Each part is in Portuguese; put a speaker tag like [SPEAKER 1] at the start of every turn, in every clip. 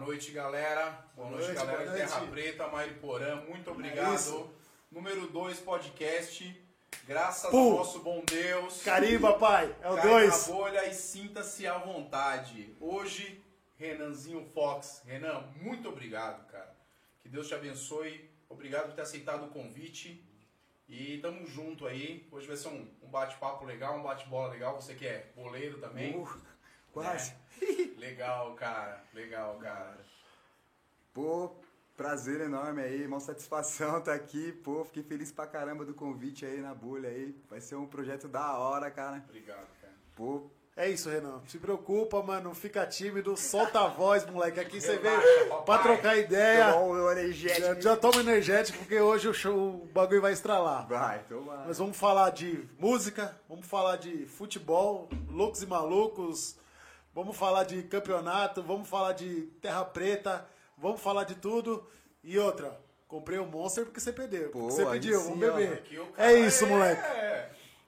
[SPEAKER 1] noite, galera. Boa, noite,
[SPEAKER 2] noite,
[SPEAKER 1] galera
[SPEAKER 2] boa
[SPEAKER 1] de Terra
[SPEAKER 2] noite.
[SPEAKER 1] Preta, Mariporã. Muito
[SPEAKER 2] É
[SPEAKER 1] obrigado.
[SPEAKER 2] isso.
[SPEAKER 1] Número 2 podcast. Graças
[SPEAKER 2] Pum.
[SPEAKER 1] ao nosso bom Deus.
[SPEAKER 2] Carimba, pai! É o
[SPEAKER 1] Cai
[SPEAKER 2] dois.
[SPEAKER 1] na bolha e sinta-se à vontade. Hoje, Renanzinho Fox. Renan, muito obrigado, cara. Que Deus te abençoe. Obrigado por ter aceitado o convite. E tamo junto aí. Hoje vai ser um, um bate-papo legal, um bate-bola legal. Você que é boleiro também.
[SPEAKER 3] Uh, quase.
[SPEAKER 1] Legal, cara. Legal, cara.
[SPEAKER 3] Pô, prazer enorme aí, maior satisfação tá aqui, pô, fiquei feliz pra caramba do convite aí na bolha aí. Vai ser um projeto da hora, cara.
[SPEAKER 1] Obrigado, cara.
[SPEAKER 3] Pô,
[SPEAKER 2] É isso, Renan. Se preocupa, mano. Fica tímido. Solta a voz, moleque. Aqui você veio
[SPEAKER 1] Relaxa, papai.
[SPEAKER 2] pra trocar ideia.
[SPEAKER 3] tomou um
[SPEAKER 2] Já,
[SPEAKER 3] energético.
[SPEAKER 2] É. já toma energético, porque hoje o, show, o bagulho vai estralar.
[SPEAKER 3] Vai, toma.
[SPEAKER 2] Nós vamos falar de música, vamos falar de futebol, loucos e malucos, vamos falar de campeonato, vamos falar de terra preta, vamos falar de tudo. E outra, comprei o Monster porque você pediu.
[SPEAKER 3] Pô,
[SPEAKER 2] porque você
[SPEAKER 3] aí
[SPEAKER 2] pediu,
[SPEAKER 3] sim,
[SPEAKER 2] vamos
[SPEAKER 3] ó.
[SPEAKER 2] beber.
[SPEAKER 1] Aqui o cara
[SPEAKER 2] É isso, moleque.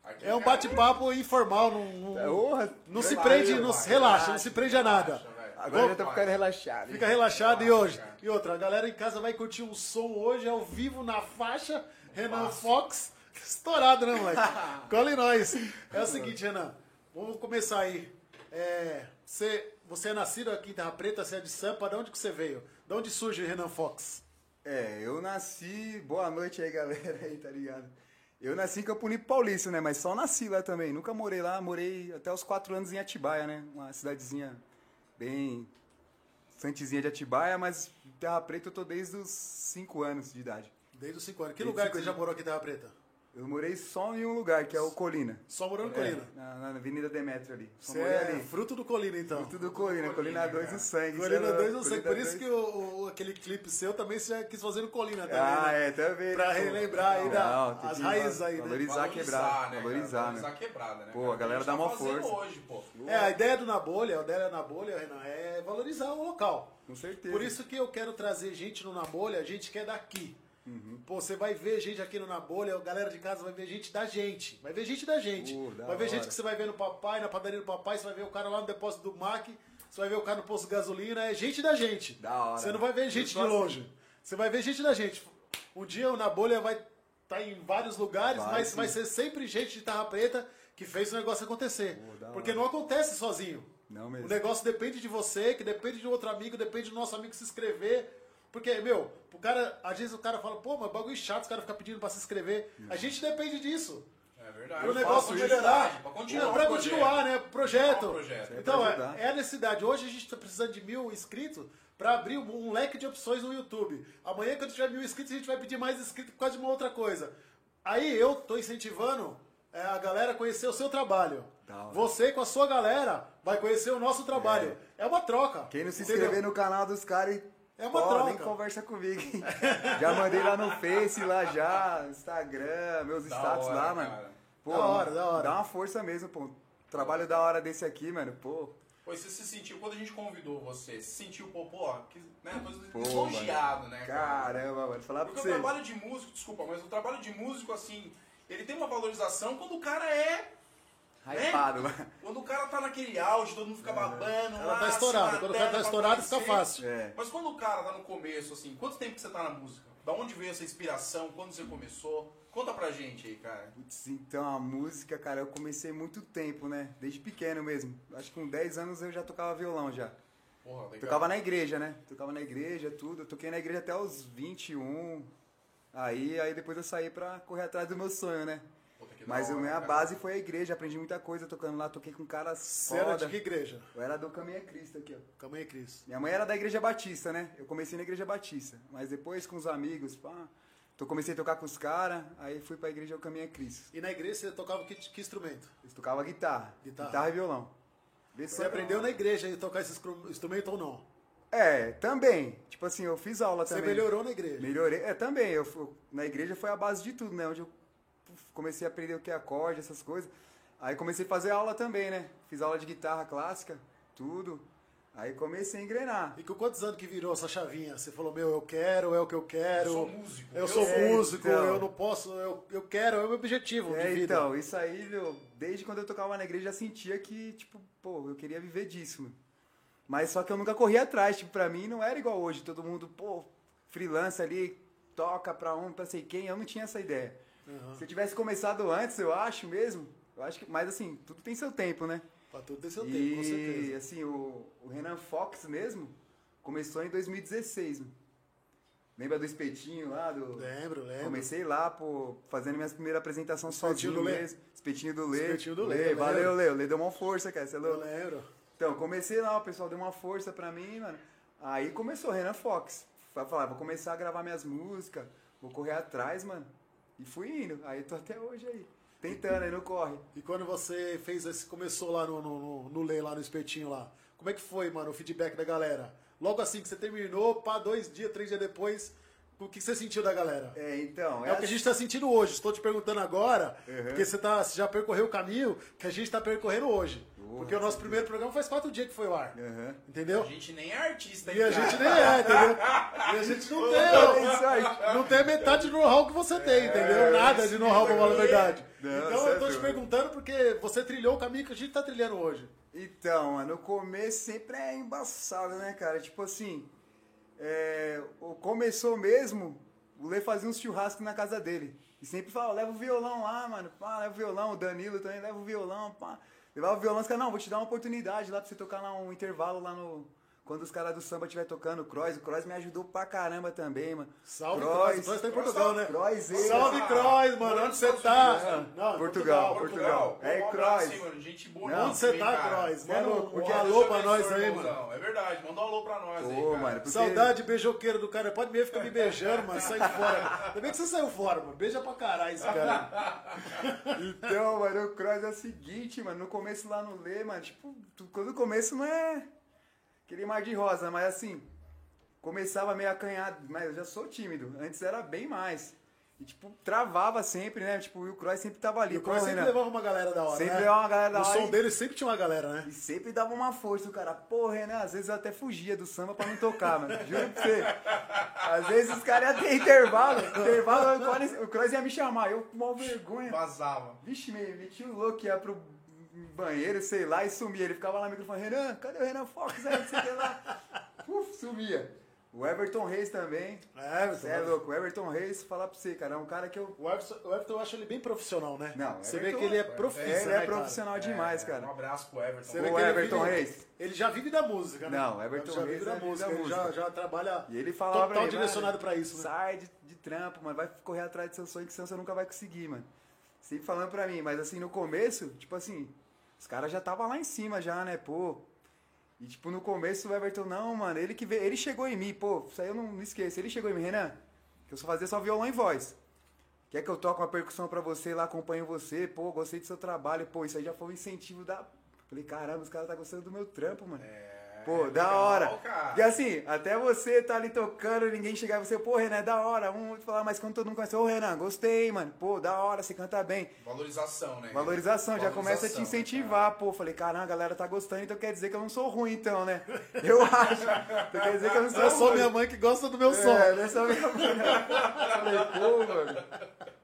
[SPEAKER 1] Aqui
[SPEAKER 2] É
[SPEAKER 1] o
[SPEAKER 2] um
[SPEAKER 1] cara- é,
[SPEAKER 2] bate-papo informal, não, não-
[SPEAKER 3] Porra,
[SPEAKER 2] não se
[SPEAKER 1] Relaxa,
[SPEAKER 2] prende, não
[SPEAKER 1] vai,
[SPEAKER 2] se relaxa, não se prende a nada.
[SPEAKER 1] Relaxa, velho.
[SPEAKER 3] agora
[SPEAKER 1] Vai,
[SPEAKER 3] já tô
[SPEAKER 1] vai.
[SPEAKER 3] ficando relaxado. hein?
[SPEAKER 2] Fica relaxado e
[SPEAKER 1] Vai,
[SPEAKER 2] hoje.
[SPEAKER 1] cara.
[SPEAKER 2] E outra, a galera em casa vai curtir um som hoje ao vivo na faixa. Renan Fox, estourado, né, moleque? Cola em nós. É o seguinte, Renan, vamos começar aí. É, você, você é nascido aqui em Terra Preta, você é de Sampa, de onde que você veio? De onde surge Renan Fox?
[SPEAKER 3] É, eu nasci. Boa noite aí, galera aí, tá ligado? Eu nasci em Campo Limpo Paulista, né? Mas só nasci lá também. Nunca morei lá, morei até os quatro anos em Atibaia, né? Uma cidadezinha bem santizinha de Atibaia, mas em Terra Preta eu tô desde os cinco anos de idade.
[SPEAKER 2] Desde os 5 anos. Que
[SPEAKER 3] Desde
[SPEAKER 2] lugar
[SPEAKER 3] cinco
[SPEAKER 2] que você já
[SPEAKER 3] anos.
[SPEAKER 2] morou aqui em Terra Preta?
[SPEAKER 3] Eu morei só em um lugar, que é o Colina.
[SPEAKER 2] Só morou no Colina.
[SPEAKER 3] É, na, na Avenida Demetrio ali. Só
[SPEAKER 2] Você
[SPEAKER 3] morei
[SPEAKER 2] é
[SPEAKER 3] ali.
[SPEAKER 2] fruto do Colina, então.
[SPEAKER 3] Tudo Colina, Colina
[SPEAKER 1] Colina,
[SPEAKER 3] 2
[SPEAKER 1] cara.
[SPEAKER 3] o sangue.
[SPEAKER 2] Colina
[SPEAKER 3] cê é
[SPEAKER 2] 2, eu
[SPEAKER 3] louco,
[SPEAKER 2] sei.
[SPEAKER 3] Colina
[SPEAKER 2] Por isso
[SPEAKER 3] dois.
[SPEAKER 2] que o- o- aquele clipe seu também você já quis fazer no Colina também.
[SPEAKER 3] Ah,
[SPEAKER 2] né?
[SPEAKER 3] é, também.
[SPEAKER 2] Pra
[SPEAKER 3] né, pô?
[SPEAKER 2] relembrar aí da-
[SPEAKER 3] Não, tem
[SPEAKER 2] as
[SPEAKER 3] que
[SPEAKER 2] raízes aí, né?
[SPEAKER 3] Valorizar, a
[SPEAKER 1] Valorizar,
[SPEAKER 3] quebrada. valorizar,
[SPEAKER 1] né, cara?
[SPEAKER 3] né?
[SPEAKER 1] Valorizar a quebrada, né?
[SPEAKER 3] Pô,
[SPEAKER 1] cara?
[SPEAKER 3] a galera
[SPEAKER 1] gente tá
[SPEAKER 3] dá uma
[SPEAKER 1] fazendo
[SPEAKER 3] força.
[SPEAKER 1] hoje, pô.
[SPEAKER 2] É, a ideia do Na Bolha, a ideia na Bolha, Renan, é valorizar o local.
[SPEAKER 3] Com certeza.
[SPEAKER 2] Por isso que eu quero trazer gente no Na Bolha, gente que é daqui.
[SPEAKER 3] Uhum.
[SPEAKER 2] Pô, você vai ver gente aqui no Na Bolha, a galera de casa vai ver gente da gente. Vai ver gente da gente.
[SPEAKER 3] Uh, da
[SPEAKER 2] vai ver gente
[SPEAKER 3] hora.
[SPEAKER 2] que você vai ver no papai, na padaria do papai, você vai ver o cara lá no depósito do MAC, você vai ver o cara no posto de gasolina, é gente da gente.
[SPEAKER 3] Da hora.
[SPEAKER 2] Você não vai ver
[SPEAKER 3] Eu
[SPEAKER 2] gente de
[SPEAKER 3] sou assim.
[SPEAKER 2] longe. Você vai ver gente da gente. Um dia o Na Bolha vai estar em vários lugares,
[SPEAKER 3] Vai,
[SPEAKER 2] mas
[SPEAKER 3] sim.
[SPEAKER 2] vai ser sempre gente de Tarra Preta que fez o negócio acontecer.
[SPEAKER 3] Pô, da
[SPEAKER 2] Porque
[SPEAKER 3] hora.
[SPEAKER 2] não acontece sozinho.
[SPEAKER 3] Não
[SPEAKER 2] O
[SPEAKER 3] mesmo.
[SPEAKER 2] negócio depende de você, que depende de um outro amigo, depende do nosso amigo se inscrever. Porque, meu, o cara, às vezes o cara fala, pô, mas bagulho chato, os caras ficam pedindo pra se inscrever. A gente depende disso.
[SPEAKER 1] É verdade.
[SPEAKER 2] Pro
[SPEAKER 1] Pra
[SPEAKER 2] negócio
[SPEAKER 1] continuidade,
[SPEAKER 2] melhorar.
[SPEAKER 1] Pra continuar.
[SPEAKER 2] É,
[SPEAKER 1] o
[SPEAKER 2] pra
[SPEAKER 1] projeto.
[SPEAKER 2] continuar, né? Pro projeto.
[SPEAKER 1] Pro projeto.
[SPEAKER 3] É,
[SPEAKER 2] Então,
[SPEAKER 3] um pra
[SPEAKER 2] é,
[SPEAKER 3] ajudar.
[SPEAKER 2] é a necessidade. Hoje a gente tá precisando de mil inscritos pra abrir um, um leque de opções no YouTube. Amanhã, quando tiver mil inscritos, a gente vai pedir mais inscritos por causa de uma outra coisa. Aí eu tô incentivando é, a galera a conhecer o seu trabalho.
[SPEAKER 3] Da hora.
[SPEAKER 2] Você, com a sua galera, vai conhecer o nosso trabalho. É, uma troca.
[SPEAKER 3] Quem não se
[SPEAKER 2] entendeu?
[SPEAKER 3] inscrever no canal dos caras,
[SPEAKER 2] É uma
[SPEAKER 3] ó,
[SPEAKER 2] troca.
[SPEAKER 3] nem conversa comigo. hein? já mandei lá no Face, lá já, Instagram, meus
[SPEAKER 1] Da
[SPEAKER 3] status
[SPEAKER 1] hora,
[SPEAKER 3] lá, mano.
[SPEAKER 1] cara.
[SPEAKER 3] Pô,
[SPEAKER 2] Da hora, da hora.
[SPEAKER 3] Dá uma força mesmo, pô. Trabalho da hora desse aqui, mano, pô.
[SPEAKER 1] Pô, e você se sentiu, quando a gente convidou você, se sentiu, pô, pô, que, né, coisa
[SPEAKER 3] Pô,
[SPEAKER 1] elogiado, né, cara?
[SPEAKER 3] Caramba, mano. Falar pra
[SPEAKER 1] Porque o
[SPEAKER 3] você.
[SPEAKER 1] trabalho de músico, desculpa, mas o trabalho de músico, assim, ele tem uma valorização quando o cara é.
[SPEAKER 3] Hypado, mano.
[SPEAKER 1] Quando o cara tá naquele auge, todo mundo fica babando.
[SPEAKER 2] É. Ela
[SPEAKER 1] lá,
[SPEAKER 2] tá
[SPEAKER 1] se
[SPEAKER 2] estourada. Quando o cara tá
[SPEAKER 1] matando pra
[SPEAKER 2] estourado, fica
[SPEAKER 1] aparecer.
[SPEAKER 2] fácil.
[SPEAKER 3] É.
[SPEAKER 1] Mas quando o cara tá no começo, assim, quanto tempo que você tá na música? Da onde veio essa inspiração? Quando você começou? Conta pra gente aí, cara.
[SPEAKER 3] Putz, então a música, cara, eu comecei muito tempo, né? Desde pequeno mesmo. Acho que com 10 anos eu já tocava violão já.
[SPEAKER 1] Porra, legal.
[SPEAKER 3] Tocava na igreja, né? Tocava na igreja, tudo. Eu toquei na igreja até os 21. Aí, aí depois eu saí pra correr atrás do meu sonho, né?
[SPEAKER 1] Puta, que da
[SPEAKER 3] Mas a
[SPEAKER 1] hora,
[SPEAKER 3] minha
[SPEAKER 1] cara.
[SPEAKER 3] base foi a igreja. Aprendi muita coisa tocando lá. Toquei com caras
[SPEAKER 2] Você era de
[SPEAKER 3] foda.
[SPEAKER 2] que igreja?
[SPEAKER 3] Eu era do Caminho a Cristo aqui, ó.
[SPEAKER 2] Calma aí, Cris.
[SPEAKER 3] Minha mãe era da Igreja Batista, né? Eu comecei na Igreja Batista. Mas depois com os amigos, pá... Eu comecei a tocar com os caras. Aí fui pra Igreja do Caminho a Cristo.
[SPEAKER 2] E na igreja você tocava que, que instrumento?
[SPEAKER 3] Eles tocavam guitarra.
[SPEAKER 2] Guitarra.
[SPEAKER 3] e violão. Vê se
[SPEAKER 2] Você aprendeu né? na igreja a tocar esse instru- instrumento ou não?
[SPEAKER 3] É, também. Tipo assim, eu fiz aula
[SPEAKER 2] Você
[SPEAKER 3] também.
[SPEAKER 2] melhorou na igreja.
[SPEAKER 3] Melhorei. É, também. Eu, fu- na igreja foi a base de tudo, né? Onde eu puf, comecei a aprender o que é acorde, essas coisas. Aí comecei a fazer aula também, né? Fiz aula de guitarra clássica, tudo. Aí comecei a engrenar.
[SPEAKER 2] E com quantos anos que virou essa chavinha? Você falou, meu, eu quero, é o que eu quero.
[SPEAKER 1] Eu sou músico.
[SPEAKER 2] Eu
[SPEAKER 1] Eu
[SPEAKER 2] sou
[SPEAKER 3] sei,
[SPEAKER 2] músico,
[SPEAKER 3] então.
[SPEAKER 2] eu não posso, eu, eu quero, é o meu objetivo de
[SPEAKER 3] É,
[SPEAKER 2] vida.
[SPEAKER 3] então, isso aí, meu, desde quando eu tocava na igreja, eu já sentia que, tipo, pô, eu queria viver disso, meu. Mas só que eu nunca corri atrás, tipo, pra mim não era igual hoje. Todo mundo, pô, freelancer ali, toca pra um, pra sei quem. Eu não tinha essa ideia. Se eu tivesse começado antes, eu acho mesmo. Eu acho que, mas assim, tudo tem seu tempo, né?
[SPEAKER 2] Pra tudo tem seu
[SPEAKER 3] e,
[SPEAKER 2] tempo, com certeza.
[SPEAKER 3] assim, o, o Renan Fox mesmo começou em 2016. né? Lembra do espetinho lá? Do...
[SPEAKER 2] Lembro, lembro.
[SPEAKER 3] Comecei lá, pô, fazendo minhas primeiras apresentações
[SPEAKER 2] É, Espetinho
[SPEAKER 3] sozinho
[SPEAKER 2] do Lê.
[SPEAKER 3] mesmo. Espetinho do Lê.
[SPEAKER 2] Espetinho do Lê, eu
[SPEAKER 3] valeu,
[SPEAKER 2] lembro.
[SPEAKER 3] Lê. O Lê deu uma força, cara. Você é
[SPEAKER 2] Eu
[SPEAKER 3] louco.
[SPEAKER 2] lembro.
[SPEAKER 3] Então, comecei lá, o pessoal deu uma força pra mim, mano. Aí começou Renan Fox. Vai falar, vou começar a gravar minhas músicas, vou correr atrás, mano. E fui indo. Aí tô até hoje aí. Tentando, aí não corre.
[SPEAKER 2] E quando você fez esse, começou lá no, no, no, no Lê, lá no espetinho lá, como é que foi, mano, o feedback da galera? Logo assim que você terminou, pá, dois dias, três dias depois, o que você sentiu da galera? É,
[SPEAKER 3] É, então.
[SPEAKER 2] o que a
[SPEAKER 3] assim.
[SPEAKER 2] gente tá sentindo hoje. Estou te perguntando agora,
[SPEAKER 3] Uhum.
[SPEAKER 2] porque você, tá, você já percorreu o caminho que a gente tá percorrendo hoje. porque o nosso primeiro programa faz quatro dias que foi ao ar.
[SPEAKER 3] Aham.
[SPEAKER 1] A
[SPEAKER 2] Entendeu?
[SPEAKER 1] gente nem é artista, hein,
[SPEAKER 2] E a
[SPEAKER 1] cara?
[SPEAKER 2] gente nem é, entendeu? E a gente não tem, ó.
[SPEAKER 3] É Isso aí. É
[SPEAKER 2] Não tem metade do know-how que você tem, entendeu? Nada de know-how, pra falar a verdade.
[SPEAKER 3] Não,
[SPEAKER 2] então eu tô te
[SPEAKER 3] certo.
[SPEAKER 2] perguntando porque você trilhou o caminho que a gente tá trilhando hoje.
[SPEAKER 3] Então, mano, o começo sempre é embaçado, né, cara? Tipo assim, é, o- começou mesmo, o Lê fazia uns churrascos na casa dele. E sempre falava, leva o violão lá, mano, pá, leva o violão, o Danilo também leva o violão, pá. Levava o violão, os caras, não, vou te dar uma oportunidade lá pra você tocar lá um intervalo lá no... Quando os caras do samba estiver tocando, o Crois, o Crois me ajudou pra caramba também, mano.
[SPEAKER 2] Salve, Crois. Crois tá em Portugal, né?
[SPEAKER 3] Crois, ele,
[SPEAKER 2] Salve,
[SPEAKER 1] Ah,
[SPEAKER 2] Crois, mano. Onde
[SPEAKER 1] Croix,
[SPEAKER 2] você
[SPEAKER 1] Estados
[SPEAKER 2] tá?
[SPEAKER 1] Unidos,
[SPEAKER 2] Não, em
[SPEAKER 3] Portugal, Portugal. É,
[SPEAKER 1] Um
[SPEAKER 3] Croix.
[SPEAKER 1] abraço, hein, mano. Gente boa.
[SPEAKER 3] Não,
[SPEAKER 2] Onde você
[SPEAKER 1] hein,
[SPEAKER 2] tá,
[SPEAKER 1] cara?
[SPEAKER 2] Crois?
[SPEAKER 3] Cê é
[SPEAKER 2] Manda
[SPEAKER 3] louco,
[SPEAKER 2] um
[SPEAKER 3] porque
[SPEAKER 2] alô pra
[SPEAKER 1] Deus
[SPEAKER 2] nós
[SPEAKER 1] abençoe,
[SPEAKER 2] aí, mano.
[SPEAKER 1] irmão. É verdade, manda um alô pra nós aí,
[SPEAKER 3] Ô,
[SPEAKER 1] cara.
[SPEAKER 3] mano, porque-
[SPEAKER 2] Saudade beijoqueira do cara. Pode mesmo ficar me beijando, mano. Sai fora. Ainda bem que você saiu fora, mano. Beija pra caralho esse cara.
[SPEAKER 3] Então, mano, o Cross é o seguinte, mano, no começo lá no Lê, mano, tipo, tu- quando o começo não é aquele mar de rosa, mas assim, começava meio acanhado, mas eu já sou tímido, antes era bem mais. E tipo, travava sempre, né? Tipo, e o Cross sempre tava ali.
[SPEAKER 2] E o Crois
[SPEAKER 3] Pô,
[SPEAKER 2] sempre
[SPEAKER 3] Renan,
[SPEAKER 2] levava uma galera da hora,
[SPEAKER 3] sempre
[SPEAKER 2] né?
[SPEAKER 3] levava uma galera da
[SPEAKER 2] O
[SPEAKER 3] hora
[SPEAKER 2] som
[SPEAKER 3] e-
[SPEAKER 2] dele sempre tinha uma galera, né?
[SPEAKER 3] e sempre dava uma força, o cara, porra, Renan, às vezes eu até fugia do samba pra não tocar, mano. Juro pra você. Às vezes os caras iam ter intervalo, intervalo, o Cross- o Cross ia me chamar, eu com maior vergonha.
[SPEAKER 1] Vazava.
[SPEAKER 3] Vixe, me meti o louco que ia pro banheiro, sei lá, e sumia. Ele ficava lá no microfone, Renan, cadê o Renan Fox? Aí, não sei o que lá. Uf, sumia. O Everton Reis também.
[SPEAKER 2] É,
[SPEAKER 3] Você é louco, o Everton Reis, falar pra você, cara, é um cara que eu.
[SPEAKER 2] O Everton, o Everton eu acho ele bem profissional, né?
[SPEAKER 3] Não,
[SPEAKER 2] Você vê
[SPEAKER 3] Everton-
[SPEAKER 2] que ele é profissional.
[SPEAKER 3] Ele é profissional demais,
[SPEAKER 1] Um
[SPEAKER 3] cara.
[SPEAKER 1] abraço pro Everton.
[SPEAKER 2] Você vê
[SPEAKER 3] Ô,
[SPEAKER 2] que ele
[SPEAKER 3] Everton
[SPEAKER 2] vive-
[SPEAKER 3] Reis.
[SPEAKER 2] Ele já vive da música, né?
[SPEAKER 3] Não, Everton
[SPEAKER 2] já
[SPEAKER 3] Reis
[SPEAKER 2] vive da
[SPEAKER 3] é da
[SPEAKER 2] música. Ele
[SPEAKER 3] música.
[SPEAKER 2] já, já trabalha
[SPEAKER 3] E ele falava pra
[SPEAKER 2] total
[SPEAKER 3] mim,
[SPEAKER 2] direcionado
[SPEAKER 3] mano,
[SPEAKER 2] pra isso, né?
[SPEAKER 3] Sai de, de trampo, mas vai correr atrás do seu sonho, que senão você nunca vai conseguir, mano. Sempre falando pra mim, mas assim, no começo, tipo assim, os caras já estavam lá em cima já, né, pô. E tipo, no começo o Everton, não, mano, ele que veio, ele chegou em mim, pô, isso aí eu não, não esqueço, ele chegou em mim, Renan, que eu só fazia só violão e voz. Quer que eu toque uma percussão pra você lá, acompanho você, pô, gostei do seu trabalho, pô, isso aí já foi um incentivo da... Falei, caramba, os caras tá gostando do meu trampo, mano. Pô,
[SPEAKER 1] é
[SPEAKER 3] da
[SPEAKER 1] legal,
[SPEAKER 3] hora.
[SPEAKER 1] cara.
[SPEAKER 3] E assim, até você tá ali tocando, ninguém chegar e você, pô, Renan, é da hora. Um outro falar, mas quando todo mundo conhece, ô Renan, gostei, mano. Pô, da hora, você canta bem.
[SPEAKER 1] Valorização, né?
[SPEAKER 3] É, Valorização, né, já começa a te
[SPEAKER 1] Valorização, né,
[SPEAKER 3] incentivar, pô. Falei, caramba, a galera tá gostando, então quer dizer que eu não sou ruim, então, né? Eu acho. Então quer dizer que eu não sou
[SPEAKER 2] É só
[SPEAKER 3] ruim.
[SPEAKER 2] minha mãe que gosta do meu som.
[SPEAKER 3] É, não é só minha mãe. Falei, pô, mano.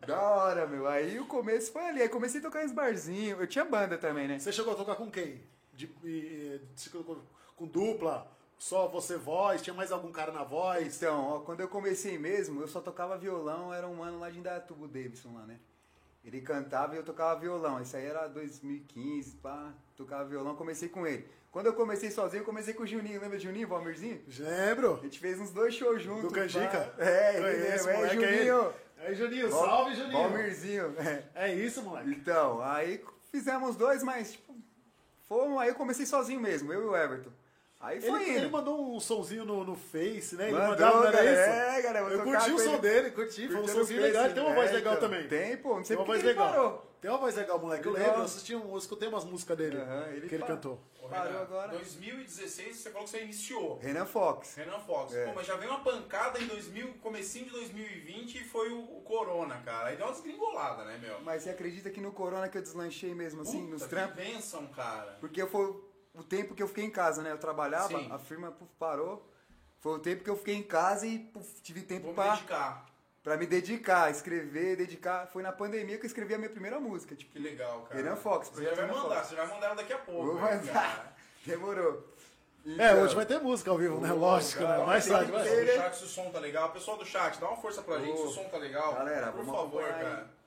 [SPEAKER 3] Da hora, meu. Aí o começo foi ali. Aí comecei a tocar em barzinhos. Eu tinha banda também, né?
[SPEAKER 2] Você chegou a tocar com quem? De, e- e- você tocou com dupla? Só você voz? Tinha mais algum cara na voz?
[SPEAKER 3] Então, ó, quando eu comecei mesmo, eu só tocava violão, era um mano lá de Indatuba, o Davidson lá, né? Ele cantava e eu tocava violão. Isso aí era 2015, pá, tocava violão, comecei com ele. Quando eu comecei sozinho, eu comecei com o Juninho, lembra do Juninho, Valmirzinho?
[SPEAKER 2] Lembro.
[SPEAKER 3] A gente fez uns dois shows juntos.
[SPEAKER 2] Do Canjica?
[SPEAKER 3] pá. É, ele
[SPEAKER 2] Conheço,
[SPEAKER 3] mesmo, é,
[SPEAKER 2] moleque, é
[SPEAKER 3] Juninho.
[SPEAKER 2] ele. Aí, Juninho. Salve, Juninho.
[SPEAKER 3] Valmirzinho, é.
[SPEAKER 2] É isso, moleque.
[SPEAKER 3] Então, aí fizemos dois, mas, tipo, fomos, aí eu comecei sozinho mesmo, eu e o Everton. Aí
[SPEAKER 2] Ele,
[SPEAKER 3] foi
[SPEAKER 2] ele
[SPEAKER 3] indo.
[SPEAKER 2] mandou um sonzinho no, no Face, né? Ele
[SPEAKER 3] Mandou,
[SPEAKER 2] mandava, não era
[SPEAKER 3] galera.
[SPEAKER 2] isso?
[SPEAKER 3] É, galera, eu
[SPEAKER 2] eu
[SPEAKER 3] tocava
[SPEAKER 2] curti o
[SPEAKER 3] com
[SPEAKER 2] som
[SPEAKER 3] ele.
[SPEAKER 2] dele, curti. Foi um
[SPEAKER 3] Curtindo
[SPEAKER 2] sonzinho
[SPEAKER 3] o
[SPEAKER 2] legal. Ele
[SPEAKER 3] Face,
[SPEAKER 2] tem uma
[SPEAKER 3] é,
[SPEAKER 2] voz legal
[SPEAKER 3] então.
[SPEAKER 2] também.
[SPEAKER 3] Tem, pô, não sei
[SPEAKER 2] Tem uma
[SPEAKER 3] por
[SPEAKER 2] voz
[SPEAKER 3] que ele
[SPEAKER 2] legal.
[SPEAKER 3] parou.
[SPEAKER 2] Tem uma voz legal, moleque. Eu
[SPEAKER 3] Ele
[SPEAKER 2] lembro,
[SPEAKER 3] não-
[SPEAKER 2] eu assisti um, eu escutei umas músicas dele
[SPEAKER 3] Aham, ele
[SPEAKER 2] que ele
[SPEAKER 3] parou.
[SPEAKER 2] cantou.
[SPEAKER 1] Ô, Renan,
[SPEAKER 3] Parou agora.
[SPEAKER 1] 2016, você falou que você iniciou.
[SPEAKER 3] Renan Fox.
[SPEAKER 1] Renan Fox.
[SPEAKER 3] É.
[SPEAKER 1] Pô, mas já veio uma pancada em 2000, comecinho de 2020 e foi o, o Corona, cara. Aí deu uma desgringolada, né, meu?
[SPEAKER 3] Mas você acredita que no corona que eu deslanchei mesmo, assim, nos
[SPEAKER 1] Puta,
[SPEAKER 3] trampos?
[SPEAKER 1] Que bênção, cara.
[SPEAKER 3] Porque foi o tempo que eu fiquei em casa, né? Eu trabalhava,
[SPEAKER 1] Sim.
[SPEAKER 3] a firma puf, parou. Foi o tempo que eu fiquei em casa e puf, tive tempo
[SPEAKER 1] Vou me
[SPEAKER 3] pra,
[SPEAKER 1] dedicar.
[SPEAKER 3] pra me dedicar, escrever, dedicar. Foi na pandemia que eu escrevi a minha primeira música. Tipo,
[SPEAKER 1] Que legal, cara.
[SPEAKER 3] Renan Fox,
[SPEAKER 1] Você já
[SPEAKER 3] projeto
[SPEAKER 1] vai
[SPEAKER 3] Renan
[SPEAKER 1] mandar,
[SPEAKER 3] Fox.
[SPEAKER 1] você vai mandar ela daqui a pouco.
[SPEAKER 3] vou
[SPEAKER 1] né,
[SPEAKER 3] mandar.
[SPEAKER 1] cara?
[SPEAKER 3] Demorou.
[SPEAKER 2] É, hoje vai ter música ao vivo, né?
[SPEAKER 3] Ô,
[SPEAKER 2] Lógico, né?
[SPEAKER 3] cara,
[SPEAKER 2] Mas
[SPEAKER 3] tem
[SPEAKER 1] Pessoal
[SPEAKER 2] sabe.
[SPEAKER 3] que
[SPEAKER 1] do chat, se o som tá legal. Pessoal do chat, dá uma força pra gente se
[SPEAKER 3] Ô,
[SPEAKER 1] o som tá legal.
[SPEAKER 3] galera,
[SPEAKER 1] por
[SPEAKER 3] vamos
[SPEAKER 1] favor,
[SPEAKER 3] acompanhar aí.
[SPEAKER 1] cara.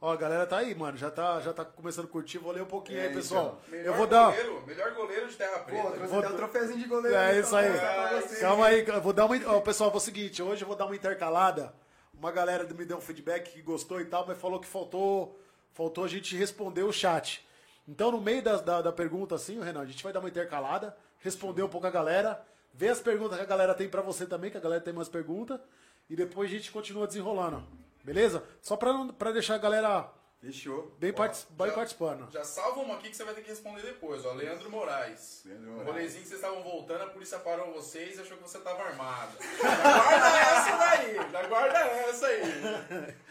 [SPEAKER 2] Ó, a galera tá aí, mano. Já tá, já tá começando a curtir. Vou ler um pouquinho
[SPEAKER 3] É,
[SPEAKER 2] aí, pessoal.
[SPEAKER 3] então.
[SPEAKER 1] Melhor
[SPEAKER 2] Eu vou dar.
[SPEAKER 1] goleiro, melhor goleiro de Terra Preta.
[SPEAKER 3] Pô, trouxe
[SPEAKER 2] Vou-
[SPEAKER 3] até o troféuzinho de goleiro.
[SPEAKER 1] né?
[SPEAKER 2] É isso aí.
[SPEAKER 1] pra vocês.
[SPEAKER 2] Calma aí, eu vou dar uma. Ó, pessoal, vou o seguinte, hoje eu vou dar uma intercalada. Uma galera me deu um feedback que gostou e tal, mas falou que faltou, faltou a gente responder o chat. Então, no meio das- da, da pergunta, assim, Renan, a gente vai dar uma intercalada, responder um pouco a galera, ver as perguntas que a galera tem pra você também, que a galera tem umas perguntas, e depois a gente continua desenrolando. Beleza? Só pra, não- pra deixar a galera
[SPEAKER 3] Fechou.
[SPEAKER 2] bem, partic- bem
[SPEAKER 1] já-
[SPEAKER 2] participando.
[SPEAKER 1] Já salva uma aqui que você vai ter que responder depois, ó. Leandro Moraes.
[SPEAKER 3] Leandro
[SPEAKER 1] No
[SPEAKER 3] Moraes.
[SPEAKER 1] rolezinho que vocês estavam voltando, a polícia parou vocês e achou que você tava armado. Já guarda essa daí, já guarda essa aí.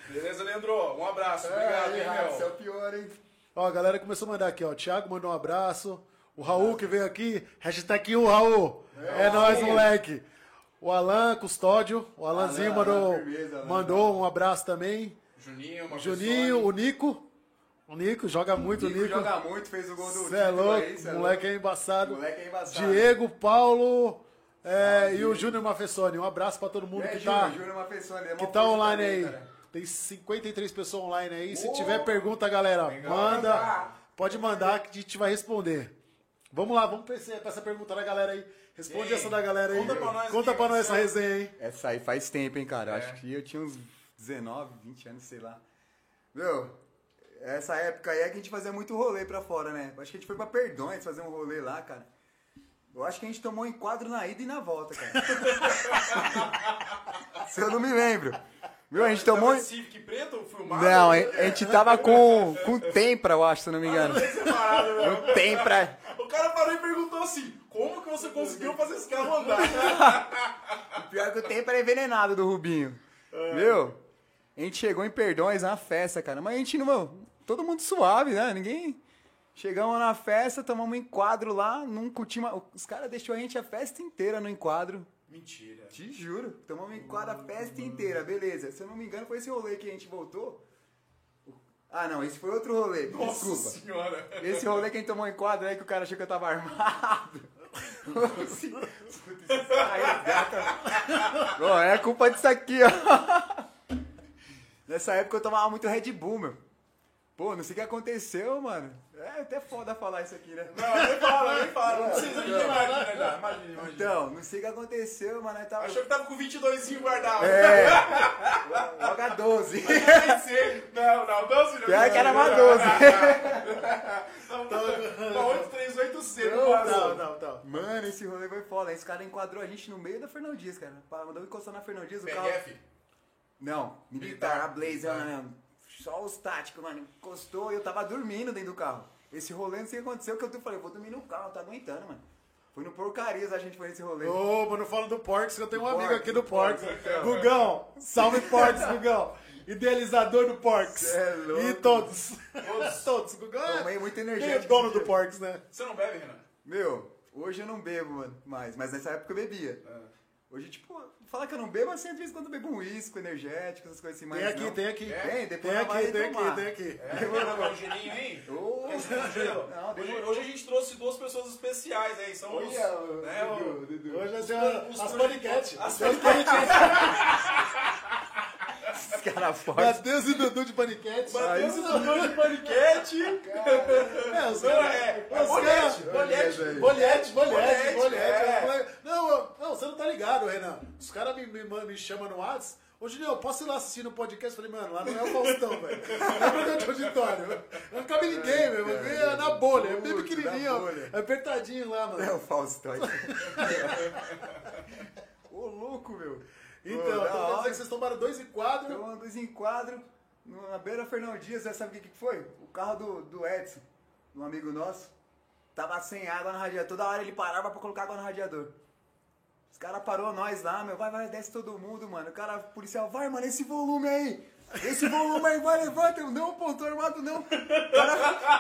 [SPEAKER 1] Beleza, Leandro? Um abraço, obrigado,
[SPEAKER 3] Obrigado,
[SPEAKER 1] hein,
[SPEAKER 3] Rafa, Você é
[SPEAKER 1] meu.
[SPEAKER 3] o pior, hein?
[SPEAKER 2] Ó, a galera começou a mandar aqui, ó. O Thiago mandou um abraço. O Raul que veio aqui. Hashtag o Raul. É, nóis, moleque. O Alan Custódio. O Alanzinho
[SPEAKER 3] Alan,
[SPEAKER 2] mandou,
[SPEAKER 3] Alan, firmeza, Alan.
[SPEAKER 2] mandou um abraço também.
[SPEAKER 1] Juninho, uma
[SPEAKER 2] Juninho,
[SPEAKER 1] pessoa.
[SPEAKER 2] o Nico. O Nico joga muito, o
[SPEAKER 3] Nico
[SPEAKER 2] Nico.
[SPEAKER 3] joga muito, fez o gol do
[SPEAKER 2] Cê é
[SPEAKER 3] título
[SPEAKER 2] louco,
[SPEAKER 3] aí, cê
[SPEAKER 2] moleque é
[SPEAKER 3] louco.
[SPEAKER 2] embaçado.
[SPEAKER 3] Moleque é embaçado.
[SPEAKER 2] Diego, Paulo é, e o Júnior Mafessoni. Um abraço pra todo mundo
[SPEAKER 3] É,
[SPEAKER 2] que tá,
[SPEAKER 3] Júnior, Júnior é uma pessoa, ele é
[SPEAKER 2] que
[SPEAKER 3] uma
[SPEAKER 2] tá
[SPEAKER 3] força
[SPEAKER 2] online
[SPEAKER 3] também,
[SPEAKER 2] aí.
[SPEAKER 3] cara.
[SPEAKER 2] Tem 53 pessoas online aí. Se
[SPEAKER 3] Boa.
[SPEAKER 2] tiver pergunta, galera,
[SPEAKER 1] Legal.
[SPEAKER 2] manda.
[SPEAKER 3] Tá.
[SPEAKER 2] Pode mandar que a gente vai responder. Vamos lá, vamos pra esse- pra essa pergunta da galera aí. Responde
[SPEAKER 1] Ei,
[SPEAKER 2] essa da galera aí.
[SPEAKER 1] conta pra nós
[SPEAKER 2] Conta
[SPEAKER 1] aqui,
[SPEAKER 2] pra nós essa
[SPEAKER 1] Marcelo.
[SPEAKER 2] resenha aí.
[SPEAKER 3] Essa aí faz tempo, hein, cara. Eu
[SPEAKER 1] É.
[SPEAKER 3] Acho que eu tinha uns 19, 20 anos, sei lá. Meu, essa época aí é que a gente fazia muito rolê pra fora, né? Eu Acho que a gente foi pra Perdões fazer um rolê lá, cara. Eu acho que a gente tomou um enquadro na ida e na volta, cara. Se eu não me lembro. Meu, a gente
[SPEAKER 1] Tava
[SPEAKER 3] tomou. um
[SPEAKER 2] assim,
[SPEAKER 1] de Civic preto filmado? né?
[SPEAKER 3] Não, a a gente tava com, com tempra, eu acho, se eu não me engano.
[SPEAKER 1] Separado, né?
[SPEAKER 3] Um tempra.
[SPEAKER 1] O cara parou e perguntou assim: como que você conseguiu fazer esse carro andar?
[SPEAKER 3] Pior que o tempo era envenenado do Rubinho. Meu, a gente chegou em Perdões na festa, cara. Mas a gente não. Todo mundo suave, né? Ninguém. Chegamos na festa, tomamos um enquadro lá, não curtimos. Os caras deixou a gente a festa inteira no enquadro.
[SPEAKER 1] Mentira.
[SPEAKER 3] Te juro. Tomamos um enquadro a festa inteira, beleza. Se eu não me engano, foi esse rolê que a gente voltou. Ah, não, esse foi outro rolê.
[SPEAKER 1] Nossa
[SPEAKER 3] Desculpa.
[SPEAKER 1] senhora.
[SPEAKER 3] Esse rolê que a gente tomou em quadro aí que o cara achou que eu tava armado. Assim, Puta, esses caras resgatam. Bom, é culpa disso aqui, ó. Nessa época eu tomava muito Red Bull, meu. Pô, não sei o que aconteceu, mano. É até foda falar isso aqui, né?
[SPEAKER 1] Não, nem fala, nem fala. Não precisa de imagina já. Imagina, imagina.
[SPEAKER 3] Então, não sei o que aconteceu, mano. Eu tava...
[SPEAKER 1] Achou que tava com 22 guardado.
[SPEAKER 3] É. Joga 12.
[SPEAKER 1] Não, não, não, filho.
[SPEAKER 3] Pior que era uma 12.
[SPEAKER 1] Não, não, 838C,
[SPEAKER 3] Não,
[SPEAKER 2] Não,
[SPEAKER 1] não,
[SPEAKER 2] não, não.
[SPEAKER 3] Mano, esse rolê foi foda. Esse cara enquadrou a gente no meio da Fernandes, cara. Mandou encostar na Fernandes, o carro.
[SPEAKER 1] PRF.
[SPEAKER 3] Não, militar,
[SPEAKER 1] Militar.
[SPEAKER 3] a blazer,
[SPEAKER 2] Ah.
[SPEAKER 3] mano. Só os táticos, mano. Encostou e eu tava dormindo dentro do carro. Esse rolê, não sei o que aconteceu, que eu falei, vou dormir no carro, tá aguentando, mano. Foi no porcarias a gente foi nesse rolê.
[SPEAKER 2] Ô, mano, fala do Porks, que eu tenho um amigo
[SPEAKER 3] Porks,
[SPEAKER 2] aqui do Porks.
[SPEAKER 1] Porks,
[SPEAKER 2] Gugão, salve Porks, Gugão. Idealizador do Porks.
[SPEAKER 3] Cê é louco.
[SPEAKER 2] E todos. Todos, todos. Gugão é-
[SPEAKER 3] Tomei muito
[SPEAKER 2] Quem é
[SPEAKER 3] energético
[SPEAKER 2] dono
[SPEAKER 3] esse
[SPEAKER 2] do
[SPEAKER 3] dia.
[SPEAKER 2] Porks, né?
[SPEAKER 1] Você não bebe, Renan?
[SPEAKER 3] Meu, hoje eu não bebo, mano, mais. Mas nessa época eu bebia.
[SPEAKER 2] É.
[SPEAKER 3] Hoje, tipo, falar que eu não bebo, assim, às vezes quando eu bebo um uísque, energético, essas coisas assim. Mas
[SPEAKER 2] Tem aqui,
[SPEAKER 3] não.
[SPEAKER 2] tem aqui.
[SPEAKER 1] É?
[SPEAKER 3] Tem, depois
[SPEAKER 2] Tem
[SPEAKER 3] nós vai
[SPEAKER 2] aqui, tem
[SPEAKER 3] tomar.
[SPEAKER 2] aqui, tem aqui.
[SPEAKER 1] É, vou levar um gelinho, hein?
[SPEAKER 3] Ô,
[SPEAKER 1] Quer dizer, um gelo?
[SPEAKER 3] Não,
[SPEAKER 1] Hoje,
[SPEAKER 3] demorou.
[SPEAKER 1] hoje a gente trouxe duas pessoas especiais aí, são os. né, o-
[SPEAKER 2] Hoje é a-
[SPEAKER 1] os-
[SPEAKER 2] as paniquetes.
[SPEAKER 1] As
[SPEAKER 3] Esses caras fortes.
[SPEAKER 2] Matheus e Dudu de paniquete.
[SPEAKER 1] Matheus e Dodô de Paniquete.
[SPEAKER 2] É, os
[SPEAKER 1] Não,
[SPEAKER 2] caras.
[SPEAKER 1] é, é
[SPEAKER 2] os
[SPEAKER 1] bolete,
[SPEAKER 2] caras-
[SPEAKER 1] bolete,
[SPEAKER 2] Bolete, bolete,
[SPEAKER 1] bolete,
[SPEAKER 2] bolete.
[SPEAKER 1] bolete, é.
[SPEAKER 2] Não, eu- não, você não tá ligado, Renan. Os caras me, me, man- me chamam no WhatsApp. Ô, Julião, posso ir lá assistir no podcast? Falei, mano, lá não é o Faustão, velho. Não é programa de auditório. Eu nunca me liguei, meu. Eu vi, é na bolha. É bem
[SPEAKER 3] Puta, na
[SPEAKER 2] pequenininho,
[SPEAKER 3] bolha.
[SPEAKER 2] ó. É apertadinho lá,
[SPEAKER 3] É
[SPEAKER 2] mano.
[SPEAKER 3] o Faustão. Ô, louco, meu.
[SPEAKER 2] Então,
[SPEAKER 3] Pô, da
[SPEAKER 2] então quer dizer
[SPEAKER 3] hora. Tá
[SPEAKER 2] que vocês tomaram dois e quadro.
[SPEAKER 3] Tomando dois enquadros na beira Fernandias, né? sabe o que, que foi? O carro do, do Edson, um amigo nosso, tava sem água no radiador. Toda hora ele parava pra colocar água no radiador. Os caras parou nós lá, meu, vai, vai, desce todo mundo, mano. O cara policial, vai, mano, esse volume aí. Esse volume aí, vai, levanta. Eu, não, pô, tô armado, não. O,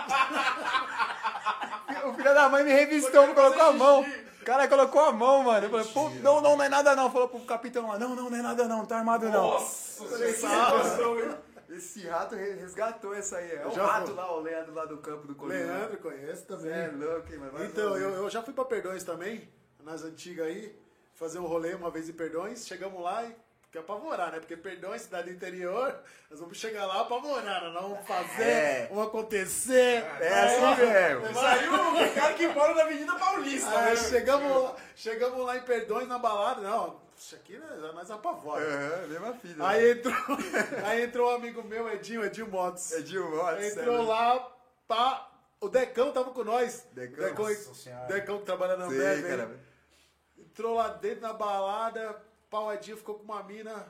[SPEAKER 3] cara- O filho da mãe me revistou, me colocou a mão. O cara colocou a mão, mano. Eu falei, pô, não, não, não é nada não. Falou pro capitão lá, não, não, não é nada não, não tá armado não.
[SPEAKER 1] Nossa,
[SPEAKER 3] Falei,
[SPEAKER 1] sensação, hein?
[SPEAKER 3] Esse rato re- resgatou essa aí. É o
[SPEAKER 2] Já
[SPEAKER 3] rato
[SPEAKER 2] vou.
[SPEAKER 3] lá, o Leandro lá do campo do Corinthians.
[SPEAKER 2] Leandro conhece também.
[SPEAKER 3] Você é louco, hein, mano? Vai
[SPEAKER 2] Então,
[SPEAKER 3] fazer.
[SPEAKER 2] eu, eu já fui pra Perdões também, nas antigas aí, fazer um rolê uma vez em Perdões. Chegamos lá e que apavorar, né? Porque Perdões, cidade do interior, nós vamos chegar lá apavorar, nós vamos fazer,
[SPEAKER 3] É.
[SPEAKER 2] vamos acontecer.
[SPEAKER 3] É assim mesmo.
[SPEAKER 1] Saiu o cara que mora na Avenida Paulista,
[SPEAKER 2] Ah,
[SPEAKER 1] né?
[SPEAKER 2] chegamos, lá, chegamos lá em Perdões na balada, não, isso aqui né, nós apavora.
[SPEAKER 3] Aham, mesma filha. né?
[SPEAKER 2] Aí entrou, aí entrou um amigo meu, Edinho, Edinho Motos.
[SPEAKER 3] É Dilma,
[SPEAKER 2] Entrou lá, pá. O Decão tava com nós.
[SPEAKER 3] Decão?
[SPEAKER 2] Decão,
[SPEAKER 1] Nossa Senhora.
[SPEAKER 2] Decão que trabalha na
[SPEAKER 3] Sei,
[SPEAKER 2] Ambev.
[SPEAKER 3] cara.
[SPEAKER 2] aí. Entrou lá dentro na balada, pau Edinho ficou com uma mina.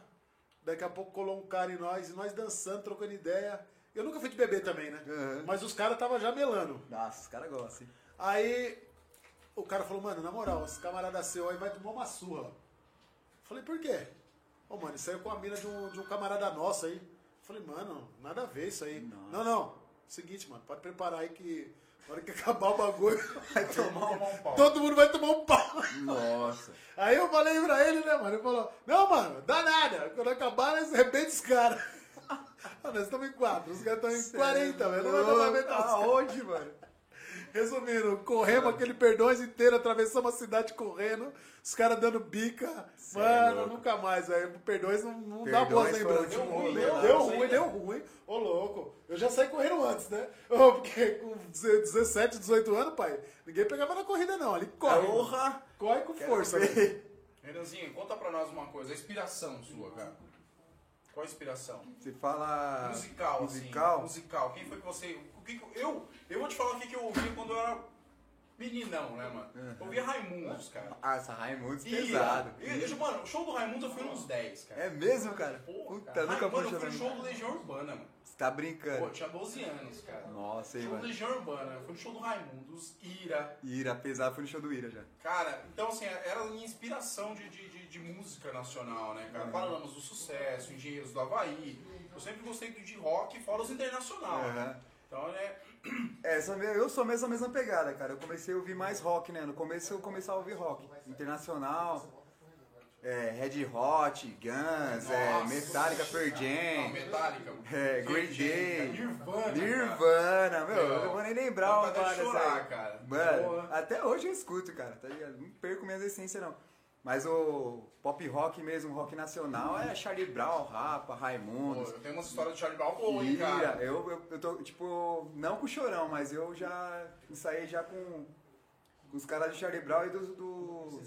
[SPEAKER 2] Daqui a pouco colou um cara em nós, e nós dançando, trocando ideia. Eu nunca fui de bebê também, né?
[SPEAKER 3] Uhum.
[SPEAKER 2] Mas os caras tava já melando.
[SPEAKER 3] Nossa, os caras gostam, hein?
[SPEAKER 2] Aí o cara falou, mano, na moral, esse camarada seu aí vai tomar uma surra. Falei, por quê? Ô, mano, isso aí é com a mina de um, de um camarada nosso aí. Falei, mano, nada a ver isso aí. Não, não. Seguinte, mano, pode preparar aí que na hora que acabar o bagulho,
[SPEAKER 1] Vai tomar um pau.
[SPEAKER 2] todo mundo vai tomar um pau.
[SPEAKER 3] Nossa.
[SPEAKER 2] Aí eu falei pra ele, né, mano? Ele falou, não, mano, dá nada. Quando acabar, nós arrebenta os caras. Ah, Nós estamos em quatro, os caras estão em
[SPEAKER 3] é
[SPEAKER 2] 40, velho. Não vai dar pra aguentar os caras.
[SPEAKER 3] Aonde, Tá mano?
[SPEAKER 2] Resumindo, corremos aquele perdões inteiro, atravessamos a cidade correndo, os caras dando bica.
[SPEAKER 3] Cê é
[SPEAKER 2] Mano,
[SPEAKER 3] louco.
[SPEAKER 2] nunca mais, velho. Perdões não, não dá
[SPEAKER 3] Perdões
[SPEAKER 2] boas
[SPEAKER 3] foi
[SPEAKER 2] lembranças.
[SPEAKER 3] de um rolê
[SPEAKER 2] deu,
[SPEAKER 1] lá,
[SPEAKER 2] deu
[SPEAKER 1] assim,
[SPEAKER 2] ruim,
[SPEAKER 1] né?
[SPEAKER 2] deu ruim. Ô, louco. Eu já saí correndo antes, né? Ô, Porque com 17, 18 anos, pai, ninguém pegava na corrida, não. Ali
[SPEAKER 3] É
[SPEAKER 2] corre.
[SPEAKER 3] Porra!
[SPEAKER 2] Corre com força. né?
[SPEAKER 3] Você
[SPEAKER 1] Renanzinho, conta pra nós uma coisa. A inspiração sua, cara. Qual a inspiração?
[SPEAKER 3] fala.
[SPEAKER 1] musical,
[SPEAKER 3] Ah, musical?
[SPEAKER 1] assim. Musical. Quem foi que você. O que que- eu, eu vou te falar o que, que eu ouvia quando eu era meninão, né, mano? Eu ouvia Raimundos, cara.
[SPEAKER 3] Ah, essa Raimundos
[SPEAKER 1] Ia.
[SPEAKER 3] pesado.
[SPEAKER 1] Eu- eu- mano, o show do Raimundos eu fui nos 10, cara.
[SPEAKER 3] É mesmo, cara?
[SPEAKER 1] Porra,
[SPEAKER 3] Puta,
[SPEAKER 1] cara.
[SPEAKER 3] nunca
[SPEAKER 1] Ai, mano, eu
[SPEAKER 3] puxou
[SPEAKER 1] fui
[SPEAKER 3] pra
[SPEAKER 1] no
[SPEAKER 3] mim.
[SPEAKER 1] show do Legião Urbana, mano.
[SPEAKER 3] Você tá
[SPEAKER 1] Pô, eu
[SPEAKER 3] brincando.
[SPEAKER 1] tinha 12 anos, cara.
[SPEAKER 3] Nossa, hein,
[SPEAKER 1] show do
[SPEAKER 3] mano.
[SPEAKER 1] Legião Urbana, eu fui no show do Raimundos, Ira.
[SPEAKER 3] Ira, pesado, foi no show do Ira já.
[SPEAKER 1] Cara, então assim, era a minha inspiração de, de, de- de música nacional, né,
[SPEAKER 3] Uhum.
[SPEAKER 1] cara? Paralamas do Sucesso, Engenheiros do Havaí. Eu sempre gostei do- de rock, fora os internacional, né?
[SPEAKER 3] Aham.
[SPEAKER 1] Então, né,
[SPEAKER 3] É, essa me- eu sou mesmo a mesma pegada, cara. Eu comecei a ouvir mais rock, né? No começo eu comecei a ouvir rock. Internacional, é, Red Hot, Guns, é,
[SPEAKER 1] Nossa.
[SPEAKER 3] Metallica, Pearl
[SPEAKER 1] Não,
[SPEAKER 3] Jam,
[SPEAKER 1] Metallica.
[SPEAKER 3] é,
[SPEAKER 1] Pearl
[SPEAKER 3] Green
[SPEAKER 1] Jam,
[SPEAKER 3] Day,
[SPEAKER 1] Nirvana. cara.
[SPEAKER 3] Nirvana, meu, eu não vou nem lembrar uma
[SPEAKER 1] Vontade de
[SPEAKER 3] parada dessa
[SPEAKER 1] chorar,
[SPEAKER 3] aí.
[SPEAKER 1] cara.
[SPEAKER 3] Mano,
[SPEAKER 1] Boa.
[SPEAKER 3] até hoje eu escuto, cara, tá ligado? Não perco minhas essências, não. Mas o pop rock mesmo, rock nacional, é Charlie Brown, Rapa,
[SPEAKER 1] Pô,
[SPEAKER 3] Raimundos,
[SPEAKER 1] eu tenho umas histórias de Charlie Brown boa, hein,
[SPEAKER 3] Ira,
[SPEAKER 1] cara.
[SPEAKER 3] eu, eu, eu tô, tipo, não com chorão, mas eu já saí já com, com os caras do Charlie Brown e do, do,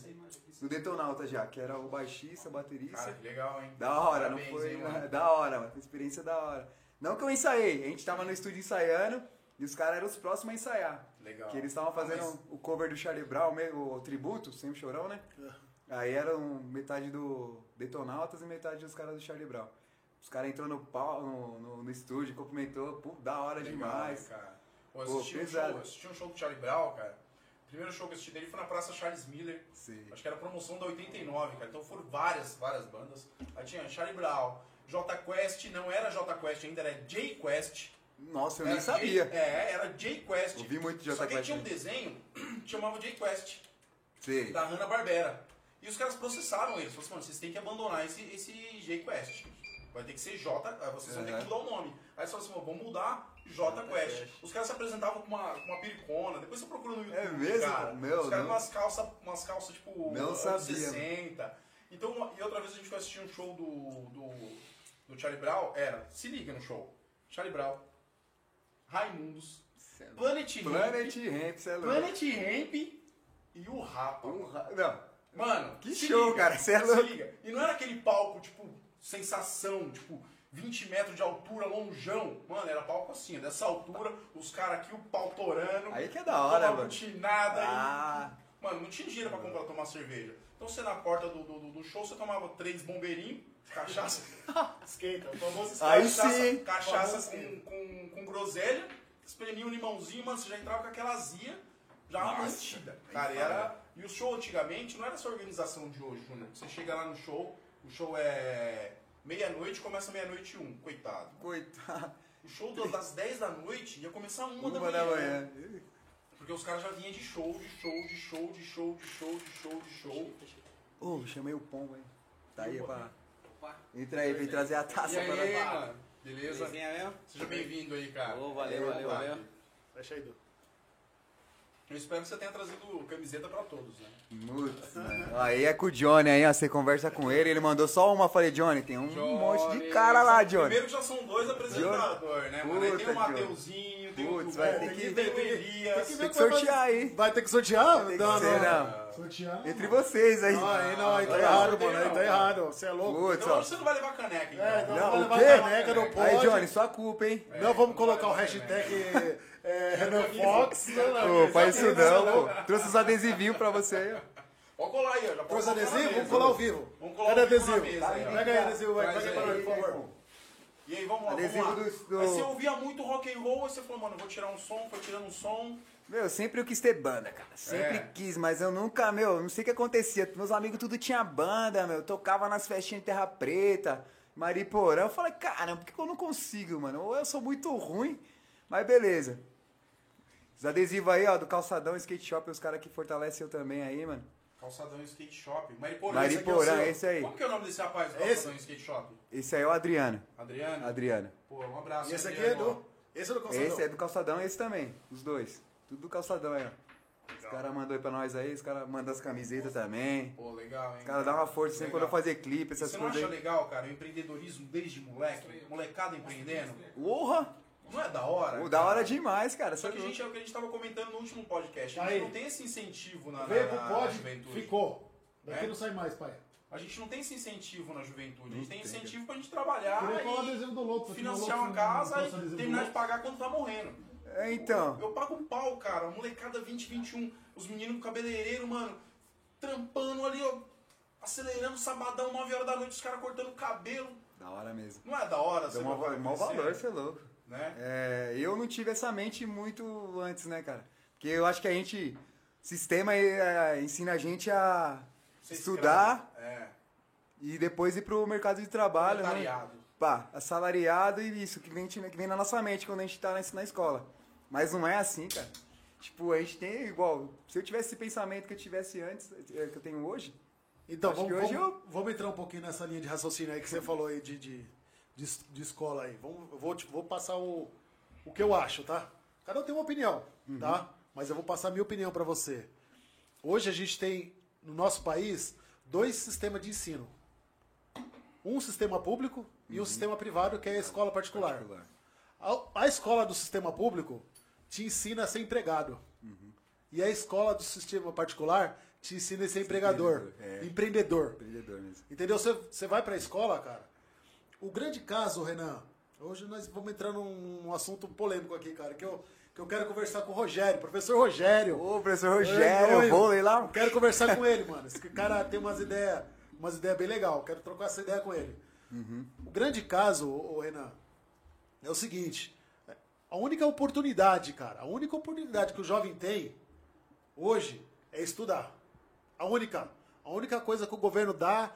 [SPEAKER 3] do Detonauta já, que era o baixista, baterista.
[SPEAKER 1] Cara, que legal, hein?
[SPEAKER 3] da hora,
[SPEAKER 1] Parabéns,
[SPEAKER 3] não foi?
[SPEAKER 1] hein, mano.
[SPEAKER 3] da hora, mano, experiência da hora. Não que eu ensaiei, a gente tava no estúdio ensaiando e os caras eram os próximos a ensaiar.
[SPEAKER 1] Legal.
[SPEAKER 3] Que eles estavam fazendo um
[SPEAKER 1] Mas-
[SPEAKER 3] o cover do Charlie Brown, me- o tributo, sempre chorão, né? Aí eram metade do Detonautas e metade dos caras do Charlie Brown. Os caras entrou no, pau, no, no- no estúdio, cumprimentou, pô, da hora
[SPEAKER 1] Legal,
[SPEAKER 3] demais.
[SPEAKER 1] cara. Pô, eu
[SPEAKER 3] Pô,
[SPEAKER 1] assisti, um show,
[SPEAKER 3] pesado.
[SPEAKER 1] eu assisti um show do Charlie Brown, cara. O primeiro show que eu assisti dele foi na Praça Charles Miller.
[SPEAKER 3] Sim.
[SPEAKER 1] Acho que era a promoção da 89, cara. Então foram várias, várias bandas. Aí tinha Charlie Brown, J Quest, não era J Quest ainda, era J Quest.
[SPEAKER 3] Nossa, eu
[SPEAKER 1] Era
[SPEAKER 3] nem sabia.
[SPEAKER 1] J- é, era J Quest.
[SPEAKER 3] Ouvi muito de J
[SPEAKER 1] Só que aí
[SPEAKER 3] Quest,
[SPEAKER 1] tinha um
[SPEAKER 3] né?
[SPEAKER 1] desenho que chamava J Quest.
[SPEAKER 3] Sim.
[SPEAKER 1] da Hanna-Barbera. E os caras processaram eles. Falaram assim, mano, vocês têm que abandonar esse, esse J-Quest. Vai ter que ser J, aí vocês vão ter
[SPEAKER 3] Aham.
[SPEAKER 1] que mudar o nome. Aí eles falaram assim, "Ó, vamos mudar J-Quest. Os caras se apresentavam com uma, com uma pericona. Depois você procura no YouTube,
[SPEAKER 3] É mesmo?
[SPEAKER 1] cara.
[SPEAKER 3] Meu,
[SPEAKER 1] os caras
[SPEAKER 3] não-
[SPEAKER 1] com umas calças, umas calças tipo
[SPEAKER 3] Não
[SPEAKER 1] anos
[SPEAKER 3] sabia,
[SPEAKER 1] 60. Então, uma- e outra vez a gente foi assistir um show do, do, do Charlie Brown. Era, se liga no show. Charlie Brown, Raimundos, Planet Ramp,
[SPEAKER 3] Planet Ramp, você é louco.
[SPEAKER 1] Planet Ramp e o Rapa.
[SPEAKER 3] Um ra- Não,
[SPEAKER 1] Mano,
[SPEAKER 3] Que
[SPEAKER 1] se
[SPEAKER 3] show, cara, cê é
[SPEAKER 1] se
[SPEAKER 3] louco.
[SPEAKER 1] liga. E não era aquele palco, tipo, sensação, tipo, 20 metros de altura, longeão. Mano, era palco assim, dessa altura, os caras aqui, o pau torando.
[SPEAKER 3] aí que é da hora,
[SPEAKER 1] uma
[SPEAKER 3] mano.
[SPEAKER 1] butinada e-
[SPEAKER 3] Ah,
[SPEAKER 1] Mano, não tinha dinheiro pra comprar, tomar cerveja. Então você na porta do, do, do- do show, você tomava três bombeirinhos, cachaça, esquenta, o famoso
[SPEAKER 3] Aí
[SPEAKER 1] cachaça,
[SPEAKER 3] sim.
[SPEAKER 1] cachaça
[SPEAKER 3] Famoso
[SPEAKER 1] com, com, com groselha, espremia um limãozinho, mano, você já entrava com aquela azia, já
[SPEAKER 3] Nossa,
[SPEAKER 1] mantida.
[SPEAKER 3] aí
[SPEAKER 1] Cara, e
[SPEAKER 3] fala.
[SPEAKER 1] era... E o show antigamente não era essa organização de hoje, Júnior. Você chega lá no show, o show é meia-noite, começa meia-noite e um, coitado.
[SPEAKER 3] coitado.
[SPEAKER 1] O show do- das 10 da noite ia começar uma,
[SPEAKER 3] Uma da manhã.
[SPEAKER 1] porque os caras já vinham de show, de show, de show, de show, de show, de show, de show.
[SPEAKER 3] Ô, chamei o pombo, hein? Tá aí
[SPEAKER 1] Boa.
[SPEAKER 3] pra. Entra aí, vem trazer a taça
[SPEAKER 1] E
[SPEAKER 3] pra nós.
[SPEAKER 1] aí, mano?
[SPEAKER 2] é
[SPEAKER 1] Beleza?
[SPEAKER 4] Belezinha mesmo?
[SPEAKER 1] Seja bem-vindo aí, cara.
[SPEAKER 4] Ô, valeu, valeu,
[SPEAKER 1] Opa.
[SPEAKER 4] valeu.
[SPEAKER 2] Fecha aí, Du.
[SPEAKER 1] Eu espero que você tenha trazido camiseta pra todos, né?
[SPEAKER 3] Putz, mano. Aí é com o Johnny aí, ó. Você conversa com ele, ele mandou só uma. Falei, Johnny, tem um monte de cara lá, Johnny.
[SPEAKER 1] Primeiro que já são dois apresentadores, né? mano? Aí tem
[SPEAKER 3] Puta,
[SPEAKER 1] o Mateuzinho, tem o
[SPEAKER 3] Putz,
[SPEAKER 1] Dudu,
[SPEAKER 3] vai
[SPEAKER 1] tem
[SPEAKER 3] ter que-
[SPEAKER 1] tem o
[SPEAKER 2] que
[SPEAKER 1] Elias.
[SPEAKER 2] ver
[SPEAKER 3] Tem que
[SPEAKER 2] como é vai
[SPEAKER 3] sortear
[SPEAKER 2] fazer.
[SPEAKER 3] aí.
[SPEAKER 2] Vai ter que sortear?
[SPEAKER 3] Tem que ser, não.
[SPEAKER 1] Ah,
[SPEAKER 2] Sortear? não.
[SPEAKER 3] Entre vocês aí.
[SPEAKER 2] Não, aí não, aí tá
[SPEAKER 1] Não,
[SPEAKER 2] errado,
[SPEAKER 1] não,
[SPEAKER 2] mano. Aí
[SPEAKER 1] não.
[SPEAKER 2] tá errado. Você é louco.
[SPEAKER 3] Putz,
[SPEAKER 1] Então
[SPEAKER 3] ó.
[SPEAKER 1] hoje você não vai levar caneca, então.
[SPEAKER 2] É, então
[SPEAKER 3] Não,
[SPEAKER 2] vai
[SPEAKER 3] o
[SPEAKER 2] levar
[SPEAKER 3] quê?
[SPEAKER 2] caneca, não pode.
[SPEAKER 3] Aí, Johnny, sua culpa, hein?
[SPEAKER 2] Não vamos colocar o
[SPEAKER 1] Vai, vai,
[SPEAKER 2] hashtag é,
[SPEAKER 1] tá
[SPEAKER 2] Renan Fox. Não,
[SPEAKER 3] Pô,
[SPEAKER 2] não.
[SPEAKER 3] faz isso
[SPEAKER 2] Exatamente,
[SPEAKER 3] não, pô. Trouxe os adesivinhos pra você aí, ó.
[SPEAKER 1] Ó, colar aí, ó. Já
[SPEAKER 2] Trouxe
[SPEAKER 1] pode
[SPEAKER 2] adesivo?
[SPEAKER 1] na mesa,
[SPEAKER 2] Vamos colar
[SPEAKER 1] ó.
[SPEAKER 2] ao vivo.
[SPEAKER 1] Vamos colar
[SPEAKER 2] Cadê
[SPEAKER 1] ao vivo na
[SPEAKER 2] adesivo?
[SPEAKER 1] mesa aí, ó.
[SPEAKER 2] Pega aí, adesivo, vai.
[SPEAKER 1] Traz
[SPEAKER 2] Pega pra
[SPEAKER 1] aí.
[SPEAKER 2] nós, por favor.
[SPEAKER 1] E aí, vamos lá,
[SPEAKER 3] Adesivo
[SPEAKER 1] vamos lá.
[SPEAKER 3] do- do-
[SPEAKER 1] Aí você ouvia muito rock and roll, aí você falou, mano, eu vou tirar um som, foi tirando um som.
[SPEAKER 3] Meu, eu sempre eu quis ter banda, cara. Sempre
[SPEAKER 1] É.
[SPEAKER 3] quis, mas eu nunca, meu, não sei o que acontecia. Meus amigos tudo tinha banda, meu. Tocava nas festinhas de Terra Preta, Mariporã. Eu falei, caramba, por que que eu não consigo, mano? Ou eu sou muito ruim, mas beleza. Os adesivos aí, ó, do calçadão skate shop, os caras que fortalecem eu também aí, mano.
[SPEAKER 1] Calçadão Skate Shop. Mariporã. esse aqui
[SPEAKER 3] Mariporã,
[SPEAKER 1] é o seu.
[SPEAKER 3] esse aí.
[SPEAKER 1] Como que é o nome desse rapaz do
[SPEAKER 2] É esse?
[SPEAKER 1] Calçadão Skate Shop?
[SPEAKER 3] Esse aí é o Adriano.
[SPEAKER 1] Adriano?
[SPEAKER 3] Adriano.
[SPEAKER 1] Pô, um abraço.
[SPEAKER 2] E esse aqui é
[SPEAKER 1] Adriano,
[SPEAKER 2] do. Esse é do calçador.
[SPEAKER 3] Esse é do calçadão e esse também. Os dois. Tudo do calçadão aí, ó. Os caras mandou aí pra nós aí, os caras mandam as camisetas também.
[SPEAKER 1] ó. Pô, legal, hein?
[SPEAKER 3] Cara, dá uma força sempre quando eu
[SPEAKER 1] Legal.
[SPEAKER 3] fazer clipe, essas
[SPEAKER 1] Você não
[SPEAKER 3] coisas
[SPEAKER 1] acha
[SPEAKER 3] aí.
[SPEAKER 1] legal, cara, o empreendedorismo desde moleque? Molecada empreendendo?
[SPEAKER 3] Porra!
[SPEAKER 1] Não é da hora?
[SPEAKER 3] Pô,
[SPEAKER 1] cara?
[SPEAKER 3] da hora demais, cara.
[SPEAKER 1] Só que a
[SPEAKER 3] Cê é
[SPEAKER 1] gente, é o que a gente tava comentando no último podcast. A
[SPEAKER 2] Aí.
[SPEAKER 1] gente não tem esse incentivo na,
[SPEAKER 2] Veio
[SPEAKER 1] na,
[SPEAKER 2] pro
[SPEAKER 1] na
[SPEAKER 2] pódio,
[SPEAKER 1] Ah, juventude.
[SPEAKER 2] ficou. Daqui
[SPEAKER 1] É?
[SPEAKER 2] não sai mais, pai.
[SPEAKER 1] A gente não tem esse incentivo na juventude. A gente tem
[SPEAKER 3] Não tem,
[SPEAKER 1] incentivo pra gente trabalhar
[SPEAKER 2] Queria falar do
[SPEAKER 1] e
[SPEAKER 2] adesivo do louco.
[SPEAKER 1] Tá financiar
[SPEAKER 3] né?
[SPEAKER 1] uma casa e terminar de pagar quando tá morrendo.
[SPEAKER 3] louco. É, então.
[SPEAKER 1] Eu pago um pau, cara. Molecada 20, 21. Os meninos do cabeleireiro, mano, trampando ali, ó. Acelerando, sabadão, 9 horas da noite, os caras cortando o cabelo.
[SPEAKER 3] Da hora mesmo.
[SPEAKER 1] Não é da hora,
[SPEAKER 3] Deu
[SPEAKER 1] você
[SPEAKER 3] mó,
[SPEAKER 1] vai
[SPEAKER 3] mó
[SPEAKER 1] crescer,
[SPEAKER 3] valor, você é louco.
[SPEAKER 1] Né?
[SPEAKER 3] É, eu não tive essa mente muito antes, né, cara? Porque eu acho que a gente. Sistema é, ensina a gente a
[SPEAKER 1] Você
[SPEAKER 3] estudar
[SPEAKER 1] escravo. É.
[SPEAKER 3] e depois ir pro mercado de trabalho, né?
[SPEAKER 1] Proletariado.
[SPEAKER 3] Pá, assalariado e isso, que vem, que vem na nossa mente quando a gente tá na, na escola. Mas não é assim, cara. Tipo, a gente tem igual. Se eu tivesse esse pensamento que eu tivesse antes, eh, que eu tenho hoje,
[SPEAKER 2] Então,
[SPEAKER 3] Acho que
[SPEAKER 2] vamos,
[SPEAKER 3] hoje
[SPEAKER 2] vamos- vamos entrar um pouquinho nessa linha de raciocínio aí que você falou aí de, de, de, es- de escola aí. Vamos, eu vou, te- vou passar o, o que eu acho, tá? Cada um tem uma opinião, tá? Mas eu vou passar a minha opinião pra você. Hoje a gente tem, no nosso país, dois sistemas de ensino. Um sistema público e um sistema privado, que é a escola particular.
[SPEAKER 3] Particular.
[SPEAKER 2] A, a escola do sistema público te ensina a ser empregado. E a escola do sistema particular te ensina a ser empregador,
[SPEAKER 3] empreendedor, é.
[SPEAKER 2] empreendedor.
[SPEAKER 3] empreendedor mesmo.
[SPEAKER 2] Entendeu? Você, você vai pra escola, cara. O grande caso, Renan, hoje nós vamos entrar num, num assunto polêmico aqui, cara, que eu, que eu quero conversar com o Rogério, professor Rogério.
[SPEAKER 3] Ô, professor
[SPEAKER 2] Oi,
[SPEAKER 3] Rogério,
[SPEAKER 2] oi.
[SPEAKER 3] vôlei lá. um
[SPEAKER 2] Eu quero conversar com ele, mano. Esse cara tem umas ideias, umas ideias bem legal. Quero trocar essa ideia com ele.
[SPEAKER 3] Uhum.
[SPEAKER 2] O grande caso, ô, ô, Renan, é o seguinte: a única oportunidade, cara, a única oportunidade que o jovem tem hoje é estudar. A única, a única coisa que o governo dá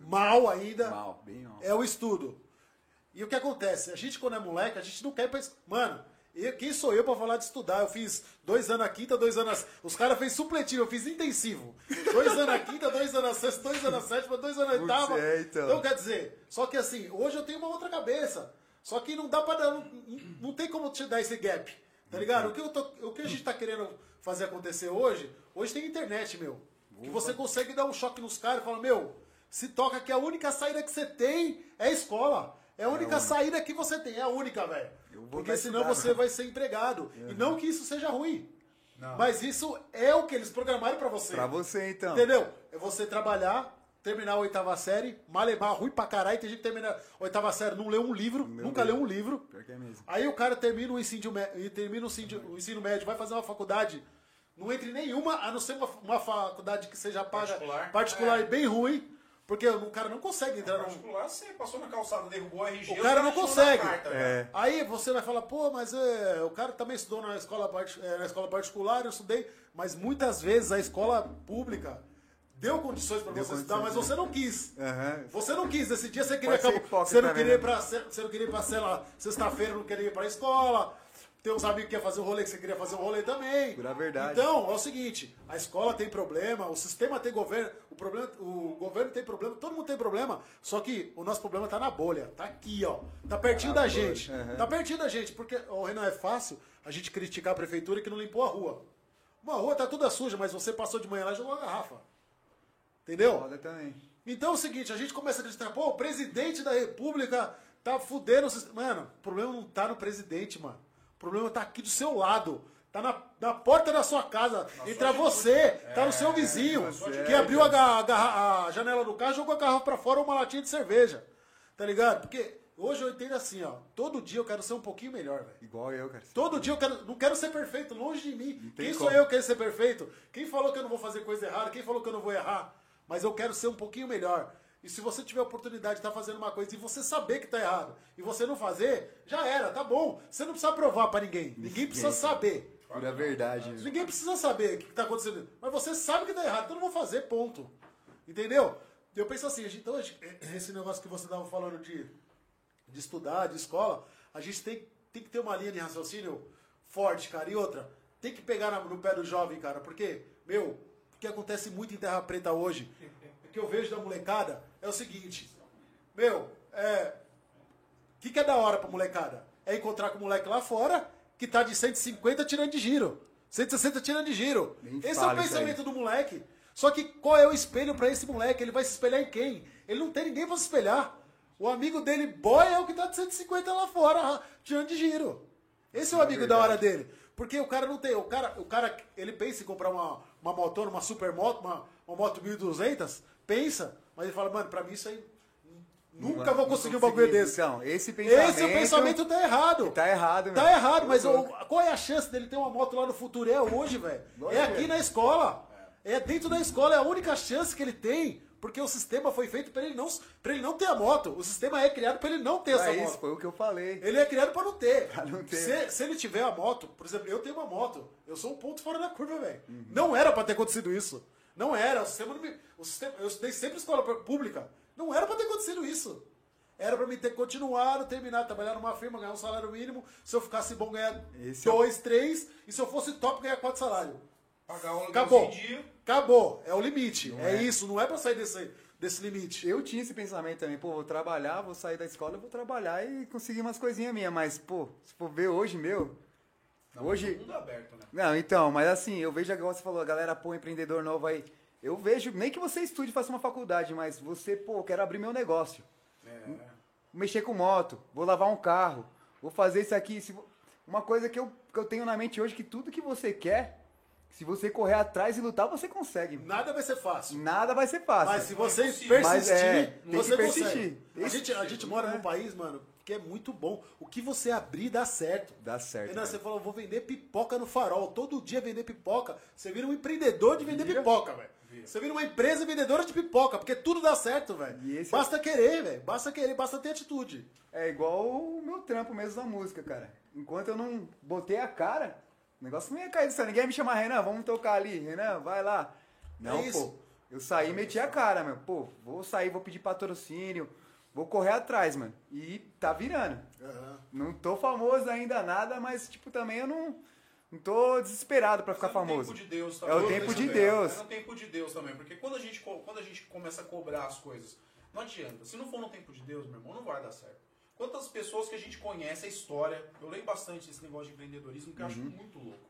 [SPEAKER 2] mal ainda
[SPEAKER 3] Mal, bem mal.
[SPEAKER 2] é o estudo. E o que acontece? A gente, quando é moleque, a gente não quer ir pra es- Mano, eu- quem sou eu pra falar de estudar? Eu fiz dois anos na quinta, dois anos. na- Os caras fez supletivo, eu fiz intensivo. Dois anos na quinta, dois anos na sexta, dois anos na sétima, dois anos na
[SPEAKER 3] Putz,
[SPEAKER 2] oitava.
[SPEAKER 3] é, então.
[SPEAKER 2] quer dizer, só que assim, hoje eu tenho uma outra cabeça. Só que não dá pra dar. Não, não tem como te dar esse gap. Tá ligado? O que, eu tô- o que a gente tá querendo fazer acontecer hoje, hoje tem internet, meu. Que você consegue dar um choque nos caras e falar, meu, se toca que a única saída que você tem é a escola. É a única saída que você tem, é a única, velho.
[SPEAKER 3] Eu vou
[SPEAKER 2] Porque
[SPEAKER 3] dar
[SPEAKER 2] senão
[SPEAKER 3] estudar,
[SPEAKER 2] você vai ser empregado. E não que isso seja ruim.
[SPEAKER 1] Não.
[SPEAKER 2] Mas isso é o que eles programaram pra você.
[SPEAKER 3] Pra você, então.
[SPEAKER 2] Entendeu? É você trabalhar, terminar a oitava série, malemar ruim pra caralho. Tem gente que termina a oitava série, não leu um livro,
[SPEAKER 3] Meu
[SPEAKER 2] nunca
[SPEAKER 3] Deus.
[SPEAKER 2] leu um livro.
[SPEAKER 3] Pior que é mesmo.
[SPEAKER 2] Aí o cara termina o ensino, mé- e termina o ensino, o ensino médio, vai fazer uma faculdade, não entre em nenhuma, a não ser uma, uma faculdade que seja paga
[SPEAKER 1] Particular. É.
[SPEAKER 2] particular e bem ruim, porque o cara não consegue entrar num,
[SPEAKER 1] Particular, você passou na calçada, derrubou a RG.
[SPEAKER 2] O cara não
[SPEAKER 1] tirou na
[SPEAKER 2] consegue.
[SPEAKER 1] carta, né?
[SPEAKER 3] É.
[SPEAKER 1] velho.
[SPEAKER 2] Aí você vai falar, pô, mas é, o cara também estudou na escola, parti- é, na escola particular, eu estudei, mas muitas vezes a escola pública deu condições pra
[SPEAKER 3] Deu
[SPEAKER 2] você estudar, mas
[SPEAKER 3] condições,
[SPEAKER 2] você não quis.
[SPEAKER 3] Aham.
[SPEAKER 2] Você não quis, esse dia você queria
[SPEAKER 3] né? Pode ser
[SPEAKER 2] acabar.
[SPEAKER 3] hipócrita né,
[SPEAKER 2] Você não queria ir
[SPEAKER 3] mesmo.
[SPEAKER 2] pra, ce- você não queria ir pra, sei lá, sexta-feira, não queria ir pra escola. Tem uns amigos que quer fazer um rolê que você queria fazer um rolê também.
[SPEAKER 3] Pura verdade.
[SPEAKER 2] Então, é o seguinte, a escola tem problema, o sistema tem governo, o problema, o governo tem problema, todo mundo tem problema, só que o nosso problema tá na bolha, tá aqui, ó. Tá pertinho
[SPEAKER 3] Na
[SPEAKER 2] da
[SPEAKER 3] bolha,
[SPEAKER 2] gente.
[SPEAKER 3] aham.
[SPEAKER 2] Tá pertinho da gente, porque o Renan é fácil a gente criticar a prefeitura que não limpou a rua. Uma rua tá toda suja, mas você passou de manhã lá e jogou a garrafa. Entendeu?
[SPEAKER 3] Foda também.
[SPEAKER 2] Então é o seguinte, a gente começa a acreditar, pô, o presidente da república tá fudendo o sistema. Mano, o problema não tá no presidente, mano. O problema tá aqui do seu lado. Tá na, na porta da sua casa.
[SPEAKER 1] sua
[SPEAKER 2] entra você, tá no seu vizinho.
[SPEAKER 3] você,
[SPEAKER 2] que abriu a, ga- a garra- a janela do carro, jogou a garrafa pra fora ou uma latinha de cerveja. Tá ligado? Porque hoje eu entendo assim, ó. Todo dia eu quero ser um pouquinho melhor, velho.
[SPEAKER 3] Igual eu, cara.
[SPEAKER 2] Todo dia eu quero, não quero ser perfeito, longe de mim.
[SPEAKER 3] tem
[SPEAKER 2] Quem sou
[SPEAKER 3] como.
[SPEAKER 2] eu que quero ser perfeito? Quem falou que eu não vou fazer coisa errada? Quem falou que eu não vou errar? Mas eu quero ser um pouquinho melhor. E se você tiver a oportunidade de estar fazendo uma coisa e você saber que tá errado e você não fazer, já era, tá bom. Você não precisa provar pra ninguém. Ninguém precisa saber.
[SPEAKER 3] Pura verdade. meu.
[SPEAKER 2] Ninguém precisa saber o que tá acontecendo. Mas você sabe que tá errado, então eu não vou fazer, ponto. Entendeu? Eu penso assim, a gente- então a gente- esse negócio que você estava falando de, de estudar, de escola, a gente tem, tem que ter uma linha de raciocínio forte, cara. E outra, tem que pegar na- no pé do jovem, cara, porque, meu, o que acontece muito em Terra Preta hoje, o que eu vejo da molecada é o seguinte, meu, é, o que, que é da hora pra molecada? É encontrar com o moleque lá fora que tá de 150 tirando de giro. 160 tirando de giro.
[SPEAKER 3] Nem
[SPEAKER 2] Esse é o
[SPEAKER 3] fale,
[SPEAKER 2] pensamento do moleque. Só que qual é o espelho pra esse moleque? Ele vai se espelhar em quem? Ele não tem ninguém pra se espelhar. O amigo dele, boy, é o que tá de 150 lá fora, ah, tirando de giro. Esse é o amigo da hora dele. Porque o cara não tem. O cara, o cara ele pensa em comprar uma, uma motona, uma super moto, uma, uma moto 1200, pensa, mas ele fala, mano, pra mim isso aí. Nunca
[SPEAKER 3] Não
[SPEAKER 2] vou conseguir um bagulho desse.
[SPEAKER 3] Então, esse pensamento.
[SPEAKER 2] Esse é o pensamento tá errado.
[SPEAKER 3] Tá errado, meu.
[SPEAKER 2] Tá errado, mas
[SPEAKER 3] Tô
[SPEAKER 2] o-
[SPEAKER 3] louco.
[SPEAKER 2] qual é a chance dele ter uma moto lá no futuro? É hoje, velho.
[SPEAKER 3] Lógico.
[SPEAKER 2] É aqui na escola. É dentro da escola, é a única chance que ele tem, porque o sistema foi feito pra ele não para ele não ter a moto. O sistema é criado pra ele não ter essa
[SPEAKER 3] É
[SPEAKER 2] moto.
[SPEAKER 3] isso, foi o que eu falei.
[SPEAKER 2] Ele é criado pra não ter.
[SPEAKER 3] Pra não ter.
[SPEAKER 2] Se, se ele tiver a moto, por exemplo, eu tenho uma moto, eu sou um ponto fora da curva, velho.
[SPEAKER 3] Uhum.
[SPEAKER 2] Não era pra ter acontecido isso. Não era. O sistema, não me- o sistema- eu estudei sempre escola pú- pública. Não era pra ter acontecido isso. Era pra mim ter continuado, terminar, trabalhar numa firma, ganhar um salário mínimo. Se eu ficasse bom, ganhar
[SPEAKER 3] Esse é o-
[SPEAKER 2] dois, três. E se eu fosse top, ganhar quatro salários.
[SPEAKER 1] Pagar o
[SPEAKER 2] Acabou.
[SPEAKER 1] aluguel em dia.
[SPEAKER 2] Acabou. É o limite. É,
[SPEAKER 3] é.
[SPEAKER 2] isso. Não é pra sair desse, desse limite.
[SPEAKER 3] Eu tinha esse pensamento também, pô, vou trabalhar, vou sair da escola, vou trabalhar e conseguir umas coisinhas minhas, mas, pô, se for ver hoje, meu.
[SPEAKER 1] Não,
[SPEAKER 3] hoje.
[SPEAKER 1] Mundo aberto, né?
[SPEAKER 3] Não, então, mas assim, eu vejo agora você falou, a galera, pô, empreendedor novo aí. Eu vejo, nem que você estude, faça uma faculdade, mas você, pô, quero abrir meu negócio.
[SPEAKER 1] É.
[SPEAKER 3] mexer com moto, vou lavar um carro, vou fazer isso aqui. se vo- Uma coisa que eu, que eu tenho na mente hoje que tudo que você quer, se você correr atrás e lutar, você consegue.
[SPEAKER 2] Nada vai ser fácil.
[SPEAKER 3] Nada vai ser fácil.
[SPEAKER 2] Mas se você
[SPEAKER 1] Mas é,
[SPEAKER 2] persistir,
[SPEAKER 3] tem né? que
[SPEAKER 2] você
[SPEAKER 3] persistir.
[SPEAKER 2] consegue. A gente, a gente mora num país, mano, que é muito bom. O que você abrir dá certo.
[SPEAKER 3] Dá certo.
[SPEAKER 2] Renan,
[SPEAKER 3] cara.
[SPEAKER 2] você falou, vou vender pipoca no farol. Todo dia vender pipoca. Você vira um empreendedor de vender pipoca, velho.
[SPEAKER 1] Vira.
[SPEAKER 2] Você vira uma empresa vendedora de pipoca, porque tudo dá certo,
[SPEAKER 3] E
[SPEAKER 2] velho.
[SPEAKER 3] esse é-
[SPEAKER 2] Basta querer, velho. Basta querer, basta ter atitude.
[SPEAKER 3] É igual o meu trampo mesmo da música, cara. Enquanto eu não botei a cara, o negócio não ia cair do céu. Ninguém ia me chamar, Renan, vamos tocar ali. Renan, vai lá.
[SPEAKER 1] É
[SPEAKER 3] Não,
[SPEAKER 2] isso.
[SPEAKER 3] pô. Eu saí e meti a cara, meu. Pô, vou sair, vou pedir patrocínio, vou correr atrás, mano. E tá virando. Não tô famoso ainda nada, mas tipo também eu não, não tô desesperado pra ficar
[SPEAKER 1] Mas é no
[SPEAKER 3] famoso.
[SPEAKER 1] tempo de Deus
[SPEAKER 3] É o
[SPEAKER 1] também.
[SPEAKER 3] tempo de
[SPEAKER 1] Isso mesmo.
[SPEAKER 3] Deus.
[SPEAKER 1] É no tempo de Deus também, porque quando a gente, co- quando a gente começa a cobrar as coisas, não adianta. Se não for no tempo de Deus, meu irmão, não vai dar certo. Quantas pessoas que a gente conhece, a história, eu leio bastante esse negócio de empreendedorismo que eu acho
[SPEAKER 3] Uhum.
[SPEAKER 1] muito louco.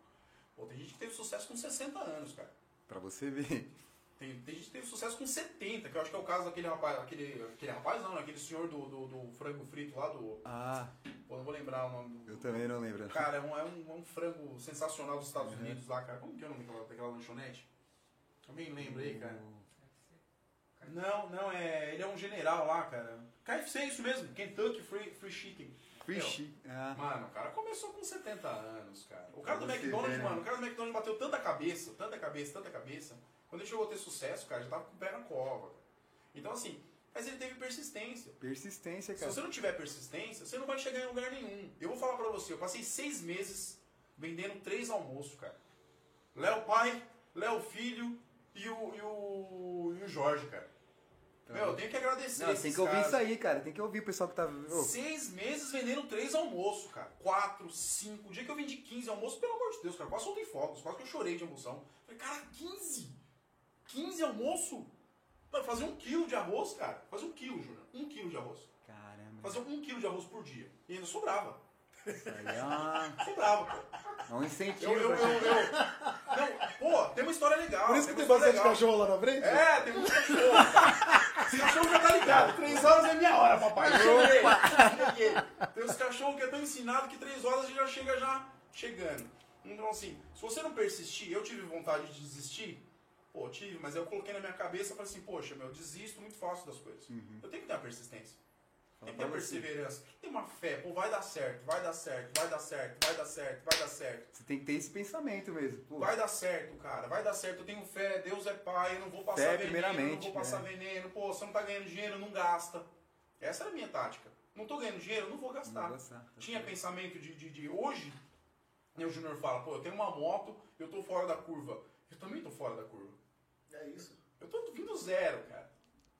[SPEAKER 1] Pô, tem gente que teve sucesso com 60 anos, cara.
[SPEAKER 3] Pra você ver.
[SPEAKER 1] Tem, tem gente que teve sucesso com 70, que eu acho que é o caso daquele rapaz, aquele, aquele rapaz não, né? aquele senhor do, do, do frango frito lá do.
[SPEAKER 3] Ah,
[SPEAKER 1] Pô, não vou lembrar o nome do.
[SPEAKER 3] eu também Uhum. não lembro.
[SPEAKER 1] Cara, é um, é um, é um frango sensacional dos Estados Unidos lá, cara. Como que é o nome daquela, daquela lanchonete? Alguém lembra aí, cara? Não, não, é. Ele é um general lá, cara. KFC é isso mesmo, Kentucky Free, Free Chicken. Meu,
[SPEAKER 3] Fishi. Ah.
[SPEAKER 1] Mano, o cara começou com 70 anos, cara. O cara do
[SPEAKER 3] Pra você
[SPEAKER 1] McDonald's,
[SPEAKER 3] ver, né?
[SPEAKER 1] mano, o cara do McDonald's bateu tanta cabeça, tanta cabeça, tanta cabeça. Quando ele chegou a ter sucesso, cara, já tava com o pé na cova. cara. Então, assim, mas ele teve persistência.
[SPEAKER 3] Persistência,
[SPEAKER 1] Se
[SPEAKER 3] cara.
[SPEAKER 1] você não tiver persistência, você não vai chegar em lugar nenhum. Eu vou falar pra você, eu passei seis meses vendendo três almoços, cara. Léo pai, Léo filho e o, e o, e o Jorge, cara. Meu, eu tenho que agradecer.
[SPEAKER 3] Tá. Não,
[SPEAKER 1] esses
[SPEAKER 3] tem que ouvir
[SPEAKER 1] caras.
[SPEAKER 3] isso aí, cara. Tem que ouvir o pessoal que tá. Ô,
[SPEAKER 1] Seis meses vendendo três almoços, cara. Quatro, cinco. O dia que eu vendi 15 almoços, pelo amor de Deus, cara. Quase soltei fogos, quase que eu chorei de emoção. Falei, cara, 15? 15 almoço? Mano, fazer um quilo de arroz, cara. Fazer um quilo, Júnior. Um quilo de arroz.
[SPEAKER 3] Caramba,
[SPEAKER 1] Fazer um quilo de arroz por dia. E ainda sobrava.
[SPEAKER 3] isso aí é, uma-
[SPEAKER 1] Sobrava, cara.
[SPEAKER 3] é um incentivo.
[SPEAKER 1] Eu, eu, eu,
[SPEAKER 3] pra-
[SPEAKER 1] eu- Não, pô, tem uma história legal.
[SPEAKER 2] Por isso que
[SPEAKER 1] uma
[SPEAKER 2] tem
[SPEAKER 1] história
[SPEAKER 2] bastante
[SPEAKER 1] Ah, é legal.
[SPEAKER 2] cachorro lá na frente?
[SPEAKER 1] É, tem muito cachorro. Os cachorros já tá ligado. Três horas é minha hora, papai. Cheguei. Cheguei. Tem uns cachorros que é tão ensinado que três horas ele já chega já chegando. Então assim, se você não persistir, eu tive vontade de desistir. Pô, tive, mas eu coloquei na minha cabeça e falei assim, poxa, meu, eu desisto muito fácil das coisas. Eu tenho que ter uma persistência. Tem que ter uma perseverança. Tem que ter uma fé. Pô, vai dar certo, vai dar certo, vai dar certo, vai dar certo, vai dar certo.
[SPEAKER 3] Você tem que ter esse pensamento mesmo. Pô,
[SPEAKER 1] Vai dar certo, cara. Vai dar certo. Eu tenho fé. Deus é pai. Eu não vou passar
[SPEAKER 3] Fé,
[SPEAKER 1] veneno. Eu não
[SPEAKER 3] primeiramente, é.
[SPEAKER 1] vou passar veneno. Pô, você não tá ganhando dinheiro, não gasta. Essa era a minha tática. Não tô ganhando dinheiro, eu não vou
[SPEAKER 3] não
[SPEAKER 1] gastar.
[SPEAKER 3] vou gostar.
[SPEAKER 1] Tinha pensamento de, de, de hoje. né, o Júnior fala, pô, eu tenho uma moto, eu tô fora da curva. Eu também tô fora da curva.
[SPEAKER 2] É isso.
[SPEAKER 1] Eu tô vindo do zero, cara.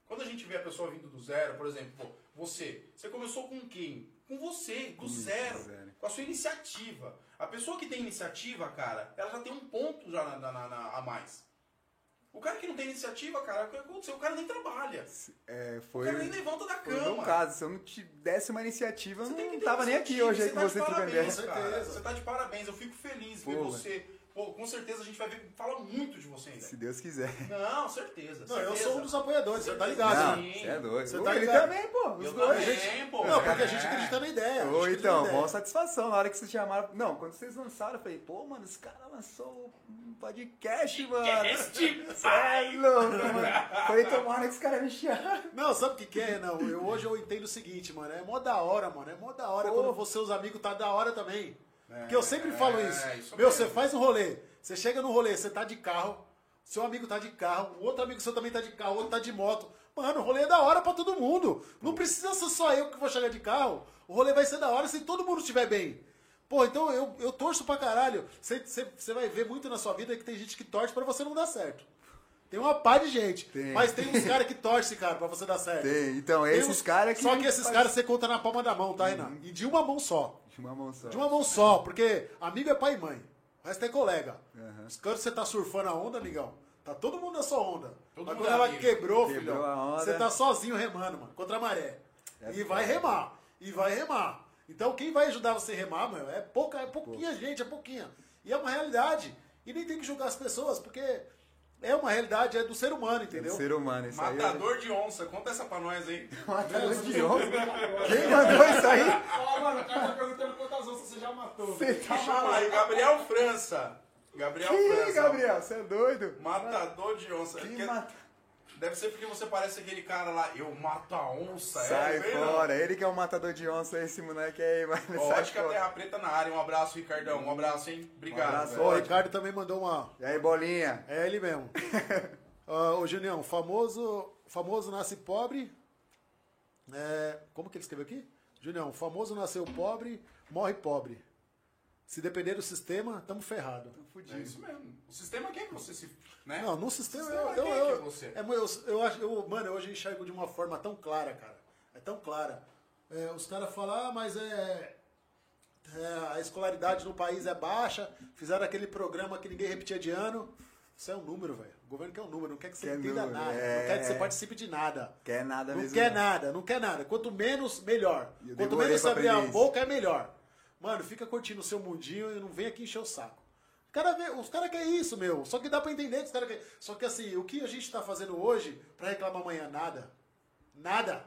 [SPEAKER 1] Quando a gente vê a pessoa vindo do zero, por exemplo, pô, você, você começou com quem? Com você, do
[SPEAKER 3] Isso,
[SPEAKER 1] zero
[SPEAKER 3] zero.
[SPEAKER 1] com a sua iniciativa. A pessoa que tem iniciativa, cara, ela já tem um ponto já na, na- na- a mais. O cara que não tem iniciativa, cara, é o que aconteceu? O cara nem trabalha.
[SPEAKER 3] É,
[SPEAKER 1] O
[SPEAKER 3] foi.
[SPEAKER 1] cara nem levanta da
[SPEAKER 3] Foi um
[SPEAKER 1] cama.
[SPEAKER 3] bom caso. Se eu não te desse uma iniciativa, eu
[SPEAKER 1] Você tem que
[SPEAKER 3] não
[SPEAKER 1] ter
[SPEAKER 3] tava nem aqui
[SPEAKER 1] iniciativa,
[SPEAKER 3] hoje aí
[SPEAKER 1] você
[SPEAKER 3] com
[SPEAKER 1] tá
[SPEAKER 3] você
[SPEAKER 1] de
[SPEAKER 3] trocando
[SPEAKER 1] parabéns,
[SPEAKER 3] ideia.
[SPEAKER 2] ideia.
[SPEAKER 1] cara.
[SPEAKER 2] Certeza.
[SPEAKER 1] Você tá de parabéns, eu fico feliz ver
[SPEAKER 3] Pô,
[SPEAKER 1] você. Pô, com certeza a gente vai ver, fala muito de você ainda.
[SPEAKER 3] Se Deus quiser.
[SPEAKER 1] Não, certeza.
[SPEAKER 2] Não, eu
[SPEAKER 1] certeza.
[SPEAKER 2] sou um dos apoiadores, você tá
[SPEAKER 3] Não,
[SPEAKER 2] ligado, né?
[SPEAKER 1] Sim.
[SPEAKER 3] você é doido.
[SPEAKER 2] Você
[SPEAKER 3] Ô,
[SPEAKER 2] tá
[SPEAKER 3] ele
[SPEAKER 2] ligado?
[SPEAKER 3] também, pô. Os
[SPEAKER 1] Eu
[SPEAKER 3] dois.
[SPEAKER 1] também, pô.
[SPEAKER 2] Não, porque a
[SPEAKER 1] É.
[SPEAKER 2] gente acredita na ideia. a gente
[SPEAKER 3] Ou
[SPEAKER 2] acredita
[SPEAKER 3] então,
[SPEAKER 2] na ideia.
[SPEAKER 3] mó satisfação na hora que vocês chamaram. Não, quando vocês lançaram, eu falei, pô, mano, esse cara lançou um podcast, mano.
[SPEAKER 1] Este
[SPEAKER 3] Ai, louco, mano. Falei, tomara que os caras me chamaram.
[SPEAKER 2] Não, sabe o que, que é, Renan? Eu, hoje eu entendo o seguinte, mano. É mó da hora, mano. É mó da hora
[SPEAKER 3] Pô.
[SPEAKER 2] quando você e os amigos tá da hora também. Porque eu sempre falo
[SPEAKER 1] é,
[SPEAKER 2] isso.
[SPEAKER 1] isso
[SPEAKER 2] Meu,
[SPEAKER 1] mesmo.
[SPEAKER 2] você faz um rolê. Você chega no rolê, você tá de carro. Seu amigo tá de carro. o Outro amigo seu também tá de carro. Outro tá de moto. Mano, o rolê é da hora pra todo mundo. Não precisa ser só eu que vou chegar de carro. O rolê vai ser da hora se todo mundo estiver bem. Pô, então eu, eu torço pra caralho. Você- Você você vai ver muito na sua vida que tem gente que torce pra você não dar certo. Tem uma pá de gente.
[SPEAKER 3] Tem.
[SPEAKER 2] Mas tem uns caras que torcem, cara, pra você dar certo.
[SPEAKER 3] Tem, então,
[SPEAKER 2] Tem
[SPEAKER 3] esses
[SPEAKER 2] uns-
[SPEAKER 3] caras que. Uhum.
[SPEAKER 2] Só que esses caras você conta na palma da mão, tá, Renan? E de uma mão só.
[SPEAKER 3] De uma mão só.
[SPEAKER 2] De uma mão só, porque amigo é pai e mãe. O resto é colega.
[SPEAKER 3] Aham.
[SPEAKER 2] Os caras você tá surfando a onda, amigão. Tá todo mundo na sua onda.
[SPEAKER 1] Todo
[SPEAKER 2] Mas
[SPEAKER 1] mundo
[SPEAKER 2] quando
[SPEAKER 1] é
[SPEAKER 2] ela
[SPEAKER 1] amigo.
[SPEAKER 2] quebrou, filhão,
[SPEAKER 3] Quebrou a onda.
[SPEAKER 2] você tá sozinho remando, mano. Contra a maré.
[SPEAKER 3] É
[SPEAKER 2] e vai
[SPEAKER 3] foda.
[SPEAKER 2] remar. E vai remar. Então quem vai ajudar você a remar, mano, é pouca, é pouquinha gente, é pouquinha. E é uma realidade. E nem tem que julgar as pessoas, porque é uma realidade, é do ser humano, entendeu?
[SPEAKER 3] Ser humano, isso aí. é
[SPEAKER 1] Matador de onça, conta essa pra nós aí.
[SPEAKER 2] É,
[SPEAKER 3] Matador de
[SPEAKER 2] um
[SPEAKER 3] homem. Quem mandou isso aí?
[SPEAKER 4] Ó, mano, o cara tá perguntando quantas onças você já matou.
[SPEAKER 3] Você tá
[SPEAKER 1] Chama aí, Gabriel França. Gabriel
[SPEAKER 2] né?
[SPEAKER 3] Ih,
[SPEAKER 1] França.
[SPEAKER 3] Gabriel, você é doido?
[SPEAKER 1] Matador de onça.
[SPEAKER 3] Que
[SPEAKER 1] Que-
[SPEAKER 3] mata...
[SPEAKER 1] Deve ser porque você parece aquele cara lá, eu mato a onça.
[SPEAKER 3] Sai
[SPEAKER 1] é, vem não.
[SPEAKER 3] fora, ele que é o matador de onça, esse moleque aí, mano.
[SPEAKER 1] Ó,
[SPEAKER 3] sai
[SPEAKER 2] é
[SPEAKER 1] Ótica
[SPEAKER 3] fora.
[SPEAKER 1] Terra Preta na área. Um abraço, Ricardão. Um abraço, hein? Obrigado. É,
[SPEAKER 3] Um abraço.
[SPEAKER 1] velho.
[SPEAKER 2] Ó, O Ricardo também mandou uma,
[SPEAKER 3] E aí, bolinha?
[SPEAKER 2] É ele mesmo. Ah, ô, Julião, famoso, famoso nasce pobre. É, como que ele escreveu aqui? Julião, famoso nasceu pobre, morre pobre. Se depender do sistema, tamo ferrado.
[SPEAKER 1] É isso mesmo. O sistema quer que você se. Né?
[SPEAKER 2] Não, no sistema,
[SPEAKER 1] Sistema
[SPEAKER 2] eu,
[SPEAKER 1] quem
[SPEAKER 2] eu,
[SPEAKER 1] que é
[SPEAKER 2] eu,
[SPEAKER 1] você?
[SPEAKER 2] é, mas eu, eu acho, eu, mano, hoje eu enxergo de uma forma tão clara, cara. É tão clara. É, os caras falam, ah, mas é, é, a escolaridade no país é baixa, fizeram aquele programa que ninguém repetia de ano. Isso é um número, velho. O governo quer um número, não quer que você
[SPEAKER 3] Quer
[SPEAKER 2] entenda
[SPEAKER 3] número,
[SPEAKER 2] nada,
[SPEAKER 3] é.
[SPEAKER 2] não quer que você participe de nada.
[SPEAKER 3] Quer nada
[SPEAKER 2] Não
[SPEAKER 3] mesmo.
[SPEAKER 2] quer nada, não quer nada. Quanto menos, melhor.
[SPEAKER 3] E eu
[SPEAKER 2] Quanto
[SPEAKER 3] demorei
[SPEAKER 2] menos
[SPEAKER 3] pra
[SPEAKER 2] abrir a
[SPEAKER 3] aprender isso.
[SPEAKER 2] boca, é melhor. Mano, fica curtindo o seu mundinho e não vem aqui encher o saco. O cara vê- os caras querem isso, meu. Só que dá pra entender que os caras querem. Só que assim, o que a gente tá fazendo hoje pra reclamar amanhã? Nada. Nada.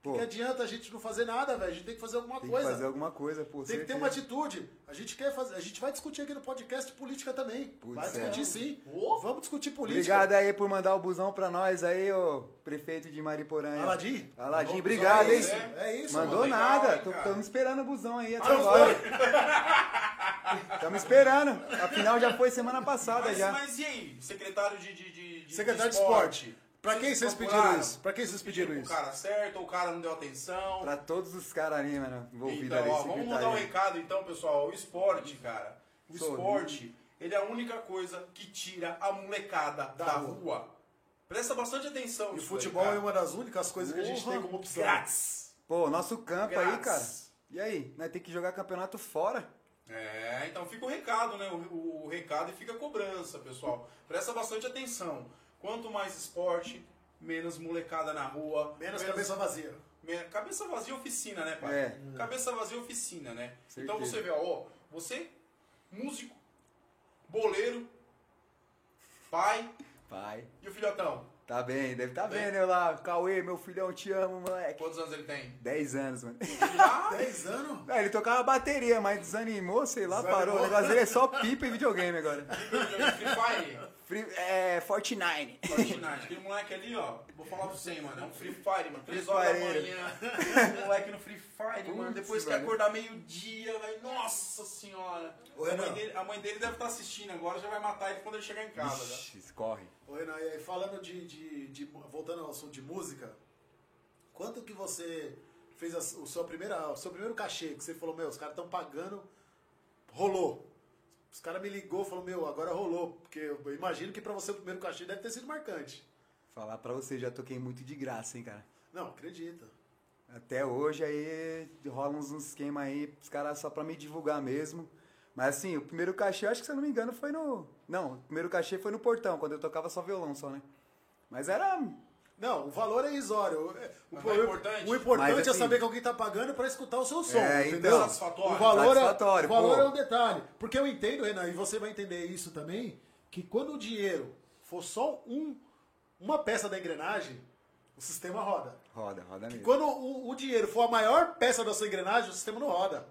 [SPEAKER 3] Pô,
[SPEAKER 2] Porque que adianta a gente não fazer nada, velho? A gente tem que fazer alguma
[SPEAKER 3] tem que
[SPEAKER 2] coisa.
[SPEAKER 3] fazer alguma coisa, pô.
[SPEAKER 2] Tem que ter uma atitude. A gente quer fazer. A gente vai discutir aqui no podcast política também.
[SPEAKER 3] Putz,
[SPEAKER 2] vai
[SPEAKER 3] é.
[SPEAKER 2] discutir sim.
[SPEAKER 1] Ô.
[SPEAKER 2] Vamos discutir política.
[SPEAKER 3] Obrigado aí por mandar o busão pra nós aí, ô prefeito de Mariporã.
[SPEAKER 2] Aladim?
[SPEAKER 3] Aladim,
[SPEAKER 1] Mandou o
[SPEAKER 3] obrigado,
[SPEAKER 1] busão aí,
[SPEAKER 3] hein?
[SPEAKER 1] né?
[SPEAKER 2] É isso,
[SPEAKER 3] Mandou
[SPEAKER 1] mano.
[SPEAKER 3] nada,
[SPEAKER 1] Legal, hein, cara?
[SPEAKER 3] estamos esperando o busão aí até
[SPEAKER 2] Ah, os
[SPEAKER 3] agora. Estamos esperando, afinal já foi semana passada
[SPEAKER 1] Mas,
[SPEAKER 3] já.
[SPEAKER 1] mas e aí, secretário de. de, de- de-
[SPEAKER 2] Secretário de esporte. Pra quem vocês pediram
[SPEAKER 1] procuraram?
[SPEAKER 2] isso? Pra quem vocês pediram
[SPEAKER 1] Pediram
[SPEAKER 2] isso?
[SPEAKER 1] pro cara certo, ou o cara não deu atenção.
[SPEAKER 3] Pra todos os caras ali, mano, envolvidos
[SPEAKER 1] Então,
[SPEAKER 3] Tá ali,
[SPEAKER 1] ó, vamos mandar um
[SPEAKER 3] secretaria.
[SPEAKER 1] recado então, pessoal. O esporte, cara. O
[SPEAKER 3] Sorriso.
[SPEAKER 1] esporte, ele é a única coisa que tira a molecada da,
[SPEAKER 2] Da
[SPEAKER 1] rua. Presta bastante atenção.
[SPEAKER 2] E
[SPEAKER 1] nisso aí,
[SPEAKER 2] futebol
[SPEAKER 1] cara.
[SPEAKER 2] é uma das únicas coisas que a gente
[SPEAKER 1] Porra,
[SPEAKER 2] tem como opção.
[SPEAKER 1] Grátis.
[SPEAKER 3] Pô, nosso campo Tá aí, cara.
[SPEAKER 1] Grátis.
[SPEAKER 3] E aí? Nós tem que jogar campeonato fora?
[SPEAKER 1] É, então fica o recado, né? O, o recado e fica a cobrança, pessoal. Presta bastante atenção. Quanto mais esporte, menos molecada na rua.
[SPEAKER 2] Menos cabeça vazia.
[SPEAKER 1] me- cabeça vazia oficina, né, pai?
[SPEAKER 3] É.
[SPEAKER 1] Cabeça vazia oficina, né?
[SPEAKER 3] Certeza.
[SPEAKER 1] Então você vê, ó, você, músico, boleiro, pai
[SPEAKER 3] Pai.
[SPEAKER 1] e o filhotão.
[SPEAKER 3] Tá bem, deve tá
[SPEAKER 1] Bem.
[SPEAKER 3] vendo eu lá. Cauê, meu filhão, te amo, moleque.
[SPEAKER 1] Quantos anos ele tem?
[SPEAKER 3] 10 anos, mano.
[SPEAKER 1] Ah,
[SPEAKER 2] 10 anos?
[SPEAKER 3] É, ele tocava bateria, mas desanimou, sei lá,
[SPEAKER 2] Desanimou.
[SPEAKER 3] parou. O negócio dele é só pipa e videogame agora.
[SPEAKER 1] Free Fire.
[SPEAKER 3] Free- é, Fortnite.
[SPEAKER 1] Fortnite. Aquele um moleque ali, ó, vou falar pra você, hein, mano. É um Free Fire, mano. 3 horas da
[SPEAKER 3] Fireiro.
[SPEAKER 1] manhã. O moleque no Free Fire, mano.
[SPEAKER 3] Putz,
[SPEAKER 1] Depois que
[SPEAKER 3] velho.
[SPEAKER 1] acordar meio-dia, velho. Nossa senhora.
[SPEAKER 2] Ô,
[SPEAKER 1] a, mãe
[SPEAKER 2] Renan.
[SPEAKER 1] dele, a mãe dele deve estar assistindo agora, já vai matar ele quando ele chegar em casa. já.
[SPEAKER 3] Ixi, corre.
[SPEAKER 2] Ô, Renan, e aí falando de, de- de- Voltando ao assunto de música, quanto que você fez a, o, seu primeira, o seu primeiro cachê? Que você falou, meu, os caras estão pagando, rolou. Os caras me ligou, falou, meu, agora rolou. Porque eu imagino que pra você o primeiro cachê deve ter sido marcante.
[SPEAKER 3] Falar pra você, já toquei muito de graça, hein, cara.
[SPEAKER 2] Não, acredita.
[SPEAKER 3] Até hoje aí rola uns, uns esquema aí, os caras só pra me divulgar mesmo. Mas assim, o primeiro cachê, eu acho que se eu não me engano, foi no. Não, o primeiro cachê foi no portão, quando eu tocava só violão só, né? Mas era.
[SPEAKER 2] Não, o valor é irrisório. O,
[SPEAKER 1] Mas
[SPEAKER 2] pro-
[SPEAKER 1] é importante?
[SPEAKER 2] o importante
[SPEAKER 3] Mas,
[SPEAKER 2] é
[SPEAKER 3] assim,
[SPEAKER 2] saber que alguém tá pagando pra escutar o seu som,
[SPEAKER 3] É,
[SPEAKER 2] entendeu?
[SPEAKER 3] então.
[SPEAKER 1] Satisfatório.
[SPEAKER 2] O valor, é,
[SPEAKER 3] Satisfatório,
[SPEAKER 2] o valor
[SPEAKER 3] pô.
[SPEAKER 2] é um detalhe. Porque eu entendo, Renan, e você vai entender isso também, que quando o dinheiro for só um, uma peça da engrenagem, o sistema roda.
[SPEAKER 3] Roda, roda
[SPEAKER 2] E
[SPEAKER 3] É mesmo.
[SPEAKER 2] quando o, o dinheiro for a maior peça da sua engrenagem, o sistema não roda.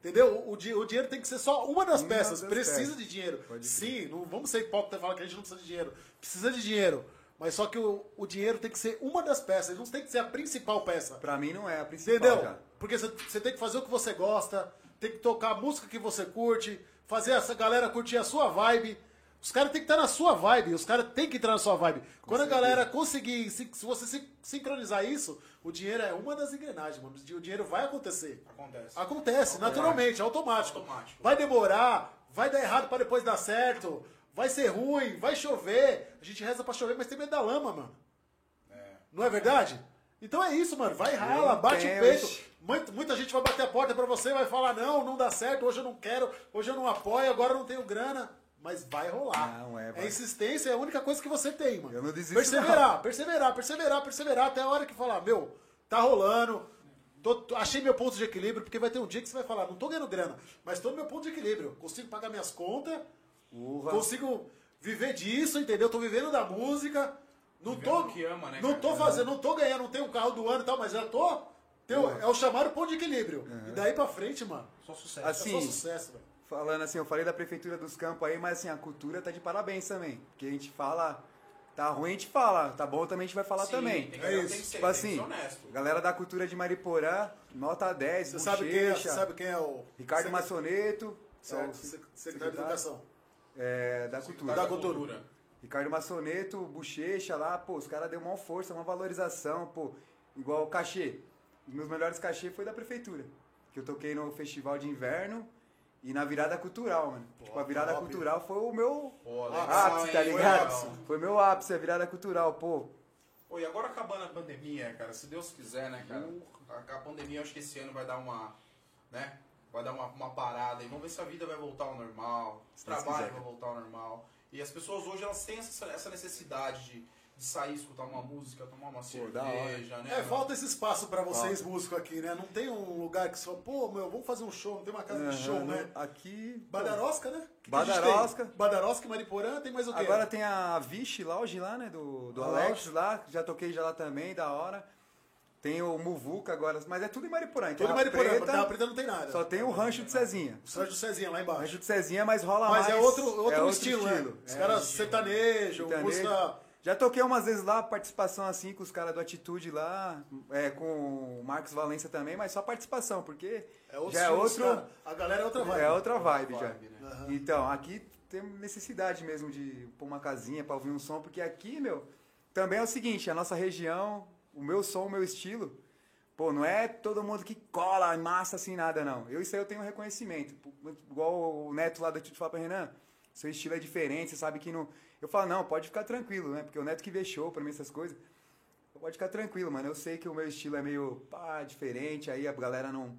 [SPEAKER 2] Entendeu? O, di- o dinheiro tem que ser só uma das
[SPEAKER 3] Uma
[SPEAKER 2] peças.
[SPEAKER 3] das
[SPEAKER 2] precisa
[SPEAKER 3] peças.
[SPEAKER 2] de dinheiro.
[SPEAKER 3] Pode
[SPEAKER 2] Sim, não vamos ser hipócritas e falar que a gente não precisa de dinheiro. Precisa de dinheiro. Mas só que o, o dinheiro tem que ser uma das peças, não tem que ser a principal peça.
[SPEAKER 3] Pra mim não é a principal.
[SPEAKER 2] Entendeu?
[SPEAKER 3] cara.
[SPEAKER 2] Porque você- você tem que fazer o que você gosta, tem que tocar a música que você curte, fazer essa galera curtir a sua vibe. Os caras têm que estar na sua vibe, os caras têm que entrar na sua vibe. Quando a
[SPEAKER 3] certeza.
[SPEAKER 2] galera conseguir, se, se você sin- sincronizar isso, o dinheiro é uma das engrenagens, mano. O dinheiro vai acontecer.
[SPEAKER 1] Acontece.
[SPEAKER 2] Acontece, naturalmente, é automático.
[SPEAKER 1] Automático.
[SPEAKER 2] Vai demorar, vai dar errado pra depois dar certo, vai ser ruim, vai chover. A gente reza pra chover, mas tem medo da lama, mano. Não é verdade? Então é isso, mano. Vai rala,
[SPEAKER 3] Meu
[SPEAKER 2] bate
[SPEAKER 3] Deus.
[SPEAKER 2] o peito. Muito- muita gente vai bater a porta pra você, vai falar: não, não dá certo, hoje eu não quero, hoje eu não apoio, agora eu não tenho grana. Mas vai rolar.
[SPEAKER 3] Não, é, vai.
[SPEAKER 2] é insistência, é a única coisa que você tem, mano.
[SPEAKER 3] Eu não desisto,
[SPEAKER 2] Perseverar, perseverar, perseverar, perseverar até a hora que falar: meu, tá rolando. tô- tô- achei meu ponto de equilíbrio, porque vai ter um dia que você vai falar, não tô ganhando grana, mas tô no meu ponto de equilíbrio. Consigo pagar minhas contas,
[SPEAKER 3] Urra.
[SPEAKER 2] consigo viver disso, entendeu? Tô vivendo da música. Não
[SPEAKER 1] Vivendo
[SPEAKER 2] tô,
[SPEAKER 1] o que ama, né,
[SPEAKER 2] não
[SPEAKER 1] cara?
[SPEAKER 3] É.
[SPEAKER 2] tô fazendo, não tô ganhando, não tenho um carro do ano e tal, mas já tô. tenho- é o chamado ponto de equilíbrio. E daí pra frente, mano,
[SPEAKER 1] Só sucesso.
[SPEAKER 2] é
[SPEAKER 3] É. Assim,
[SPEAKER 2] só sucesso, velho.
[SPEAKER 3] Falando assim, eu falei da prefeitura dos campos aí, mas assim, a cultura tá de parabéns também. Porque a gente fala, tá ruim, a gente fala, tá bom também, a gente vai falar
[SPEAKER 1] Sim,
[SPEAKER 3] também.
[SPEAKER 1] tem que-
[SPEAKER 2] É
[SPEAKER 1] tem que
[SPEAKER 2] isso.
[SPEAKER 1] ser-
[SPEAKER 3] Tipo
[SPEAKER 1] tem que ser
[SPEAKER 3] assim,
[SPEAKER 1] honesto.
[SPEAKER 3] galera da cultura de Mariporã, nota 10,
[SPEAKER 2] Você sabe quem, é,
[SPEAKER 3] Bochecha,
[SPEAKER 2] você sabe quem é o.
[SPEAKER 3] Ricardo
[SPEAKER 2] secre-
[SPEAKER 3] Massoneto,
[SPEAKER 2] Certo,
[SPEAKER 3] é o
[SPEAKER 2] se- secretário de Educação.
[SPEAKER 3] é, da cultura.
[SPEAKER 2] da
[SPEAKER 1] Da
[SPEAKER 2] cultura.
[SPEAKER 1] cultura.
[SPEAKER 3] Ricardo Massoneto, Bochecha lá, pô, os caras deu maior força, uma valorização, pô. Igual o cachê. Os meus melhores cachê foi da prefeitura. Que eu toquei no festival de inverno e na virada cultural, mano. tipo, a virada
[SPEAKER 2] top.
[SPEAKER 3] cultural foi o meu
[SPEAKER 1] Pô, legal,
[SPEAKER 3] ápice, tá
[SPEAKER 1] hein?
[SPEAKER 3] ligado?
[SPEAKER 1] Legal.
[SPEAKER 3] Foi meu ápice, a virada cultural, pô.
[SPEAKER 1] Pô, e agora acabando a pandemia, cara, se Deus quiser, né, cara? A, a pandemia, eu acho que esse ano vai dar uma, né? Vai dar uma, uma parada e vamos ver se a vida vai voltar ao normal, o
[SPEAKER 3] Se Deus
[SPEAKER 1] trabalho
[SPEAKER 3] quiser,
[SPEAKER 1] vai
[SPEAKER 3] cara.
[SPEAKER 1] voltar ao normal. E as pessoas hoje, elas têm essa, essa necessidade de, de sair, escutar uma música, tomar uma
[SPEAKER 3] da hora.
[SPEAKER 1] cerveja, né?
[SPEAKER 2] É,
[SPEAKER 1] mano?
[SPEAKER 2] falta esse espaço pra vocês, músicos aqui, né? Não tem um lugar que só, pô, meu, vamos fazer um show, não tem uma casa de show,
[SPEAKER 3] Aham,
[SPEAKER 2] né?
[SPEAKER 3] Aqui. pô,
[SPEAKER 2] Badarosca, né? O que que a gente tem?
[SPEAKER 3] Badarosca.
[SPEAKER 2] Badarosca e Mariporã, tem mais o quê? Ah,
[SPEAKER 3] Agora tem a Vish Lounge lá, né? Do, do
[SPEAKER 2] A
[SPEAKER 3] Alex lá, já toquei já lá também, da hora. Tem o Muvuca agora, mas é tudo em Mariporã. Então
[SPEAKER 2] Tudo em
[SPEAKER 3] a
[SPEAKER 2] Mariporã,
[SPEAKER 3] preta,
[SPEAKER 2] na preta não tem nada.
[SPEAKER 3] Só tem o rancho de Cezinha.
[SPEAKER 2] O Sérgio Cezinha lá embaixo.
[SPEAKER 3] Rancho de Cezinha, mas rola
[SPEAKER 2] Mas
[SPEAKER 3] mais.
[SPEAKER 2] é outro, outro,
[SPEAKER 3] é
[SPEAKER 2] estilo, né? Os
[SPEAKER 3] É,
[SPEAKER 2] caras sertanejo,
[SPEAKER 3] sertanejo.
[SPEAKER 2] música.
[SPEAKER 3] Já toquei umas vezes lá, participação assim com os caras do Atitude lá, é, com o Marcos Valença também, mas só participação, porque já é
[SPEAKER 2] estilo, os
[SPEAKER 3] outro,
[SPEAKER 2] cara. A galera é outra vibe.
[SPEAKER 3] é outra vibe,
[SPEAKER 1] vibe,
[SPEAKER 3] já.
[SPEAKER 1] né?
[SPEAKER 2] Aham.
[SPEAKER 3] Então, aqui tem necessidade mesmo de pôr uma casinha pra ouvir um som, porque aqui, meu, também é o seguinte, a nossa região, o meu som, o meu estilo, pô, não é todo mundo que cola, massa assim, nada, não. Eu isso aí eu tenho reconhecimento. Pô, Igual o Neto lá do Tito fala pra Renan, seu estilo é diferente, você sabe que não. Eu falo, não, pode ficar tranquilo, né? Porque o Neto que vê show pra mim essas coisas. Pode ficar tranquilo, mano. Eu sei que o meu estilo é meio pá, diferente, aí a galera não.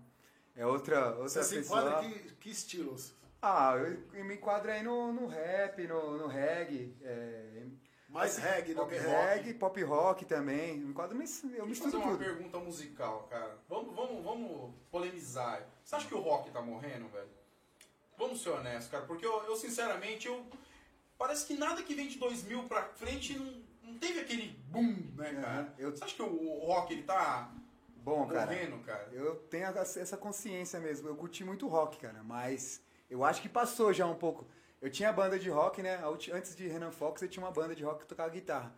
[SPEAKER 3] É outra, outra
[SPEAKER 2] Você se
[SPEAKER 3] pessoa.
[SPEAKER 2] enquadra que, que estilos?
[SPEAKER 3] Ah, eu, eu me enquadro aí no, no rap, no, no reggae. é,
[SPEAKER 2] Mais reggae do
[SPEAKER 3] pop
[SPEAKER 2] que rock.
[SPEAKER 3] reggae, pop rock também. Me enquadro nesse, eu
[SPEAKER 1] Deixa eu
[SPEAKER 3] misturo
[SPEAKER 1] fazer uma
[SPEAKER 3] tudo.
[SPEAKER 1] pergunta musical, cara. Vamos, vamos, vamos polemizar. Você acha que o rock tá morrendo, velho? Vamos ser honestos, cara, porque eu, eu, sinceramente, eu parece que nada que vem de 2000 pra frente não, não teve aquele boom, né, cara?
[SPEAKER 3] É, eu-
[SPEAKER 1] Você acha que o, o rock ele tá
[SPEAKER 3] Bom, cara.
[SPEAKER 1] morrendo, cara?
[SPEAKER 3] Eu tenho essa essa consciência mesmo. Eu curti muito rock, cara, mas eu acho que passou já um pouco. Eu tinha banda de rock, né? A ulti- Antes de Renan Fox, eu tinha uma banda de rock que tocava guitarra.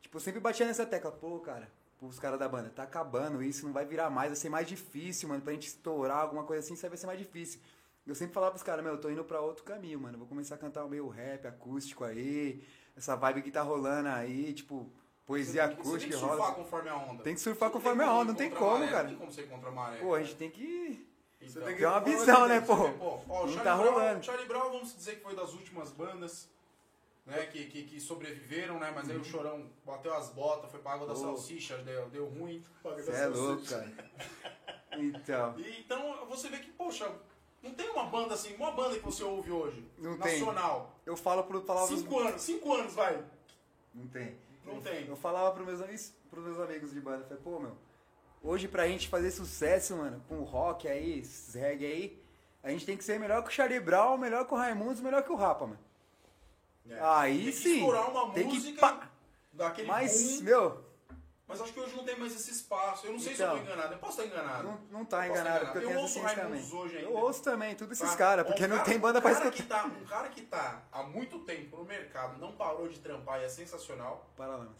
[SPEAKER 3] Tipo, eu sempre batia nessa tecla, pô, cara, os caras da banda, tá acabando isso, não vai virar mais, vai ser mais difícil, mano, pra gente estourar alguma coisa assim, isso aí vai ser mais difícil. Eu sempre falava pros caras, meu, eu tô indo pra outro caminho, mano, vou começar a cantar meio rap acústico aí, essa vibe que tá rolando aí, tipo, poesia
[SPEAKER 1] Você tem que- você tem
[SPEAKER 3] acústica
[SPEAKER 1] que
[SPEAKER 3] que rola.
[SPEAKER 1] surfar conforme a onda.
[SPEAKER 3] Tem que
[SPEAKER 1] Você
[SPEAKER 3] surfar conforme a
[SPEAKER 1] como
[SPEAKER 3] onda, não
[SPEAKER 1] ir
[SPEAKER 3] tem
[SPEAKER 1] contra a
[SPEAKER 3] como,
[SPEAKER 1] maré,
[SPEAKER 3] cara.
[SPEAKER 1] Não tem como você ir contra a maré.
[SPEAKER 3] Pô, a gente tem que
[SPEAKER 1] Então,
[SPEAKER 2] tem que-
[SPEAKER 3] tem uma
[SPEAKER 2] Vamos
[SPEAKER 3] visão, né,
[SPEAKER 2] entender,
[SPEAKER 3] pô?
[SPEAKER 1] Pô, ó, o
[SPEAKER 3] Não
[SPEAKER 1] Charlie
[SPEAKER 3] tá
[SPEAKER 1] Brown,
[SPEAKER 3] rolando.
[SPEAKER 1] Charlie Brown, vamos dizer que foi das últimas bandas né, que, que, que sobreviveram, né? Mas
[SPEAKER 3] Uhum.
[SPEAKER 1] aí o Chorão bateu as botas, foi pra água da
[SPEAKER 3] Oh.
[SPEAKER 1] salsicha, deu, deu ruim.
[SPEAKER 3] Você é louco, cara. Então,
[SPEAKER 1] E, então você vê que, poxa, não tem uma banda assim, uma banda que você ouve hoje,
[SPEAKER 3] Não tem. um
[SPEAKER 1] nacional.
[SPEAKER 3] eu falo pro palavras.
[SPEAKER 1] Cinco anos, cinco anos, vai.
[SPEAKER 3] Não tem.
[SPEAKER 1] Não tem.
[SPEAKER 3] Eu falava pros meus, amigos- pros meus amigos de banda, eu falei, pô, meu, hoje pra gente fazer sucesso, mano, com rock aí, esses reggae aí, a gente tem que ser melhor que o Charlie Brown, melhor que o Raimundos, melhor que o Rapa, mano. É. Aí
[SPEAKER 1] tem que
[SPEAKER 3] sim.
[SPEAKER 1] estourar uma
[SPEAKER 3] tem
[SPEAKER 1] música
[SPEAKER 3] que pá.
[SPEAKER 1] daquele
[SPEAKER 3] Mas,
[SPEAKER 1] boom,
[SPEAKER 3] meu,
[SPEAKER 1] mas acho que hoje não tem mais esse espaço. Eu não sei se eu
[SPEAKER 3] Então.
[SPEAKER 1] tô enganado, eu posso estar enganado.
[SPEAKER 3] não, não tá
[SPEAKER 1] Posso
[SPEAKER 3] enganado,
[SPEAKER 1] enganar.
[SPEAKER 3] porque eu,
[SPEAKER 1] Eu
[SPEAKER 3] tenho
[SPEAKER 1] ouço
[SPEAKER 3] essa ciência também.
[SPEAKER 1] Raimundos hoje
[SPEAKER 3] eu
[SPEAKER 1] ainda.
[SPEAKER 3] ouço também, tudo esses
[SPEAKER 1] Tá?
[SPEAKER 3] caras,
[SPEAKER 1] Um
[SPEAKER 3] porque não
[SPEAKER 1] cara-
[SPEAKER 3] tem banda pra
[SPEAKER 1] um cara
[SPEAKER 3] escutar.
[SPEAKER 1] que tá Um cara que tá há muito tempo no mercado, não parou de trampar e é sensacional.
[SPEAKER 3] Paralamas.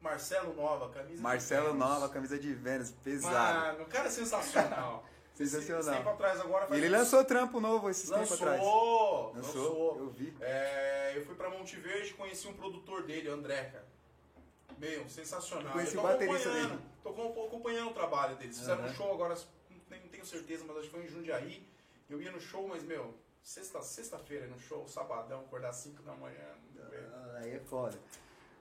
[SPEAKER 1] Marcelo Nova, camisa de
[SPEAKER 3] Marcelo
[SPEAKER 1] Vênus.
[SPEAKER 3] Nova, camisa de Vênus, pesado.
[SPEAKER 1] Mano, o cara é sensacional.
[SPEAKER 3] Sensacional.
[SPEAKER 1] Esse tempo atrás agora
[SPEAKER 3] E
[SPEAKER 1] faz
[SPEAKER 3] ele
[SPEAKER 1] uns-
[SPEAKER 3] lançou trampo novo esses
[SPEAKER 1] lançou,
[SPEAKER 3] tempos atrás.
[SPEAKER 1] Lançou,
[SPEAKER 3] Eu vi.
[SPEAKER 1] É, eu fui pra Monte Verde e conheci um produtor dele, André, cara. Meu, sensacional.
[SPEAKER 3] Conheci
[SPEAKER 1] eu
[SPEAKER 3] o
[SPEAKER 1] tô
[SPEAKER 3] baterista
[SPEAKER 1] acompanhando,
[SPEAKER 3] dele.
[SPEAKER 1] tô com- acompanhando o trabalho deles. Fizeram um
[SPEAKER 3] Aham.
[SPEAKER 1] show agora, não não tenho certeza, mas acho que foi em Jundiaí. Eu ia no show, mas, meu, sexta- sexta-feira no show, sabadão, acordar 5 da manhã. não aguento.
[SPEAKER 3] Ah, Aí é foda.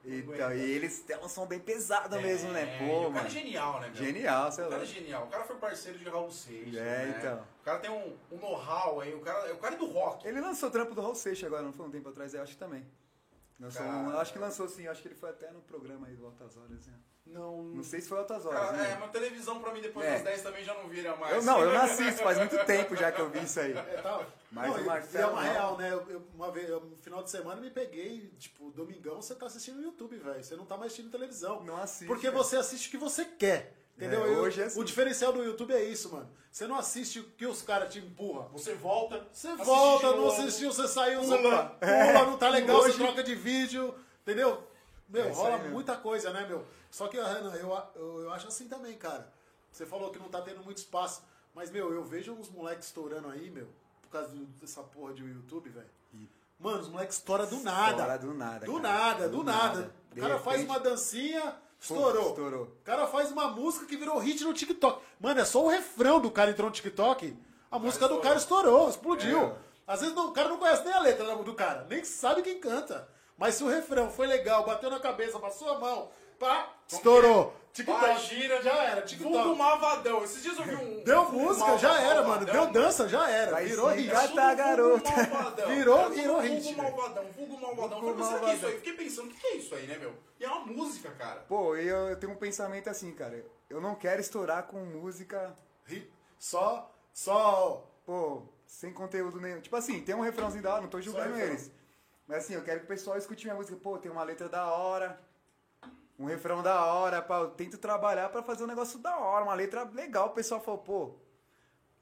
[SPEAKER 3] Então,
[SPEAKER 1] aguenta.
[SPEAKER 3] e eles têm um som bem pesado mesmo, né?
[SPEAKER 1] É, e
[SPEAKER 3] Pô,
[SPEAKER 1] o cara
[SPEAKER 3] mano.
[SPEAKER 1] é genial, né, meu?
[SPEAKER 3] Genial, sei
[SPEAKER 1] O
[SPEAKER 3] lá.
[SPEAKER 1] cara é genial. O cara foi parceiro de Raul Seixas.
[SPEAKER 3] É,
[SPEAKER 1] né?
[SPEAKER 3] então.
[SPEAKER 1] O cara tem um, um know-how aí. O cara, o cara é do rock.
[SPEAKER 3] Ele lançou o trampo do Raul Seixas agora, não foi um tempo atrás, eu acho que também. Lançou
[SPEAKER 1] Cara.
[SPEAKER 3] um- eu acho que lançou sim, eu acho que ele foi até no programa aí do Altas Horas. Né?
[SPEAKER 1] Não,
[SPEAKER 3] Não sei se foi Altas Horas,
[SPEAKER 1] Cara, é,
[SPEAKER 3] né?
[SPEAKER 1] mas televisão pra mim depois
[SPEAKER 3] É.
[SPEAKER 1] das 10 também já não vira mais.
[SPEAKER 3] Eu não, eu não assisto, faz muito tempo já que eu vi isso aí.
[SPEAKER 2] É, tá.
[SPEAKER 3] Mas
[SPEAKER 2] Não,
[SPEAKER 3] o
[SPEAKER 2] e-
[SPEAKER 3] Marcelo
[SPEAKER 2] e é uma
[SPEAKER 3] não.
[SPEAKER 2] real, né? Eu- eu- uma vez, eu- no final de semana, eu me peguei, tipo, domingão, você tá assistindo no YouTube, velho. Você não tá mais assistindo televisão.
[SPEAKER 3] Não assisto.
[SPEAKER 2] Porque
[SPEAKER 3] cara.
[SPEAKER 2] você assiste o que você quer. Entendeu?
[SPEAKER 3] É,
[SPEAKER 2] Eu-
[SPEAKER 3] hoje é assim.
[SPEAKER 2] O diferencial do YouTube é isso, mano. Você não assiste o que os caras te empurram.
[SPEAKER 1] Você volta.
[SPEAKER 2] Você
[SPEAKER 1] assiste
[SPEAKER 2] volta,
[SPEAKER 1] de
[SPEAKER 2] não
[SPEAKER 1] novo.
[SPEAKER 2] assistiu, você saiu, você pula,
[SPEAKER 3] Pula. É.
[SPEAKER 2] não tá legal,
[SPEAKER 3] Hoje-
[SPEAKER 2] você troca de vídeo, entendeu? Meu,
[SPEAKER 3] É isso
[SPEAKER 2] rola
[SPEAKER 3] aí mesmo.
[SPEAKER 2] muita coisa, né, meu? Só que, Renan, eu, a- eu, eu acho assim também, cara. Você falou que não tá tendo muito espaço, mas, meu, eu vejo uns moleques estourando aí, meu, por causa do- dessa porra de YouTube, velho. Mano, os moleques estouram do nada.
[SPEAKER 3] Estoura do nada,
[SPEAKER 2] Do
[SPEAKER 3] cara.
[SPEAKER 2] nada, do,
[SPEAKER 3] Do
[SPEAKER 2] nada.
[SPEAKER 3] nada.
[SPEAKER 2] O
[SPEAKER 3] De
[SPEAKER 2] cara faz
[SPEAKER 3] repente-
[SPEAKER 2] uma dancinha, estourou.
[SPEAKER 3] estourou.
[SPEAKER 2] O cara faz uma música que virou hit no TikTok. Mano, é só o refrão do cara entrou no TikTok. A música do
[SPEAKER 1] estourou.
[SPEAKER 2] cara estourou, explodiu.
[SPEAKER 3] É.
[SPEAKER 2] Às vezes não, o cara não conhece nem a letra do cara, nem sabe quem canta. Mas se o refrão foi legal, bateu na cabeça, passou a mão, pá, estourou. TikTok.
[SPEAKER 1] Vai, gira,
[SPEAKER 2] já era.
[SPEAKER 1] Fundo
[SPEAKER 2] TikTok.
[SPEAKER 1] malvadão. Esses dias eu vi um.
[SPEAKER 2] Deu
[SPEAKER 1] um
[SPEAKER 2] música,
[SPEAKER 1] malvadão,
[SPEAKER 2] já era, mano. Deu
[SPEAKER 1] malvadão.
[SPEAKER 2] dança, já era.
[SPEAKER 3] Vai
[SPEAKER 2] virou
[SPEAKER 3] se
[SPEAKER 2] hit.
[SPEAKER 3] engatar. Gata,
[SPEAKER 1] Tudo
[SPEAKER 3] garota.
[SPEAKER 1] vulgo malvadão.
[SPEAKER 2] Virou-
[SPEAKER 1] Era tudo
[SPEAKER 2] virou
[SPEAKER 1] vulgo
[SPEAKER 2] hit, velho.
[SPEAKER 1] malvadão, vulgo malvadão.
[SPEAKER 3] Vulgo
[SPEAKER 1] Vulgo malvadão. Será que é isso
[SPEAKER 3] malvadão.
[SPEAKER 1] aí? Fiquei pensando, o que é isso aí, né, meu? E é uma música, cara.
[SPEAKER 3] Pô, eu, eu tenho um pensamento assim, cara. Eu não quero estourar com música,
[SPEAKER 1] É
[SPEAKER 2] Hit. Só, só.
[SPEAKER 3] pô, sem conteúdo nenhum. Tipo assim, tem um refrãozinho da hora, não tô julgando
[SPEAKER 2] refrão.
[SPEAKER 3] eles. Mas assim, eu quero que o pessoal escute minha música. Pô, tem uma letra da hora, um refrão da hora, pá. Eu tento trabalhar pra fazer um negócio da hora, uma letra legal. O pessoal falou, pô,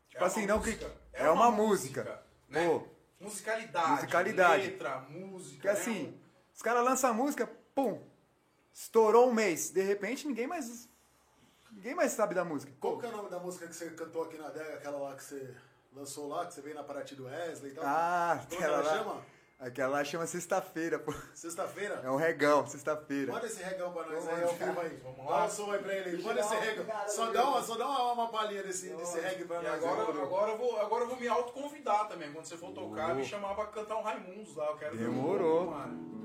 [SPEAKER 3] tipo
[SPEAKER 1] É
[SPEAKER 3] assim,
[SPEAKER 1] uma
[SPEAKER 3] não que.
[SPEAKER 1] música.
[SPEAKER 3] É, uma, música.
[SPEAKER 1] né?
[SPEAKER 3] Pô,
[SPEAKER 1] Musicalidade.
[SPEAKER 3] Musicalidade.
[SPEAKER 1] Letra, música.
[SPEAKER 3] Porque
[SPEAKER 1] né?
[SPEAKER 2] um.
[SPEAKER 3] assim, os caras lançam a música, pum, estourou um mês. De repente, ninguém mais. Ninguém mais sabe da música.
[SPEAKER 2] Qual que é o nome da música que você cantou aqui na adega, aquela lá que você lançou lá, que você veio na Paraty do Wesley e tal?
[SPEAKER 3] Ah,
[SPEAKER 2] Como é que
[SPEAKER 3] aquela
[SPEAKER 2] ela
[SPEAKER 3] lá.
[SPEAKER 2] chama?
[SPEAKER 3] Aquela lá chama sexta-feira, pô.
[SPEAKER 2] Sexta-feira?
[SPEAKER 3] É um regão, sexta-feira.
[SPEAKER 2] Manda esse regão pra nós
[SPEAKER 3] Vamos
[SPEAKER 2] aí,
[SPEAKER 3] lá.
[SPEAKER 2] ao vivo aí.
[SPEAKER 1] Vamos lá.
[SPEAKER 2] Dá um som aí pra ele aí. Manda esse regão. Só dá uma, só dá uma, uma palhinha desse, desse reggae pra
[SPEAKER 1] E
[SPEAKER 2] nós.
[SPEAKER 1] agora,
[SPEAKER 2] aí.
[SPEAKER 1] agora, eu vou, agora eu vou me autoconvidar também. Quando você for tocar, me chamar pra cantar um Raimundos lá. Eu quero ver um
[SPEAKER 3] Demorou.
[SPEAKER 1] pouco, mano.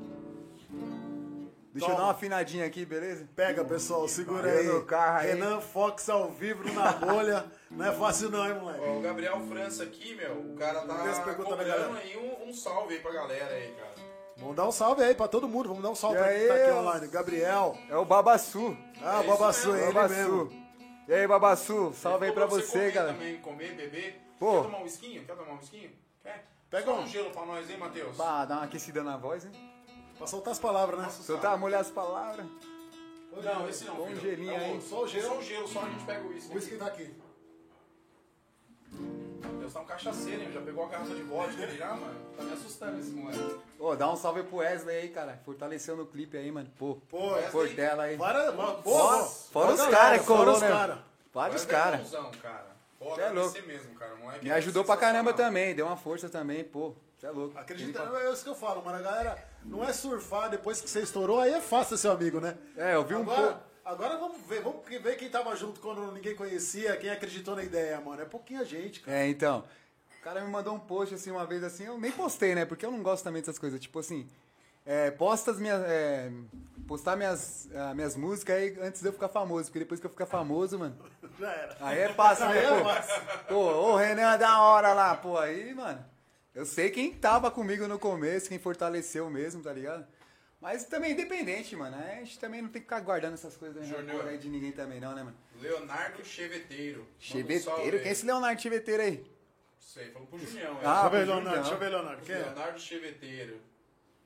[SPEAKER 3] Deixa eu
[SPEAKER 2] Toma.
[SPEAKER 3] dar uma afinadinha aqui, beleza?
[SPEAKER 2] Pega, pessoal, segura
[SPEAKER 3] Valeu
[SPEAKER 2] aí.
[SPEAKER 3] no carro aí.
[SPEAKER 2] Renan Fox ao vivo no na bolha. Não é fácil não, hein, moleque?
[SPEAKER 1] Ó, o Gabriel França aqui, meu, o cara
[SPEAKER 2] Deus
[SPEAKER 1] tá
[SPEAKER 2] pergunta na
[SPEAKER 1] cobrando
[SPEAKER 2] galera.
[SPEAKER 1] aí um, um salve aí pra galera aí, cara.
[SPEAKER 2] Vamos dar um salve aí pra todo mundo. Vamos dar um salve
[SPEAKER 3] E
[SPEAKER 2] pra quem
[SPEAKER 3] aí,
[SPEAKER 2] tá aqui
[SPEAKER 3] ó.
[SPEAKER 2] online. Gabriel.
[SPEAKER 3] É o Babassu.
[SPEAKER 2] Ah,
[SPEAKER 1] É
[SPEAKER 2] o Babassu,
[SPEAKER 1] isso
[SPEAKER 2] é
[SPEAKER 1] mesmo,
[SPEAKER 2] ele
[SPEAKER 3] Babassu.
[SPEAKER 2] mesmo.
[SPEAKER 3] E aí, Babassu, salve aí
[SPEAKER 1] Ele
[SPEAKER 3] pra
[SPEAKER 1] falou
[SPEAKER 3] você,
[SPEAKER 1] comer
[SPEAKER 3] galera.
[SPEAKER 1] Também, comer, beber.
[SPEAKER 3] Pô.
[SPEAKER 1] Quer tomar um esquinho? Quer tomar um esquinho? Quer?
[SPEAKER 2] Pega
[SPEAKER 1] Só
[SPEAKER 2] um.
[SPEAKER 1] um gelo pra nós, hein, Matheus?
[SPEAKER 3] Pá, dá uma aquecida na voz, hein?
[SPEAKER 2] Pra soltar as palavras, né?
[SPEAKER 1] Nossa,
[SPEAKER 3] Só tá molhar as palavras.
[SPEAKER 1] Não, esse não,
[SPEAKER 3] Põe um
[SPEAKER 1] filho.
[SPEAKER 3] gelinho
[SPEAKER 1] É o
[SPEAKER 3] aí.
[SPEAKER 1] outro. Só o gelo. Só o gelo, só a gente pega o uísque.
[SPEAKER 2] O uísque tá aqui.
[SPEAKER 1] Deus, tá um cachaceiro, hein? Já pegou a garrafa de vodka ali já, mano? Tá me assustando esse moleque.
[SPEAKER 3] Ô, dá um salve pro Wesley aí, cara. Fortaleceu no clipe aí, mano. Pô,
[SPEAKER 2] Pô,
[SPEAKER 1] Wesley.
[SPEAKER 3] por dela aí.
[SPEAKER 2] Fora,
[SPEAKER 1] Fora-
[SPEAKER 2] porra,
[SPEAKER 3] Fora os
[SPEAKER 2] galera,
[SPEAKER 3] caras que
[SPEAKER 2] Fora
[SPEAKER 3] colou,
[SPEAKER 2] os
[SPEAKER 3] né?
[SPEAKER 2] caras.
[SPEAKER 3] Vários
[SPEAKER 1] Mas é
[SPEAKER 3] caras.
[SPEAKER 1] bonzão, cara. Pô,
[SPEAKER 3] Cê é
[SPEAKER 1] deve
[SPEAKER 3] louco.
[SPEAKER 1] ser mesmo, cara. Moleque
[SPEAKER 3] Me
[SPEAKER 1] é
[SPEAKER 3] ajudou pra caramba
[SPEAKER 1] sensacional.
[SPEAKER 3] também, deu uma força também, pô. Você é louco.
[SPEAKER 2] Acredita,
[SPEAKER 3] Ele-
[SPEAKER 2] é isso que eu falo, mano. A galera não é surfar depois que você estourou, aí é fácil ser amigo, né?
[SPEAKER 3] É, eu vi um
[SPEAKER 2] agora,
[SPEAKER 3] pouco.
[SPEAKER 2] Agora vamos ver, vamos ver quem tava junto quando ninguém conhecia, quem acreditou na ideia, mano. É pouquinha gente, cara.
[SPEAKER 3] É, então. O cara me mandou um post assim uma vez assim, eu nem postei, né? Porque eu não gosto também dessas coisas. Tipo assim, é, posta as minhas. é, postar minhas, ah, minhas músicas aí antes de eu ficar famoso, porque depois que eu ficar famoso, mano.
[SPEAKER 2] Já era.
[SPEAKER 3] Aí é fácil, né,
[SPEAKER 2] Aí é fácil.
[SPEAKER 3] pô? Pô, ô Renan é da hora lá, pô. Aí, mano, eu sei quem tava comigo no começo, quem fortaleceu mesmo, tá ligado? Mas também independente, mano. né? A gente também não tem que ficar guardando essas coisas né,
[SPEAKER 1] Júnior.
[SPEAKER 3] rancor aí de ninguém também, não, né, mano?
[SPEAKER 1] Leonardo Cheveteiro. Manda um salve
[SPEAKER 3] Cheveteiro?
[SPEAKER 1] aí.
[SPEAKER 3] Quem é esse Leonardo Cheveteiro aí?
[SPEAKER 1] Sei, falou pro
[SPEAKER 3] Ah,
[SPEAKER 1] Junião.
[SPEAKER 2] deixa eu
[SPEAKER 1] é.
[SPEAKER 2] ver,
[SPEAKER 3] pois
[SPEAKER 2] Leonardo.
[SPEAKER 3] então.
[SPEAKER 2] Deixa eu ver, Leonardo. Quem é?
[SPEAKER 1] Leonardo Cheveteiro.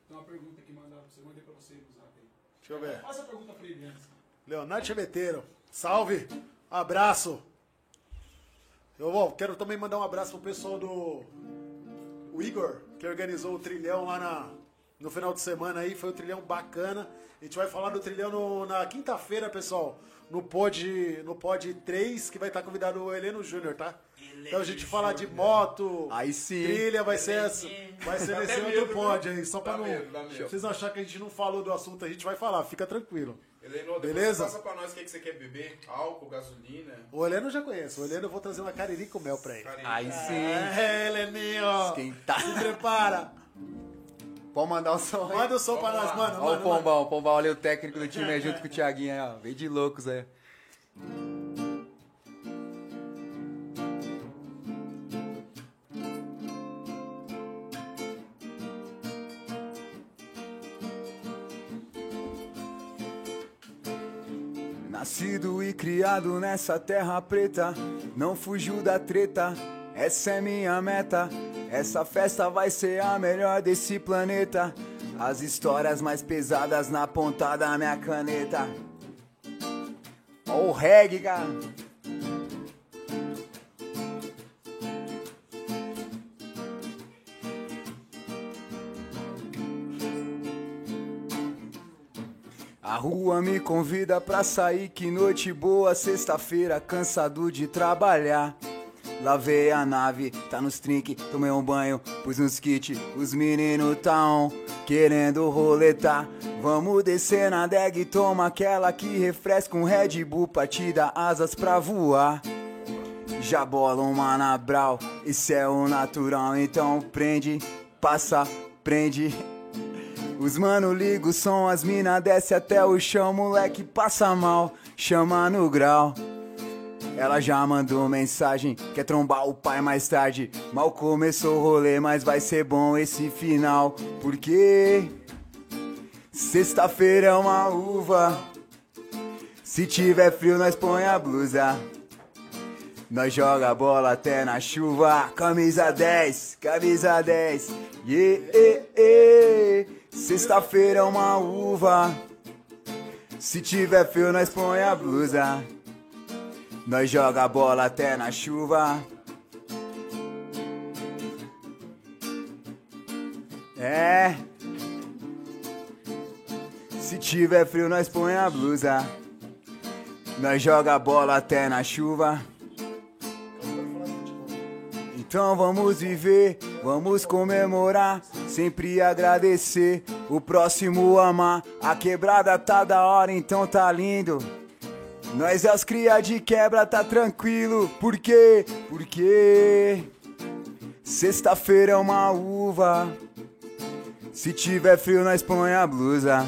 [SPEAKER 4] Tem uma pergunta que mandaram pra você, mandei pra você no zap aí.
[SPEAKER 2] Deixa eu ver.
[SPEAKER 4] Faz a pergunta pra ele antes.
[SPEAKER 2] Leonardo Cheveteiro. Salve. Abraço. Eu ó, quero também mandar um abraço pro pessoal do o Igor, que organizou o trilhão lá na, no final de semana aí. Foi um trilhão bacana. A gente vai falar do trilhão no- na quinta-feira, pessoal. No pod, no pod 3, que vai estar convidado o Heleno Júnior, tá? então a gente fala de moto,
[SPEAKER 3] Aí sim.
[SPEAKER 2] trilha, vai ser, essa, vai ser
[SPEAKER 1] Dá
[SPEAKER 2] nesse
[SPEAKER 1] até
[SPEAKER 2] outro
[SPEAKER 1] medo,
[SPEAKER 2] pod
[SPEAKER 1] né?
[SPEAKER 2] aí. Só
[SPEAKER 1] Dá
[SPEAKER 2] pra não.
[SPEAKER 1] medo, dá medo.
[SPEAKER 2] Vocês acharem que a gente não falou do assunto, a gente vai falar, fica tranquilo.
[SPEAKER 1] Heleno,
[SPEAKER 2] Beleza?
[SPEAKER 1] Beleza? é passa pra nós o que, que você quer beber. Álcool, gasolina.
[SPEAKER 2] O Heleno eu já conheço. O Heleno eu vou trazer uma cariri com mel pra ele.
[SPEAKER 1] Carinho.
[SPEAKER 3] Aí sim.
[SPEAKER 2] É, Heleninho!
[SPEAKER 3] Esquentar.
[SPEAKER 2] Se prepara!
[SPEAKER 3] Pode mandar o som aí.
[SPEAKER 2] Manda o som pra
[SPEAKER 1] Vamos
[SPEAKER 2] nós,
[SPEAKER 1] lá.
[SPEAKER 2] mano.
[SPEAKER 3] Olha
[SPEAKER 2] mano,
[SPEAKER 3] o
[SPEAKER 2] mano.
[SPEAKER 3] Pombal, o Pombal, olha o técnico do time aí junto com o Thiaguinho aí, ó. Veio de loucos aí. Nascido e criado nessa terra preta, não fujo da treta, essa é minha meta. Essa festa vai ser a melhor desse planeta. As histórias mais pesadas na ponta da minha caneta. Ó o reggae, cara. A rua me convida pra sair, que noite boa, sexta-feira, cansado de trabalhar. Lavei a nave, tá nos trinque, tomei um banho, pus uns kit, os menino tá on, querendo roletar. Vamos descer na deg, toma aquela que refresca um Red Bull, partida asas pra voar. Já bola um manabral, isso é o natural, então prende, passa, prende. Os mano liga o som, as mina desce até o chão, moleque passa mal, chama no grau. Ela já mandou mensagem, quer trombar o pai mais tarde. Mal começou o rolê, mas vai ser bom esse final, porque sexta-feira é uma uva. Se tiver frio, nós põe a blusa. Nós joga bola até na chuva. Camisa 10, camisa 10. Yeah, yeah, yeah. Sexta-feira é uma uva. Se tiver frio, nós põe a blusa. Nós joga bola até na chuva. É. Se tiver frio, nós põe a blusa. Nós joga bola até na chuva.
[SPEAKER 2] Eu quero falar de futebol.
[SPEAKER 3] Então Então vamos viver, vamos comemorar, sempre agradecer, o próximo amar. A quebrada tá da hora, então tá lindo. Nós é os cria de quebra, tá tranquilo. Por quê? Porque sexta-feira é uma uva. Se tiver frio, nós põe a blusa.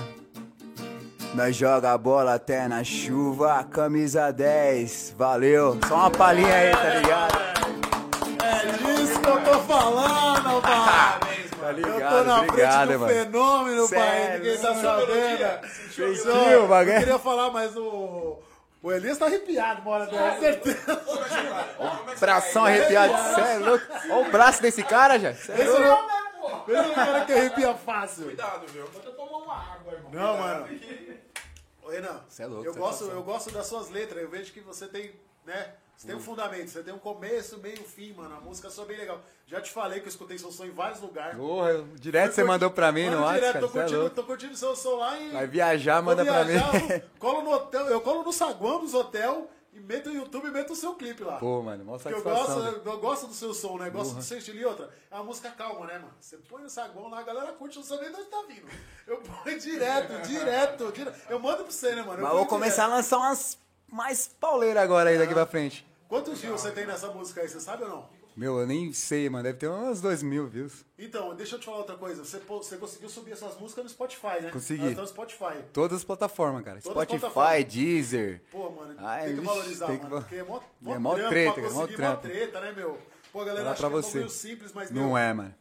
[SPEAKER 3] Nós joga a bola até na chuva, camisa 10, valeu. Só uma palhinha aí, tá ligado?
[SPEAKER 2] É disso que eu tô falando, Alvar.
[SPEAKER 1] Parabéns, Tá mano.
[SPEAKER 2] Eu tô na frente do
[SPEAKER 3] mano.
[SPEAKER 2] fenômeno, pai.
[SPEAKER 3] Sério,
[SPEAKER 2] Ninguém tá
[SPEAKER 3] mano.
[SPEAKER 2] sabendo.
[SPEAKER 3] Sentiu,
[SPEAKER 2] Ó, eu
[SPEAKER 3] bagulho?
[SPEAKER 2] queria falar, mas o. O Elias tá arrepiado, bora, com certeza.
[SPEAKER 5] Bração arrepiado, cê é louco. Olha o braço desse cara, já. Cê é
[SPEAKER 2] Esse é o esse é o cara que arrepia fácil.
[SPEAKER 1] Cuidado, viu?
[SPEAKER 4] Eu tomou uma água, irmão.
[SPEAKER 2] Não, mano. Ô, Renan,
[SPEAKER 5] Cê é louco,
[SPEAKER 2] eu,
[SPEAKER 5] cê
[SPEAKER 2] gosto,
[SPEAKER 5] tá
[SPEAKER 2] eu gosto das suas letras. Eu vejo que você tem, né? Você
[SPEAKER 5] Hum.
[SPEAKER 2] tem um fundamento, você tem um começo, meio fim, mano. A música sua é bem legal. Já te falei que eu escutei seu som em vários lugares.
[SPEAKER 5] Porra, eu- direto
[SPEAKER 2] Fui
[SPEAKER 5] você
[SPEAKER 2] curti-
[SPEAKER 5] mandou pra mim
[SPEAKER 2] Mano,
[SPEAKER 5] no WhatsApp,
[SPEAKER 2] direto,
[SPEAKER 5] cara.
[SPEAKER 2] tô
[SPEAKER 5] Cê é
[SPEAKER 2] curtindo,
[SPEAKER 5] louco.
[SPEAKER 2] tô curtindo seu som lá e.
[SPEAKER 5] Vai viajar, manda
[SPEAKER 2] Vou
[SPEAKER 5] pra mim.
[SPEAKER 2] viajar, eu Colo no hotel, eu colo no saguão dos hotel e meto no YouTube e meto o seu clipe lá.
[SPEAKER 5] Pô, mano, mó
[SPEAKER 2] Porque eu
[SPEAKER 5] satisfação.
[SPEAKER 2] gosto, né?
[SPEAKER 5] velho.
[SPEAKER 3] né?
[SPEAKER 2] eu, gosto do seu som, né? Gosto do seu estilo e outra. É uma música calma, né, mano? Você põe no saguão lá, a galera curte, eu não sei nem de onde tá vindo. Eu ponho direto, direto, direto. Eu mando pra você, né, mano? Eu
[SPEAKER 3] Mas
[SPEAKER 2] ponho
[SPEAKER 3] vou começar a
[SPEAKER 2] direto.
[SPEAKER 3] lançar umas mais pauleiras
[SPEAKER 5] Pauleira agora aí daqui pra frente.
[SPEAKER 2] Quantos views você tem nessa música aí, você sabe ou não?
[SPEAKER 3] Meu, eu nem sei, mano. Deve ter uns dois mil views.
[SPEAKER 2] Então, deixa eu te falar outra coisa. Você, pô- você conseguiu subir essas músicas no Spotify, né?
[SPEAKER 3] Consegui.
[SPEAKER 2] Elas estão no Spotify.
[SPEAKER 3] Todas as plataformas, cara.
[SPEAKER 2] Todas as
[SPEAKER 5] Spotify,
[SPEAKER 2] plataformas.
[SPEAKER 5] Deezer.
[SPEAKER 2] Pô, mano,
[SPEAKER 3] Ah,
[SPEAKER 2] tem que
[SPEAKER 3] vixe,
[SPEAKER 2] valorizar,
[SPEAKER 3] tem que
[SPEAKER 2] mano.
[SPEAKER 3] va-
[SPEAKER 2] Porque é mó,
[SPEAKER 3] É mó
[SPEAKER 2] trampo
[SPEAKER 3] treta,
[SPEAKER 2] pra
[SPEAKER 3] cara, é mó
[SPEAKER 2] conseguir, mó
[SPEAKER 3] trampo.
[SPEAKER 2] treta, né, meu? Pô, a galera
[SPEAKER 3] Falar
[SPEAKER 2] acha
[SPEAKER 3] pra
[SPEAKER 2] que é um
[SPEAKER 3] você.
[SPEAKER 2] bagulho simples, mas meu,
[SPEAKER 3] Não é, mano.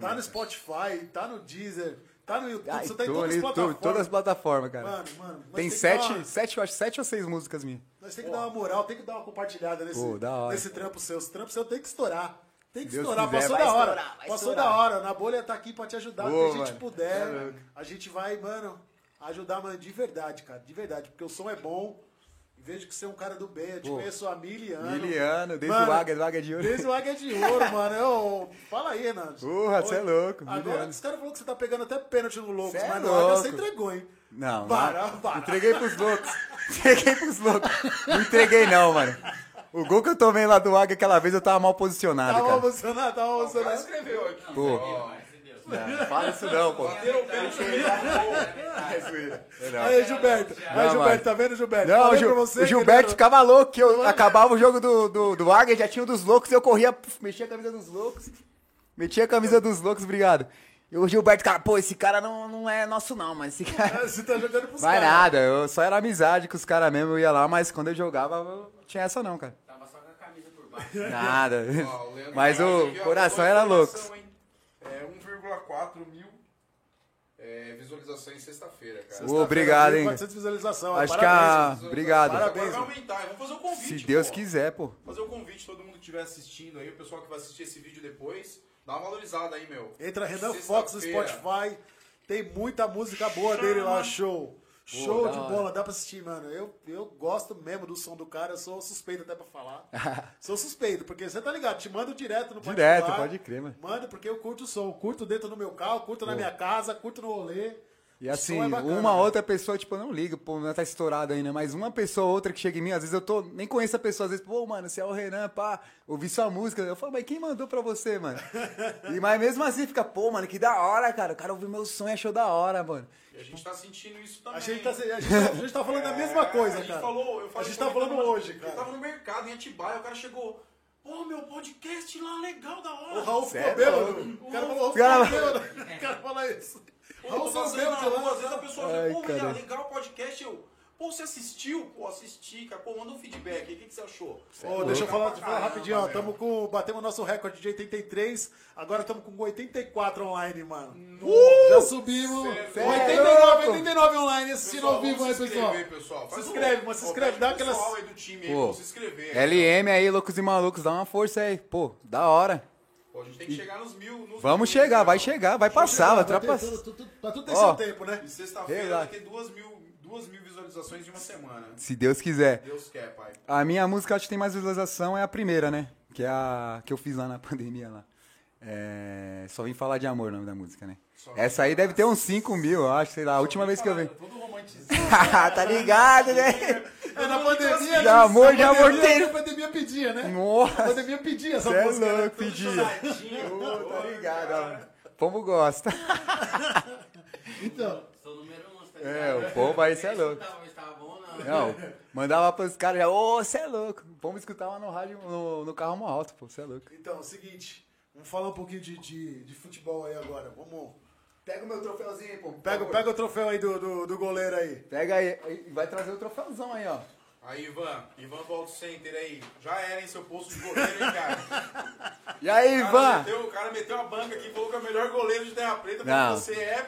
[SPEAKER 2] tá no Spotify, tá no Deezer, tá no YouTube,
[SPEAKER 3] Ai,
[SPEAKER 2] você tá em
[SPEAKER 3] tô
[SPEAKER 2] todas
[SPEAKER 3] Ah, ali,
[SPEAKER 2] as
[SPEAKER 3] tô-
[SPEAKER 2] plataformas.
[SPEAKER 3] todas as plataformas, cara.
[SPEAKER 2] Mano, mano, nós
[SPEAKER 3] tem
[SPEAKER 2] que
[SPEAKER 3] sete,
[SPEAKER 2] dar uma-
[SPEAKER 3] sete, eu acho, sete ou seis músicas minhas.
[SPEAKER 2] nós tem que dar uma moral, tem que dar uma compartilhada nesse,
[SPEAKER 3] Pô, da hora.
[SPEAKER 2] nesse trampo seu. Esse trampo seu tem que estourar. Tem que
[SPEAKER 3] Deus
[SPEAKER 2] estourar,
[SPEAKER 3] quiser,
[SPEAKER 2] passou
[SPEAKER 3] vai
[SPEAKER 2] da hora.
[SPEAKER 5] estourar, vai
[SPEAKER 2] passou
[SPEAKER 5] estourar.
[SPEAKER 2] da hora. Na bolha tá aqui pra te ajudar.
[SPEAKER 3] Boa,
[SPEAKER 2] Se a gente
[SPEAKER 3] mano.
[SPEAKER 2] puder,
[SPEAKER 3] Tá louco.
[SPEAKER 2] a gente vai, mano, ajudar, mano, de verdade, cara. De verdade. Porque o som é bom. E vejo que você é um cara do bem. Eu te
[SPEAKER 3] Pô.
[SPEAKER 2] conheço há mil anos.
[SPEAKER 3] Miliano, desde
[SPEAKER 2] Ah, Mano,
[SPEAKER 3] o Águia, do Águia de Ouro.
[SPEAKER 2] Desde o Águia de Ouro, mano. Eu- fala aí, Renato.
[SPEAKER 3] Porra, cê é louco,
[SPEAKER 2] Agora
[SPEAKER 3] miliano.
[SPEAKER 2] os caras falaram que você tá pegando até pênalti no Loucos,
[SPEAKER 3] Cê é
[SPEAKER 2] mas no Águia
[SPEAKER 3] louco.
[SPEAKER 2] você entregou, hein?
[SPEAKER 3] Não,
[SPEAKER 2] Para,
[SPEAKER 3] não.
[SPEAKER 2] para.
[SPEAKER 3] Entreguei pros loucos. Entreguei pros loucos. Não entreguei não, mano. O gol que eu tomei lá do Águia aquela vez, eu tava mal posicionado,
[SPEAKER 2] Tava
[SPEAKER 3] cara.
[SPEAKER 2] emocionado, tava
[SPEAKER 1] O cara
[SPEAKER 2] emocionado.
[SPEAKER 1] escreveu aqui.
[SPEAKER 3] Pô. Não, fala isso não, pô.
[SPEAKER 1] Deu beijo mesmo.
[SPEAKER 2] Aí, Gilberto. Aí,
[SPEAKER 3] Não, mano.
[SPEAKER 2] Gilberto, tá vendo, Gilberto?
[SPEAKER 3] Não, o
[SPEAKER 2] Falei
[SPEAKER 3] Gil-
[SPEAKER 2] pra você
[SPEAKER 3] o
[SPEAKER 2] que
[SPEAKER 3] Gilberto
[SPEAKER 2] não-
[SPEAKER 3] ficava louco, que eu acabava o jogo do, do, do Águia, já tinha o dos loucos, eu corria, puf, mexia a camisa dos loucos. Metia a camisa dos loucos, obrigado. E o Gilberto, cara, pô, esse cara não, não é nosso não, mas esse cara...
[SPEAKER 2] Você tá jogando pros
[SPEAKER 3] Vai
[SPEAKER 2] caras.
[SPEAKER 3] nada, eu só era amizade com os caras mesmo, eu ia lá, mas quando eu jogava, eu não tinha essa não, cara.
[SPEAKER 6] Tava só com a camisa por baixo.
[SPEAKER 3] Nada.
[SPEAKER 1] Ó, o Leandro
[SPEAKER 3] Mas
[SPEAKER 1] Carlos
[SPEAKER 3] o
[SPEAKER 1] aqui, ó,
[SPEAKER 3] coração
[SPEAKER 1] mandou
[SPEAKER 3] era louco.
[SPEAKER 1] informação, hein? É 1,4 mil é, visualizações sexta-feira, cara.
[SPEAKER 2] tá
[SPEAKER 3] Ô, Obrigado, hein.
[SPEAKER 2] 400 visualizações.
[SPEAKER 3] Acho que
[SPEAKER 2] Parabéns,
[SPEAKER 3] a...
[SPEAKER 2] hein?
[SPEAKER 3] Obrigado.
[SPEAKER 1] Agora
[SPEAKER 2] Parabéns,
[SPEAKER 1] vai
[SPEAKER 2] mano.
[SPEAKER 1] aumentar. Vamos fazer um convite.
[SPEAKER 3] Se Deus
[SPEAKER 1] pô.
[SPEAKER 3] quiser, pô.
[SPEAKER 1] Fazer um convite, todo mundo que estiver assistindo aí, o pessoal que vai assistir esse vídeo depois, dá uma valorizada aí, meu.
[SPEAKER 2] Entra Renan Fox no
[SPEAKER 1] Sexta-feira.
[SPEAKER 2] Spotify. Tem muita música boa dele lá, show. Show
[SPEAKER 3] da
[SPEAKER 2] de
[SPEAKER 3] hora.
[SPEAKER 2] bola, dá pra assistir, mano. Eu, eu gosto mesmo do som do cara, eu sou suspeito até pra falar. sou suspeito, porque você tá ligado, te mando direto no
[SPEAKER 3] Direto,
[SPEAKER 2] particular.
[SPEAKER 3] pode crer, mano.
[SPEAKER 2] Mando porque eu curto o som, curto dentro do meu carro, curto na minha casa, curto no rolê.
[SPEAKER 3] E
[SPEAKER 2] O
[SPEAKER 3] assim,
[SPEAKER 2] som é bacana,
[SPEAKER 3] uma
[SPEAKER 2] né?
[SPEAKER 3] outra pessoa, tipo, eu não ligo, pô, não tá estourado ainda, mas uma pessoa ou outra que chega em mim, às vezes eu tô, nem conheço a pessoa, às vezes, pô, mano, você é o Renan, pá, ouvi sua música. Eu falo, mas quem mandou pra você, mano? e, mas mesmo assim fica, pô, mano, que da hora, cara. O cara ouviu meu som e achou da hora, mano.
[SPEAKER 1] E a gente tá sentindo isso também.
[SPEAKER 2] A gente, tá, a, gente, tá- a gente tá falando a mesma coisa,
[SPEAKER 1] a gente
[SPEAKER 2] cara.
[SPEAKER 1] Falou, eu
[SPEAKER 2] a
[SPEAKER 1] falei
[SPEAKER 2] gente
[SPEAKER 1] com
[SPEAKER 2] tá
[SPEAKER 1] ele,
[SPEAKER 2] falando
[SPEAKER 1] tava-
[SPEAKER 2] hoje,
[SPEAKER 1] Eu
[SPEAKER 2] cara.
[SPEAKER 1] tava no mercado em Atibaia, o cara chegou. Pô, meu podcast lá, legal, da hora.
[SPEAKER 2] O Raul
[SPEAKER 3] Cê é
[SPEAKER 2] ficou bêbado.
[SPEAKER 1] louco.
[SPEAKER 2] O cara falou, o
[SPEAKER 3] Cara-
[SPEAKER 2] Raul ficou bêbado. O cara fala isso.
[SPEAKER 1] Pô, eu
[SPEAKER 2] O
[SPEAKER 1] tô
[SPEAKER 2] Raul ficou
[SPEAKER 1] passando na
[SPEAKER 2] bêbado
[SPEAKER 1] rua,
[SPEAKER 2] lá.
[SPEAKER 1] às vezes tá a pessoa
[SPEAKER 3] Ai,
[SPEAKER 1] fala, pô,
[SPEAKER 3] cara.
[SPEAKER 1] William, legal o podcast, eu... Pô, você assistiu? Pô, assisti, cara. Pô, manda um feedback aí, o que, que você achou?
[SPEAKER 2] Ô, é deixa eu falar,
[SPEAKER 1] Pra
[SPEAKER 2] falar rapidinho, ó.
[SPEAKER 1] caramba,
[SPEAKER 2] Tamo com, batemos nosso recorde de 83, agora estamos com 84 online, mano. Já subimos.
[SPEAKER 1] Uh! Cê é
[SPEAKER 2] 89, 89 online assistindo
[SPEAKER 1] Pessoal,
[SPEAKER 2] ao vivo aí,
[SPEAKER 1] vamos se
[SPEAKER 2] pessoal.
[SPEAKER 1] inscrever, pessoal. Faz
[SPEAKER 2] Se
[SPEAKER 1] um-
[SPEAKER 2] inscreve, mas se
[SPEAKER 1] Ó,
[SPEAKER 2] inscreve,
[SPEAKER 1] pede
[SPEAKER 2] dá
[SPEAKER 1] pro pessoal
[SPEAKER 2] aquelas-
[SPEAKER 1] aí do time aí,
[SPEAKER 3] Pô,
[SPEAKER 1] pra se inscrever.
[SPEAKER 3] LM aí, loucos e malucos, dá uma força aí, pô, da hora.
[SPEAKER 1] Pô, a gente tem que chegar nos mil. nos mil,
[SPEAKER 3] Vamos chegar,
[SPEAKER 1] né,
[SPEAKER 3] vai
[SPEAKER 1] cara?
[SPEAKER 3] chegar, vai passar, vai
[SPEAKER 2] Tá tudo-
[SPEAKER 3] ultrapassar.
[SPEAKER 2] tudo- tudo- Tá tudo tem
[SPEAKER 3] Ó.
[SPEAKER 2] seu tempo, né?
[SPEAKER 1] E sexta-feira vai
[SPEAKER 3] Relaxa.
[SPEAKER 1] ter duas mil, duas mil visualizações em uma semana.
[SPEAKER 3] Se Deus quiser.
[SPEAKER 1] Deus quer, pai.
[SPEAKER 3] A minha música acho que tem mais visualização é a primeira, né? Que é a que eu fiz lá na pandemia lá. É, Só vim falar de amor o nome da música, né? Essa aí deve ter uns 5 mil, eu acho, sei lá, a última vez que eu vi.
[SPEAKER 1] Todo romantizado.
[SPEAKER 3] tá ligado, né?
[SPEAKER 2] É, na pandemia,
[SPEAKER 3] De amor,
[SPEAKER 2] na
[SPEAKER 1] Tá
[SPEAKER 3] de amor
[SPEAKER 2] pandemia,
[SPEAKER 3] tem-
[SPEAKER 2] A pandemia pedia, né? A
[SPEAKER 3] Nossa,
[SPEAKER 2] pandemia pedia essa
[SPEAKER 3] cê é
[SPEAKER 2] música. né?
[SPEAKER 3] louco, pedia.
[SPEAKER 1] Tadinho,
[SPEAKER 3] Ô, tá
[SPEAKER 1] cara.
[SPEAKER 3] ligado, ó. O povo gosta.
[SPEAKER 2] Então,
[SPEAKER 6] Sou o número 11, tá
[SPEAKER 3] É,
[SPEAKER 6] ligado?
[SPEAKER 3] o povo aí cê é
[SPEAKER 6] Nem
[SPEAKER 3] louco.
[SPEAKER 6] escutava, mas tava bom, não.
[SPEAKER 2] É.
[SPEAKER 3] Não, mandava pros caras já, ô, você é louco. Vamos escutar uma no rádio, no, no carro mó alto, pô, você é louco.
[SPEAKER 2] então, é o seguinte. Vamos falar um pouquinho de, de, de futebol aí agora. Vamos.
[SPEAKER 7] Pega o meu troféuzinho aí, pô. por
[SPEAKER 2] Pega,
[SPEAKER 7] favor.
[SPEAKER 2] pega o troféu aí do, do, do goleiro aí.
[SPEAKER 3] Pega aí, e vai trazer o troféuzão aí, ó.
[SPEAKER 1] Aí, Ivan, Ivan do Alto Center aí. Já era, hein, seu posto de goleiro, hein, cara.
[SPEAKER 3] E aí,
[SPEAKER 1] O cara
[SPEAKER 3] Ivan?
[SPEAKER 1] meteu- o cara meteu a banca aqui e falou que é o melhor goleiro de Terra Preta.
[SPEAKER 3] Não.
[SPEAKER 1] Porque você é.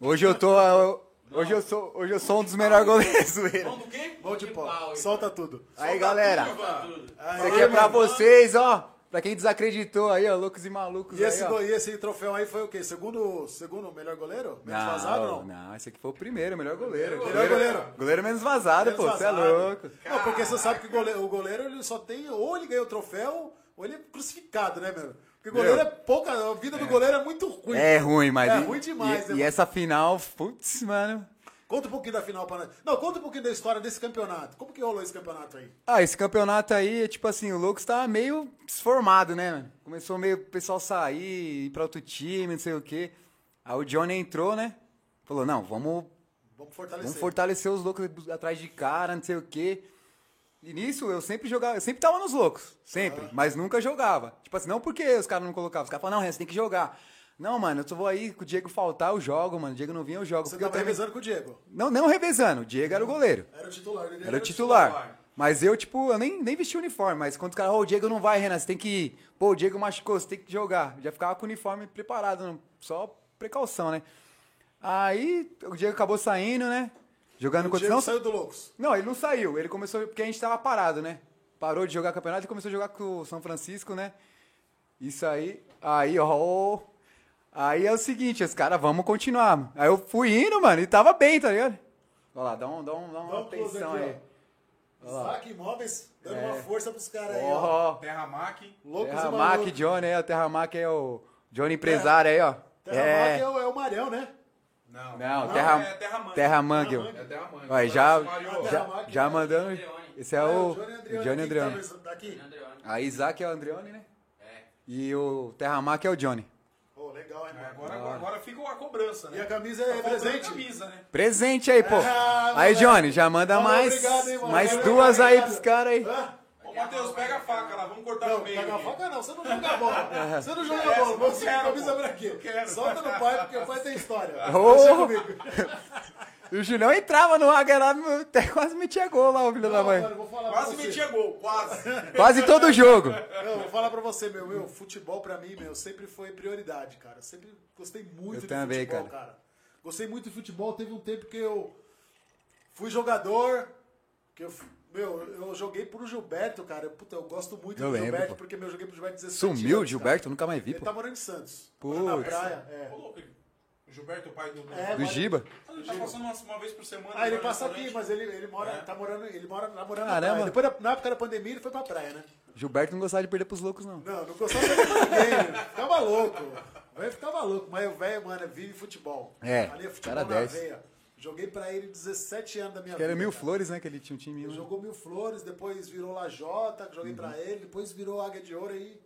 [SPEAKER 3] Hoje eu tô. ah, eu- hoje, eu sou, hoje eu sou um dos melhores goleiros, zoeira.
[SPEAKER 1] Mão do quê?
[SPEAKER 2] Bom de
[SPEAKER 6] Que
[SPEAKER 2] pau.
[SPEAKER 7] então.
[SPEAKER 6] pau, hein?
[SPEAKER 2] Solta tudo.
[SPEAKER 3] Aí, galera,
[SPEAKER 1] Ivan.
[SPEAKER 3] isso aqui é pra vocês, ó. Pra quem desacreditou aí, ó, loucos e malucos.
[SPEAKER 2] E esse,
[SPEAKER 3] aí, ó.
[SPEAKER 2] go- e esse troféu aí foi o quê? Segundo, segundo melhor goleiro? Menos vazado, não?
[SPEAKER 3] Não, né? não, esse aqui foi o primeiro, o melhor goleiro.
[SPEAKER 2] Melhor goleiro.
[SPEAKER 3] Goleiro menos vazado,
[SPEAKER 2] Menos
[SPEAKER 3] pô, você é
[SPEAKER 2] vazado.
[SPEAKER 3] louco.
[SPEAKER 2] Não, porque você sabe que o goleiro, o goleiro, ele só tem. Ou ele ganha o troféu, ou ele é crucificado, né, meu? Porque goleiro
[SPEAKER 3] Meu.
[SPEAKER 2] é pouca. A vida do goleiro é muito ruim.
[SPEAKER 3] É ruim, mas.
[SPEAKER 2] É
[SPEAKER 3] e-
[SPEAKER 2] ruim demais,
[SPEAKER 3] e,
[SPEAKER 2] né,
[SPEAKER 3] e
[SPEAKER 2] mano?
[SPEAKER 3] essa final, putz, mano.
[SPEAKER 2] Conta um pouquinho da final para nós. Não, conta um pouquinho da história desse campeonato. Como que rolou esse campeonato aí?
[SPEAKER 3] Ah, esse campeonato aí, é tipo assim, o Loucos tava meio desformado, né, mano? Começou meio o pessoal sair, ir pra outro time, não sei o quê. Aí o Johnny entrou, né? Falou, não, vamos
[SPEAKER 2] Vamos fortalecer.
[SPEAKER 3] Vamos fortalecer os loucos atrás de cara, não sei o quê. E nisso eu sempre jogava, eu sempre tava nos loucos,
[SPEAKER 2] Ah.
[SPEAKER 3] sempre, mas nunca jogava. Tipo assim, não porque os caras não colocavam, os caras falavam, não, Ren, você tem que jogar. Não, mano, eu só vou aí, o Diego faltar, eu jogo, mano. O Diego não vinha, eu jogo.
[SPEAKER 2] Você
[SPEAKER 3] porque eu
[SPEAKER 2] tava
[SPEAKER 3] também-
[SPEAKER 2] revezando com o Diego.
[SPEAKER 3] Não, não revezando, o Diego era o goleiro.
[SPEAKER 2] Era o titular.
[SPEAKER 1] né?
[SPEAKER 2] Ele
[SPEAKER 3] Era o titular. Mas eu, tipo, eu nem, nem vesti o uniforme, mas quando o cara, ô, o Diego não vai, Renan, você tem que ir. Pô, o Diego machucou, você tem que jogar. Eu já ficava com o uniforme preparado, não- só precaução, né? Aí o Diego acabou saindo, né? Jogando
[SPEAKER 2] O
[SPEAKER 3] contra.
[SPEAKER 2] Diego
[SPEAKER 3] Não,
[SPEAKER 2] saiu do Loucos.
[SPEAKER 3] não, ele não saiu. Ele começou. Porque a gente tava parado, né? Parou de jogar campeonato e começou a jogar com o São Francisco, né? Isso aí. Aí, ó. ó. Aí é o seguinte, os caras, vamos continuar. mano. Aí eu fui indo, mano, e tava bem, tá ligado? Olha lá, dá, um, dá, um, dá uma
[SPEAKER 2] Dá um close
[SPEAKER 3] atenção
[SPEAKER 2] aqui,
[SPEAKER 3] aí.
[SPEAKER 2] Saque imóveis, dando uma força pros caras aí, ó.
[SPEAKER 3] É. Ó,
[SPEAKER 1] Terra Mac.
[SPEAKER 2] Loucos e
[SPEAKER 3] Terramac,
[SPEAKER 2] malucos.
[SPEAKER 3] Johnny aí, ó. Terramac é o Johnny empresário aí, ó.
[SPEAKER 2] Terra
[SPEAKER 3] É.
[SPEAKER 2] é. é, o, é o Marião, né?
[SPEAKER 1] Não.
[SPEAKER 3] Não,
[SPEAKER 1] É Terra
[SPEAKER 3] Terra,
[SPEAKER 1] Mangue.
[SPEAKER 3] Terra Mangue.
[SPEAKER 2] Terra
[SPEAKER 3] ó.
[SPEAKER 2] Mangue.
[SPEAKER 1] É Terra Mangue.
[SPEAKER 3] Aí, já,
[SPEAKER 2] é
[SPEAKER 1] Mario.
[SPEAKER 3] já, já mandando. Esse é o
[SPEAKER 2] tá
[SPEAKER 3] Johnny Adriano.
[SPEAKER 2] Daqui.
[SPEAKER 1] Uhum.
[SPEAKER 6] Andreoni.
[SPEAKER 3] A Isaac é o Andrione, né?
[SPEAKER 6] É.
[SPEAKER 3] E o Terramac é o Johnny.
[SPEAKER 2] Pô, legal, hein,
[SPEAKER 1] É,
[SPEAKER 2] mano.
[SPEAKER 1] Agora, agora, agora fica a cobrança, né?
[SPEAKER 2] E a camisa é
[SPEAKER 1] Faltando
[SPEAKER 2] presente?
[SPEAKER 1] camisa, né?
[SPEAKER 3] Presente aí, pô.
[SPEAKER 2] Ah,
[SPEAKER 3] aí,
[SPEAKER 2] moleque.
[SPEAKER 3] Johnny, já manda
[SPEAKER 2] Valeu,
[SPEAKER 3] mais,
[SPEAKER 2] obrigado, hein, mano.
[SPEAKER 3] mais
[SPEAKER 2] Valeu,
[SPEAKER 3] duas aí
[SPEAKER 2] obrigado.
[SPEAKER 3] pros caras aí.
[SPEAKER 2] Hã?
[SPEAKER 1] Ô, Matheus, pega a faca lá, vamos cortar
[SPEAKER 2] Não,
[SPEAKER 1] Tá no meio.
[SPEAKER 2] pega a
[SPEAKER 1] aqui.
[SPEAKER 2] faca não, você não joga bola. Você não joga
[SPEAKER 1] É,
[SPEAKER 2] bola,
[SPEAKER 1] não
[SPEAKER 2] você
[SPEAKER 1] quero,
[SPEAKER 2] camisa
[SPEAKER 1] pô.
[SPEAKER 2] pra quê?
[SPEAKER 1] Não quero.
[SPEAKER 2] Solta no pai, porque o pai tem história.
[SPEAKER 3] Ô!
[SPEAKER 2] Deixa comigo.
[SPEAKER 3] E O Julião entrava no águia lá, meu, até quase metia gol lá, o filho da
[SPEAKER 2] Não,
[SPEAKER 3] mãe.
[SPEAKER 2] mano, eu vou falar pra
[SPEAKER 1] Quase
[SPEAKER 2] você.
[SPEAKER 1] metia gol, quase.
[SPEAKER 3] Quase todo jogo.
[SPEAKER 2] Não, eu vou falar pra você, meu, meu, futebol pra mim, meu, sempre foi prioridade, cara. Eu Sempre gostei muito
[SPEAKER 3] Eu
[SPEAKER 2] de
[SPEAKER 3] também,
[SPEAKER 2] futebol, cara. Gostei muito de futebol, teve um tempo que eu fui jogador, que eu, f- meu, eu joguei pro Gilberto, cara. Puta, eu gosto muito
[SPEAKER 3] Eu
[SPEAKER 2] do
[SPEAKER 3] lembro,
[SPEAKER 2] Gilberto,
[SPEAKER 3] pô.
[SPEAKER 2] porque meu, eu joguei pro Gilberto 17
[SPEAKER 3] Sumiu o
[SPEAKER 2] anos, cara.
[SPEAKER 3] Gilberto, nunca mais vi,
[SPEAKER 2] Ele
[SPEAKER 3] pô.
[SPEAKER 2] tá morando em Santos.
[SPEAKER 3] Putz.
[SPEAKER 2] Morando na praia, é.
[SPEAKER 1] Ô, louco, o Gilberto, pai do.
[SPEAKER 2] É,
[SPEAKER 3] Do
[SPEAKER 2] mas-
[SPEAKER 3] Giba.
[SPEAKER 1] Ele tá passando uma, uma vez por semana.
[SPEAKER 2] Ah, ele
[SPEAKER 1] no
[SPEAKER 2] passa aqui,
[SPEAKER 1] restaurante.
[SPEAKER 2] mas ele, ele mora, tá morando, ele mora, tá morando na
[SPEAKER 3] Caramba.
[SPEAKER 2] praia. Depois, da- na época da pandemia, ele foi pra praia, né?
[SPEAKER 3] Gilberto não gostava de perder pros loucos, não.
[SPEAKER 2] Não, não gostava de ninguém, velho. ficava louco. O velho ficava louco, mas o velho, mano, vive futebol.
[SPEAKER 3] É,
[SPEAKER 2] Ali é futebol
[SPEAKER 3] cara
[SPEAKER 2] na
[SPEAKER 3] desce.
[SPEAKER 2] veia. Joguei pra ele 17 anos da minha
[SPEAKER 3] Que
[SPEAKER 2] vida.
[SPEAKER 3] era Mil
[SPEAKER 2] cara.
[SPEAKER 3] Flores, né? Que ele tinha um time.
[SPEAKER 2] Ele
[SPEAKER 3] né?
[SPEAKER 2] Jogou Mil Flores, depois virou Lajota, que joguei
[SPEAKER 3] Uhum.
[SPEAKER 2] pra ele, depois virou Águia de Ouro aí.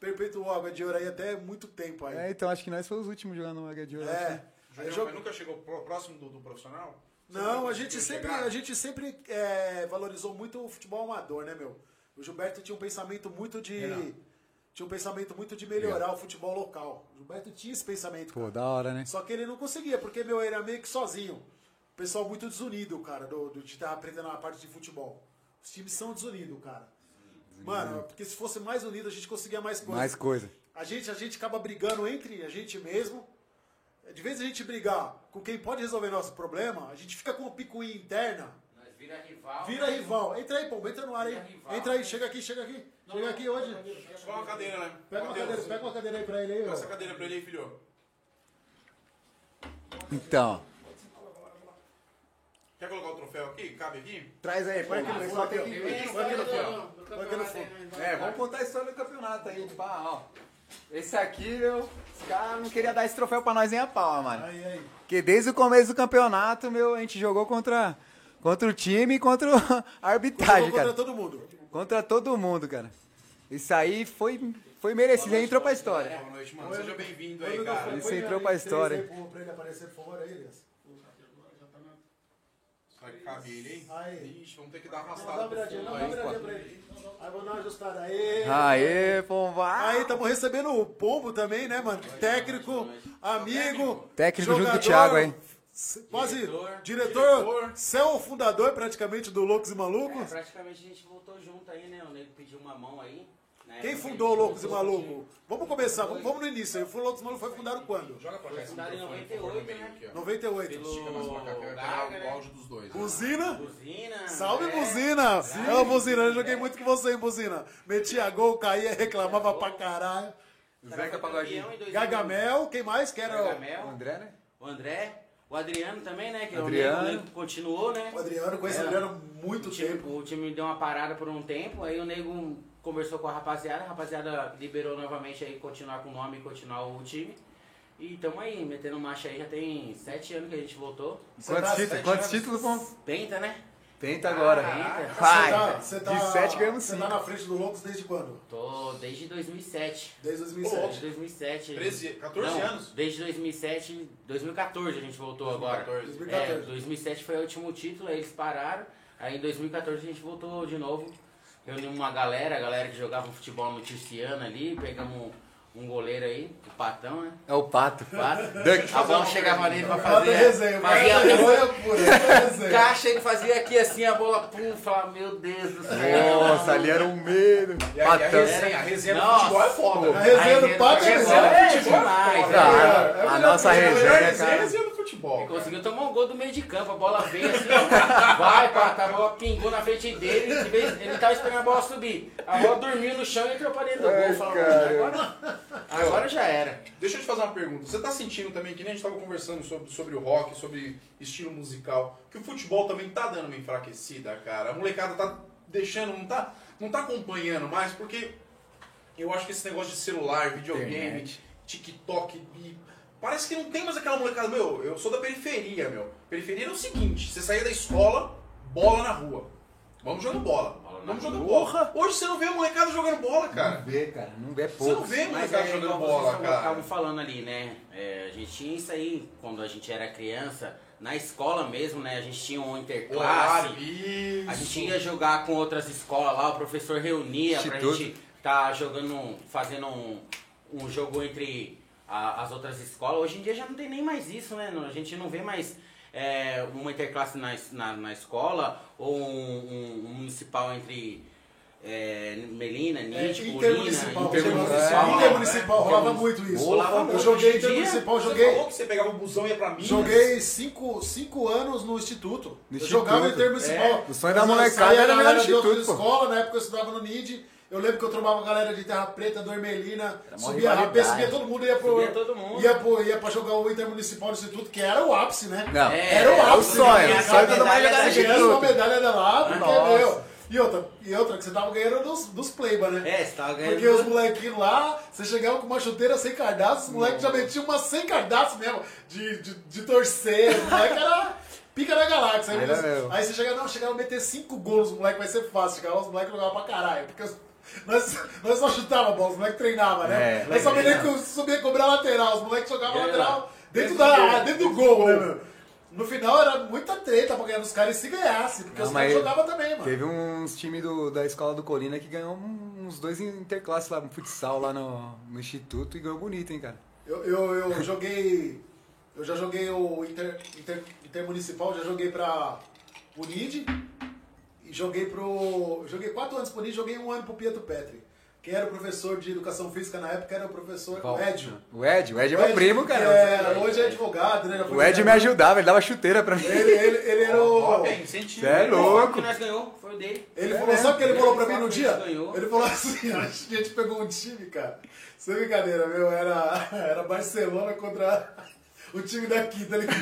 [SPEAKER 2] Perpetuou Águia de Ouro aí até muito tempo aí. É.
[SPEAKER 3] É, então acho que nós foi os últimos jogando no Águia de Ouro. acho, né?
[SPEAKER 1] Aí,
[SPEAKER 2] Aí
[SPEAKER 1] mas
[SPEAKER 2] jogou-
[SPEAKER 1] nunca chegou pro- próximo do, do profissional? Você
[SPEAKER 2] Não,
[SPEAKER 1] nunca
[SPEAKER 2] a gente
[SPEAKER 1] conseguiu
[SPEAKER 2] sempre,
[SPEAKER 1] chegar?
[SPEAKER 2] a gente sempre é, valorizou muito o futebol amador, né, meu? O Gilberto tinha um pensamento muito de. Tinha um pensamento muito de melhorar o futebol local. O Gilberto tinha esse pensamento.
[SPEAKER 3] Pô,
[SPEAKER 2] cara.
[SPEAKER 3] da hora, né?
[SPEAKER 2] Só que ele não conseguia, porque, meu, ele era meio que sozinho. O pessoal muito desunido, cara, do, do, de estar aprendendo a parte de futebol. Os times são desunidos, cara. Mano, porque se fosse mais unido, a gente conseguia mais coisas.
[SPEAKER 3] Mais coisa.
[SPEAKER 2] A gente, a gente acaba brigando entre a gente mesmo. De vez em a gente brigar com quem pode resolver nosso problema, a gente fica com uma picuinha interna,
[SPEAKER 6] Nós vira rival.
[SPEAKER 2] vira rival. Entra aí, pombo, entra no ar aí.
[SPEAKER 6] Vira rival.
[SPEAKER 2] Entra aí, chega aqui, chega aqui. Chega aqui hoje.
[SPEAKER 1] Pega uma cadeira, né?
[SPEAKER 2] Pega uma
[SPEAKER 1] Mateus,
[SPEAKER 2] cadeira, pega uma cadeira aí pra ele aí,
[SPEAKER 1] Pega essa
[SPEAKER 2] ó.
[SPEAKER 1] cadeira pra ele aí, filho.
[SPEAKER 3] Então,
[SPEAKER 1] Quer colocar o troféu aqui? Cabe aqui?
[SPEAKER 3] traz aí,
[SPEAKER 2] Põe aqui no fundo, aqui,
[SPEAKER 6] Eu ia
[SPEAKER 2] põe aqui no
[SPEAKER 6] história
[SPEAKER 2] fundo.
[SPEAKER 6] do- do
[SPEAKER 2] Põe aqui no
[SPEAKER 6] campeonato
[SPEAKER 2] fundo.
[SPEAKER 6] aí, né?
[SPEAKER 1] É,
[SPEAKER 3] Vamos contar a história do campeonato aí, pá, ó. Esse aqui, meu, os caras não queriam dar esse troféu pra nós nem a pau, mano.
[SPEAKER 2] Aí, aí.
[SPEAKER 3] Porque desde o começo do campeonato, meu, a gente jogou contra
[SPEAKER 5] Contra o time e contra a arbitragem,
[SPEAKER 2] Jogou contra
[SPEAKER 5] cara.
[SPEAKER 2] todo mundo.
[SPEAKER 5] Contra todo mundo, cara. Isso aí foi, foi merecido, ele entrou pra
[SPEAKER 3] É,
[SPEAKER 5] história.
[SPEAKER 1] Boa noite, mano. Seja bem-vindo aí, cara.
[SPEAKER 5] Esse entrou pra história.
[SPEAKER 2] Pra ele aparecer, por favor, aí, Elias.
[SPEAKER 1] Vai caber ele, hein?
[SPEAKER 2] Aí.
[SPEAKER 1] Ixi, vamos ter que dar uma
[SPEAKER 2] Dá uma
[SPEAKER 1] afastada pro
[SPEAKER 2] viradinha, dá
[SPEAKER 1] fundo
[SPEAKER 2] uma
[SPEAKER 1] aí.
[SPEAKER 2] viradinha pra ele. Aí, vou dar uma ajustada. Aê!
[SPEAKER 5] Aê, pomba!
[SPEAKER 2] Aí, tá estamos recebendo o Pombo também, né, mano? Técnico, amigo.
[SPEAKER 5] Técnico junto com o
[SPEAKER 2] jogador,
[SPEAKER 5] Thiago, hein?
[SPEAKER 2] s- Quase
[SPEAKER 6] Diretor.
[SPEAKER 2] diretor,
[SPEAKER 1] Diretor.
[SPEAKER 2] céu fundador praticamente do Loucos e
[SPEAKER 6] É,
[SPEAKER 2] Malucos.
[SPEAKER 6] praticamente a gente voltou junto aí, né? O nego pediu uma mão aí. né? Na época que a
[SPEAKER 2] Quem
[SPEAKER 6] gente
[SPEAKER 2] fundou o Loucos e
[SPEAKER 6] voltou,
[SPEAKER 2] Malucos? Vamos começar, vamos, vamos no início aí. O Loucos e Malucos foi fundado quando?
[SPEAKER 1] Joga pra cá esse
[SPEAKER 6] É Fundado em
[SPEAKER 1] microfone, por favor, no
[SPEAKER 6] 98,
[SPEAKER 1] meio
[SPEAKER 6] né?
[SPEAKER 1] aqui, ó.
[SPEAKER 2] 98.
[SPEAKER 1] Estica mais pra cá, que eu quero pegar o
[SPEAKER 6] Buzina.
[SPEAKER 1] áudio dos dois. né?
[SPEAKER 5] é.
[SPEAKER 2] Buzina?
[SPEAKER 6] Buzina.
[SPEAKER 2] Salve,
[SPEAKER 6] é.
[SPEAKER 2] Buzina! É o Buzina, eu joguei muito com você, hein, Buzina. Metia gol, caía, reclamava pra caralho.
[SPEAKER 6] Cara,
[SPEAKER 5] Zeca
[SPEAKER 6] foi
[SPEAKER 5] Pagodinho.
[SPEAKER 6] campeão em 2000.
[SPEAKER 2] Gagamel, quem mais? Que era o-
[SPEAKER 6] Gagamel.
[SPEAKER 5] André, né?
[SPEAKER 6] É O André. O Adriano também, né? Que
[SPEAKER 5] Adriano.
[SPEAKER 6] o nego- o nego continuou, né?
[SPEAKER 2] o Adriano, conheço o Adriano há muito
[SPEAKER 6] O time,
[SPEAKER 2] tempo.
[SPEAKER 6] Tipo, o time deu uma parada por um tempo, aí o nego conversou com a rapaziada, a rapaziada liberou novamente aí continuar com o nome e continuar o time. E tamo aí, metendo marcha aí, já tem sete anos que a gente voltou.
[SPEAKER 5] Quantos
[SPEAKER 2] tá
[SPEAKER 5] títulos?
[SPEAKER 2] sete
[SPEAKER 5] Quantos
[SPEAKER 2] anos.
[SPEAKER 5] títulos, pomba?
[SPEAKER 6] Penta, né?
[SPEAKER 5] Tenta agora.
[SPEAKER 6] Caraca.
[SPEAKER 5] Vai!
[SPEAKER 2] Você tá- você tá-
[SPEAKER 5] De 7 ganhamos
[SPEAKER 2] Você
[SPEAKER 5] 5.
[SPEAKER 2] tá na frente do Loucos desde quando?
[SPEAKER 6] Tô desde 2007.
[SPEAKER 2] Desde
[SPEAKER 6] Desde
[SPEAKER 2] 2007.
[SPEAKER 6] 2007.
[SPEAKER 1] 13, 14
[SPEAKER 6] Não,
[SPEAKER 1] anos.
[SPEAKER 6] Desde 2007, 2014 a gente voltou agora.
[SPEAKER 1] 2014.
[SPEAKER 2] 2014.
[SPEAKER 6] É, 2007 foi o último título, aí eles pararam. Aí em 2014 a gente voltou de novo. Reunimos uma galera, a galera que jogava um futebol no Tiziano ali, pegamos um, um goleiro aí, o Patão, né?
[SPEAKER 5] É o pato.
[SPEAKER 6] Pato.
[SPEAKER 2] Tá
[SPEAKER 5] Duck.
[SPEAKER 6] A bola chegava nele pra fazer.
[SPEAKER 2] Cada Tá resenha, cada
[SPEAKER 6] fazia um
[SPEAKER 2] resenha pura, cada resenha.
[SPEAKER 6] caixa, ele fazia aqui assim, a bola pum, falava, meu Deus do céu.
[SPEAKER 5] Nossa, ali era um medo.
[SPEAKER 1] E aí, a
[SPEAKER 5] Patão.
[SPEAKER 1] resenha, é a resenha do
[SPEAKER 6] Nossa.
[SPEAKER 1] futebol é foda,
[SPEAKER 2] A
[SPEAKER 1] né?
[SPEAKER 2] resenha do Pato é
[SPEAKER 6] é
[SPEAKER 2] resenha. É
[SPEAKER 6] demais.
[SPEAKER 5] Ah,
[SPEAKER 6] né?
[SPEAKER 5] a- a, nossa
[SPEAKER 1] A melhor
[SPEAKER 5] resenha,
[SPEAKER 1] resenha é a
[SPEAKER 5] cara.
[SPEAKER 1] resenha do futebol. cara.
[SPEAKER 6] Conseguiu tomar um gol do meio de campo, a bola veio assim, ó, vai, pata, a bola pingou na frente dele, de vez- ele tava esperando a bola subir. A bola dormiu no chão e entrou pra dentro do gol, falou, agora, agora já era.
[SPEAKER 1] Deixa eu te fazer uma pergunta. Você tá sentindo também, que nem a gente tava conversando sobre, sobre o rock, sobre estilo musical, que o futebol também tá dando uma enfraquecida, cara? A molecada tá deixando, não tá, não tá acompanhando mais, porque eu acho que esse negócio de celular, videogame,
[SPEAKER 5] Internet.
[SPEAKER 1] TikTok, e parece que não tem mais aquela molecada. Meu, eu sou da periferia, meu. Periferia era o seguinte: você saía da escola, bola na rua. Vamos jogando bola. Vamos jogando bola. Hoje você não vê a molecada jogando bola, cara.
[SPEAKER 5] vê, cara. Não vê
[SPEAKER 1] Você não
[SPEAKER 5] pouco.
[SPEAKER 1] vê a
[SPEAKER 6] Mas
[SPEAKER 1] molecada
[SPEAKER 6] é
[SPEAKER 1] jogando
[SPEAKER 6] igual vocês
[SPEAKER 1] bola,
[SPEAKER 6] estavam-
[SPEAKER 1] cara.
[SPEAKER 6] estavam falando ali, né? É, a gente tinha isso aí quando a gente era criança, na escola mesmo, né? A gente tinha um interclasse.
[SPEAKER 1] Claro, isso.
[SPEAKER 6] A gente ia jogar com outras escolas lá, o professor reunia pra
[SPEAKER 5] Instituto.
[SPEAKER 6] gente tá jogando, um- fazendo um, um jogo entre a- as outras escolas. Hoje em dia já não tem nem mais isso, né? Não- A gente não vê mais é, uma interclasse na, es- na, na escola ou um, um- um municipal entre é, Melina, Nietzsche, Polina,
[SPEAKER 2] Intermunicipal.
[SPEAKER 5] tipo, intermunicipal.
[SPEAKER 2] Intermunicipal, rolava muito isso.
[SPEAKER 6] Rolava
[SPEAKER 2] Eu
[SPEAKER 6] muito.
[SPEAKER 2] joguei
[SPEAKER 6] Hoje em dia,
[SPEAKER 2] intermunicipal,
[SPEAKER 1] Você
[SPEAKER 2] joguei.
[SPEAKER 1] falou que você pegava o busão e ia pra Minas.
[SPEAKER 2] Joguei cinco, cinco anos no instituto.
[SPEAKER 5] No
[SPEAKER 2] eu
[SPEAKER 5] instituto.
[SPEAKER 2] jogava em intermunicipal.
[SPEAKER 5] É, o sonho da
[SPEAKER 2] Eu
[SPEAKER 5] molecada
[SPEAKER 2] saía
[SPEAKER 5] era
[SPEAKER 2] da
[SPEAKER 5] jogar no
[SPEAKER 2] galera de
[SPEAKER 5] instituto,
[SPEAKER 2] outra
[SPEAKER 5] pô.
[SPEAKER 2] escola, na época eu estudava no NID. Eu lembro que eu trombava a galera de Terra Preta, do Ermelina,
[SPEAKER 5] mó
[SPEAKER 2] subia a rapé,
[SPEAKER 5] rivalidade.
[SPEAKER 2] subia todo mundo, ia pro,
[SPEAKER 6] Subia todo mundo.
[SPEAKER 2] Ia, pro, ia pra jogar o Intermunicipal no Instituto, que era o ápice, né?
[SPEAKER 5] Não.
[SPEAKER 6] É,
[SPEAKER 2] Era o
[SPEAKER 6] era
[SPEAKER 5] o
[SPEAKER 2] ápice.
[SPEAKER 5] sonho.
[SPEAKER 2] né?
[SPEAKER 5] O sonho de todo mundo
[SPEAKER 6] Era
[SPEAKER 5] jogar no
[SPEAKER 2] Você ganhava uma
[SPEAKER 5] Instituto.
[SPEAKER 2] medalha da lá, porque,
[SPEAKER 5] Nossa.
[SPEAKER 2] meu... E outra, e outra, que você tava ganhando dos, dos pleiba, né?
[SPEAKER 6] É, você tava ganhando.
[SPEAKER 2] Porque os molequinhos lá, você chegava com uma chuteira sem cardaço, os moleques já metiam uma sem cardaço mesmo, de, de, de torcer, os moleques era pica da galáxia. Aí,
[SPEAKER 5] Era
[SPEAKER 2] você-
[SPEAKER 5] mesmo.
[SPEAKER 2] aí você chegava, não, chegava a meter cinco gols, os moleques vai ser fácil, chegava, os moleques jogavam pra caralho, porque os- nós, nós só chutava a bola, os moleques treinavam, né?
[SPEAKER 5] É,
[SPEAKER 2] nós só menino que subia e cobrar lateral, os moleques jogavam
[SPEAKER 6] Era.
[SPEAKER 2] lateral dentro, da, área, dentro do gol, né, meu? No final era muita treta pra ganhar dos caras e se ganhasse, porque
[SPEAKER 5] Não,
[SPEAKER 2] os caras
[SPEAKER 5] mas
[SPEAKER 2] jogavam também, mano.
[SPEAKER 5] Teve uns times do- da escola do Colina que ganhou um- uns dois interclasses lá, um futsal lá no, no Instituto e ganhou bonito, hein, cara.
[SPEAKER 2] Eu, eu, eu joguei. Eu já joguei o Inter, Inter, Intermunicipal, já joguei pra o NID e joguei pro. Joguei quatro anos pro NID, joguei um ano pro Pietro Petri. Quem era o professor de educação física na época era o professor
[SPEAKER 5] Qual?
[SPEAKER 2] o Edio.
[SPEAKER 5] O Ed, o Ed é
[SPEAKER 2] O
[SPEAKER 5] meu
[SPEAKER 2] Ed,
[SPEAKER 5] primo, cara.
[SPEAKER 2] É, hoje é advogado, né? Já foi
[SPEAKER 5] O Ed me
[SPEAKER 2] advogado.
[SPEAKER 5] ajudava, ele dava chuteira pra mim.
[SPEAKER 2] Ele, ele, ele era
[SPEAKER 1] Ó,
[SPEAKER 2] o.
[SPEAKER 1] bem, senti-
[SPEAKER 5] Cê é
[SPEAKER 6] O que
[SPEAKER 5] louco.
[SPEAKER 6] nós ganhou foi o dele.
[SPEAKER 2] Ele falou, sabe o que ele falou pra mim no
[SPEAKER 6] Ele
[SPEAKER 2] dia?
[SPEAKER 6] ganhou.
[SPEAKER 2] Ele falou assim, a gente pegou um time, cara. Sem brincadeira, meu, era, era Barcelona contra o time daqui, tá ligado?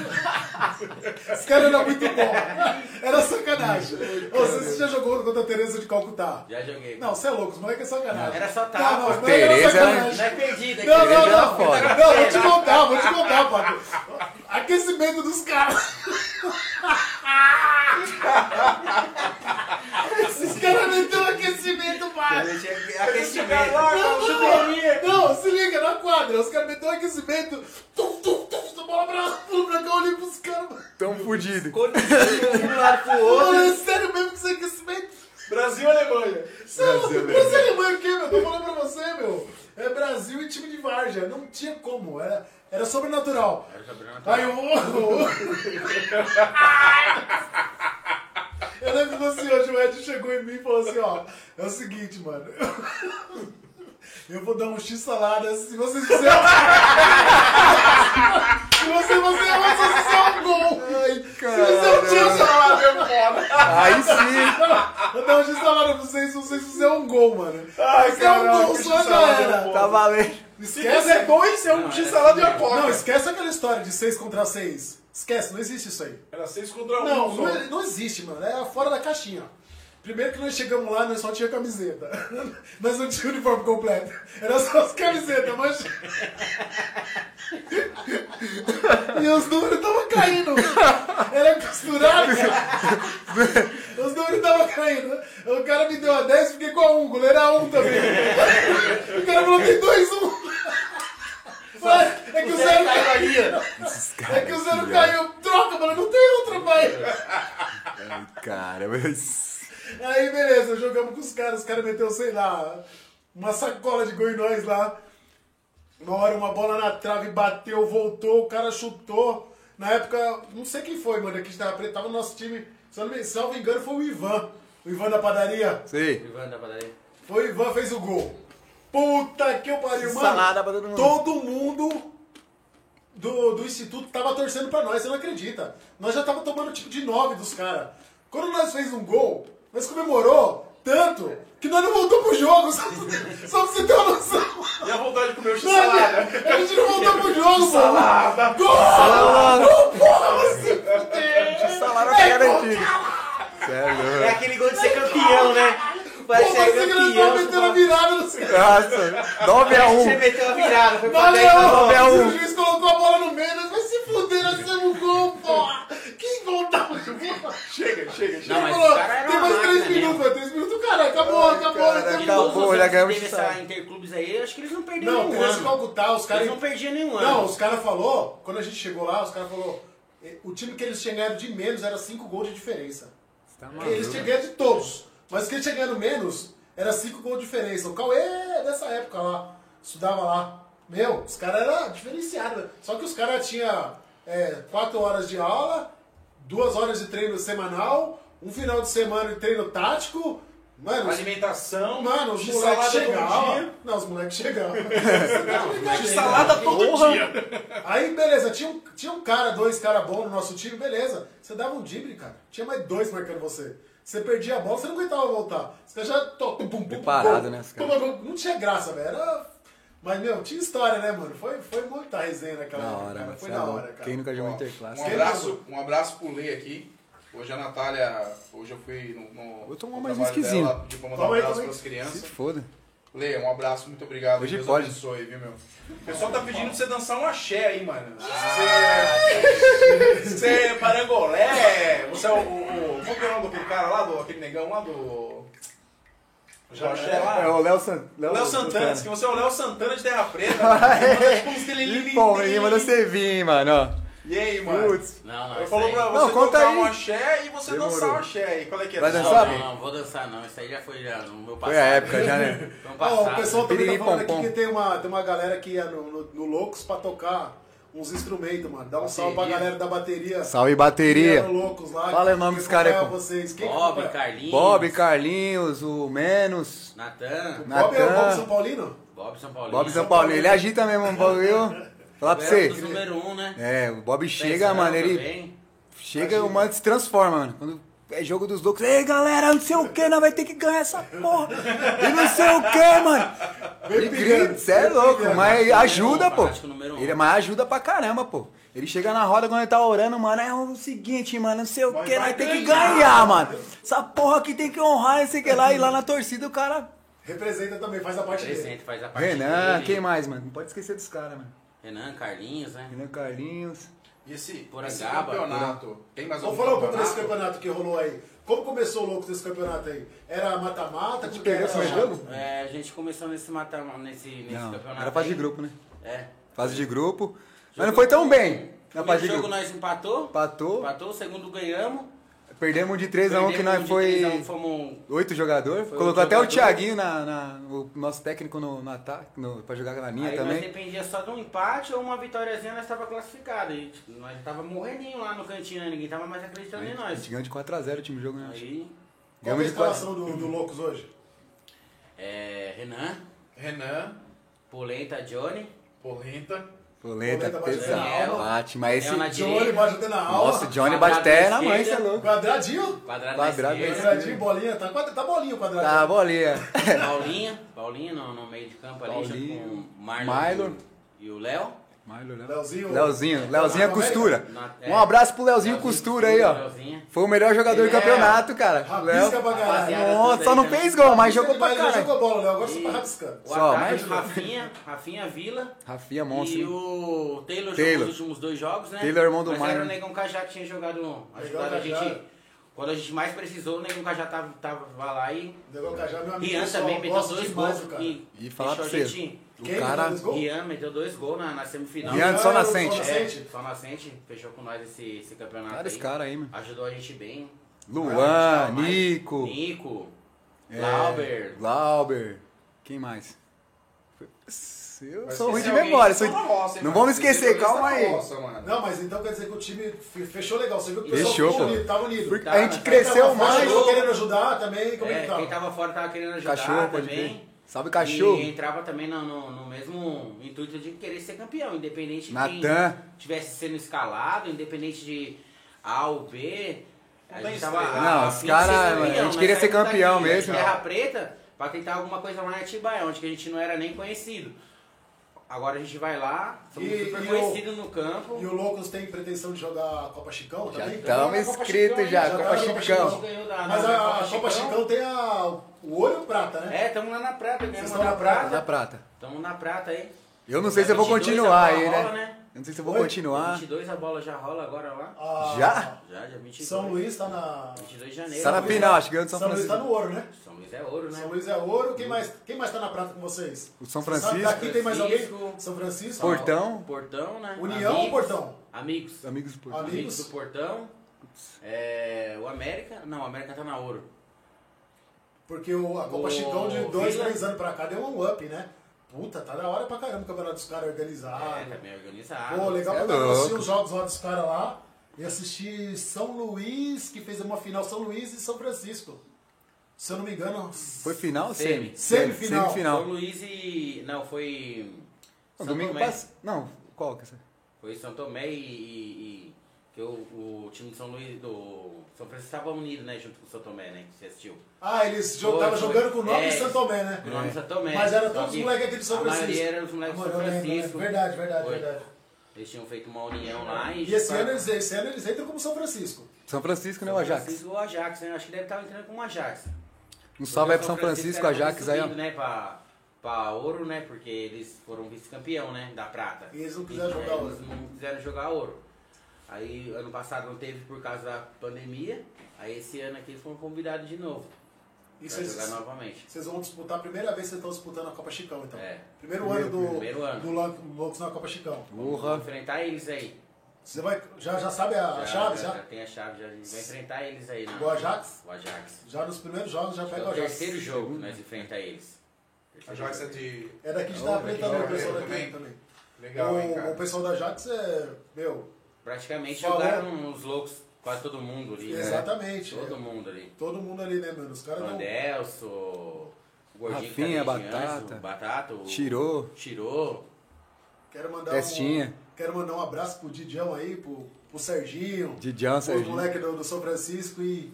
[SPEAKER 2] Esse cara era muito bom. Era sacanagem. Ô, Você, você já jogou contra a Tereza de Calcutá?
[SPEAKER 6] Já joguei.
[SPEAKER 2] Não, você é louco, os moleques é sacanagem.
[SPEAKER 6] Era só tapa.
[SPEAKER 2] Não, não, os moleques
[SPEAKER 5] Tereza era-
[SPEAKER 2] era
[SPEAKER 6] Não
[SPEAKER 2] sacanagem.
[SPEAKER 6] é perdida.
[SPEAKER 2] Não,
[SPEAKER 6] querido.
[SPEAKER 2] não,
[SPEAKER 5] Ele era
[SPEAKER 2] não.
[SPEAKER 5] foda.
[SPEAKER 2] Não, vou te contar, vou te contar, Fábio. Aquecimento dos caras. mano.
[SPEAKER 6] é
[SPEAKER 2] Os caras meteram um aquecimento. Tum, tum, tum, tum, bola pra, pulo pra cá, eu olhei pros caras, mano.
[SPEAKER 3] Tão fudido.
[SPEAKER 6] Correndo de um lado pro
[SPEAKER 2] Pô,
[SPEAKER 6] outro.
[SPEAKER 2] é sério mesmo que esse aquecimento?
[SPEAKER 1] Brasil e Alemanha.
[SPEAKER 2] Você é louco? Brasil e Alemanha o quê, meu? Tô falando pra você, meu. É Brasil e time de Varja. Não tinha como. Era, era sobrenatural. Aí eu... Eu lembro que assim, hoje o Ed chegou em mim e falou assim, ó, é o seguinte, mano. Eu vou dar um X salada se vocês fizerem. se você, você avança, se é um gol. Ai, cara. Se você é um tiro salada, é foda.
[SPEAKER 3] Aí sim.
[SPEAKER 2] Eu dou um X salada pra vocês se vocês fizerem um gol, mano.
[SPEAKER 1] Ai,
[SPEAKER 2] se é um
[SPEAKER 1] caraca,
[SPEAKER 2] gol
[SPEAKER 1] X
[SPEAKER 2] só, já
[SPEAKER 1] salada é
[SPEAKER 2] era.
[SPEAKER 1] foda.
[SPEAKER 3] Tá valendo.
[SPEAKER 1] Se
[SPEAKER 2] Esquece.
[SPEAKER 1] fizer dois, é um
[SPEAKER 6] Não,
[SPEAKER 1] x-salada e
[SPEAKER 6] era
[SPEAKER 1] uma coca.
[SPEAKER 2] Não, esquece aquela história de 6 contra 6. Esquece, não existe isso aí.
[SPEAKER 1] Era seis contra um.
[SPEAKER 2] Não,
[SPEAKER 1] só.
[SPEAKER 2] não, é- não existe, mano. É fora da caixinha. Primeiro que nós chegamos lá, nós só tinha camiseta. Nós não tinha uniforme completo. Era só as camisetas, mas. e os números estavam caindo. Era costurado. Os números estavam caindo. O cara me deu a 10 fiquei com a 1. O goleiro era 1 também. O cara falou: tem 2, 1. É que o zero caiu. É que o zero caiu. Troca, mano. Não tem outra, pai.
[SPEAKER 3] Cara, mas...
[SPEAKER 2] Aí, beleza, jogamos com os caras, os caras meteu, sei lá, uma sacola de gol em nós lá. Uma hora uma bola na trave, bateu, voltou, o cara chutou. Na época, não sei quem foi, mano, aqui de Terra Preta, tava no nosso time. Se eu não me se eu não me engano, foi o Ivan. O Ivan da padaria.
[SPEAKER 3] Sim.
[SPEAKER 6] Ivan da padaria.
[SPEAKER 2] Foi o Ivan, fez o gol. Puta que eu pariu, mano.
[SPEAKER 3] Salada pra todo mundo.
[SPEAKER 2] Todo mundo do, do instituto tava torcendo pra nós, você não acredita. Nós já tava tomando tipo de nove dos caras. Quando nós fez um gol, nós comemorou tanto que nós não voltou pro jogo, só, só pra você ter uma noção.
[SPEAKER 1] E a vontade de comer o
[SPEAKER 2] Mano,
[SPEAKER 1] x-salada?
[SPEAKER 2] a gente não voltou pro jogo, mano. Salada. Gol!
[SPEAKER 5] Tá
[SPEAKER 2] Gol, porra, você...
[SPEAKER 3] Salário pra garantir. Sério.
[SPEAKER 6] É aquele gol de ser campeão, né? Parece
[SPEAKER 2] Pô,
[SPEAKER 6] ser
[SPEAKER 2] você que
[SPEAKER 3] tá
[SPEAKER 2] nós tava
[SPEAKER 6] campeão.
[SPEAKER 2] metendo a virada nos caras.
[SPEAKER 3] Nossa. 9 a
[SPEAKER 5] um.
[SPEAKER 6] Você
[SPEAKER 3] 1.
[SPEAKER 6] meteu a virada, foi pra dentro.
[SPEAKER 3] Papel.
[SPEAKER 2] Valeu! O juiz colocou a bola no meio, nós vai se fuder, nós temos um gol, porra! Que gol da
[SPEAKER 1] Chega, chega, chega.
[SPEAKER 6] Não, mas
[SPEAKER 2] Falou,
[SPEAKER 6] o cara era
[SPEAKER 2] Tem
[SPEAKER 6] uma
[SPEAKER 2] mais três
[SPEAKER 6] máquina né?
[SPEAKER 2] minutos,
[SPEAKER 6] mesmo.
[SPEAKER 2] mano, três minutos, caralho, acabou, acabou, nós
[SPEAKER 3] cara,
[SPEAKER 2] temos
[SPEAKER 3] acabou.
[SPEAKER 2] gol.
[SPEAKER 6] Todos os
[SPEAKER 3] já
[SPEAKER 6] anos que
[SPEAKER 3] ganhamos
[SPEAKER 6] teve
[SPEAKER 3] salário.
[SPEAKER 6] essa Interclubes aí, acho que eles não perderam
[SPEAKER 2] Não,
[SPEAKER 6] nenhum
[SPEAKER 2] teve esse
[SPEAKER 6] Um ano.
[SPEAKER 2] Calcutá, os
[SPEAKER 6] Eles
[SPEAKER 2] caras.
[SPEAKER 6] não perdiam nenhum ano.
[SPEAKER 2] Não, os caras falou, quando a gente chegou lá, os caras falou, eh, o time que eles tinham ganhado de menos era cinco gols de diferença.
[SPEAKER 6] tá
[SPEAKER 2] Porque eles tinham ganhado de todos. Mas quem tinha ganhado menos era cinco gols de diferença. O Cauê é dessa época lá. Estudava lá. Meu, os caras eram diferenciados. né? Só que os caras tinham é, quatro horas de aula, duas horas de treino semanal, um final de semana de treino tático. Mano, os-
[SPEAKER 1] Alimentação,
[SPEAKER 2] mano, os moleques
[SPEAKER 1] x-salada todo
[SPEAKER 2] chegavam.
[SPEAKER 1] dia.
[SPEAKER 2] Não, os moleques chegavam. Você tá de brincadeira.
[SPEAKER 1] X-salada todo dia.
[SPEAKER 2] Aí, beleza, tinha um, tinha um cara, dois caras bons no nosso time, beleza. Você dava um drible, cara. Tinha mais dois marcando você. Você perdia a bola, você não aguentava voltar. Você já to- pum, pum, pum,
[SPEAKER 3] Preparado,
[SPEAKER 2] gol.
[SPEAKER 3] né, os
[SPEAKER 2] Pum,
[SPEAKER 3] caras?
[SPEAKER 2] pum, pum. Não tinha graça, velho. Era... Mas, meu, tinha história, né, mano? Foi, foi muita resenha naquela
[SPEAKER 3] Da
[SPEAKER 2] época,
[SPEAKER 3] hora,
[SPEAKER 2] Então, cara.
[SPEAKER 3] mano.
[SPEAKER 2] Foi
[SPEAKER 3] Cê é
[SPEAKER 2] da
[SPEAKER 3] louco.
[SPEAKER 2] hora, cara.
[SPEAKER 3] Quem nunca jogou
[SPEAKER 1] Ó,
[SPEAKER 3] Interclasse?
[SPEAKER 1] Um abraço, um abraço pro Lê aqui. Hoje a Natália, hoje eu fui no, no
[SPEAKER 3] Vou tomar
[SPEAKER 1] no
[SPEAKER 3] mais um
[SPEAKER 1] trabalho
[SPEAKER 3] esquisinho.
[SPEAKER 1] dela, pediu pra mandar um
[SPEAKER 2] Toma aí,
[SPEAKER 1] abraço
[SPEAKER 2] toma aí.
[SPEAKER 1] pras
[SPEAKER 3] Se
[SPEAKER 1] crianças.
[SPEAKER 3] foda.
[SPEAKER 1] Lê, um abraço, muito obrigado.
[SPEAKER 3] Hoje
[SPEAKER 1] Deus
[SPEAKER 3] pode.
[SPEAKER 1] abençoe, viu, meu? O pessoal tá pedindo pra você dançar um axé aí, mano. Você- Você é parangolé, você é o... o- Como que é o nome do cara lá, do, aquele negão lá do... Do axé lá?
[SPEAKER 3] É o Léo San- Léo-
[SPEAKER 1] Léo Santana, diz que você é o Léo Santana de Terra Preta. mano. Ele manda tipo uns telelili-
[SPEAKER 3] Ih, Pô, ele mandou você vir, mano. ó.
[SPEAKER 1] E aí, mano?
[SPEAKER 3] Putz.
[SPEAKER 6] Não, não.
[SPEAKER 1] Ele
[SPEAKER 6] isso
[SPEAKER 1] falou
[SPEAKER 6] aí-
[SPEAKER 1] pra você
[SPEAKER 3] Não, conta
[SPEAKER 1] tocar
[SPEAKER 3] aí.
[SPEAKER 1] um axé e você
[SPEAKER 3] Demorou.
[SPEAKER 1] dançar um axé aí. Qual é que é?
[SPEAKER 3] Vai
[SPEAKER 1] Não,
[SPEAKER 3] dançar,
[SPEAKER 1] não.
[SPEAKER 6] Não,
[SPEAKER 3] Sabe?
[SPEAKER 6] não, não vou dançar não. Isso aí já foi já, no meu passado.
[SPEAKER 3] Foi a época já, né?
[SPEAKER 6] Foi um
[SPEAKER 2] Ó,
[SPEAKER 6] passado.
[SPEAKER 2] o pessoal também
[SPEAKER 3] Piriri
[SPEAKER 2] tá falando aqui
[SPEAKER 3] pompom.
[SPEAKER 2] que tem uma, tem uma galera que ia no, no, no Loucos pra tocar uns instrumentos, mano. Dá um salve pra
[SPEAKER 6] Bateria.
[SPEAKER 2] galera da bateria.
[SPEAKER 3] Salve
[SPEAKER 2] que ia no
[SPEAKER 3] bateria.
[SPEAKER 2] Loucos lá.
[SPEAKER 3] Fala o nome
[SPEAKER 2] que
[SPEAKER 3] dos caras aí,
[SPEAKER 2] acompanhava
[SPEAKER 3] pô.
[SPEAKER 2] vocês. Quem
[SPEAKER 6] Bob,
[SPEAKER 2] acompanha?
[SPEAKER 6] Carlinhos.
[SPEAKER 3] Bob, Carlinhos, o Menos.
[SPEAKER 6] Natan.
[SPEAKER 2] Bob é o Bob
[SPEAKER 3] Natan.
[SPEAKER 2] São Paulino?
[SPEAKER 6] Bob São Paulo.
[SPEAKER 3] Bob São Paulo. Ele agita mesmo, um bagulho. Falar pra você.
[SPEAKER 6] número um, né?
[SPEAKER 3] É, o Bob chega,
[SPEAKER 6] Pensão
[SPEAKER 3] mano. Ele
[SPEAKER 6] também.
[SPEAKER 3] chega, o mano se transforma, mano. Quando é jogo dos loucos. Ei, galera, não sei o que, nós vai ter que ganhar essa porra. E não sei o que, mano. Ele grita, você é louco, mas ajuda, pô.
[SPEAKER 6] Fanático é número um.
[SPEAKER 3] Ele, mas ajuda pra caramba, pô. Ele chega na roda quando ele tá orando, mano. É o seguinte, mano, não sei o que, nós tem que ganhar, mano. Essa porra aqui tem que honrar, não sei o que lá. E lá na torcida o cara.
[SPEAKER 2] Representa também, faz a parte dele.
[SPEAKER 6] Presente, faz a parte
[SPEAKER 3] Renan,
[SPEAKER 6] dele.
[SPEAKER 3] quem mais, mano? Não pode esquecer dos caras, mano.
[SPEAKER 6] Renan, Carlinhos, né?
[SPEAKER 3] Renan Carlinhos.
[SPEAKER 1] E esse, esse
[SPEAKER 6] Porangaba,
[SPEAKER 1] campeonato? Tem mais
[SPEAKER 2] Vamos
[SPEAKER 1] algum
[SPEAKER 2] falar um pouco desse
[SPEAKER 1] campeonato?
[SPEAKER 2] campeonato que rolou aí. Como começou o louco desse campeonato aí? Era mata-mata? Como que
[SPEAKER 3] perdeu
[SPEAKER 2] era?
[SPEAKER 3] esse jogo?
[SPEAKER 6] É, a gente começou nesse mata nesse, nesse
[SPEAKER 3] Não,
[SPEAKER 6] campeonato.
[SPEAKER 3] era fase de
[SPEAKER 6] aí.
[SPEAKER 3] grupo, né?
[SPEAKER 6] É.
[SPEAKER 3] Fase de grupo. Mas
[SPEAKER 6] Jogo-
[SPEAKER 3] não foi tão bem na
[SPEAKER 6] Primeiro
[SPEAKER 3] fase de
[SPEAKER 6] jogo
[SPEAKER 3] grupo.
[SPEAKER 6] nós empatou.
[SPEAKER 3] Empatou.
[SPEAKER 6] Empatou, o segundo ganhamos.
[SPEAKER 3] Perdemos de 3x1 que
[SPEAKER 6] perdemos um
[SPEAKER 3] nós
[SPEAKER 6] de
[SPEAKER 3] foi
[SPEAKER 6] 3 a 1, Fomos um-
[SPEAKER 3] oito jogadores.
[SPEAKER 6] Foi
[SPEAKER 3] Colocou
[SPEAKER 6] oito
[SPEAKER 3] até o
[SPEAKER 6] jogadores.
[SPEAKER 3] Thiaguinho, na, na- o nosso técnico, no, no ataque, no, pra jogar na linha
[SPEAKER 6] Aí nós
[SPEAKER 3] também.
[SPEAKER 6] dependia só de um empate ou uma vitóriazinha, nós tava classificado. E, tipo, nós tava morrendinho lá no cantinho, né? ninguém tava mais acreditando em
[SPEAKER 3] A gente
[SPEAKER 6] nós.
[SPEAKER 3] ganhou de 4x0 o time jogo, né?
[SPEAKER 6] Aí,
[SPEAKER 2] Qual que é a
[SPEAKER 3] Ganhamos de 4
[SPEAKER 2] escalação do, do Loucos hoje?
[SPEAKER 6] é, Renan,
[SPEAKER 1] Renan,
[SPEAKER 6] Polenta, Johnny,
[SPEAKER 1] Polenta.
[SPEAKER 3] Polenta,
[SPEAKER 2] Polenta bate
[SPEAKER 3] pesado.
[SPEAKER 6] na alma.
[SPEAKER 3] Bate, mas esse.
[SPEAKER 6] Léo na
[SPEAKER 2] Johnny
[SPEAKER 6] direita,
[SPEAKER 2] bate até na aula.
[SPEAKER 3] Nossa, o Johnny
[SPEAKER 6] Quadrado
[SPEAKER 3] bate até
[SPEAKER 6] na
[SPEAKER 3] na mãe, você é
[SPEAKER 6] esquerda.
[SPEAKER 3] louco.
[SPEAKER 2] Quadradinho?
[SPEAKER 6] quadrado,
[SPEAKER 3] Quadrado
[SPEAKER 6] na esquerda,
[SPEAKER 2] Quadradinho, bolinha. Tá, quadra- tá bolinha o quadradinho.
[SPEAKER 3] Tá, bolinha.
[SPEAKER 6] Paulinha, Paulinha no, no meio de campo ali,
[SPEAKER 3] Paulinho,
[SPEAKER 6] junto com o Marlon,
[SPEAKER 3] Marlon.
[SPEAKER 6] e o Léo.
[SPEAKER 2] Leozinho. Tá
[SPEAKER 3] Leozinho, Leozinho é
[SPEAKER 2] Na América?
[SPEAKER 3] costura.
[SPEAKER 6] Na- é.
[SPEAKER 3] Um abraço pro Leozinho
[SPEAKER 6] Leozinho
[SPEAKER 3] Costura aí,
[SPEAKER 6] Costura,
[SPEAKER 3] ó.
[SPEAKER 6] Leozinho.
[SPEAKER 3] Foi o melhor jogador do
[SPEAKER 6] É.
[SPEAKER 3] campeonato, cara. Léo.
[SPEAKER 2] Rabisca pra caralho.
[SPEAKER 6] Rapaziada,
[SPEAKER 3] Nossa, só não
[SPEAKER 6] né?
[SPEAKER 3] fez gol, mas jogou pra
[SPEAKER 2] Mas ele
[SPEAKER 3] caralho.
[SPEAKER 2] jogou bola, Léo. Agora você
[SPEAKER 6] E-
[SPEAKER 2] tá rabiscando.
[SPEAKER 6] O
[SPEAKER 3] Só,
[SPEAKER 6] ataque,
[SPEAKER 3] mais um.
[SPEAKER 6] Rafinha, Rafinha Vila.
[SPEAKER 3] Rafinha é
[SPEAKER 6] E
[SPEAKER 3] monstro. hein?
[SPEAKER 6] o Taylor, jogou
[SPEAKER 3] Taylor.
[SPEAKER 6] os últimos dois jogos, né?
[SPEAKER 3] Taylor é irmão do
[SPEAKER 6] Mas
[SPEAKER 3] Maio,
[SPEAKER 6] era o
[SPEAKER 3] né?
[SPEAKER 6] Negão Cajá que tinha jogado, ajudado a
[SPEAKER 2] Negão Cajá.
[SPEAKER 6] gente. Quando a gente mais precisou, o Negão Cajá tava, tava lá e...
[SPEAKER 2] Negão Cajá, meu amigo.
[SPEAKER 6] Rian
[SPEAKER 2] pessoal,
[SPEAKER 6] também meteu
[SPEAKER 2] gosto
[SPEAKER 6] dois
[SPEAKER 2] demais
[SPEAKER 6] gols.
[SPEAKER 2] do cara.
[SPEAKER 6] E,
[SPEAKER 3] E falar pra
[SPEAKER 6] deixou a
[SPEAKER 3] você.
[SPEAKER 6] gente...
[SPEAKER 3] O
[SPEAKER 2] Quem
[SPEAKER 3] cara.
[SPEAKER 2] fez gol?
[SPEAKER 6] Rian meteu dois gols na, na semifinal.
[SPEAKER 3] Rian
[SPEAKER 2] Ah,
[SPEAKER 3] só
[SPEAKER 2] o
[SPEAKER 3] nascente.
[SPEAKER 6] É,
[SPEAKER 2] nascente.
[SPEAKER 6] só nascente, fechou com nós esse, esse campeonato
[SPEAKER 3] Cara,
[SPEAKER 6] aí.
[SPEAKER 3] esse cara aí, mano.
[SPEAKER 6] Ajudou a gente bem.
[SPEAKER 3] Luan,
[SPEAKER 6] Mas-
[SPEAKER 3] Nico.
[SPEAKER 6] Nico,
[SPEAKER 3] é,
[SPEAKER 6] Lauber.
[SPEAKER 3] Lauber. Quem mais? Eu sou ruim
[SPEAKER 1] Esse
[SPEAKER 3] de
[SPEAKER 1] alguém
[SPEAKER 3] memória.
[SPEAKER 1] tá
[SPEAKER 3] sou-
[SPEAKER 1] na roça, hein,
[SPEAKER 3] Não
[SPEAKER 1] mano?
[SPEAKER 3] vamos
[SPEAKER 1] Esse
[SPEAKER 3] esquecer,
[SPEAKER 1] jogador
[SPEAKER 3] calma
[SPEAKER 1] tá na
[SPEAKER 3] aí.
[SPEAKER 1] roça, mano.
[SPEAKER 2] Não, mas então quer dizer que o time fe- fechou legal. Você viu que o pessoal
[SPEAKER 3] Fechou,
[SPEAKER 2] ficou
[SPEAKER 3] pô.
[SPEAKER 2] unido, tava unido.
[SPEAKER 3] Porque
[SPEAKER 6] Tá,
[SPEAKER 3] a gente
[SPEAKER 6] tá,
[SPEAKER 3] cresceu
[SPEAKER 2] Tava fora,
[SPEAKER 3] mais.
[SPEAKER 2] tava querendo ajudar também. Como é,
[SPEAKER 6] É,
[SPEAKER 2] que tá?
[SPEAKER 6] quem tava fora tava querendo ajudar
[SPEAKER 3] Cachorro, pode
[SPEAKER 6] também.
[SPEAKER 3] crer. Sabe cachorro?
[SPEAKER 6] E entrava também no, no- no mesmo intuito de querer ser campeão, independente de
[SPEAKER 3] Natan.
[SPEAKER 6] quem tivesse sendo escalado, independente de A ou B.
[SPEAKER 1] Não tem
[SPEAKER 2] tá.
[SPEAKER 1] estrela.
[SPEAKER 3] Não,
[SPEAKER 6] a
[SPEAKER 3] os
[SPEAKER 6] fim de
[SPEAKER 3] cara,
[SPEAKER 6] ser
[SPEAKER 3] mano, a gente
[SPEAKER 6] nós
[SPEAKER 3] queria
[SPEAKER 6] saímos
[SPEAKER 3] ser campeão
[SPEAKER 6] né? daqui,
[SPEAKER 3] mesmo.
[SPEAKER 6] de Terra Preta pra tentar alguma coisa lá em Atibaia, onde que a gente não era nem conhecido. Agora a gente vai lá, somos
[SPEAKER 2] E-
[SPEAKER 6] super
[SPEAKER 2] e o-
[SPEAKER 6] conhecidos no campo.
[SPEAKER 2] E o Loucos tem pretensão de jogar a Copa Chicão
[SPEAKER 3] Já
[SPEAKER 2] também?
[SPEAKER 3] estamos
[SPEAKER 6] Copa
[SPEAKER 3] inscritos
[SPEAKER 6] Chicão,
[SPEAKER 3] já,
[SPEAKER 6] já
[SPEAKER 3] Copa
[SPEAKER 2] tá na Copa
[SPEAKER 6] A
[SPEAKER 3] Chicão.
[SPEAKER 6] gente ganhou da-
[SPEAKER 2] Mas
[SPEAKER 6] da
[SPEAKER 2] a, a Copa Chicão tem a, o ouro e o prata, né?
[SPEAKER 6] É, estamos lá na prata, ganhamos
[SPEAKER 2] estão
[SPEAKER 6] na
[SPEAKER 2] na Prata?
[SPEAKER 3] Da
[SPEAKER 6] prata.
[SPEAKER 3] prata.
[SPEAKER 6] Estamos na prata aí.
[SPEAKER 3] Eu não sei se eu vou
[SPEAKER 6] 22 a é
[SPEAKER 3] continuar
[SPEAKER 6] bola
[SPEAKER 3] aí,
[SPEAKER 6] rola,
[SPEAKER 3] né?
[SPEAKER 6] né?
[SPEAKER 3] Eu não sei se eu vou
[SPEAKER 2] Oi?
[SPEAKER 3] continuar.
[SPEAKER 6] 22 a bola já rola agora lá.
[SPEAKER 2] A-
[SPEAKER 3] Já?
[SPEAKER 6] Já, dia 22.
[SPEAKER 2] São Luís tá na.
[SPEAKER 6] 22 de janeiro.
[SPEAKER 3] Está Tá na
[SPEAKER 6] Luís-
[SPEAKER 3] final, acho que ganhou de São
[SPEAKER 2] São Luís tá
[SPEAKER 3] Francisco.
[SPEAKER 2] no ouro, né?
[SPEAKER 6] São Luís é ouro, né?
[SPEAKER 2] São Luís é ouro. Quem mais, quem mais tá na prata com vocês?
[SPEAKER 3] O São
[SPEAKER 2] Você sabe,
[SPEAKER 3] Francisco.
[SPEAKER 2] Daqui tem mais alguém?
[SPEAKER 6] Francisco.
[SPEAKER 2] São Francisco.
[SPEAKER 3] Portão.
[SPEAKER 6] Portão, né?
[SPEAKER 2] União ou
[SPEAKER 6] Amigos.
[SPEAKER 2] Portão?
[SPEAKER 6] Amigos.
[SPEAKER 3] Amigos do Portão.
[SPEAKER 2] Amigos.
[SPEAKER 6] Amigos do Portão. É, o América. Não, o América tá na ouro.
[SPEAKER 2] Porque o, a Copa
[SPEAKER 6] O
[SPEAKER 2] Chicão de dois,
[SPEAKER 6] Vila.
[SPEAKER 2] três anos pra cá deu um up, né? Puta, tá da hora pra caramba o campeonato dos caras
[SPEAKER 6] É,
[SPEAKER 2] organizado.
[SPEAKER 6] tá bem organizado.
[SPEAKER 2] Ah, né. Pô, legal
[SPEAKER 3] cê é
[SPEAKER 2] pra caramba. Eu assisti
[SPEAKER 3] louco.
[SPEAKER 2] os jogos lá dos caras lá e assisti São Luís, que fez uma final São Luís e São Francisco. Se eu não me engano,
[SPEAKER 3] Foi final ou semi?
[SPEAKER 6] Semi.
[SPEAKER 2] Semifinal.
[SPEAKER 6] São
[SPEAKER 3] Semifinal.
[SPEAKER 6] Luís e. Não, foi.
[SPEAKER 3] Não,
[SPEAKER 6] São
[SPEAKER 3] Domingo
[SPEAKER 6] Tomé.
[SPEAKER 3] passado. Não, qual que é essa?
[SPEAKER 6] Foi São Tomé e. e- e- que o, o time de São Luís do. São Francisco estava unido, né? Junto com o São Tomé, né? Que você assistiu.
[SPEAKER 2] Ah, eles
[SPEAKER 6] Foi,
[SPEAKER 2] estavam
[SPEAKER 6] foi.
[SPEAKER 2] jogando com o nome
[SPEAKER 6] É,
[SPEAKER 2] de Santo Tomé, né?
[SPEAKER 6] O nome é. Santo Tomé.
[SPEAKER 2] Mas eram
[SPEAKER 6] Só
[SPEAKER 2] todos
[SPEAKER 6] que
[SPEAKER 2] os moleques aqui de São
[SPEAKER 6] A
[SPEAKER 2] Francisco.
[SPEAKER 6] maioria eram os moleques de São
[SPEAKER 2] Amor, eu lembro,
[SPEAKER 6] Francisco.
[SPEAKER 2] né? Verdade, verdade,
[SPEAKER 6] Foi.
[SPEAKER 2] verdade.
[SPEAKER 6] Eles tinham feito uma união lá e.
[SPEAKER 2] E esse ano, eles, esse ano eles entram como São Francisco.
[SPEAKER 3] São Francisco, né, o Ajax?
[SPEAKER 6] O Ajax, né? Acho que deve estar entrando com o Ajax.
[SPEAKER 3] Um salve aí
[SPEAKER 6] Porque
[SPEAKER 3] pro São
[SPEAKER 6] o
[SPEAKER 3] Francisco,
[SPEAKER 6] era
[SPEAKER 3] Ajax aí, ó.
[SPEAKER 6] subindo, né? Pra, pra ouro, né? Porque eles foram vice-campeão, né? Da prata.
[SPEAKER 2] E eles não quiseram jogar
[SPEAKER 6] aí
[SPEAKER 2] ouro.
[SPEAKER 6] Eles não quiseram jogar ouro. Aí ano passado não teve por causa da pandemia. Aí esse ano aqui eles foram convidados de novo.
[SPEAKER 2] E
[SPEAKER 6] pra
[SPEAKER 2] vocês,
[SPEAKER 6] jogar novamente.
[SPEAKER 2] vocês vão disputar a primeira vez que vocês estão disputando a Copa Chicão, então.
[SPEAKER 6] É.
[SPEAKER 2] Primeiro, ano do,
[SPEAKER 6] primeiro ano.
[SPEAKER 2] do Lan- Loucos na Copa Chicão.
[SPEAKER 6] Vamos
[SPEAKER 3] Porra.
[SPEAKER 6] enfrentar eles aí.
[SPEAKER 2] Você vai, já, já sabe a Tá chave? Já, já,
[SPEAKER 6] tem a chave, já a gente vai enfrentar eles aí. né?
[SPEAKER 2] O Ajax?
[SPEAKER 6] O Ajax.
[SPEAKER 2] nos primeiros jogos já
[SPEAKER 6] É
[SPEAKER 2] pega
[SPEAKER 6] o
[SPEAKER 2] o já.
[SPEAKER 6] terceiro jogo que nós enfrentamos eles.
[SPEAKER 1] A Joyce é de.
[SPEAKER 2] É daqui de Terra Preta,
[SPEAKER 1] Terra
[SPEAKER 2] o pessoal
[SPEAKER 1] Preta
[SPEAKER 2] daqui
[SPEAKER 1] também.
[SPEAKER 2] também.
[SPEAKER 1] Legal, hein,
[SPEAKER 2] o,
[SPEAKER 1] cara?
[SPEAKER 2] o pessoal da Jax é, meu,
[SPEAKER 6] Praticamente
[SPEAKER 2] Falou.
[SPEAKER 6] jogaram os loucos, quase todo mundo ali. né?
[SPEAKER 2] exatamente.
[SPEAKER 6] Todo
[SPEAKER 2] é.
[SPEAKER 6] mundo ali.
[SPEAKER 2] Todo mundo ali, né, mano? Os caras não...
[SPEAKER 6] Andelso, o Gordinho que
[SPEAKER 3] Rafinha,
[SPEAKER 6] tá desde antes,
[SPEAKER 3] Batata.
[SPEAKER 6] o Batata, o
[SPEAKER 3] Tirou.
[SPEAKER 6] Tirou.
[SPEAKER 2] Quero mandar
[SPEAKER 3] Testinha.
[SPEAKER 2] um. Quero mandar um abraço pro Didião aí, pro, pro Serginho.
[SPEAKER 3] Didião,
[SPEAKER 2] pro
[SPEAKER 3] Serginho.
[SPEAKER 2] moleque do, do São Francisco e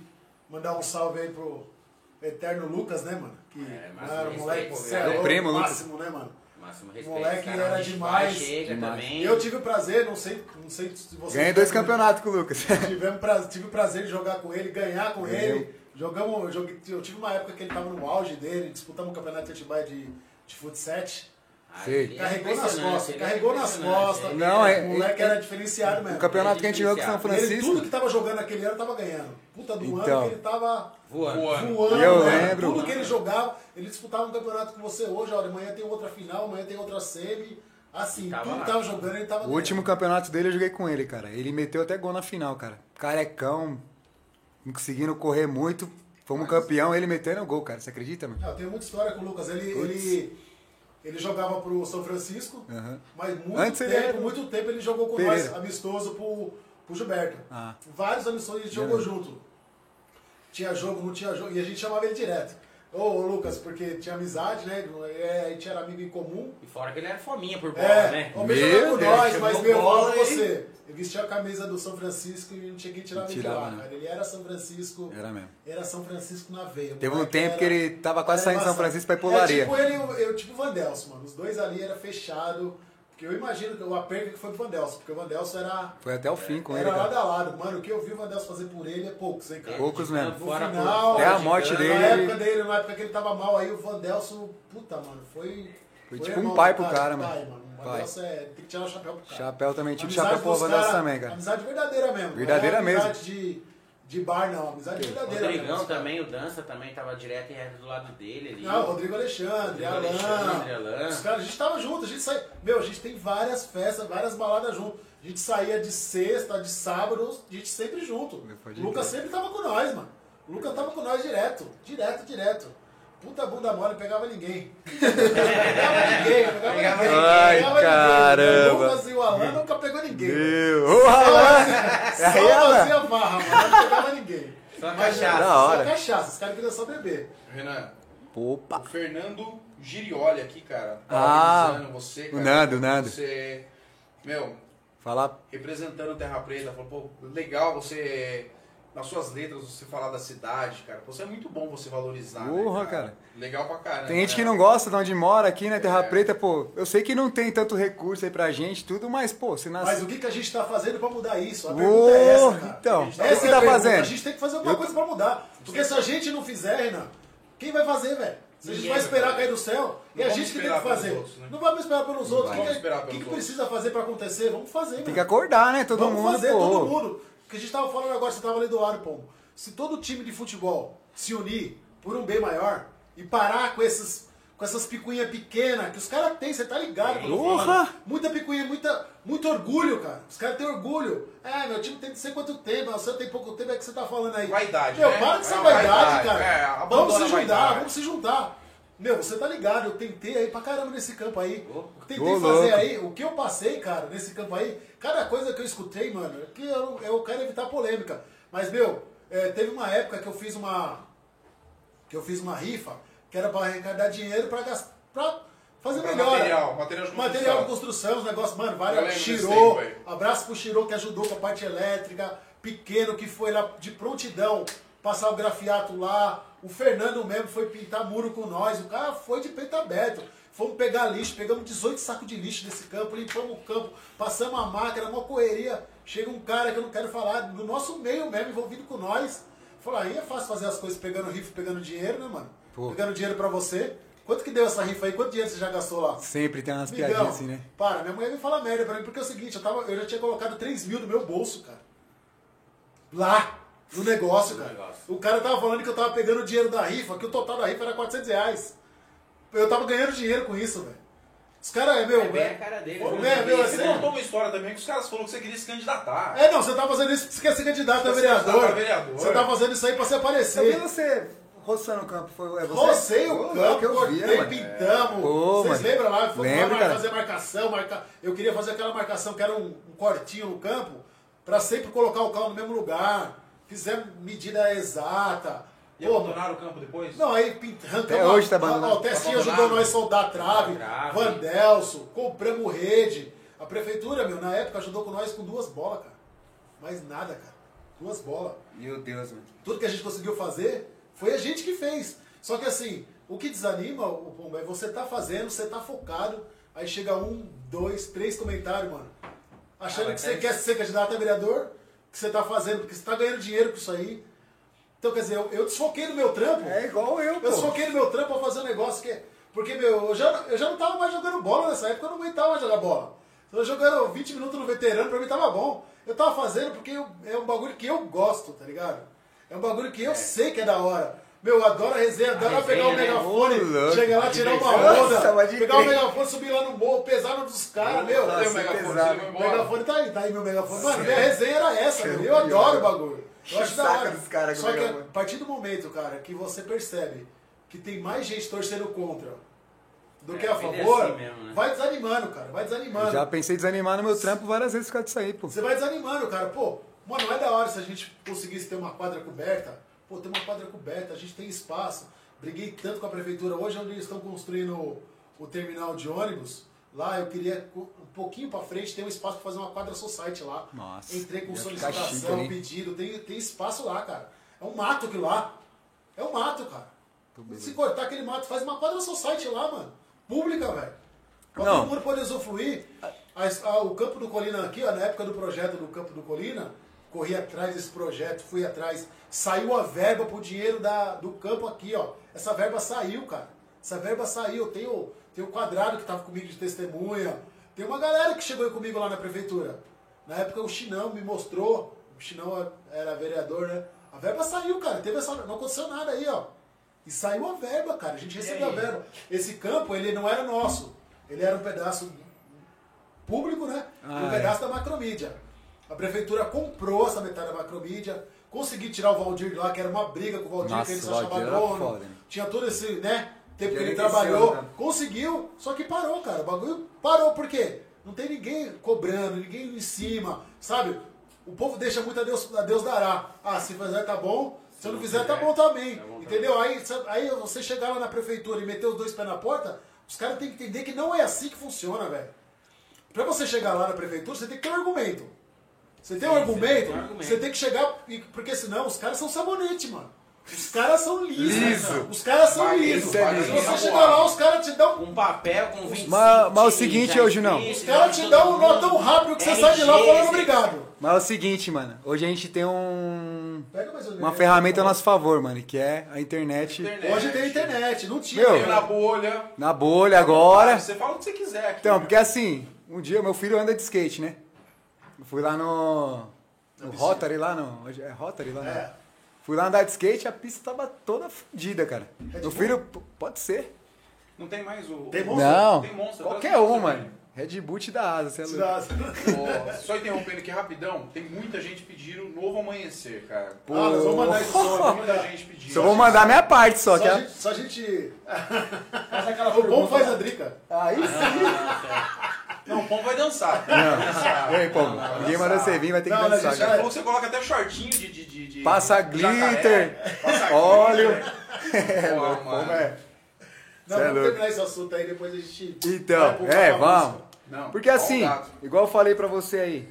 [SPEAKER 2] mandar um salve aí pro Eterno Lucas, né, mano? Que
[SPEAKER 6] É, mas
[SPEAKER 2] era um
[SPEAKER 6] respeito,
[SPEAKER 2] moleque
[SPEAKER 6] né?
[SPEAKER 2] cê é
[SPEAKER 6] O
[SPEAKER 2] louco,
[SPEAKER 3] primo Lucas.
[SPEAKER 2] máximo, né, mano?
[SPEAKER 6] Máximo respeito.
[SPEAKER 2] Moleque
[SPEAKER 6] Os caras
[SPEAKER 2] era
[SPEAKER 6] a gente
[SPEAKER 2] demais.
[SPEAKER 6] vai, Chega
[SPEAKER 3] Demais.
[SPEAKER 6] também.
[SPEAKER 2] Eu tive o prazer, não sei, não sei se vocês. né?
[SPEAKER 3] Ganhei dois campeonatos com o Lucas.
[SPEAKER 2] Tivemos pra- tive o prazer de jogar com ele, ganhar com
[SPEAKER 3] Eu.
[SPEAKER 2] ele. Jogamos, eu joguei- eu tive uma época que ele tava no auge dele, disputamos o campeonato de Atibaia de, de futsal.
[SPEAKER 6] Ah,
[SPEAKER 3] Sei.
[SPEAKER 6] ele é
[SPEAKER 2] Carregou nas
[SPEAKER 6] impressionante,
[SPEAKER 2] costas,
[SPEAKER 6] ele é
[SPEAKER 2] carregou nas
[SPEAKER 6] impressionante,
[SPEAKER 2] costas.
[SPEAKER 6] ele
[SPEAKER 3] Não, é-
[SPEAKER 2] O moleque era diferenciado mesmo.
[SPEAKER 3] O campeonato que a gente jogou com o São
[SPEAKER 2] Ele, tudo
[SPEAKER 3] Francisco.
[SPEAKER 2] que tava jogando naquele ano tava ganhando. Puta do
[SPEAKER 3] Então.
[SPEAKER 2] ano que ele tava
[SPEAKER 6] é Voando.
[SPEAKER 1] Voando.
[SPEAKER 2] voando.
[SPEAKER 3] Eu
[SPEAKER 2] né?
[SPEAKER 3] lembro.
[SPEAKER 2] Tudo que ele jogava, ele disputava um campeonato com você hoje, olha, amanhã tem outra final, amanhã tem outra semi. Assim,
[SPEAKER 6] Tava
[SPEAKER 2] quem
[SPEAKER 6] lá.
[SPEAKER 2] tava jogando, ele tava
[SPEAKER 5] O último campeonato dele eu joguei com ele, cara. Ele meteu até gol na final, cara. Carecão, não conseguindo correr muito. Fomos campeão, ele metendo gol, cara. Você acredita, mano?
[SPEAKER 2] Não, tem muita história com o Lucas. Ele, ele, ele jogava pro São Francisco,
[SPEAKER 5] Aham.
[SPEAKER 2] mas muito
[SPEAKER 5] Antes ele
[SPEAKER 2] tempo,
[SPEAKER 5] era do-
[SPEAKER 2] muito tempo ele jogou com
[SPEAKER 5] Pereira.
[SPEAKER 2] nós, amistoso pro, pro Gilberto.
[SPEAKER 5] Ah.
[SPEAKER 2] Vários amistosos a gente jogou junto. Tinha jogo, não tinha jogo, e a gente chamava ele direto. Ô, ô, Lucas, porque tinha amizade, né? É, A gente era amigo em comum.
[SPEAKER 6] E fora que ele era fominha por bola,
[SPEAKER 2] É,
[SPEAKER 6] né?
[SPEAKER 2] o
[SPEAKER 5] Meu
[SPEAKER 2] mesmo com
[SPEAKER 5] Deus,
[SPEAKER 2] nós,
[SPEAKER 6] chegou
[SPEAKER 2] mas meu,
[SPEAKER 6] bola
[SPEAKER 2] bola
[SPEAKER 6] e-
[SPEAKER 2] você. Ele vestia a camisa do São Francisco e não tinha quem tirar ele de
[SPEAKER 5] Tirava,
[SPEAKER 2] lá,
[SPEAKER 5] né?
[SPEAKER 2] cara. Ele era São Francisco.
[SPEAKER 5] Era mesmo.
[SPEAKER 2] Era São Francisco na veia.
[SPEAKER 5] Teve um
[SPEAKER 2] moleque
[SPEAKER 5] tempo
[SPEAKER 2] era-
[SPEAKER 5] que ele tava quase
[SPEAKER 2] era
[SPEAKER 5] saindo de São
[SPEAKER 2] massa.
[SPEAKER 5] Francisco pra ir pro
[SPEAKER 2] É
[SPEAKER 5] Laria.
[SPEAKER 2] tipo ele, eu, eu tipo o Vandelso, mano. Os dois ali era fechado. Porque eu imagino que o aperto que foi pro Vandelso, porque o Vandelso era,
[SPEAKER 5] Foi até o fim com ele,
[SPEAKER 2] era lado
[SPEAKER 5] cara.
[SPEAKER 2] a lado. Mano, o que eu vi o Vandelso fazer por ele é poucos, hein, cara.
[SPEAKER 5] Poucos mesmo.
[SPEAKER 2] No
[SPEAKER 6] Fora
[SPEAKER 2] final,
[SPEAKER 6] por-
[SPEAKER 5] Até a morte
[SPEAKER 6] Na
[SPEAKER 5] dele,
[SPEAKER 2] Na
[SPEAKER 5] ele-
[SPEAKER 2] época dele, na época que ele tava mal aí, o Vandelso, puta, mano, foi.
[SPEAKER 5] Foi tipo um
[SPEAKER 2] irmão,
[SPEAKER 5] pai pro cara,
[SPEAKER 2] pai,
[SPEAKER 5] mano.
[SPEAKER 2] mano. O
[SPEAKER 5] Pai.
[SPEAKER 2] Vandelso é. Tem que tirar o chapéu pro cara.
[SPEAKER 5] Chapéu também, tipo
[SPEAKER 2] Amizade
[SPEAKER 5] chapéu pro
[SPEAKER 2] dos
[SPEAKER 5] Vandas
[SPEAKER 2] cara-
[SPEAKER 5] também, cara.
[SPEAKER 2] Amizade verdadeira mesmo.
[SPEAKER 5] Verdadeira
[SPEAKER 2] não é
[SPEAKER 5] mesmo.
[SPEAKER 2] Amizade de, de bar, não. Amizade verdadeira
[SPEAKER 6] Rodrigão
[SPEAKER 2] mesmo.
[SPEAKER 6] também, o Dança também tava direto e reto do lado dele ali.
[SPEAKER 2] Não, Rodrigo Alexandre,
[SPEAKER 6] Rodrigo
[SPEAKER 2] Alan.
[SPEAKER 6] Alexandre, Alan.
[SPEAKER 2] Os caras, a gente tava junto, a gente saía. Meu, a gente tem várias festas, várias baladas junto. A gente saía de sexta, de sábado, a gente sempre junto.
[SPEAKER 5] pode
[SPEAKER 2] O Lucas sempre tava com nós, mano. O Lucas tava com nós direto, direto, direto. Puta bunda mole, pegava ninguém. pegava ninguém, pegava ninguém.
[SPEAKER 5] Ai,
[SPEAKER 2] pegava ninguém.
[SPEAKER 5] caramba.
[SPEAKER 2] O Lucas e o Alan nunca pegou ninguém.
[SPEAKER 5] Meu, ô, Alan!
[SPEAKER 2] Só
[SPEAKER 5] Aí, Alan.
[SPEAKER 2] fazia barra, mano. Não pegava ninguém.
[SPEAKER 6] Só
[SPEAKER 2] Mas,
[SPEAKER 6] cachaça.
[SPEAKER 5] Da hora.
[SPEAKER 2] Só cachaça. Os caras queriam só beber.
[SPEAKER 1] Renan,
[SPEAKER 5] Opa!
[SPEAKER 1] o Fernando Girioli aqui, cara.
[SPEAKER 5] Ah,
[SPEAKER 1] valorizando você, cara.
[SPEAKER 5] o Nando, o Nando.
[SPEAKER 1] Você, é- meu,
[SPEAKER 5] Falar.
[SPEAKER 1] representando o Terra Preta, falou, pô, legal você, nas suas letras, você falar da cidade, cara. Você é muito bom você valorizar,
[SPEAKER 5] Porra,
[SPEAKER 1] né,
[SPEAKER 5] cara.
[SPEAKER 1] Legal pra caramba.
[SPEAKER 5] Tem gente
[SPEAKER 1] né?
[SPEAKER 5] que não gosta de onde mora aqui, né? Terra
[SPEAKER 1] É.
[SPEAKER 5] Preta, pô. Eu sei que não tem tanto recurso aí pra gente, tudo, mas, pô, se
[SPEAKER 2] Mas o
[SPEAKER 5] nasce.
[SPEAKER 2] que, que a gente tá fazendo pra mudar isso? A
[SPEAKER 5] Ô,
[SPEAKER 2] pergunta é essa, cara.
[SPEAKER 5] então,
[SPEAKER 2] Essa
[SPEAKER 5] o que
[SPEAKER 2] é
[SPEAKER 5] você
[SPEAKER 2] a
[SPEAKER 5] tá
[SPEAKER 2] pergunta.
[SPEAKER 5] fazendo?
[SPEAKER 2] A gente tem que fazer alguma coisa pra mudar. Porque se a gente não fizer, Renan, quem vai fazer, velho? Se a gente
[SPEAKER 1] Ninguém
[SPEAKER 2] vai
[SPEAKER 1] vai
[SPEAKER 2] esperar
[SPEAKER 1] fazer.
[SPEAKER 2] cair do céu, e
[SPEAKER 1] Não
[SPEAKER 2] é
[SPEAKER 1] vamos
[SPEAKER 2] a gente que tem que
[SPEAKER 1] esperar pelos
[SPEAKER 2] fazer.
[SPEAKER 1] outros, né?
[SPEAKER 2] Não vamos esperar pelos outros. O que,
[SPEAKER 1] vamos
[SPEAKER 2] que-
[SPEAKER 1] esperar
[SPEAKER 2] que
[SPEAKER 1] pelos
[SPEAKER 2] que
[SPEAKER 1] outros.
[SPEAKER 2] precisa fazer pra acontecer? Vamos fazer,
[SPEAKER 5] Tem que
[SPEAKER 2] mano.
[SPEAKER 5] acordar, né? Todo
[SPEAKER 2] Vamos
[SPEAKER 5] mundo,
[SPEAKER 2] fazer
[SPEAKER 5] pô.
[SPEAKER 2] todo mundo. O que a gente tava falando agora, você tava lendo o ar, Pombo. Se todo time de futebol se unir por um bem maior e parar com essas, com essas picuinhas pequenas que os caras têm, você tá ligado? quando eu falo.
[SPEAKER 5] Porra!
[SPEAKER 2] Muita picuinha, muita, muito orgulho, cara. Os caras têm orgulho. É, meu time tem não sei quanto tempo, o seu tem pouco tempo, é que você tá falando aí.
[SPEAKER 1] Vaidade,
[SPEAKER 2] Meu,
[SPEAKER 1] né?
[SPEAKER 2] para dessa
[SPEAKER 1] É,
[SPEAKER 2] vaidade,
[SPEAKER 1] vaidade,
[SPEAKER 2] cara.
[SPEAKER 1] é, abandona
[SPEAKER 2] vamos se
[SPEAKER 1] a
[SPEAKER 2] juntar,
[SPEAKER 1] vaidade.
[SPEAKER 2] vamos se juntar. Meu, você tá ligado, eu tentei aí pra caramba nesse campo aí. O que tentei
[SPEAKER 5] Ô,
[SPEAKER 2] fazer
[SPEAKER 5] louco.
[SPEAKER 2] aí, o que eu passei, cara, nesse campo aí, cada coisa que eu escutei, mano, é que eu, não- eu quero evitar polêmica. Mas, meu, é, teve uma época que eu fiz uma. que eu fiz uma rifa, que era pra arrecadar dinheiro pra gastar. Pra fazer
[SPEAKER 1] Pra
[SPEAKER 2] melhor.
[SPEAKER 1] material, material de construção.
[SPEAKER 2] Material de construção, os negócios, mano,
[SPEAKER 1] Eu
[SPEAKER 2] vários.
[SPEAKER 1] lembro desse
[SPEAKER 2] Tirou.
[SPEAKER 1] tempo aí.
[SPEAKER 2] Abraço pro Chirô que ajudou com a parte elétrica. Pequeno que foi lá de prontidão passar o grafiato lá. O Fernando mesmo foi pintar muro com nós. O cara foi de peito aberto. Fomos pegar lixo, pegamos 18 sacos de lixo nesse campo, limpamos o campo, passamos a máquina, uma correria. Chega um cara que eu não quero falar, do nosso meio mesmo, envolvido com nós. Falou, aí é fácil fazer as coisas pegando rifa, pegando dinheiro, né, mano?
[SPEAKER 5] Pô.
[SPEAKER 2] Pegando dinheiro pra você. Quanto que deu essa rifa aí? Quanto dinheiro você já gastou lá?
[SPEAKER 5] Sempre tem umas
[SPEAKER 2] Migão,
[SPEAKER 5] piadinhas assim, né?
[SPEAKER 2] Para, minha mulher me fala merda pra mim, porque é o seguinte, eu, tava, eu já tinha colocado 3 mil no meu bolso, cara. Lá, no negócio, cara.
[SPEAKER 6] negócio.
[SPEAKER 2] O cara tava falando que eu tava pegando o dinheiro da rifa, que o total da rifa era 400 reais. Eu tava ganhando dinheiro com isso, velho. Os caras, meu...
[SPEAKER 6] É bem
[SPEAKER 2] velho,
[SPEAKER 6] a cara dele.
[SPEAKER 2] Ô,
[SPEAKER 6] né?
[SPEAKER 2] meu, meu,
[SPEAKER 1] Você
[SPEAKER 2] assim,
[SPEAKER 1] contou uma história também que os caras falaram que você queria se candidatar.
[SPEAKER 2] É, não, você tá fazendo isso porque você quer ser candidato a
[SPEAKER 6] tá
[SPEAKER 1] Você quer ser
[SPEAKER 2] vereador.
[SPEAKER 1] candidato a vereador.
[SPEAKER 2] Você tá fazendo isso aí pra se
[SPEAKER 5] Eu vi
[SPEAKER 2] aparecer.
[SPEAKER 5] você roçando o campo, foi é você?
[SPEAKER 2] Rocei
[SPEAKER 5] Ô,
[SPEAKER 2] o
[SPEAKER 5] louco,
[SPEAKER 2] campo,
[SPEAKER 5] eu vi,
[SPEAKER 2] cortei,
[SPEAKER 5] mano.
[SPEAKER 2] pintamos.
[SPEAKER 5] Pô,
[SPEAKER 2] Vocês
[SPEAKER 5] mano.
[SPEAKER 2] lembram lá? Foi
[SPEAKER 5] Lembro,
[SPEAKER 2] lá
[SPEAKER 5] cara.
[SPEAKER 2] fazer marcação, marca... eu queria fazer aquela marcação que era um, um cortinho no campo, pra sempre colocar o carro no mesmo lugar. Fizemos medida exata.
[SPEAKER 1] E
[SPEAKER 2] Pô, mano.
[SPEAKER 1] abandonaram o campo depois?
[SPEAKER 2] Não, aí pint- arrancamos.
[SPEAKER 5] Até hoje
[SPEAKER 2] a-
[SPEAKER 5] tá abandonado.
[SPEAKER 2] a- O Tessinho
[SPEAKER 1] Tá
[SPEAKER 2] ajudou
[SPEAKER 1] abandonado. Tá
[SPEAKER 2] nós a soldar a trave,
[SPEAKER 6] Trave.
[SPEAKER 2] Vandelso, compramos rede. A prefeitura, meu, na época ajudou com nós com duas bolas, cara. Mais nada, cara. Duas bolas
[SPEAKER 5] Meu Deus, mano.
[SPEAKER 2] tudo que a gente conseguiu fazer foi a gente que fez. Só que assim, o que desanima o Pombo é você tá fazendo, você tá focado, aí chega um, dois, três comentários, mano. Achando
[SPEAKER 6] Ah, vai
[SPEAKER 2] que você
[SPEAKER 6] ter-
[SPEAKER 2] quer ser candidato a vereador, que você tá fazendo, porque você tá ganhando dinheiro com isso aí. Então, quer dizer, eu, eu desfoquei no meu trampo.
[SPEAKER 5] É igual eu, pô.
[SPEAKER 2] Eu foquei no meu trampo pra fazer um negócio que. Porque, meu, eu já, eu já não tava mais jogando bola nessa época, eu não aguentava mais jogar bola. Então, Eu tava jogando 20 minutos no veterano, pra mim tava bom. Eu tava fazendo porque eu- é um bagulho que eu gosto, tá ligado? É um bagulho que eu sei que é da hora. Meu, eu adoro a resenha, adoro
[SPEAKER 6] resenha,
[SPEAKER 2] pegar o
[SPEAKER 6] né?
[SPEAKER 2] megafone,
[SPEAKER 8] Ô, louco.
[SPEAKER 2] chegar lá, tirar uma
[SPEAKER 8] Nossa,
[SPEAKER 2] onda,
[SPEAKER 8] mas de
[SPEAKER 2] pegar o
[SPEAKER 8] bem.
[SPEAKER 2] megafone, subir lá no morro, pesar no dos caras,
[SPEAKER 1] Cadê o
[SPEAKER 2] meu.
[SPEAKER 8] Nossa,
[SPEAKER 1] megafone?
[SPEAKER 8] pesado.
[SPEAKER 1] Você foi
[SPEAKER 2] O
[SPEAKER 1] embora?
[SPEAKER 2] assim, megafone tá aí, tá aí meu megafone. Mano, minha resenha era essa, meu. Eu adoro o bagulho. Eu acho da
[SPEAKER 8] Saca
[SPEAKER 2] hora.
[SPEAKER 8] dos caras com
[SPEAKER 2] Só
[SPEAKER 8] o
[SPEAKER 2] que é a
[SPEAKER 8] megafone.
[SPEAKER 2] partir do momento, cara, que você percebe que tem mais gente torcendo contra do
[SPEAKER 6] É,
[SPEAKER 2] que a
[SPEAKER 6] vida é
[SPEAKER 2] favor,
[SPEAKER 6] assim mesmo, né?
[SPEAKER 2] vai desanimando, cara. Vai desanimando.
[SPEAKER 3] Já pensei em desanimar no meu trampo várias vezes por causa disso aí, pô.
[SPEAKER 2] Você vai desanimando, cara. Pô, mano, não é da hora se a gente conseguisse ter uma quadra coberta. Pô, tem uma quadra coberta, a gente tem espaço. Briguei tanto com a prefeitura. Hoje, onde eles estão construindo o, o terminal de ônibus, lá eu queria co- um pouquinho pra frente ter um espaço pra fazer uma quadra society lá.
[SPEAKER 3] Nossa,
[SPEAKER 2] Entrei com
[SPEAKER 3] ia ficar
[SPEAKER 2] solicitação,
[SPEAKER 3] chique, hein?
[SPEAKER 2] pedido. Tem, tem espaço lá, cara. É um mato que lá. É um mato, cara. Se cortar aquele mato, faz uma quadra society lá, mano. Pública, velho. Pra
[SPEAKER 3] Não.
[SPEAKER 2] todo mundo poder usufruir. As- a- o Campo do Colina aqui, ó, na época do projeto do Campo do Colina, corri atrás desse projeto, fui atrás. Saiu a verba pro dinheiro da, do campo aqui, ó. Essa verba saiu, cara. Essa verba saiu. Tem o, tem o um quadrado que tava comigo de testemunha. Tem uma galera que chegou aí comigo lá na prefeitura. Na época o Chinão me mostrou. O Chinão era vereador, né? A verba saiu, cara. Teve essa, não aconteceu nada aí, ó. E saiu a verba, cara. A gente recebeu a verba. Esse campo, ele não era nosso. Ele era um pedaço público, né?
[SPEAKER 3] Ah, é.
[SPEAKER 2] um pedaço da macromídia. A prefeitura comprou essa metade da macromídia. Consegui tirar o Valdir de lá, que era uma briga com o Valdir,
[SPEAKER 3] Nossa,
[SPEAKER 2] que ele se
[SPEAKER 3] o Valdir
[SPEAKER 2] achava
[SPEAKER 3] era
[SPEAKER 2] dono.
[SPEAKER 3] foda, né?
[SPEAKER 2] Tinha todo esse, né? Tempo que ele
[SPEAKER 8] Gerenciou,
[SPEAKER 2] trabalhou.
[SPEAKER 8] né?
[SPEAKER 2] Conseguiu, só que parou, cara. O bagulho parou, por quê? Não tem ninguém cobrando, ninguém em cima, sabe? O povo deixa muito a Deus, a Deus dará. Ah, se fizer tá bom, se eu não fizer tá bom também. Entendeu? Aí, sabe, aí você chegar lá na prefeitura e meter os dois pés na porta, os caras têm que entender que não é assim que funciona, velho. Pra você chegar lá na prefeitura, você tem que ter um argumento. Você tem um
[SPEAKER 6] tem que
[SPEAKER 2] argumento,
[SPEAKER 6] ter um argumento.
[SPEAKER 2] você tem que chegar. e- Porque senão os caras são sabonete, mano. Os caras são lisos.
[SPEAKER 8] Liso.
[SPEAKER 2] Os caras são
[SPEAKER 1] Vai,
[SPEAKER 2] lisos.
[SPEAKER 1] isso é
[SPEAKER 2] Se
[SPEAKER 1] liso.
[SPEAKER 2] você chegar lá, os caras te dão.
[SPEAKER 6] Um papel com 25.
[SPEAKER 3] Mas- mas o
[SPEAKER 6] de-
[SPEAKER 3] seguinte,
[SPEAKER 6] de
[SPEAKER 3] ô, Junão.
[SPEAKER 6] atriz,
[SPEAKER 2] Os caras te dão um nó tão rápido que você sai de lá
[SPEAKER 6] RG,
[SPEAKER 2] falando obrigado.
[SPEAKER 3] Mas é o seguinte, mano. Hoje a gente tem um.
[SPEAKER 2] Pega mais um
[SPEAKER 3] Uma
[SPEAKER 2] negócio.
[SPEAKER 3] ferramenta a nosso favor, mano, que é a internet.
[SPEAKER 1] Internet.
[SPEAKER 2] Hoje tem internet, não tinha.
[SPEAKER 3] Meu,
[SPEAKER 1] Veio na bolha.
[SPEAKER 3] Na bolha agora.
[SPEAKER 1] Você fala o que você quiser aqui.
[SPEAKER 3] Então, porque assim, um dia meu filho anda de skate, né? Eu fui lá no. No Rotary lá, no. É Rotary lá, né?
[SPEAKER 2] Ah,
[SPEAKER 3] Fui lá andar de skate, a pista tava toda fodida, cara. Meu filho, p- pode ser.
[SPEAKER 1] Não tem mais o.
[SPEAKER 2] Tem monstro?
[SPEAKER 3] Não.
[SPEAKER 1] Tem monstro,
[SPEAKER 3] Qualquer
[SPEAKER 1] traz um
[SPEAKER 3] um,
[SPEAKER 1] monstro
[SPEAKER 3] mano. Red Boot da asa, você é louco.
[SPEAKER 2] Ah,
[SPEAKER 1] Ó, só interrompendo aqui rapidão, tem muita gente pedindo o novo amanhecer, cara.
[SPEAKER 2] nós Ah, vamos mandar esse som,
[SPEAKER 1] Tem um
[SPEAKER 2] vamos
[SPEAKER 1] muita
[SPEAKER 2] mandar.
[SPEAKER 1] gente pedindo.
[SPEAKER 3] Só vou mandar minha parte só, que é
[SPEAKER 2] Só a
[SPEAKER 3] a...
[SPEAKER 2] gente. Só a gente...
[SPEAKER 4] Faz aquela
[SPEAKER 2] O bom
[SPEAKER 4] pergunta.
[SPEAKER 2] faz a drica.
[SPEAKER 3] Aí sim.
[SPEAKER 1] Não, o Pão vai dançar.
[SPEAKER 3] E aí, pô, ninguém mandou você vir, vai ter que
[SPEAKER 2] Não, não,
[SPEAKER 3] dançar,
[SPEAKER 2] gente,
[SPEAKER 1] Você
[SPEAKER 3] cara.
[SPEAKER 1] falou É que você coloca até shortinho de. de, de, de-
[SPEAKER 3] Passa
[SPEAKER 1] de jacaré,
[SPEAKER 3] glitter,
[SPEAKER 1] passa
[SPEAKER 3] óleo.
[SPEAKER 1] glitter.
[SPEAKER 5] É,
[SPEAKER 1] Pô, mano.
[SPEAKER 2] Não,
[SPEAKER 3] É. Cê é
[SPEAKER 2] vamos
[SPEAKER 3] louco.
[SPEAKER 2] terminar esse assunto aí, depois a gente. vai
[SPEAKER 3] Então,
[SPEAKER 2] pro-
[SPEAKER 3] é,
[SPEAKER 2] pra
[SPEAKER 3] vamos.
[SPEAKER 2] música.
[SPEAKER 1] Não,
[SPEAKER 3] Porque
[SPEAKER 2] tá
[SPEAKER 3] assim,
[SPEAKER 1] ó o gato.
[SPEAKER 3] igual eu falei pra você aí,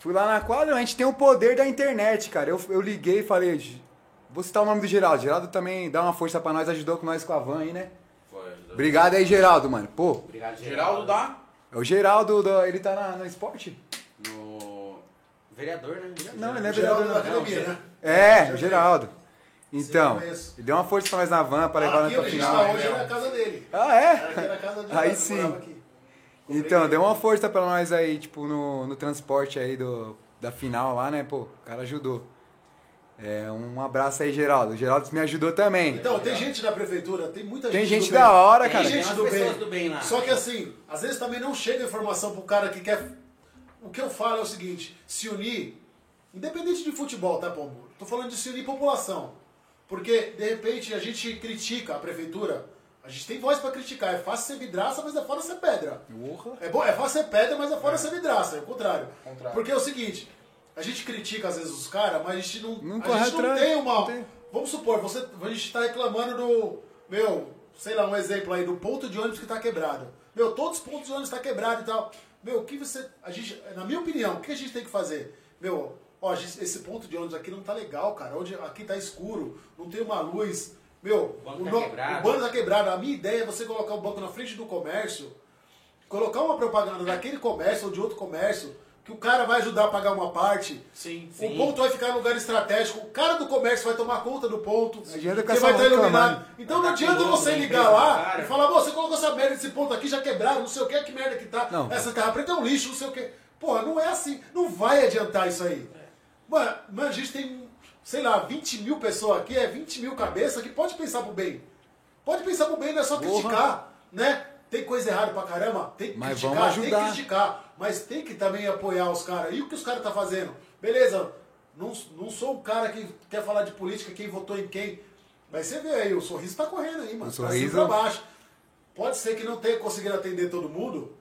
[SPEAKER 3] fui lá na quadra, a gente tem o poder da internet, cara. Eu, eu liguei e falei, "Gi- vou citar o nome do Geraldo. Geraldo também dá uma força pra nós, ajudou com nós com a van aí, né?
[SPEAKER 6] Foi, foi.
[SPEAKER 3] Obrigado aí, Geraldo, mano. Pô,
[SPEAKER 6] Obrigado,
[SPEAKER 1] Geraldo dá.
[SPEAKER 3] é o Geraldo, do- ele tá na, no esporte?
[SPEAKER 6] No... Vereador, né?
[SPEAKER 3] Não, ele é
[SPEAKER 2] Geraldo
[SPEAKER 3] vereador.
[SPEAKER 2] da
[SPEAKER 3] não.
[SPEAKER 2] academia, né?
[SPEAKER 3] É, o Geraldo. Então,
[SPEAKER 2] conheço.
[SPEAKER 3] ele deu uma força pra nós na van pra levar nós
[SPEAKER 2] Aqui
[SPEAKER 3] pra
[SPEAKER 2] onde a gente
[SPEAKER 3] final.
[SPEAKER 2] tá hoje é na casa dele.
[SPEAKER 3] Ah, é?
[SPEAKER 2] Aqui era a casa dele.
[SPEAKER 3] Aí
[SPEAKER 2] nós
[SPEAKER 3] sim.
[SPEAKER 2] morava aqui.
[SPEAKER 3] Então, deu uma força pra nós aí, tipo, no, no transporte aí do, da final lá, né? Pô, o cara ajudou. É, um abraço aí, Geraldo. O Geraldo me ajudou também.
[SPEAKER 2] Então, tem gente da prefeitura, tem muita
[SPEAKER 3] Tem
[SPEAKER 2] gente.
[SPEAKER 3] gente
[SPEAKER 2] do bem.
[SPEAKER 3] da hora,
[SPEAKER 2] Tem
[SPEAKER 3] cara.
[SPEAKER 2] gente
[SPEAKER 6] Tem umas
[SPEAKER 2] do
[SPEAKER 6] pessoas
[SPEAKER 2] bem.
[SPEAKER 6] do bem lá.
[SPEAKER 2] Só que assim, às vezes também não chega informação pro cara que quer. O que eu falo é o seguinte: se unir, independente de futebol, tá, Pombo? Tô falando de se unir população. Porque, de repente, a gente critica a prefeitura. A gente tem voz pra criticar. É fácil ser vidraça, mas é fora ser pedra. É, bom, é fácil ser pedra, mas é fora ser vidraça. É o contrário.
[SPEAKER 1] Contrário.
[SPEAKER 2] Porque é o seguinte: a gente critica às vezes os caras, mas a gente não,
[SPEAKER 3] Não
[SPEAKER 2] a
[SPEAKER 3] corre
[SPEAKER 2] gente não
[SPEAKER 3] atrás,
[SPEAKER 2] tem uma.
[SPEAKER 3] não tem.
[SPEAKER 2] Vamos supor, você, a gente está reclamando do. Meu, sei lá, um exemplo aí, do ponto de ônibus que está quebrado. Meu, todos os pontos de ônibus estão tá quebrados e tal. Meu, o que você. A gente, na minha opinião, o que a gente tem que fazer? Meu, ó, a gente- esse ponto de ônibus aqui não tá legal, cara. Onde, aqui tá escuro, não tem uma luz. Meu,
[SPEAKER 6] O banco
[SPEAKER 2] o,
[SPEAKER 6] tá
[SPEAKER 2] no-
[SPEAKER 6] quebrado.
[SPEAKER 2] o banco tá quebrado. A minha ideia é você colocar o banco na frente do comércio colocar uma propaganda daquele comércio ou de outro comércio, que o cara vai ajudar a pagar uma parte.
[SPEAKER 1] Sim.
[SPEAKER 2] O ponto vai ficar em lugar estratégico, o cara do comércio vai tomar conta do ponto,
[SPEAKER 3] adianta
[SPEAKER 2] que
[SPEAKER 3] caçar
[SPEAKER 2] vai estar
[SPEAKER 3] louca,
[SPEAKER 2] iluminado.
[SPEAKER 3] mano.
[SPEAKER 2] Então não
[SPEAKER 6] Vai dar
[SPEAKER 2] adianta
[SPEAKER 6] piloto,
[SPEAKER 2] você
[SPEAKER 6] vai
[SPEAKER 2] ligar
[SPEAKER 6] empresa,
[SPEAKER 2] lá
[SPEAKER 6] cara.
[SPEAKER 2] e falar, "Pô, você colocou essa merda desse ponto aqui, já quebraram, não sei o que, que merda que tá.
[SPEAKER 3] Não.
[SPEAKER 2] Essa terra preta é um
[SPEAKER 6] É.
[SPEAKER 2] lixo, não sei o que. Porra, não é assim, não vai adiantar isso aí. Mano, mano, a gente tem sei lá, 20 mil pessoas aqui, é 20 mil cabeças que pode pensar pro bem. Pode pensar pro bem, não é só criticar, né? Tem coisa errada pra caramba, tem que
[SPEAKER 5] Mas
[SPEAKER 2] criticar,
[SPEAKER 5] vamos
[SPEAKER 2] tem
[SPEAKER 5] ajudar.
[SPEAKER 2] que criticar, mas tem que também apoiar os caras. E o que os caras tá fazendo? Beleza, não, não sou o cara que quer falar de política, quem votou em quem. Mas você vê aí, o sorriso tá correndo aí, mano.
[SPEAKER 5] O
[SPEAKER 2] tá
[SPEAKER 5] sorriso-
[SPEAKER 2] assim pra baixo. Pode ser que não tenha conseguido atender todo mundo,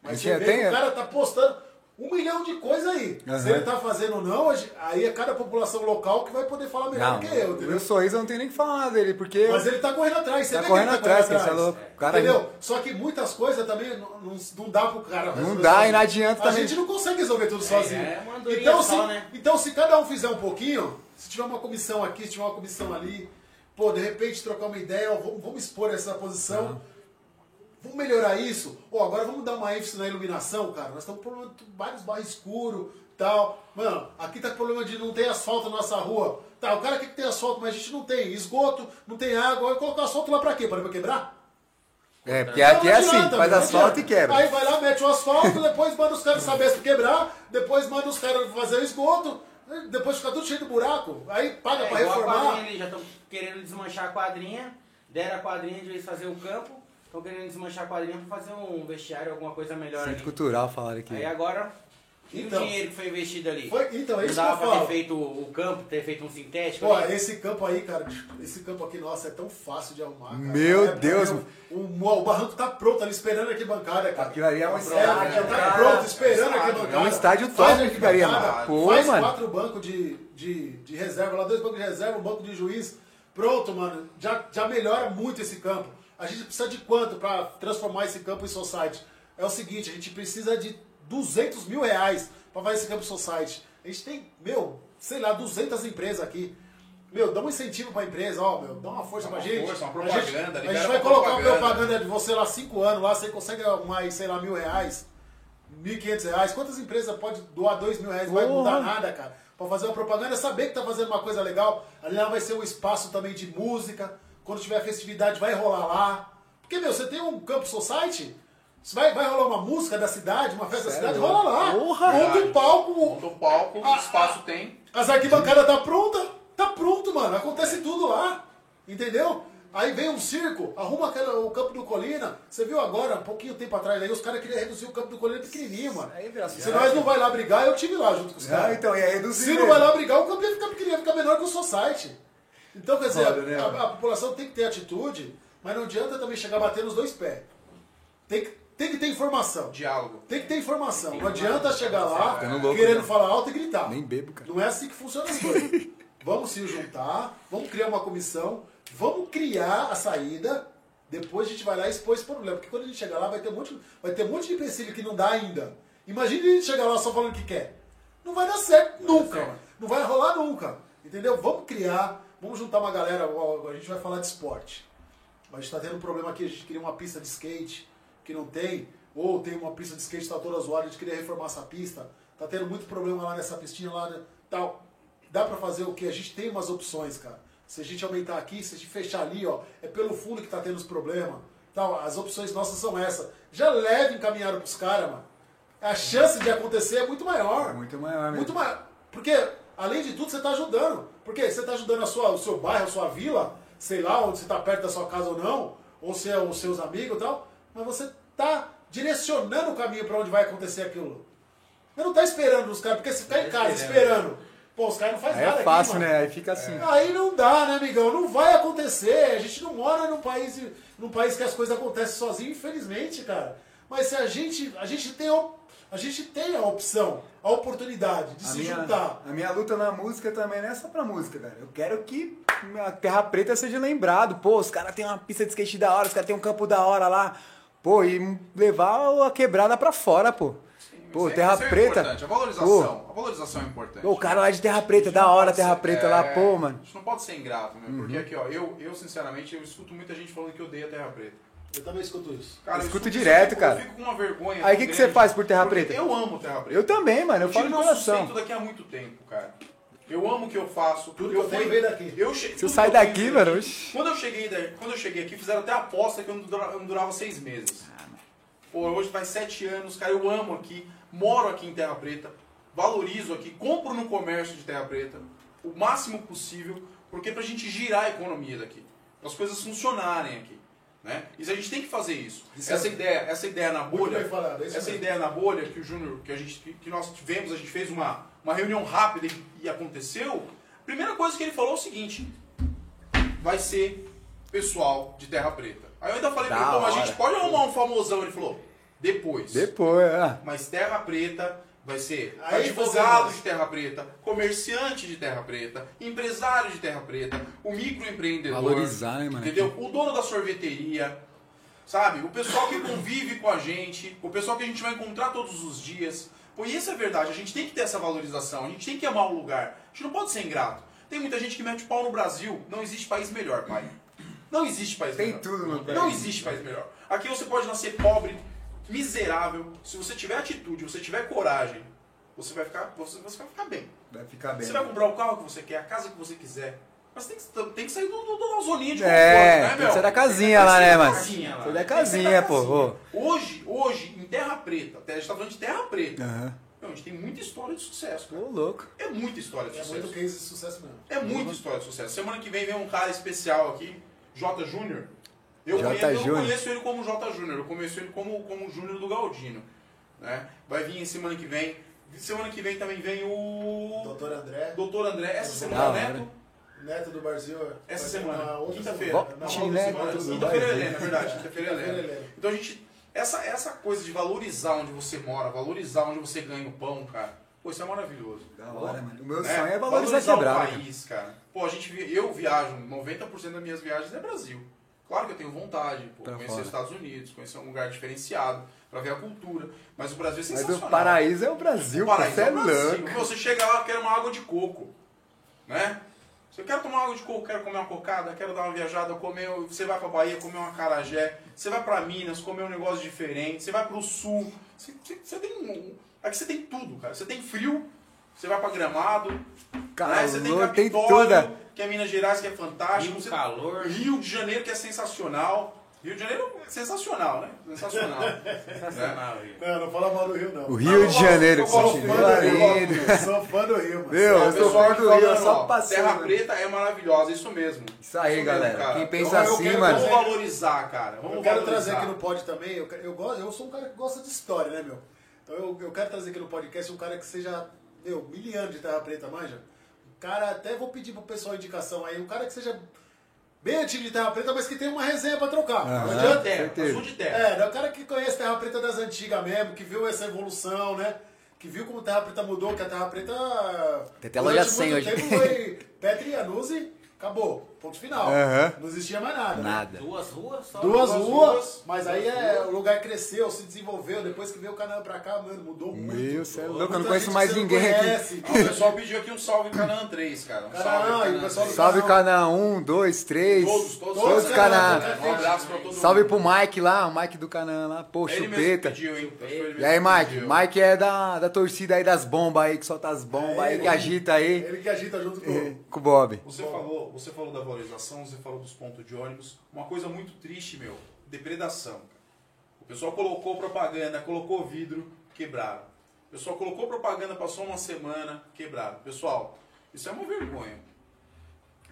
[SPEAKER 2] mas
[SPEAKER 5] Mas
[SPEAKER 2] você
[SPEAKER 5] já
[SPEAKER 2] vê
[SPEAKER 5] tem-
[SPEAKER 2] que o cara tá postando um milhão de coisas aí.
[SPEAKER 5] Aham.
[SPEAKER 2] Se ele tá fazendo ou não, hoje- aí é cada população local que vai poder falar melhor
[SPEAKER 5] Não,
[SPEAKER 2] do um que eu,
[SPEAKER 5] o meu
[SPEAKER 2] entendeu?
[SPEAKER 5] sorriso eu não tenho nem que falar dele, porque.
[SPEAKER 2] Mas ele tá correndo atrás, você
[SPEAKER 5] Tá
[SPEAKER 2] vê
[SPEAKER 5] correndo
[SPEAKER 2] que ele tá
[SPEAKER 5] atrás,
[SPEAKER 2] correndo
[SPEAKER 5] cara,
[SPEAKER 2] atrás.
[SPEAKER 5] você é louco. Cara,
[SPEAKER 2] entendeu? Só que muitas coisas também não, não, não dá pro cara.
[SPEAKER 5] Não
[SPEAKER 2] resolver
[SPEAKER 5] dá e
[SPEAKER 2] sozinho.
[SPEAKER 5] não adianta
[SPEAKER 2] A
[SPEAKER 5] também.
[SPEAKER 2] gente não consegue resolver tudo sozinho.
[SPEAKER 6] é uma andorinha
[SPEAKER 2] então, se,
[SPEAKER 6] só, né?
[SPEAKER 2] então se cada um fizer um pouquinho, se tiver uma comissão aqui, se tiver uma comissão ali, pô, de repente trocar uma ideia, ó, vamos, vamos expor essa posição. Vamos melhorar isso? Ó, agora vamos dar uma ênfase na iluminação, cara. Nós estamos com problema de vários bairros escuros tal. Mano, aqui tá com problema de não ter asfalto na nossa rua. Tá, o cara quer que tem asfalto, mas a gente não tem esgoto, não tem água. Vai colocar asfalto lá pra quê? Pra quebrar?
[SPEAKER 5] É, porque
[SPEAKER 2] Não,
[SPEAKER 5] aqui é
[SPEAKER 2] não
[SPEAKER 5] assim,
[SPEAKER 2] adianta,
[SPEAKER 5] faz
[SPEAKER 2] não
[SPEAKER 5] asfalto
[SPEAKER 2] adianta.
[SPEAKER 5] e quebra.
[SPEAKER 2] Aí vai lá, mete o asfalto, depois manda os caras saber se quebrar, depois manda os caras fazer o esgoto, depois fica tudo cheio de buraco. Aí paga
[SPEAKER 6] É,
[SPEAKER 2] pra
[SPEAKER 6] igual a
[SPEAKER 2] reformar.
[SPEAKER 6] quadrinha ali, já estão querendo desmanchar a quadrinha, deram a quadrinha de vez fazer o campo, estão querendo desmanchar a quadrinha pra fazer um vestiário, alguma coisa melhor
[SPEAKER 5] Centro
[SPEAKER 6] ali.
[SPEAKER 5] cultural falaram aqui.
[SPEAKER 6] Aí agora, e
[SPEAKER 2] Então.
[SPEAKER 6] o dinheiro que foi investido ali?
[SPEAKER 2] Foi- então, é
[SPEAKER 6] Não
[SPEAKER 2] isso que eu
[SPEAKER 6] dava pra ter
[SPEAKER 2] falo.
[SPEAKER 6] feito o campo, ter feito um sintético?
[SPEAKER 2] Pô,
[SPEAKER 6] ali?
[SPEAKER 2] esse campo aí, cara, esse campo aqui, nossa, é tão fácil de arrumar. cara.
[SPEAKER 5] Meu
[SPEAKER 2] É,
[SPEAKER 5] Deus,
[SPEAKER 2] meu, O, o barranco tá pronto ali esperando aqui bancada, cara.
[SPEAKER 5] Aquilo ali é um
[SPEAKER 2] É, já
[SPEAKER 5] estádio.
[SPEAKER 2] tá pronto, esperando aqui bancada.
[SPEAKER 5] É um estádio
[SPEAKER 2] Faz
[SPEAKER 5] top que
[SPEAKER 2] aqui
[SPEAKER 5] ficaria,
[SPEAKER 2] bancada,
[SPEAKER 5] mano. Pô,
[SPEAKER 2] Faz
[SPEAKER 5] mano.
[SPEAKER 2] quatro bancos de, de, de reserva, lá dois bancos de reserva, um banco de juiz. Pronto, mano. Já, já melhora muito esse campo. A gente precisa de quanto pra transformar esse campo em society? É o seguinte, a gente precisa de 200 mil reais pra fazer esse campo society. A gente tem, meu, sei lá, 200 empresas aqui. Meu, dá um incentivo pra empresa, ó, meu, dá uma força
[SPEAKER 1] Dá uma
[SPEAKER 2] pra gente.
[SPEAKER 1] força, uma
[SPEAKER 2] A gente-
[SPEAKER 1] propaganda,
[SPEAKER 2] A gente
[SPEAKER 1] libera
[SPEAKER 2] vai
[SPEAKER 1] pra
[SPEAKER 2] colocar uma
[SPEAKER 1] propaganda.
[SPEAKER 2] propaganda de você lá cinco anos, lá você consegue arrumar aí, sei lá, mil reais. 1.500 reais. Quantas empresas pode doar 2 mil reais? Não vai
[SPEAKER 5] Porra.
[SPEAKER 2] mudar nada, cara. Pra fazer uma propaganda, saber que tá fazendo uma coisa legal. Ali lá vai ser um espaço também de música. Quando tiver festividade, vai rolar lá. Porque, meu, você tem um campo society, você vai, vai rolar uma música da cidade, uma festa da
[SPEAKER 5] Sério?
[SPEAKER 2] cidade, rola lá.
[SPEAKER 5] Porra.
[SPEAKER 2] Monta um
[SPEAKER 1] Verdade.
[SPEAKER 2] palco,
[SPEAKER 1] Monta um palco, o espaço tem.
[SPEAKER 2] as arquibancadas tá pronta? Tá pronto, mano. Acontece tudo lá. Entendeu? Aí vem um circo, arruma aquela- o campo do Colina. Você viu agora, um pouquinho tempo atrás, aí os caras queriam reduzir o campo do Colina pequenininho, mano.
[SPEAKER 5] Aí vira
[SPEAKER 2] Se nós não vai lá brigar, eu tive lá junto
[SPEAKER 5] É,
[SPEAKER 2] com os
[SPEAKER 3] Ah,
[SPEAKER 2] caras.
[SPEAKER 3] então, e aí do
[SPEAKER 2] Se não vai lá brigar, o campo ia ficar pequenininho, ia ficar menor que o Society. Então, quer dizer,
[SPEAKER 5] Foda, né,
[SPEAKER 2] a-
[SPEAKER 5] mano?
[SPEAKER 2] a população tem que ter atitude, mas não adianta também chegar batendo os dois pés. Tem que, tem que ter informação.
[SPEAKER 1] Diálogo.
[SPEAKER 2] Tem que ter informação. Não adianta chegar lá
[SPEAKER 5] Ficando louco,
[SPEAKER 2] querendo
[SPEAKER 5] né?
[SPEAKER 2] falar alto e gritar.
[SPEAKER 5] Nem bebo, cara.
[SPEAKER 2] Não é assim que funciona as coisas. vamos se juntar, vamos criar uma comissão, vamos criar a saída, depois a gente vai lá e expõe esse problema. Porque quando a gente chegar lá, vai ter um monte, vai ter um monte de empecilho que não dá ainda. Imagina a gente chegar lá só falando que quer. Não vai dar certo nunca. mano. Não vai rolar nunca. Entendeu? Vamos criar, vamos juntar uma galera. ó, A gente vai falar de esporte. A gente tá tendo um problema aqui, a gente queria uma pista de skate que não tem, ou tem uma pista de skate que tá toda zoada, a gente queria reformar essa pista, tá tendo muito problema lá nessa pistinha, lá né, tal. Dá pra fazer o quê? A gente tem umas opções, cara. Se a gente aumentar aqui, se a gente fechar ali, ó, é pelo fundo que tá tendo os problemas. Tal, as opções nossas são essas. Já leve encaminhado pros caras, mano. A chance de acontecer é muito maior.
[SPEAKER 5] Muito maior
[SPEAKER 3] né?
[SPEAKER 5] mesmo.
[SPEAKER 2] Muito maior. Porque, além de tudo, você está ajudando. Porque você está ajudando a sua, o seu bairro, a sua vila, sei lá, onde você está perto da sua casa ou não, ou se é os seus amigos e tal, mas você está direcionando o caminho para onde vai acontecer aquilo. Você não está esperando os caras, porque se ficar em casa esperando, pô, os caras não fazem
[SPEAKER 5] Aí
[SPEAKER 2] nada
[SPEAKER 5] é fácil,
[SPEAKER 2] aqui, mano.
[SPEAKER 5] né? Aí fica assim.
[SPEAKER 2] Aí não dá, né, amigão? Não vai acontecer. A gente não mora num país, num país que as coisas acontecem sozinho, infelizmente, cara. Mas se a gente, a gente tem, op- a gente tem a opção, a oportunidade de
[SPEAKER 5] A
[SPEAKER 2] se
[SPEAKER 5] minha,
[SPEAKER 2] juntar.
[SPEAKER 5] a minha luta na música também não é só pra música, velho. Eu quero que a Terra Preta seja lembrado. Pô, os caras têm uma pista de skate da hora, os caras têm um campo da hora lá. Pô, e levar a quebrada pra fora, pô. Pô,
[SPEAKER 1] Isso é-
[SPEAKER 5] Terra
[SPEAKER 1] isso é
[SPEAKER 5] Preta.
[SPEAKER 1] importante, a valorização. A valorização é importante.
[SPEAKER 5] Pô, o cara lá de Terra Preta,
[SPEAKER 1] A gente
[SPEAKER 5] da
[SPEAKER 1] não
[SPEAKER 5] hora
[SPEAKER 1] pode
[SPEAKER 5] Terra
[SPEAKER 1] ser-
[SPEAKER 5] Preta
[SPEAKER 1] é,
[SPEAKER 5] lá, pô, mano. Uhum.
[SPEAKER 1] A gente não pode ser ingrato, meu. Porque aqui, ó, eu, eu sinceramente, eu escuto muita gente falando que odeia Terra Preta.
[SPEAKER 2] Eu também escuto isso.
[SPEAKER 1] Cara,
[SPEAKER 5] Eu escuto
[SPEAKER 1] isso,
[SPEAKER 5] direto,
[SPEAKER 1] eu fico-
[SPEAKER 5] cara.
[SPEAKER 1] Eu fico com uma vergonha.
[SPEAKER 5] Aí,
[SPEAKER 1] tão
[SPEAKER 5] que que
[SPEAKER 1] grande,
[SPEAKER 5] você faz por Terra
[SPEAKER 1] porque
[SPEAKER 5] Preta?
[SPEAKER 1] Eu amo Terra Preta.
[SPEAKER 5] Eu também, mano. Eu,
[SPEAKER 1] tiro
[SPEAKER 5] falo de
[SPEAKER 1] meu
[SPEAKER 5] coração.
[SPEAKER 1] sustento um daqui há muito tempo, cara. Eu amo o que eu faço.
[SPEAKER 2] Tudo que
[SPEAKER 1] eu
[SPEAKER 2] eu tenho veio daqui.
[SPEAKER 1] Eu che...
[SPEAKER 5] Se eu
[SPEAKER 1] tudo
[SPEAKER 5] sair
[SPEAKER 1] que tenho
[SPEAKER 5] daqui,
[SPEAKER 1] veio
[SPEAKER 5] mano,
[SPEAKER 1] daqui.
[SPEAKER 5] oxi.
[SPEAKER 1] Quando eu cheguei, da- quando eu cheguei aqui, fizeram até a aposta que eu não durava, eu não durava seis meses.
[SPEAKER 5] Ah,
[SPEAKER 1] Pô, hoje faz sete anos, cara. Eu amo aqui, moro aqui em Terra Preta, valorizo aqui, compro no comércio de Terra Preta. o máximo possível, porque é pra gente girar a economia daqui, para as coisas funcionarem aqui, né? Isso a gente tem que fazer isso.
[SPEAKER 2] Isso
[SPEAKER 1] essa
[SPEAKER 2] é-
[SPEAKER 1] ideia, essa ideia na
[SPEAKER 2] Muito
[SPEAKER 1] bolha,
[SPEAKER 2] bem falado, é isso
[SPEAKER 1] essa
[SPEAKER 2] mesmo.
[SPEAKER 1] ideia na bolha que o Júnior, que a gente que- que nós tivemos, a gente fez uma uma reunião rápida e- e aconteceu. A primeira coisa que ele falou é o seguinte: vai ser pessoal de Terra Preta. Aí eu ainda falei pra
[SPEAKER 6] Da
[SPEAKER 1] ele, "Pô, mas a
[SPEAKER 6] hora.
[SPEAKER 1] gente pode arrumar um famosão, ele falou: depois.
[SPEAKER 5] Depois, ah.
[SPEAKER 1] Mas Terra Preta vai ser
[SPEAKER 2] Aí
[SPEAKER 1] advogado
[SPEAKER 2] você-
[SPEAKER 1] de Terra Preta, comerciante de Terra Preta, empresário de Terra Preta, o microempreendedor.
[SPEAKER 5] Valorizar, né, mano?
[SPEAKER 1] Entendeu? O dono da sorveteria. Sabe? O pessoal que convive com a gente, o pessoal que a gente vai encontrar todos os dias. Pô, e isso é verdade, a gente tem que ter essa valorização, a gente tem que amar o lugar. A gente não pode ser ingrato. Tem muita gente que mete pau no Brasil. Não existe país melhor, pai. Não existe país
[SPEAKER 3] Tem
[SPEAKER 1] melhor.
[SPEAKER 3] tudo no
[SPEAKER 1] Não
[SPEAKER 3] país.
[SPEAKER 1] existe país melhor. Aqui você pode nascer pobre, miserável. Se você tiver atitude, você tiver coragem, você vai ficar, você, você vai ficar bem.
[SPEAKER 3] Vai ficar bem.
[SPEAKER 1] Você vai comprar o carro que você quer, a casa que você quiser. Mas tem que, tem que sair do, do, da zoninha de
[SPEAKER 5] É,
[SPEAKER 1] conforto, né,
[SPEAKER 5] tem
[SPEAKER 1] meu?
[SPEAKER 5] que sair da casinha lá, né, mas-
[SPEAKER 1] Casinha lá.
[SPEAKER 5] Sai da
[SPEAKER 1] Tem que sair
[SPEAKER 5] casinha, pô.
[SPEAKER 1] casinha. Hoje, hoje, em Terra Preta, a gente tá falando de Terra Preta.
[SPEAKER 5] Aham.
[SPEAKER 1] Meu, a gente tem muita história de sucesso,
[SPEAKER 5] Ô,
[SPEAKER 1] cara.
[SPEAKER 5] louco.
[SPEAKER 1] É muita história de
[SPEAKER 2] É
[SPEAKER 1] sucesso.
[SPEAKER 2] muito case de sucesso mesmo.
[SPEAKER 1] É muita história de sucesso. Semana que vem vem um cara especial aqui, J Júnior. Eu,
[SPEAKER 5] J.
[SPEAKER 1] conheço- eu
[SPEAKER 5] Júnior.
[SPEAKER 1] conheço ele como J Júnior, eu conheço ele como, como Júnior do Galdino. Né? Vai vir semana que vem. Semana que vem também vem o
[SPEAKER 2] Doutor André,
[SPEAKER 1] Dr. André, essa
[SPEAKER 5] Da
[SPEAKER 1] semana
[SPEAKER 5] hora.
[SPEAKER 1] Neto,
[SPEAKER 2] neto do Brasil.
[SPEAKER 1] essa
[SPEAKER 2] vai
[SPEAKER 1] semana,
[SPEAKER 2] na outra
[SPEAKER 1] quinta-feira.
[SPEAKER 2] semana, na
[SPEAKER 1] Na
[SPEAKER 2] outra
[SPEAKER 1] outra
[SPEAKER 5] Neto,
[SPEAKER 1] semana.
[SPEAKER 5] né? tudo
[SPEAKER 1] Quinta-feira é
[SPEAKER 5] bem.
[SPEAKER 1] Helena, é verdade, quinta-feira é
[SPEAKER 2] Quinta-feira é
[SPEAKER 1] Helena.
[SPEAKER 2] Helena.
[SPEAKER 1] Então a gente, essa, essa coisa de valorizar onde você mora, valorizar onde você ganha o pão, cara, pô, isso é maravilhoso.
[SPEAKER 3] Da hora, mano. O meu sonho é
[SPEAKER 5] valorizar
[SPEAKER 1] o
[SPEAKER 5] quebrada,
[SPEAKER 1] país, cara. Pô, a gente, vi- eu viajo, 90% das minhas viagens é Brasil. Claro que eu tenho vontade, pô,
[SPEAKER 5] Pra
[SPEAKER 1] conhecer
[SPEAKER 5] Tá fora.
[SPEAKER 1] os Estados Unidos, conhecer um lugar diferenciado, pra ver a cultura. Mas o Brasil é
[SPEAKER 5] Mas
[SPEAKER 1] sensacional.
[SPEAKER 5] o paraíso é o Brasil,
[SPEAKER 1] O
[SPEAKER 5] cara.
[SPEAKER 1] paraíso
[SPEAKER 5] Você é
[SPEAKER 1] o Brasil.
[SPEAKER 5] louco.
[SPEAKER 1] Você chega lá, quer uma água de coco, né? Você quer tomar água de coco, quer comer uma cocada, quer dar uma viajada, comer, você vai pra Bahia comer um acarajé, você vai pra Minas comer um negócio diferente, você vai pro Sul, você, você- você tem um- aqui você tem tudo, cara. Você tem frio, você vai pra Gramado, né? você tem
[SPEAKER 5] Calor, tem
[SPEAKER 1] Capitólio,
[SPEAKER 5] toda.
[SPEAKER 1] que é Minas Gerais, que é fantástico,
[SPEAKER 2] um
[SPEAKER 6] Rio,
[SPEAKER 1] você-
[SPEAKER 6] um calor.
[SPEAKER 1] Rio de Janeiro, que é sensacional. Rio de Janeiro é sensacional, né? Sensacional.
[SPEAKER 6] Sensacional, Rio.
[SPEAKER 2] Não, não fala mal do Rio, não.
[SPEAKER 5] O Rio de Janeiro.
[SPEAKER 1] Eu
[SPEAKER 5] que
[SPEAKER 1] gosto
[SPEAKER 5] você
[SPEAKER 2] Sou fã
[SPEAKER 5] tira.
[SPEAKER 2] do Rio. Sou fã do Rio, mano. é
[SPEAKER 5] Meu,
[SPEAKER 1] Ó,
[SPEAKER 5] eu sou
[SPEAKER 1] pessoal
[SPEAKER 5] fã
[SPEAKER 1] que
[SPEAKER 5] do Rio, eu
[SPEAKER 1] falando,
[SPEAKER 5] só
[SPEAKER 1] ó,
[SPEAKER 5] passei.
[SPEAKER 1] Terra
[SPEAKER 5] mano.
[SPEAKER 1] Preta é maravilhosa, isso mesmo.
[SPEAKER 5] Isso aí,
[SPEAKER 1] mesmo,
[SPEAKER 5] galera.
[SPEAKER 1] cara.
[SPEAKER 5] Quem pensa
[SPEAKER 1] Então, eu
[SPEAKER 5] assim,
[SPEAKER 1] quero-
[SPEAKER 5] mano.
[SPEAKER 1] Vamos valorizar, cara. Vamos
[SPEAKER 2] Eu quero
[SPEAKER 1] valorizar.
[SPEAKER 2] trazer aqui no pod também, eu, eu, gosto- eu sou um cara que gosta de história, né, meu? Então eu, eu quero trazer aqui no podcast um cara que seja, meu, miliano de Terra Preta, manja. Um cara, até vou pedir pro pessoal a indicação aí, um cara que seja bem antigo de Terra Preta, mas que tenha uma resenha pra trocar.
[SPEAKER 5] Aham.
[SPEAKER 2] Não
[SPEAKER 1] Sul de
[SPEAKER 2] adianta.
[SPEAKER 1] terra,
[SPEAKER 5] certeza.
[SPEAKER 1] sul de terra.
[SPEAKER 2] É, é o cara que conhece Terra Preta das antigas mesmo, que viu essa evolução, né? Que viu como Terra Preta mudou, que a Terra Preta.
[SPEAKER 5] Tem até loja
[SPEAKER 2] durante
[SPEAKER 5] 100
[SPEAKER 2] muito
[SPEAKER 5] hoje.
[SPEAKER 2] tempo foi Petri e Anuzi, acabou. Ponto final.
[SPEAKER 5] Aham.
[SPEAKER 2] Não existia mais nada. né?
[SPEAKER 5] Nada.
[SPEAKER 6] Duas ruas só?
[SPEAKER 2] Duas,
[SPEAKER 1] Duas
[SPEAKER 2] ruas,
[SPEAKER 1] ruas,
[SPEAKER 2] mas aí é, o lugar cresceu, se desenvolveu. Depois que veio o Canaã pra cá, mano, mudou muito.
[SPEAKER 5] Meu, cê é louco, eu não
[SPEAKER 2] Muita
[SPEAKER 5] conheço
[SPEAKER 2] gente
[SPEAKER 5] mais
[SPEAKER 2] que cê não
[SPEAKER 5] ninguém aqui.
[SPEAKER 2] conhece.
[SPEAKER 1] Ó, o pessoal pediu aqui um salve Canaã 3, cara. Um salve
[SPEAKER 2] Canaã, e
[SPEAKER 1] Canaã
[SPEAKER 2] o pessoal do
[SPEAKER 1] 3.
[SPEAKER 5] Salve
[SPEAKER 2] Não.
[SPEAKER 5] Canaã, um, dois, três.
[SPEAKER 1] Todos, todos,
[SPEAKER 5] Todos Canaã.
[SPEAKER 1] Canaã. Um abraço pra todo mundo.
[SPEAKER 5] Salve pro Mike lá, o Mike do Canaã lá. Pô,
[SPEAKER 1] É Ele mesmo
[SPEAKER 5] chupeta.
[SPEAKER 1] pediu, hein? Acho que ele mesmo
[SPEAKER 5] E aí, Mike?
[SPEAKER 1] pediu.
[SPEAKER 5] Mike é da, da torcida aí das bombas aí, que solta as bombas
[SPEAKER 2] É
[SPEAKER 5] aí,
[SPEAKER 2] ele.
[SPEAKER 5] que agita aí.
[SPEAKER 2] Ele que agita junto com
[SPEAKER 5] É, Com o Bob.
[SPEAKER 1] Você falou, você falou da valorização, você falou dos pontos de ônibus. Uma coisa muito triste, meu, depredação. O pessoal colocou propaganda, colocou vidro, quebraram. O pessoal colocou propaganda, passou uma semana, quebraram. Pessoal, isso é uma vergonha.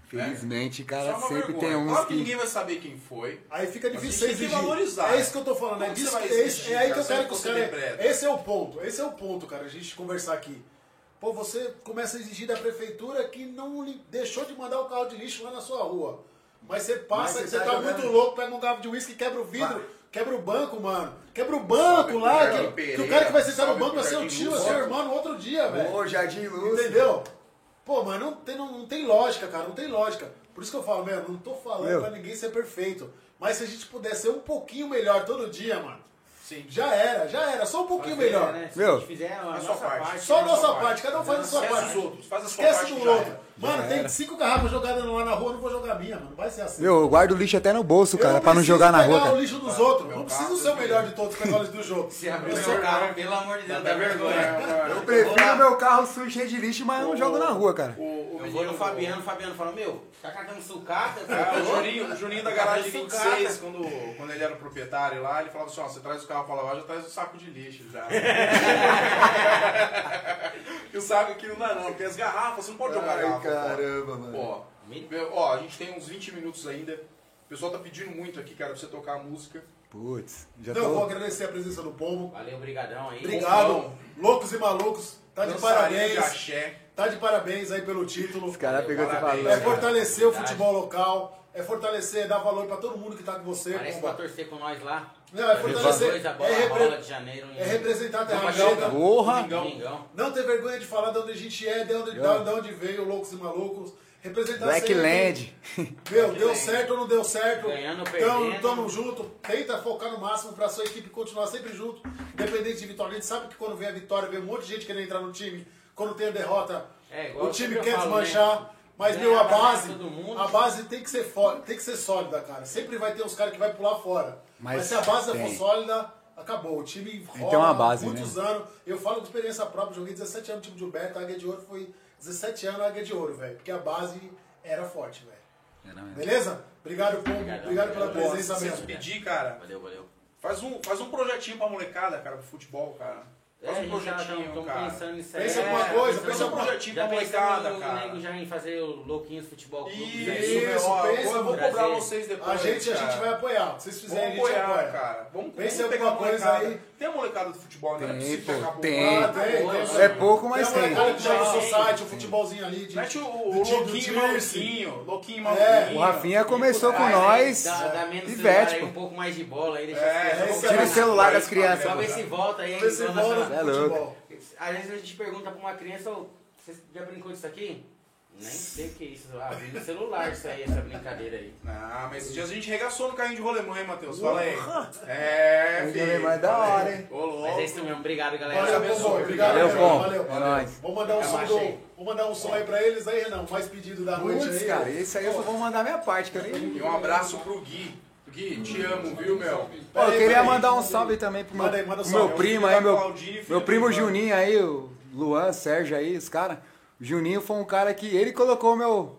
[SPEAKER 5] Felizmente,
[SPEAKER 1] isso é
[SPEAKER 5] cara,
[SPEAKER 1] uma
[SPEAKER 5] sempre
[SPEAKER 1] vergonha.
[SPEAKER 5] tem uns
[SPEAKER 1] claro que...
[SPEAKER 5] que.
[SPEAKER 1] ninguém vai saber quem foi.
[SPEAKER 2] Aí fica
[SPEAKER 1] Mas
[SPEAKER 2] difícil
[SPEAKER 1] tem que
[SPEAKER 2] exigir.
[SPEAKER 1] valorizar.
[SPEAKER 2] É isso que eu tô falando. É,
[SPEAKER 1] Como
[SPEAKER 2] disso
[SPEAKER 1] você vai
[SPEAKER 2] que- é isso-
[SPEAKER 1] exigir,
[SPEAKER 2] é aí que
[SPEAKER 1] cara?
[SPEAKER 2] eu quero
[SPEAKER 1] Você
[SPEAKER 2] que os
[SPEAKER 1] não
[SPEAKER 2] caras.
[SPEAKER 1] interpreta.
[SPEAKER 2] Esse é o ponto. Esse é o ponto, cara. A gente conversar aqui. Pô, você começa a exigir da prefeitura que não lhe deixou de mandar o carro de lixo lá na sua rua. Mas você passa,
[SPEAKER 3] Mas
[SPEAKER 2] que
[SPEAKER 3] você
[SPEAKER 2] você
[SPEAKER 3] tá
[SPEAKER 2] tá,
[SPEAKER 3] jogando-
[SPEAKER 2] muito louco, pega um garfo de uísque, quebra o vidro, quebra o banco, mano. Quebra o banco lá,
[SPEAKER 1] Jardim
[SPEAKER 2] que, que o
[SPEAKER 1] Pereira,
[SPEAKER 2] cara que vai sentar no
[SPEAKER 1] sobe
[SPEAKER 2] banco
[SPEAKER 1] pro
[SPEAKER 2] vai ser o
[SPEAKER 1] Jardim
[SPEAKER 2] tio, é
[SPEAKER 1] Lúcia.
[SPEAKER 2] seu irmão no outro dia, velho.
[SPEAKER 3] Ô, Jardim Luz.
[SPEAKER 2] Entendeu? Pô, mas não tem, não, não tem lógica, cara, não tem lógica. Por isso que eu falo, meu, não tô falando
[SPEAKER 5] Meu.
[SPEAKER 2] pra ninguém ser perfeito. Mas se a gente puder ser um pouquinho melhor todo dia, mano,
[SPEAKER 1] Sim.
[SPEAKER 2] já era, já era, só um pouquinho
[SPEAKER 6] Fazer,
[SPEAKER 2] melhor.
[SPEAKER 6] né? Se
[SPEAKER 5] Meu,
[SPEAKER 6] a gente fizer a
[SPEAKER 1] a
[SPEAKER 6] nossa
[SPEAKER 1] sua parte.
[SPEAKER 6] parte.
[SPEAKER 2] É Só a
[SPEAKER 1] Faz a
[SPEAKER 2] nossa
[SPEAKER 1] sua
[SPEAKER 2] parte, cada um faz a sua
[SPEAKER 1] Esquece um
[SPEAKER 2] parte.
[SPEAKER 1] os outros, faz a sua
[SPEAKER 2] Esquece
[SPEAKER 1] parte. é
[SPEAKER 2] do
[SPEAKER 1] já
[SPEAKER 2] outro.
[SPEAKER 1] era.
[SPEAKER 2] Mano, tem cinco garrafas jogadas lá na rua, eu não vou jogar a minha, mano. Vai ser assim.
[SPEAKER 5] Meu, eu guardo lixo até no bolso, cara, pra não
[SPEAKER 2] preciso
[SPEAKER 5] jogar na
[SPEAKER 2] pegar
[SPEAKER 5] rua.
[SPEAKER 2] o
[SPEAKER 5] cara.
[SPEAKER 2] lixo dos outros.
[SPEAKER 1] meu
[SPEAKER 2] Não
[SPEAKER 1] carro,
[SPEAKER 2] preciso ser o
[SPEAKER 1] meu
[SPEAKER 2] melhor de todos pegar o lixo do jogo.
[SPEAKER 6] Se abrir
[SPEAKER 2] Eu
[SPEAKER 6] o
[SPEAKER 2] sou-
[SPEAKER 6] meu carro, pelo amor de Deus, dá vergonha.
[SPEAKER 3] Eu prefiro meu carro sujo cheio de lixo, mas
[SPEAKER 5] Eu
[SPEAKER 3] eu
[SPEAKER 5] não jogo na rua, cara.
[SPEAKER 1] O, o
[SPEAKER 6] Eu vou
[SPEAKER 1] menino
[SPEAKER 6] no Fabiano, o Fabiano fala, meu, tá catando sucata?
[SPEAKER 1] Ah,
[SPEAKER 6] tá
[SPEAKER 1] o,
[SPEAKER 6] louco?
[SPEAKER 1] Juninho, o Juninho da
[SPEAKER 6] Tá
[SPEAKER 1] garagem
[SPEAKER 6] catando
[SPEAKER 1] 26,
[SPEAKER 6] sucata.
[SPEAKER 1] quando, quando ele era o proprietário lá, ele falava assim, ó, você traz o carro pra lavar, já traz o saco de lixo já. e o sabe que não dá não, porque as garrafas, você não pode jogar
[SPEAKER 9] Ai,
[SPEAKER 1] garrafa fora.
[SPEAKER 9] caramba, mano.
[SPEAKER 1] Ó, meu, ó, a gente tem uns 20 minutos ainda. O pessoal tá pedindo muito aqui, cara, pra você tocar a música.
[SPEAKER 9] Putz, já
[SPEAKER 2] Então, eu vou
[SPEAKER 9] tô...
[SPEAKER 2] agradecer a presença do povo.
[SPEAKER 6] Valeu, brigadão aí.
[SPEAKER 2] Obrigado. Loucos e malucos, tá de
[SPEAKER 1] Dançarina de
[SPEAKER 2] parabéns.
[SPEAKER 1] axé.
[SPEAKER 2] Tá de parabéns aí pelo título.
[SPEAKER 3] Os caras pegou esse
[SPEAKER 1] Parabéns,
[SPEAKER 2] É
[SPEAKER 3] valor.
[SPEAKER 2] fortalecer o
[SPEAKER 6] Verdade.
[SPEAKER 2] futebol local, é fortalecer, é dar valor pra todo mundo que tá com você.
[SPEAKER 6] Parece
[SPEAKER 2] Pomba.
[SPEAKER 6] pra torcer com nós lá.
[SPEAKER 2] Não, é
[SPEAKER 6] Dois
[SPEAKER 2] fortalecer.
[SPEAKER 6] a bola,
[SPEAKER 2] É, repre-
[SPEAKER 6] bola de janeiro. em-
[SPEAKER 2] é representar a terra
[SPEAKER 1] Pomba
[SPEAKER 2] preta.
[SPEAKER 1] Jota.
[SPEAKER 3] Porra!
[SPEAKER 1] Domingão.
[SPEAKER 6] Domingão.
[SPEAKER 2] Não ter vergonha de falar de onde a gente é, de onde, da- da onde veio, loucos e malucos. Representar sempre.
[SPEAKER 3] Blackland.
[SPEAKER 2] Meu, deu certo ou não deu certo?
[SPEAKER 6] Ganhando,
[SPEAKER 2] Então,
[SPEAKER 6] perdendo.
[SPEAKER 2] tamo junto. Tenta focar no máximo pra sua equipe continuar sempre junto. Independente de vitória. A gente sabe que quando vem a vitória, vem um monte de gente querendo entrar no time. Quando tem a derrota,
[SPEAKER 6] É, igual
[SPEAKER 2] o
[SPEAKER 6] eu
[SPEAKER 2] time
[SPEAKER 6] sempre
[SPEAKER 2] quer
[SPEAKER 6] falo, né?
[SPEAKER 2] desmanchar. Mas,
[SPEAKER 6] Ganhar
[SPEAKER 2] meu, a
[SPEAKER 6] pra
[SPEAKER 2] base,
[SPEAKER 6] todo mundo.
[SPEAKER 2] a base tem que ser fo- tem que ser sólida, cara. Sempre vai ter uns caras que vai pular fora. Mas,
[SPEAKER 3] Mas
[SPEAKER 2] se a base não for
[SPEAKER 3] tem.
[SPEAKER 2] sólida, acabou. O time rola
[SPEAKER 3] ter uma base, né?
[SPEAKER 2] muitos anos. Eu falo de experiência própria, joguei 17 anos no time de Gilberto, a Águia de Ouro foi 17 anos a Águia de Ouro, velho. Porque a base era forte, velho. Beleza? Obrigado, povo. Obrigado, pela
[SPEAKER 6] obrigado.
[SPEAKER 2] presença
[SPEAKER 1] Se
[SPEAKER 2] mesmo.
[SPEAKER 1] despedir, cara,
[SPEAKER 6] Valeu, valeu.
[SPEAKER 1] faz um, faz um projetinho pra molecada, cara, pro futebol, cara.
[SPEAKER 6] É,
[SPEAKER 1] Faz um projetinho,
[SPEAKER 6] estamos
[SPEAKER 1] cara. É, um
[SPEAKER 6] pensando nisso
[SPEAKER 2] Pensa
[SPEAKER 6] aí.
[SPEAKER 2] alguma coisa,
[SPEAKER 6] pensamos-
[SPEAKER 2] pensa alguma-
[SPEAKER 1] projetinho
[SPEAKER 6] Já
[SPEAKER 1] pra
[SPEAKER 6] pensamos
[SPEAKER 1] molecada,
[SPEAKER 6] no
[SPEAKER 1] cara.
[SPEAKER 6] nego já em fazer o Louquinhos Futebol Clube. né?
[SPEAKER 1] Isso,
[SPEAKER 2] Isso,
[SPEAKER 1] meu, ó,
[SPEAKER 2] pensa,
[SPEAKER 1] eu vou
[SPEAKER 6] prazer.
[SPEAKER 1] cobrar vocês depois.
[SPEAKER 2] A gente, a
[SPEAKER 1] cara.
[SPEAKER 2] gente vai apoiar. Se vocês
[SPEAKER 1] Vamos
[SPEAKER 2] fizerem, a
[SPEAKER 1] apoiar,
[SPEAKER 2] gente apoia.
[SPEAKER 1] cara. Vamos,
[SPEAKER 2] Pensa
[SPEAKER 1] vamos
[SPEAKER 2] em
[SPEAKER 1] pegar
[SPEAKER 2] alguma
[SPEAKER 1] uma
[SPEAKER 2] coisa
[SPEAKER 1] molecada.
[SPEAKER 2] aí.
[SPEAKER 1] Tem a molecada do futebol, né? Não
[SPEAKER 3] Tem,
[SPEAKER 1] é possível que
[SPEAKER 3] pô,
[SPEAKER 1] acabou.
[SPEAKER 3] tem.
[SPEAKER 2] Ah, tem,
[SPEAKER 6] Boa,
[SPEAKER 2] tem.
[SPEAKER 6] mano.
[SPEAKER 3] É pouco, mas
[SPEAKER 2] tem.
[SPEAKER 3] tem.
[SPEAKER 2] um cara que joga
[SPEAKER 1] Tem,
[SPEAKER 2] no seu site, um futebolzinho ali. De,
[SPEAKER 1] Mete o,
[SPEAKER 2] de-
[SPEAKER 1] o
[SPEAKER 2] de-
[SPEAKER 1] louquinho
[SPEAKER 2] do Tirse.
[SPEAKER 1] maluquinho, louquinho
[SPEAKER 2] É,
[SPEAKER 1] maluquinho.
[SPEAKER 3] O Rafinha começou com
[SPEAKER 6] Aí,
[SPEAKER 3] nós.
[SPEAKER 6] Dá, dá menos
[SPEAKER 3] E
[SPEAKER 6] celular
[SPEAKER 3] vete,
[SPEAKER 6] aí,
[SPEAKER 3] pô.
[SPEAKER 6] um pouco mais de bola aí. Deixa
[SPEAKER 1] É,
[SPEAKER 2] esse
[SPEAKER 6] as crianças-
[SPEAKER 2] é
[SPEAKER 3] Tira o celular das crianças.
[SPEAKER 6] Talvez se volta aí.
[SPEAKER 2] Vamos ver se
[SPEAKER 6] então,
[SPEAKER 2] rola
[SPEAKER 6] nossa-
[SPEAKER 3] É
[SPEAKER 2] no
[SPEAKER 3] louco.
[SPEAKER 2] futebol.
[SPEAKER 6] Às vezes a gente pergunta pra uma criança, "Ô, você já brincou disso aqui? Nem sei o que é isso. Ah, vi no celular isso aí, essa brincadeira aí.
[SPEAKER 1] Ah, mas esses dias a gente regaçou no carrinho de rolemã, hein, Matheus? Fala aí. É,
[SPEAKER 3] Carrinho de
[SPEAKER 1] filho.
[SPEAKER 3] rolemã é da
[SPEAKER 1] Fala aí.
[SPEAKER 3] hora, hein?
[SPEAKER 1] Ô, louco.
[SPEAKER 6] Mas é isso mesmo, obrigado galera.
[SPEAKER 2] Valeu,
[SPEAKER 1] abençoe,
[SPEAKER 2] Pombo. Obrigado,
[SPEAKER 1] valeu,
[SPEAKER 2] Renan.
[SPEAKER 3] Pombo.
[SPEAKER 2] Valeu.
[SPEAKER 3] É nóis.
[SPEAKER 2] Vou mandar um
[SPEAKER 6] Fica
[SPEAKER 2] som
[SPEAKER 6] mais
[SPEAKER 2] do.
[SPEAKER 6] aí.
[SPEAKER 2] Vou mandar um som aí pra eles aí, Renan. Mais pedido da noite
[SPEAKER 3] Putz,
[SPEAKER 2] aí.
[SPEAKER 3] cara, esse aí eu só vou mandar minha parte, que eu nem.
[SPEAKER 1] E um abraço pro Gui. Gui, te amo, viu, meu?
[SPEAKER 3] Pô, eu
[SPEAKER 2] Peraí,
[SPEAKER 3] queria
[SPEAKER 2] peraí.
[SPEAKER 3] mandar um salve também pro meu,
[SPEAKER 2] Manda aí, manda um
[SPEAKER 3] pro
[SPEAKER 2] salve.
[SPEAKER 3] meu primo aí, meu, meu primo Juninho aí, o Luan, Sérgio aí, os caras. Juninho foi um cara que ele colocou meu,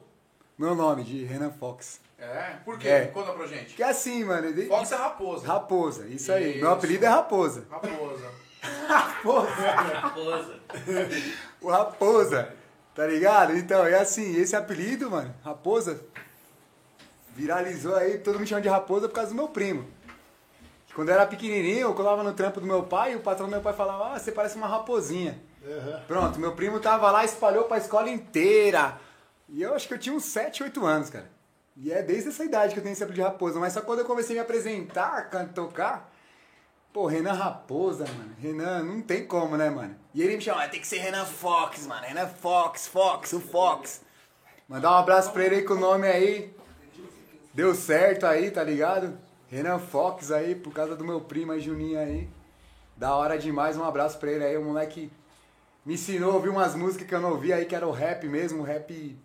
[SPEAKER 3] meu nome de Renan Fox.
[SPEAKER 1] É? Por quê?
[SPEAKER 3] É.
[SPEAKER 1] Conta pra gente.
[SPEAKER 3] Que é assim, mano. ele-
[SPEAKER 1] Fox é raposa.
[SPEAKER 3] Raposa, isso aí.
[SPEAKER 1] Isso.
[SPEAKER 3] Meu apelido é Raposa.
[SPEAKER 1] Raposa.
[SPEAKER 6] Raposa.
[SPEAKER 3] O Raposa, tá ligado? Então, é assim, esse apelido, mano, Raposa, viralizou aí, todo mundo chama de Raposa por causa do meu primo. Quando eu era pequenininho, eu colava no trampo do meu pai e o patrão do meu pai falava, ah, você parece uma raposinha. Pronto, meu primo tava lá, espalhou pra escola inteira. E eu acho que eu tinha uns 7, 8 anos, cara. E é desde essa idade que eu tenho esse apelido de Raposa. Mas só quando eu comecei a me apresentar, can- tocar, Pô, Renan Raposa, mano. Renan, não tem como, né, mano? E ele me chama, "Ah, tem que ser Renan Fox, mano. Renan Fox, Fox, o Fox. Mandar um abraço pra ele aí com o nome aí. Deu certo aí, tá ligado? Renan Fox aí, por causa do meu primo aí, Juninho aí. Da hora demais, um abraço pra ele aí. O moleque me ensinou a ouvir umas músicas que eu não ouvia aí, que era o rap mesmo, o rap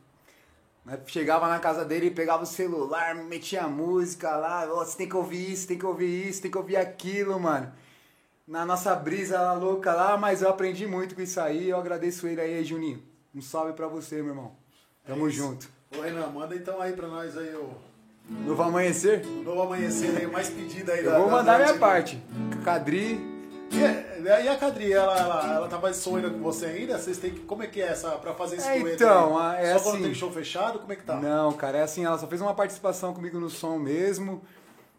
[SPEAKER 3] né? Chegava na casa dele, pegava o celular, metia a música lá, ó, você tem que ouvir isso, tem que ouvir isso, tem que ouvir aquilo, mano. Na nossa brisa lá, louca lá, mas eu aprendi muito com isso aí, eu agradeço ele aí, Juninho. Um salve pra você, meu irmão. Tamo junto.
[SPEAKER 2] Ô, Renan, manda então aí pra nós aí o
[SPEAKER 3] Novo amanhecer?
[SPEAKER 2] o novo amanhecer aí, mais pedido aí
[SPEAKER 3] Eu
[SPEAKER 2] da-
[SPEAKER 3] vou
[SPEAKER 2] da
[SPEAKER 3] mandar minha
[SPEAKER 2] noite.
[SPEAKER 3] parte. Cadri,
[SPEAKER 2] E, é, né, e a Cadri, ela, ela, ela tá mais sonhando com você ainda? Vocês têm que. Como é que é essa pra fazer esse
[SPEAKER 3] É,
[SPEAKER 2] dueto
[SPEAKER 3] então,
[SPEAKER 2] aí?
[SPEAKER 3] ah, é
[SPEAKER 2] Só quando
[SPEAKER 3] assim.
[SPEAKER 2] tem show fechado, como é que tá?
[SPEAKER 3] Não, cara, é assim, ela só fez uma participação comigo no som mesmo.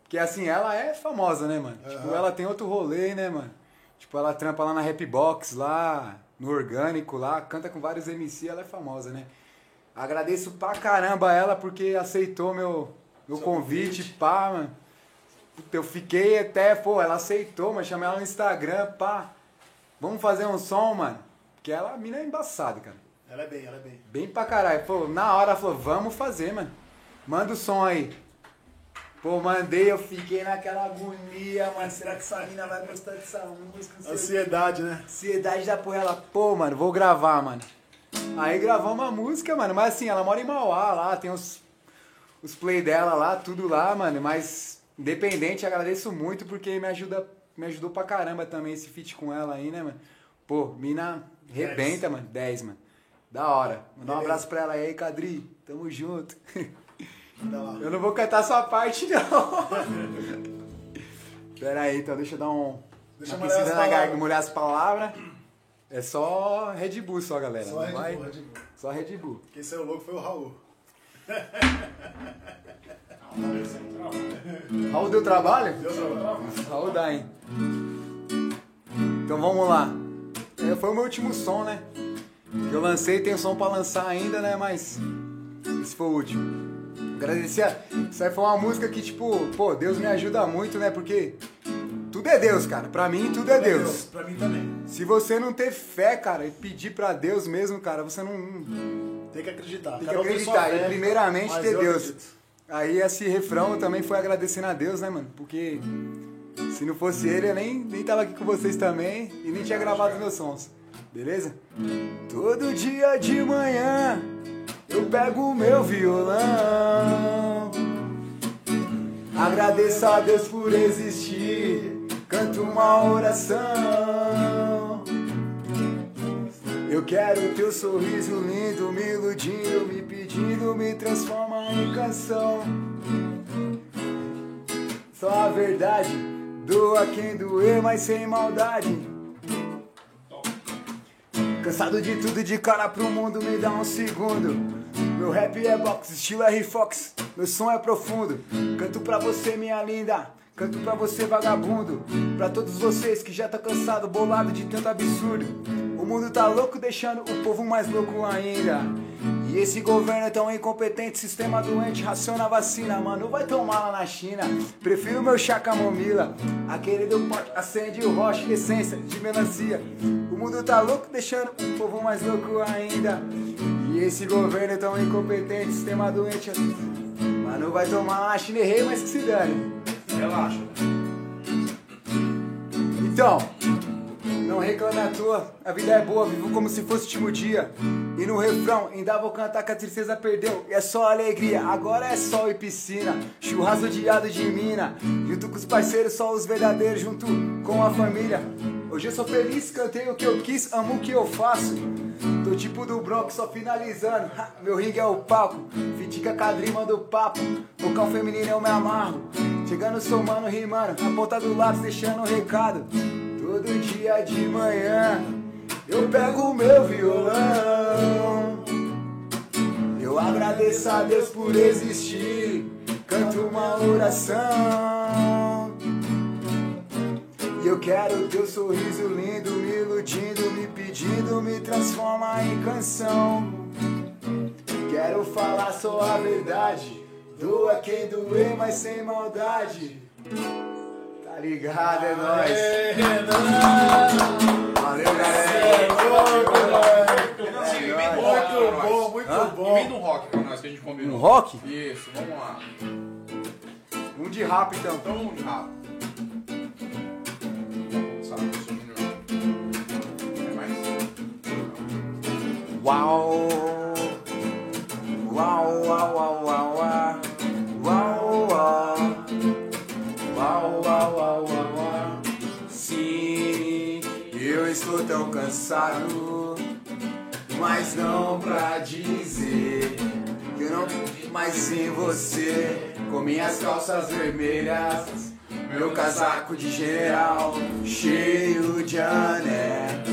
[SPEAKER 3] Que assim, ela é famosa, né, mano? Tipo, ela tem outro rolê, né, mano? Tipo, ela trampa lá na Rapbox, lá no Orgânico, lá, canta com vários MC, ela é famosa, né? Agradeço pra caramba ela porque aceitou meu, meu convite, pá, mano. Puta, Eu fiquei até, pô, ela aceitou, mas chamei ela no Instagram, pá. Vamos fazer um som, mano? Porque ela, a mina é embaçada, cara.
[SPEAKER 2] Ela é bem, ela é bem.
[SPEAKER 3] Bem pra caralho. Pô, na hora ela falou, vamos fazer, mano. Manda o som aí. Pô, mandei, eu fiquei naquela agonia, mano. Será que essa mina vai gostar dessa música? Não sei o quê.
[SPEAKER 2] Ansiedade, né?
[SPEAKER 3] Ansiedade da porra, ela, pô, mano, vou gravar, mano. Aí gravou uma música, mano, mas assim, ela mora em Mauá lá, tem os, os play dela lá, tudo lá, mano, mas independente, agradeço muito porque me ajuda, me ajudou pra caramba também esse feat com ela aí, né, mano? Pô, mina rebenta, mano, 10, mano. Da hora. Mandar um abraço pra ela aí, Cadri. Tamo junto.
[SPEAKER 2] Manda lá.
[SPEAKER 3] Eu não vou cantar sua parte, não. Pera aí, então, deixa eu dar um.
[SPEAKER 2] Deixa
[SPEAKER 3] uma
[SPEAKER 2] eu molhar as
[SPEAKER 3] aquecida na garganta,
[SPEAKER 2] palavras.
[SPEAKER 3] molhar as palavras. É só Red Bull só, galera.
[SPEAKER 2] Só
[SPEAKER 3] não
[SPEAKER 2] Red
[SPEAKER 3] vai?
[SPEAKER 2] Bull, Red Bull.
[SPEAKER 3] Só Red Bull.
[SPEAKER 2] Quem saiu louco foi o Raul.
[SPEAKER 3] Raul deu trabalho?
[SPEAKER 2] Deu trabalho.
[SPEAKER 3] Raul dá, hein? Então vamos lá. É, foi o meu último som, né? Que eu lancei, tem som pra lançar ainda, né? Mas esse foi o último. Agradecer. a- Isso aí foi uma música que, tipo, pô, Deus me ajuda muito, né? Porque tudo é Deus, cara. Pra mim, tudo é Deus.
[SPEAKER 2] Pra mim também.
[SPEAKER 3] Se você não ter fé, cara, e pedir pra Deus mesmo, cara, você não,
[SPEAKER 2] Tem que acreditar.
[SPEAKER 3] tem que
[SPEAKER 2] Cada um sua
[SPEAKER 3] acreditar, e
[SPEAKER 2] fé,
[SPEAKER 3] primeiramente
[SPEAKER 2] mas
[SPEAKER 3] ter
[SPEAKER 2] eu
[SPEAKER 3] Deus.
[SPEAKER 2] acredito.
[SPEAKER 3] Aí esse refrão também foi agradecendo a Deus, né, mano? Porque se não fosse ele, eu nem, nem tava aqui com vocês também e nem tinha gravado meus sons. Beleza? Todo dia de manhã eu pego o meu violão. Agradeço a Deus por existir, canto uma oração. Eu quero teu sorriso lindo, me iludindo, me pedindo, me transforma em canção. Só a verdade, doa quem doer, mas sem maldade. Cansado de tudo, de cara pro mundo, me dá um segundo. Meu rap é box, estilo R-Fox, meu som é profundo. Canto pra você, minha linda, canto pra você, vagabundo. Pra todos vocês que já tá cansado, bolado de tanto absurdo. O mundo tá louco, deixando o povo mais louco ainda. E esse governo é tão incompetente, sistema doente, raciona a vacina, mano, vai tomar lá na China. Prefiro meu chá camomila, aquele do pote, acende o rocha, essência de melancia. O mundo tá louco, deixando o povo mais louco ainda. E esse governo é tão incompetente, sistema doente, mano, vai tomar lá na China, errei, mas que se dane.
[SPEAKER 1] Relaxa.
[SPEAKER 3] Então, não reclame à toa, a vida é boa, vivo como se fosse o último dia. E no refrão, ainda vou cantar que a tristeza perdeu. E é só alegria, agora é sol e piscina. Churrasco odiado de mina. Junto com os parceiros, só os verdadeiros, junto com a família. Hoje eu sou feliz, cantei o que eu quis, amo o que eu faço. Tô tipo do Bronx, só finalizando. Ha, meu ringue é o palco, fitica com a drima do papo. Vocal feminino eu me amarro. Chegando, somando, rimando. Na ponta do lápis, deixando um recado. Todo dia de manhã eu pego o meu violão. Eu agradeço a Deus por existir, canto uma oração. E eu quero teu sorriso lindo, me iludindo, me pedindo, me transforma em canção. Quero falar só a verdade, doa quem doer, mas sem maldade. Tá ligado, é nóis.
[SPEAKER 2] Ei, Renan!
[SPEAKER 3] Valeu,
[SPEAKER 2] É
[SPEAKER 3] galera.
[SPEAKER 2] louco, velho.
[SPEAKER 1] Renanzinho,
[SPEAKER 3] É
[SPEAKER 1] emenda um
[SPEAKER 2] nóis.
[SPEAKER 1] rock pra nós.
[SPEAKER 2] Muito bom, muito
[SPEAKER 1] Hã?
[SPEAKER 2] bom.
[SPEAKER 1] Emenda um rock pra nós que a gente combinou.
[SPEAKER 3] Um rock?
[SPEAKER 1] Isso, vamos lá.
[SPEAKER 3] Um de rap, então.
[SPEAKER 1] Então vamos de rabo. Sabe, eu sou junior. É mais.
[SPEAKER 3] Uau! Uau, uau, uau, uau, uau. Uau, uau. Uau, uau, uau, uau, uau. Sim, eu estou tão cansado, mas não pra dizer que eu não. Mas sem você, com minhas calças vermelhas, meu casaco de general cheio de anéis.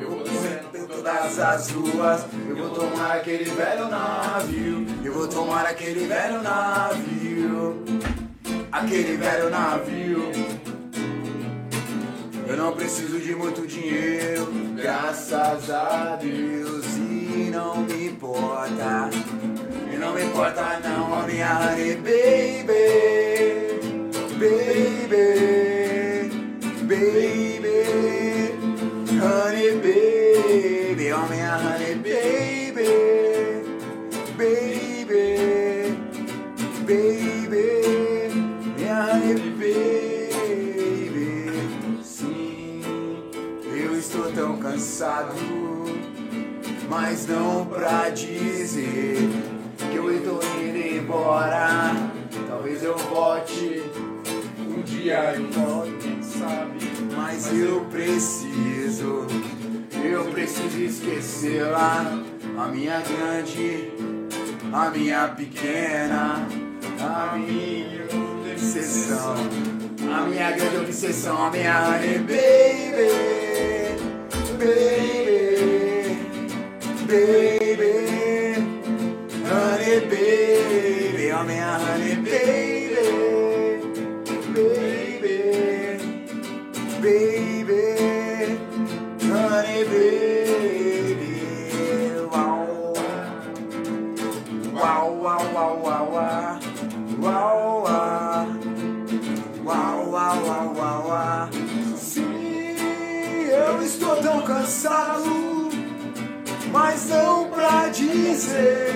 [SPEAKER 3] Eu vou correr por todas as ruas. Eu vou tomar aquele velho navio. Eu vou tomar aquele velho navio. Aquele velho navio. Eu não preciso de muito dinheiro, graças a Deus. E não me importa, e não me importa não a minha honey, baby, baby, baby, honey, baby, oh minha honey, baby, baby, baby, minha honey, baby. Sim, eu estou tão cansado, mas não pra dizer que eu estou indo embora. Talvez eu volte um dia eu volto, quem sabe. Mas eu preciso, eu preciso esquecê-la, a minha grande a minha pequena, a minha obsessão, a minha grande obsessão, a minha honey baby, baby, baby, honey, baby, oh man, honey, baby, baby, baby, honey, baby, wow, wow, wow, wow, wow, wow, wow, wow. Uau, uau, uau, uau, uau. Se eu estou tão cansado, mas não pra dizer.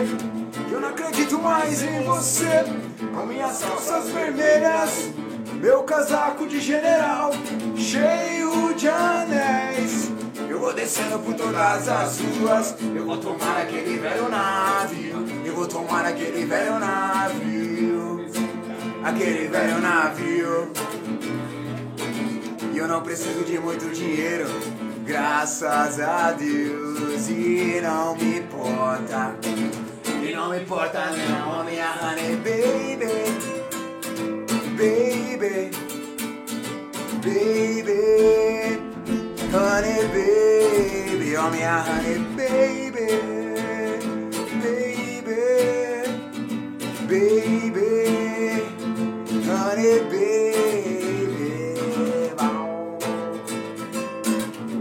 [SPEAKER 3] Eu não acredito mais em você. Com minhas calças vermelhas, meu casaco de general, cheio de anéis. Eu vou descendo por todas as ruas. Eu vou tomar aquele velho navio. Eu vou tomar aquele velho navio aquele velho navio. E eu não preciso de muito dinheiro, graças a Deus. E não me importa, e não me importa não, minha honey baby, baby, baby, honey baby, oh minha honey baby, baby baby, honey, baby.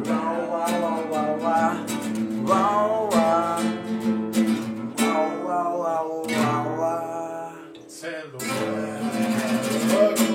[SPEAKER 3] Wow, wow, wow, wow, wow, wow, wow, wow, wow, wow, wow, wow.
[SPEAKER 1] Cê é louco.
[SPEAKER 3] É louco!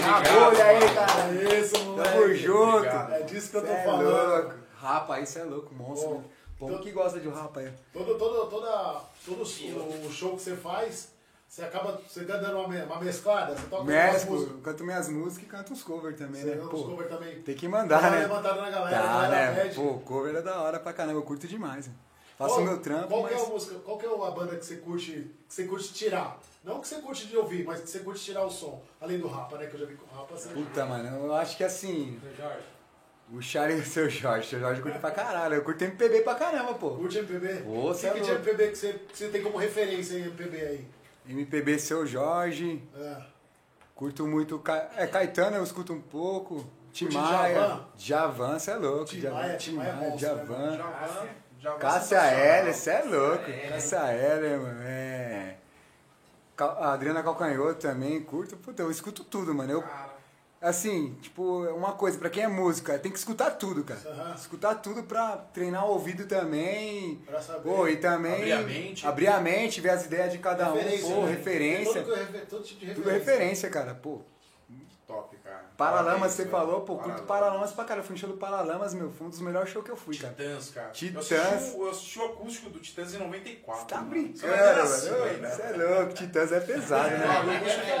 [SPEAKER 3] Na bolha aí, cara.
[SPEAKER 2] Isso,
[SPEAKER 3] Tamo
[SPEAKER 2] moleque.
[SPEAKER 3] junto.
[SPEAKER 2] É disso que eu tô
[SPEAKER 3] Cê é
[SPEAKER 2] falando.
[SPEAKER 3] louco. Rapa, isso é louco, monstro.
[SPEAKER 2] Bom,
[SPEAKER 3] né? Povo que gosta de um rapa aí.
[SPEAKER 2] Todo, todo, toda, todo o o show que você faz, você acaba. Você tá dando uma, me- uma mesclada? Você toca
[SPEAKER 3] Mesco,
[SPEAKER 2] umas músicas.
[SPEAKER 3] eu canto minhas músicas e canto uns covers também,
[SPEAKER 2] Você
[SPEAKER 3] né?
[SPEAKER 2] dá uns
[SPEAKER 3] Pô,
[SPEAKER 2] cover também.
[SPEAKER 3] tem que
[SPEAKER 2] Dá
[SPEAKER 3] mandar,
[SPEAKER 2] uma
[SPEAKER 3] né?
[SPEAKER 2] levantada na galera, a
[SPEAKER 3] Tá,
[SPEAKER 2] galera
[SPEAKER 3] né?
[SPEAKER 2] pede.
[SPEAKER 3] Pô, cover é da hora pra caramba, eu curto demais. né? Faço
[SPEAKER 2] Qual-
[SPEAKER 3] meu trampo,
[SPEAKER 2] Qual
[SPEAKER 3] mas.
[SPEAKER 2] que é a música, qual que é a banda que você curte, que você curte tirar? Não que você curte de ouvir, mas que você curte tirar o som. Além do Rapa, né? Que eu já vi com o Rapa. Você...
[SPEAKER 3] Puta, mano, eu acho que assim.
[SPEAKER 4] Seu Jorge.
[SPEAKER 3] O Charlie e o seu Jorge. Seu Jorge curte pra caralho. Eu curto MPB pra caramba, pô.
[SPEAKER 2] Curte MPB?
[SPEAKER 3] Ô, cê
[SPEAKER 2] Você
[SPEAKER 3] é
[SPEAKER 2] que de
[SPEAKER 3] louco.
[SPEAKER 2] MPB que você, que você tem como referência em MPB aí?
[SPEAKER 3] MPB seu Jorge.
[SPEAKER 2] É.
[SPEAKER 3] Curto muito. Ca- É, Caetano eu escuto um pouco. Tim
[SPEAKER 2] Curte
[SPEAKER 3] Maia.
[SPEAKER 2] Djavan?
[SPEAKER 3] Javan, cê é louco.
[SPEAKER 2] Tim
[SPEAKER 3] Djavan,
[SPEAKER 2] Maia,
[SPEAKER 3] Tim
[SPEAKER 2] Tim Maia é
[SPEAKER 3] Maia,
[SPEAKER 2] monstro, né,
[SPEAKER 3] Djavan.
[SPEAKER 1] Javan, Javan
[SPEAKER 3] Cássia
[SPEAKER 1] sensacional.
[SPEAKER 3] Heller, cê é louco. Cássia Heller, mano. É. Cal- a Adriana Calcanhoto também, curto. Puta, eu escuto tudo, mano. Eu, assim, tipo, é uma coisa, pra quem é música, tem que escutar tudo, cara.
[SPEAKER 2] Aham.
[SPEAKER 3] Escutar tudo pra treinar o ouvido também.
[SPEAKER 2] Pra saber.
[SPEAKER 3] Pô, e também.
[SPEAKER 1] Abrir a mente.
[SPEAKER 3] abrir a mente, ver as ideias de cada um. Pô,
[SPEAKER 2] né?
[SPEAKER 3] referência.
[SPEAKER 2] Todo, refe- todo tipo de referência.
[SPEAKER 3] Tudo referência, cara. Pô,
[SPEAKER 1] Top, cara.
[SPEAKER 3] Paralamas,
[SPEAKER 1] Parabéns,
[SPEAKER 3] você
[SPEAKER 1] velho.
[SPEAKER 3] falou, pô, curto Paralamas pra cara. Eu fui no show do Paralamas, meu. Foi um dos melhores shows que eu fui, cara.
[SPEAKER 1] Titãs, cara.
[SPEAKER 3] Titãs.
[SPEAKER 1] Eu assisti, o- eu assisti o acústico do Titãs em 94.
[SPEAKER 3] Você tá
[SPEAKER 1] mano.
[SPEAKER 3] brincando,
[SPEAKER 1] Você não era
[SPEAKER 3] mano.
[SPEAKER 1] assim, velho.
[SPEAKER 3] Você é louco, Titãs é pesado, né?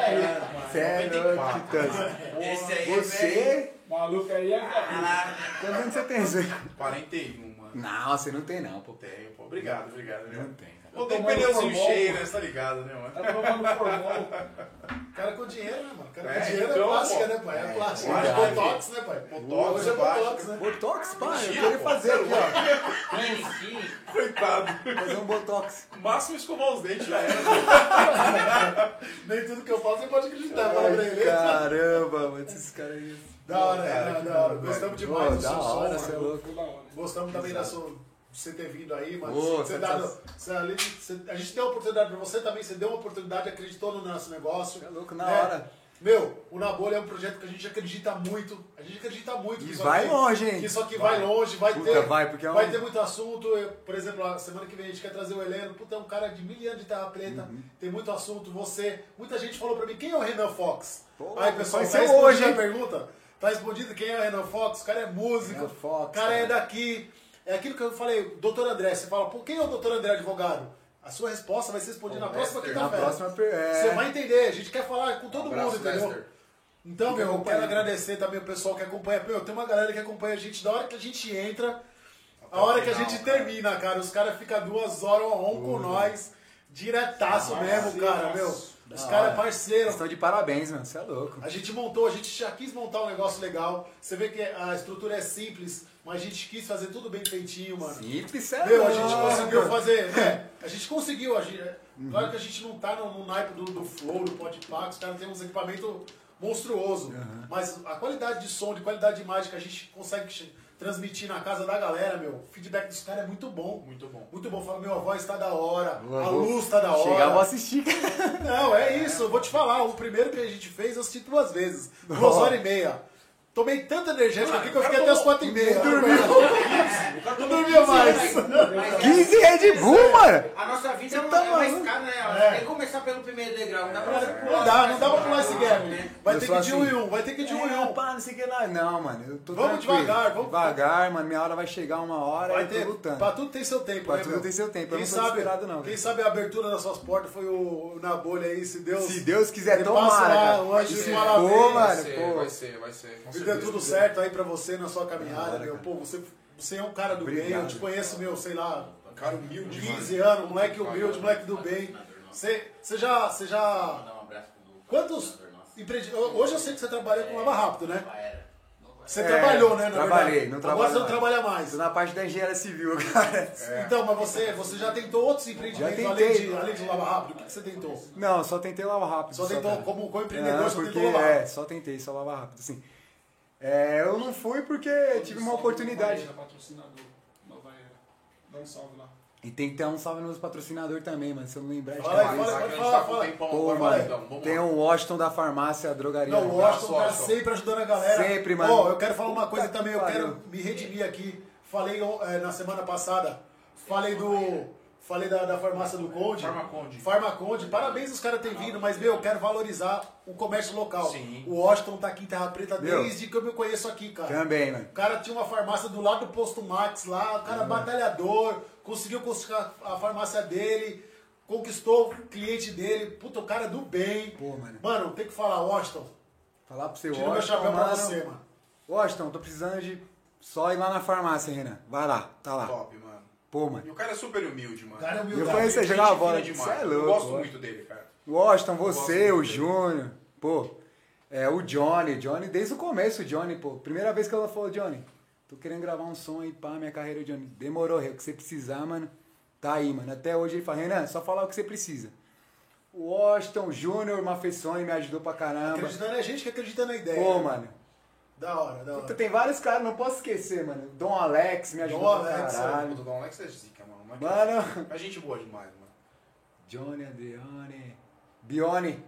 [SPEAKER 3] Você é louco,
[SPEAKER 1] 94.
[SPEAKER 3] Titãs.
[SPEAKER 6] Esse aí, velho.
[SPEAKER 3] Você.
[SPEAKER 4] Maluco aí
[SPEAKER 3] Ah,
[SPEAKER 4] é.
[SPEAKER 3] Quantos anos você tem, Zé?
[SPEAKER 1] 41, mano.
[SPEAKER 3] Não, você não tem, não, pô.
[SPEAKER 1] Tenho, pô. Obrigado,
[SPEAKER 3] Não
[SPEAKER 1] obrigado. Né?
[SPEAKER 3] tem, cara.
[SPEAKER 1] Pô, tem
[SPEAKER 4] Tomando
[SPEAKER 1] pneuzinho
[SPEAKER 4] formol,
[SPEAKER 1] cheio,
[SPEAKER 4] mano.
[SPEAKER 1] né? Você tá ligado, né, mano?
[SPEAKER 4] Tá tomando formol.
[SPEAKER 2] O cara com dinheiro, né, mano? O cara
[SPEAKER 1] É,
[SPEAKER 2] com dinheiro
[SPEAKER 1] então,
[SPEAKER 2] é plástica,
[SPEAKER 1] pô.
[SPEAKER 2] né, pai? É plástica.
[SPEAKER 1] verdade.
[SPEAKER 2] É botox, né, pai?
[SPEAKER 1] Botox,
[SPEAKER 2] Hoje é botox, né?
[SPEAKER 3] Botox, pai. Eu
[SPEAKER 1] Mentira,
[SPEAKER 3] queria
[SPEAKER 1] pô.
[SPEAKER 3] fazer aqui, ó.
[SPEAKER 6] Sim, sim.
[SPEAKER 1] Coitado.
[SPEAKER 3] Fazer um Botox.
[SPEAKER 1] Máximo escovar os dentes já era.
[SPEAKER 2] Nem tudo que eu falo você pode
[SPEAKER 3] Tá
[SPEAKER 2] acreditar, fala pra
[SPEAKER 3] Ai,
[SPEAKER 2] ele.
[SPEAKER 3] caramba, mano. Esses caras aí.
[SPEAKER 2] Da hora, é, da hora. Gostamos demais
[SPEAKER 3] Ô,
[SPEAKER 2] do
[SPEAKER 3] da
[SPEAKER 2] seu som,
[SPEAKER 3] hora,
[SPEAKER 2] mano.
[SPEAKER 3] você é louco.
[SPEAKER 4] Foi da hora.
[SPEAKER 2] Gostamos também da sua, você ter vindo aí, mas
[SPEAKER 3] Ô, tá-
[SPEAKER 2] você
[SPEAKER 3] sensação-
[SPEAKER 2] dado- você- além de- você- a gente deu uma oportunidade pra você também, você deu uma oportunidade, acreditou no nosso negócio. Né?
[SPEAKER 3] Tá louco, na hora.
[SPEAKER 2] Meu, o Na Bolha é um projeto que a gente acredita muito, a gente acredita muito.
[SPEAKER 3] E
[SPEAKER 2] que isso
[SPEAKER 3] vai
[SPEAKER 2] aqui-
[SPEAKER 3] longe, hein?
[SPEAKER 2] Que isso aqui vai, longe, vai
[SPEAKER 3] Puta,
[SPEAKER 2] ter,
[SPEAKER 3] vai, porque é um-
[SPEAKER 2] vai ter muito assunto. Eu, por exemplo, a semana que vem a gente quer trazer o Heleno, puta, é um cara de mil anos de terra preta,
[SPEAKER 3] Uhum.
[SPEAKER 2] tem muito assunto, você. Muita gente falou pra mim, quem é o Renan Fox?
[SPEAKER 3] Pô,
[SPEAKER 2] Aí, pessoal,
[SPEAKER 3] apareceu
[SPEAKER 2] tá respondida
[SPEAKER 3] hoje,
[SPEAKER 2] a
[SPEAKER 3] hein?
[SPEAKER 2] pergunta? Tá respondido quem é o Renan Fox? O cara é músico,
[SPEAKER 3] Renan Fox,
[SPEAKER 2] o cara, é
[SPEAKER 3] cara.
[SPEAKER 2] daqui. É aquilo que eu falei, doutor André, você fala, por quem é o doutor André advogado? A sua resposta vai ser respondida na próxima
[SPEAKER 1] Lester,
[SPEAKER 2] quinta-feira.
[SPEAKER 3] Na próxima. Um per-
[SPEAKER 2] Você
[SPEAKER 3] É.
[SPEAKER 2] vai entender, a gente quer falar com todo
[SPEAKER 1] Abraço,
[SPEAKER 2] mundo, entendeu?
[SPEAKER 1] Lester.
[SPEAKER 2] Então, meu, eu
[SPEAKER 3] Obrigado,
[SPEAKER 2] quero
[SPEAKER 3] pai.
[SPEAKER 2] agradecer também o pessoal que acompanha. Meu, tem uma galera que acompanha a gente da hora que a gente entra, a hora que a gente
[SPEAKER 3] né?
[SPEAKER 2] termina, cara. Os caras ficam duas horas on com nós, diretaço mesmo, cara, meu. Os caras é parceiro.
[SPEAKER 3] Vocês estão de parabéns, mano. Você é louco.
[SPEAKER 2] A gente montou, a gente já quis montar um negócio legal. Você vê que a estrutura é simples, mas a gente quis fazer tudo bem feitinho, mano.
[SPEAKER 3] Simples, é sério.
[SPEAKER 2] Meu, a gente conseguiu fazer. né? a gente conseguiu. A gente, Claro que a gente não tá no, no naipe do, do Flow, do Podpah, que os caras têm uns equipamentos monstruoso. Mas a qualidade de som, de qualidade de imagem que a gente consegue che- transmitir na casa da galera, meu, o feedback dos caras é muito bom.
[SPEAKER 1] Muito bom.
[SPEAKER 2] Muito bom. Fala, meu, a voz tá da hora,
[SPEAKER 3] Vou-
[SPEAKER 2] a
[SPEAKER 3] vou
[SPEAKER 2] luz tá da hora.
[SPEAKER 3] Chegar, eu vou assistir, cara.
[SPEAKER 2] Não, é isso. Eu vou te falar. O primeiro que a gente fez, eu assisti duas vezes. Duas horas e meia. Tomei tanta energética aqui que eu fiquei até as quatro e meia. Não dormia mais.
[SPEAKER 6] Mas é,
[SPEAKER 3] 15 Red Bull, mano!
[SPEAKER 6] A nossa vida é uma,
[SPEAKER 3] tá
[SPEAKER 6] é uma
[SPEAKER 3] maluco?
[SPEAKER 6] escada, né? Ela
[SPEAKER 2] É.
[SPEAKER 6] Tem que começar pelo primeiro degrau. Não dá pra você pular.
[SPEAKER 2] Não dá, não dá pra pular esse gap. Vai
[SPEAKER 3] Eu
[SPEAKER 2] ter
[SPEAKER 3] sou
[SPEAKER 2] que de um
[SPEAKER 3] assim.
[SPEAKER 2] em um, vai ter que de um em
[SPEAKER 3] É,
[SPEAKER 2] um.
[SPEAKER 3] pá, não sei o que lá. Não, mano, eu tô
[SPEAKER 2] Vamos
[SPEAKER 3] tranquilo.
[SPEAKER 2] devagar, vamos-
[SPEAKER 3] Devagar, mano, minha hora vai chegar uma hora
[SPEAKER 2] Vai
[SPEAKER 3] eu
[SPEAKER 2] ter,
[SPEAKER 3] tô lutando.
[SPEAKER 2] pra tudo tem seu tempo,
[SPEAKER 3] Pra
[SPEAKER 2] né,
[SPEAKER 3] tudo
[SPEAKER 2] meu?
[SPEAKER 3] tem seu tempo, eu
[SPEAKER 2] Quem
[SPEAKER 3] não tô
[SPEAKER 2] sabe,
[SPEAKER 3] desesperado, não,
[SPEAKER 2] Quem
[SPEAKER 3] velho.
[SPEAKER 2] sabe a abertura das suas portas foi o Na Bolha aí, se Deus...
[SPEAKER 3] Se Deus quiser,
[SPEAKER 2] ele
[SPEAKER 3] tomara,
[SPEAKER 2] passa lá,
[SPEAKER 3] cara.
[SPEAKER 2] o anjo
[SPEAKER 3] Se
[SPEAKER 2] de
[SPEAKER 3] for,
[SPEAKER 2] maravilha.
[SPEAKER 3] mano,
[SPEAKER 1] vai ser,
[SPEAKER 3] pô.
[SPEAKER 1] vai ser, vai ser. com
[SPEAKER 2] Se der
[SPEAKER 1] certeza.
[SPEAKER 2] é tudo certo aí pra você na sua caminhada,
[SPEAKER 3] Tomara,
[SPEAKER 2] meu.
[SPEAKER 3] cara.
[SPEAKER 2] Pô, você, você é um cara do bem, eu te conheço, meu, sei lá,
[SPEAKER 1] Cara humilde,
[SPEAKER 2] 15
[SPEAKER 1] mano.
[SPEAKER 2] anos, moleque humilde, moleque do bem. Você você já, você já...
[SPEAKER 6] Dá um abraço pro Lucas.
[SPEAKER 2] Quantos... empreende- Hoje eu sei que você trabalha com Lava Rápido, né? Você
[SPEAKER 3] É,
[SPEAKER 2] trabalhou, né? Na
[SPEAKER 3] trabalhei,
[SPEAKER 2] verdade.
[SPEAKER 3] não
[SPEAKER 2] Agora
[SPEAKER 3] trabalho
[SPEAKER 2] você não
[SPEAKER 3] mais.
[SPEAKER 2] trabalha mais.
[SPEAKER 3] Tô na parte da engenharia civil, cara.
[SPEAKER 2] Então, mas você, você já tentou outros empreendimentos
[SPEAKER 3] Já
[SPEAKER 2] além
[SPEAKER 3] tentei.
[SPEAKER 2] de, além de Lava Rápido? O que que você tentou?
[SPEAKER 3] Não, só tentei lavar rápido.
[SPEAKER 2] Só tentou,
[SPEAKER 3] cara.
[SPEAKER 2] como, como empreendedor,
[SPEAKER 3] Não,
[SPEAKER 2] só
[SPEAKER 3] porque,
[SPEAKER 2] tentou Lava Rápido.
[SPEAKER 3] é, só tentei, só lavar rápido, assim. É, eu não fui porque tive uma oportunidade.
[SPEAKER 4] Patrocinador, Nova Era. Dá um salve lá.
[SPEAKER 3] E tem que ter um salve nos patrocinadores também, mano, se eu não lembrar de
[SPEAKER 2] Fala aí,
[SPEAKER 3] cabeça.
[SPEAKER 2] fala aí.
[SPEAKER 1] Já que a gente
[SPEAKER 2] Fala,
[SPEAKER 1] tá com
[SPEAKER 2] fala.
[SPEAKER 1] um tempão
[SPEAKER 3] Pô,
[SPEAKER 1] agora,
[SPEAKER 3] mano,
[SPEAKER 1] então, vamos
[SPEAKER 3] tem
[SPEAKER 1] lá.
[SPEAKER 3] o Washington da farmácia, a drogaria.
[SPEAKER 2] Não, o
[SPEAKER 3] lá.
[SPEAKER 2] Washington tá
[SPEAKER 1] só.
[SPEAKER 2] sempre ajudando a galera.
[SPEAKER 3] Sempre, mano.
[SPEAKER 2] Ó, eu quero falar uma coisa
[SPEAKER 3] Puta
[SPEAKER 2] também, eu
[SPEAKER 3] que
[SPEAKER 2] quero
[SPEAKER 3] pariu.
[SPEAKER 2] me redimir aqui. Falei ó, é, na semana passada, falei do... Falei da, da farmácia do Conde.
[SPEAKER 1] Farmaconde.
[SPEAKER 2] Farmaconde. Parabéns os caras terem vindo, mas, meu, eu quero valorizar o comércio local.
[SPEAKER 1] Sim.
[SPEAKER 2] O Washington tá aqui em Terra Preta
[SPEAKER 3] Meu.
[SPEAKER 2] desde que eu me conheço aqui, cara.
[SPEAKER 3] Também, mano.
[SPEAKER 2] O cara tinha uma farmácia do lado do posto Max lá, o
[SPEAKER 3] Hum.
[SPEAKER 2] cara é batalhador, conseguiu conquistar a farmácia dele, conquistou o cliente dele, puta, o cara é do bem.
[SPEAKER 3] Pô, mano.
[SPEAKER 2] Mano, tem que falar, Washington,
[SPEAKER 3] Falar pro seu
[SPEAKER 2] tira meu
[SPEAKER 3] Washington,
[SPEAKER 2] chapéu pra
[SPEAKER 3] mano.
[SPEAKER 2] você, mano.
[SPEAKER 3] Washington, tô precisando de só ir lá na farmácia, Renan. Vai lá, tá lá.
[SPEAKER 1] Top, mano.
[SPEAKER 3] Pô,
[SPEAKER 1] E
[SPEAKER 3] mano.
[SPEAKER 1] o cara é super humilde, mano.
[SPEAKER 2] O cara é
[SPEAKER 3] Eu
[SPEAKER 2] humildade.
[SPEAKER 3] falei, você
[SPEAKER 1] Gente
[SPEAKER 3] jogar a
[SPEAKER 1] fina
[SPEAKER 3] bola.
[SPEAKER 1] demais.
[SPEAKER 3] Você é
[SPEAKER 1] Eu
[SPEAKER 3] louco.
[SPEAKER 1] gosto
[SPEAKER 3] mano.
[SPEAKER 1] muito dele, cara.
[SPEAKER 3] Washington,
[SPEAKER 1] gosto
[SPEAKER 3] você, o
[SPEAKER 1] muito dele.
[SPEAKER 3] Júnior. Pô, é, o Johnny. Johnny, desde o começo, o Johnny, pô. Primeira vez que ela falou, Johnny, tô querendo gravar um som aí, pá, minha carreira, Johnny. Demorou, é o que você precisar, mano. Tá aí, mano. Até hoje ele fala, Renan, só falar o que você precisa. O Washington, Júnior, Mafessoni me ajudou pra caramba.
[SPEAKER 2] Acreditando é gente que acredita na ideia.
[SPEAKER 3] Pô, mano.
[SPEAKER 2] Da hora, da
[SPEAKER 3] Puta,
[SPEAKER 2] hora.
[SPEAKER 3] tem vários caras, não posso esquecer, mano. Dom Alex me ajudou
[SPEAKER 2] Dom
[SPEAKER 3] pra
[SPEAKER 2] Alex,
[SPEAKER 3] é caralho.
[SPEAKER 1] Puta, o Dom Alex é zica, mano. Mas
[SPEAKER 3] Mano.
[SPEAKER 1] A gente boa demais, mano.
[SPEAKER 3] Johnny Adriane. Bione,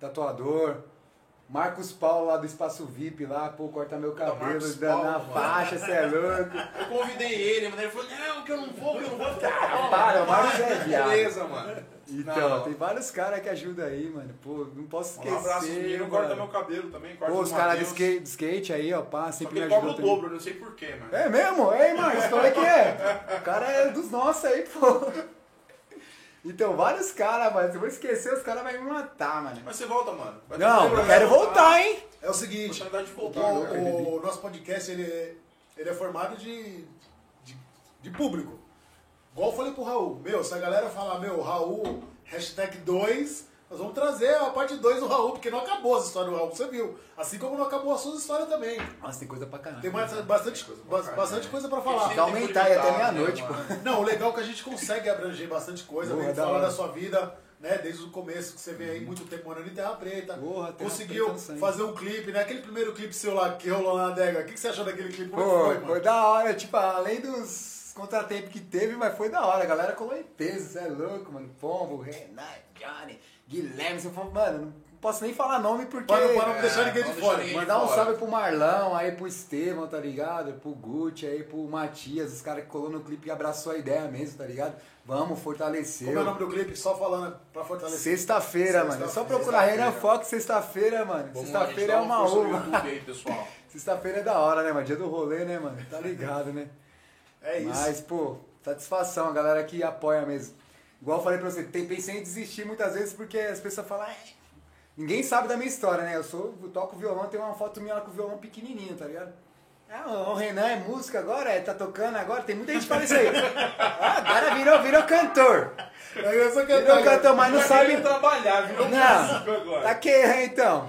[SPEAKER 3] tatuador. Marcos Paulo lá do Espaço VIP lá, pô, corta meu
[SPEAKER 1] Puta,
[SPEAKER 3] cabelo,
[SPEAKER 1] Marcos
[SPEAKER 3] dá na
[SPEAKER 1] Paulo, mano.
[SPEAKER 3] faixa, cê é louco.
[SPEAKER 1] Eu convidei ele, mas ele falou, não, que eu não vou, que eu não vou. Tá,
[SPEAKER 3] Para, o Marcos é viado.
[SPEAKER 1] Beleza, mano.
[SPEAKER 3] Então,
[SPEAKER 1] Não.
[SPEAKER 3] tem vários caras que ajudam aí, mano. Pô, não posso esquecer.
[SPEAKER 1] Um abraço, menino. Corta
[SPEAKER 3] mano.
[SPEAKER 1] meu cabelo também. Corta
[SPEAKER 3] Pô,
[SPEAKER 1] do
[SPEAKER 3] os caras do
[SPEAKER 1] Matheus.
[SPEAKER 3] skate, do skate aí, ó, pá,
[SPEAKER 1] Só que
[SPEAKER 3] sempre me
[SPEAKER 1] ele cobra
[SPEAKER 3] ajudam
[SPEAKER 1] o
[SPEAKER 3] também.
[SPEAKER 1] dobro, eu não sei porquê, mano.
[SPEAKER 3] É mesmo? Ei, Marcos, como é que é? O cara é dos nossos aí, pô. Então, vários caras, mano. Se eu vou esquecer, os caras vão me matar, mano.
[SPEAKER 1] Mas você volta, mano. Vai ter
[SPEAKER 3] Não,
[SPEAKER 1] que
[SPEAKER 3] eu
[SPEAKER 1] lembrar,
[SPEAKER 3] quero
[SPEAKER 1] vai
[SPEAKER 3] voltar, hein?
[SPEAKER 2] É o seguinte,
[SPEAKER 1] Oportunidade de voltar. cara.
[SPEAKER 2] o, o nosso podcast, ele é, ele é formado de, de, de público. Igual eu falei pro Raul, meu, se a galera falar, meu, Raul, hashtag 2, nós vamos trazer a parte 2 do Raul, porque não acabou as histórias do Raul, você viu. Assim como não acabou as suas histórias também.
[SPEAKER 3] Nossa, tem coisa pra caramba.
[SPEAKER 2] Tem mais- bastante,
[SPEAKER 1] coisa pra
[SPEAKER 2] bas-
[SPEAKER 1] caralho,
[SPEAKER 2] bastante
[SPEAKER 1] né?
[SPEAKER 2] coisa pra
[SPEAKER 1] A
[SPEAKER 2] falar.
[SPEAKER 1] gente
[SPEAKER 3] Pra aumentar aí até
[SPEAKER 1] limitado,
[SPEAKER 3] meia-noite,
[SPEAKER 1] né,
[SPEAKER 3] pô.
[SPEAKER 1] mano?
[SPEAKER 2] Não, o legal é que a gente consegue abranger bastante coisa,
[SPEAKER 3] Porra,
[SPEAKER 2] né?
[SPEAKER 3] da
[SPEAKER 2] Falar
[SPEAKER 3] hora. Uhum.
[SPEAKER 2] da sua vida, né? Desde o começo que você vem aí muito tempo morando em Terra Preta.
[SPEAKER 3] Porra, Terra
[SPEAKER 2] conseguiu
[SPEAKER 3] Preta é um sangue.
[SPEAKER 2] fazer um clipe, né? Aquele primeiro clipe seu lá que rolou na adega. O que, que você achou daquele clipe? Como
[SPEAKER 3] Pô,
[SPEAKER 2] foi,
[SPEAKER 3] foi
[SPEAKER 2] mano?
[SPEAKER 3] da hora, tipo, além dos contratempos que teve, mas foi da hora. A galera colou em peso, cê é louco, mano. Pombo, Renan, Johnny, Guilherme, você falou, mano, não posso nem falar nome porque.
[SPEAKER 2] Para, não- para não deixar ninguém
[SPEAKER 1] É, não
[SPEAKER 2] de
[SPEAKER 1] deixar
[SPEAKER 2] fora.
[SPEAKER 1] ninguém-
[SPEAKER 3] Mandar um
[SPEAKER 1] fora.
[SPEAKER 3] salve pro Marlão, aí pro Estevão, tá ligado? Pro Gucci, aí pro Matias, os caras que colou no clipe e abraçou a ideia mesmo, tá ligado? Vamos, fortaleceu.
[SPEAKER 2] Como é o nome do clipe? Só falando pra fortalecer.
[SPEAKER 3] Sexta-feira, mano. É só
[SPEAKER 2] Sexta-feira.
[SPEAKER 3] procurar Renan Fox sexta-feira, mano.
[SPEAKER 1] Vamos
[SPEAKER 3] Sexta-feira é
[SPEAKER 1] lá, gente, dá
[SPEAKER 3] uma
[SPEAKER 1] força no
[SPEAKER 3] uva.
[SPEAKER 1] YouTube aí, pessoal.
[SPEAKER 3] Sexta-feira é da hora, né, mano? Dia do rolê, né, mano? Tá ligado, né?
[SPEAKER 2] É isso.
[SPEAKER 3] Mas, pô, satisfação, a galera que apoia mesmo. Igual eu falei pra você, tem, pensei em desistir muitas vezes porque as pessoas falam, "Ah, ninguém sabe da minha história, né? Eu sou, eu toco violão, tem uma foto minha lá com o violão pequenininho, tá ligado? Ah, o Renan é música agora? É, tá tocando agora? Tem muita gente que fala isso aí. Ah, agora virou, virou cantor.
[SPEAKER 2] Eu só quero
[SPEAKER 3] Virou
[SPEAKER 2] dar-
[SPEAKER 3] cantor, mas não
[SPEAKER 1] Tá
[SPEAKER 3] sabe...
[SPEAKER 1] querendo trabalhar, virou músico
[SPEAKER 3] Não,
[SPEAKER 1] agora.
[SPEAKER 3] tá que, então.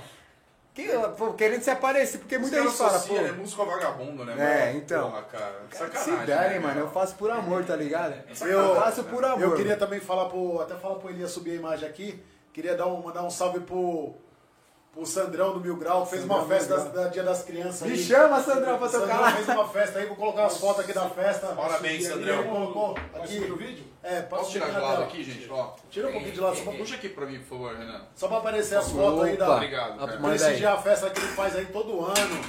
[SPEAKER 3] Que,
[SPEAKER 2] É.
[SPEAKER 3] pô, querendo se aparecer, porque muita gente fala, pô...
[SPEAKER 1] É músico vagabundo, né,
[SPEAKER 3] É,
[SPEAKER 1] mano?
[SPEAKER 3] então.
[SPEAKER 1] Porra, cara.
[SPEAKER 3] Se
[SPEAKER 1] Sacanagem.
[SPEAKER 3] derem,
[SPEAKER 1] né,
[SPEAKER 3] mano, eu faço por amor, tá ligado?
[SPEAKER 2] Eu-
[SPEAKER 3] Eu faço por amor.
[SPEAKER 2] Eu queria também falar pro. Até falar pro Elias subir a imagem aqui. Queria dar um, mandar um salve pro O Sandrão do Mil Grau fez uma festa da, da Dia das Crianças.
[SPEAKER 3] Me
[SPEAKER 2] aí.
[SPEAKER 3] chama, Sandrão, pra
[SPEAKER 2] O Sandrão
[SPEAKER 3] tocar lá.
[SPEAKER 2] fez uma festa aí, vou colocar as fotos aqui da festa.
[SPEAKER 1] Parabéns,
[SPEAKER 2] E aí
[SPEAKER 1] Sandrão.
[SPEAKER 2] Ele colocou
[SPEAKER 4] Vai
[SPEAKER 2] aqui.
[SPEAKER 4] subir Tá o vídeo?
[SPEAKER 2] É, posso
[SPEAKER 1] Posso tirar de
[SPEAKER 2] na
[SPEAKER 1] lado
[SPEAKER 2] tela.
[SPEAKER 1] aqui, gente? Ó.
[SPEAKER 2] Tira um pouquinho de lado, só pra,
[SPEAKER 1] Puxa aqui pra mim, por favor, Renan.
[SPEAKER 2] só pra aparecer as fotos aí da.
[SPEAKER 1] Obrigado, cara.
[SPEAKER 3] Manda aí.
[SPEAKER 2] prestigiar a festa que ele faz aí todo ano.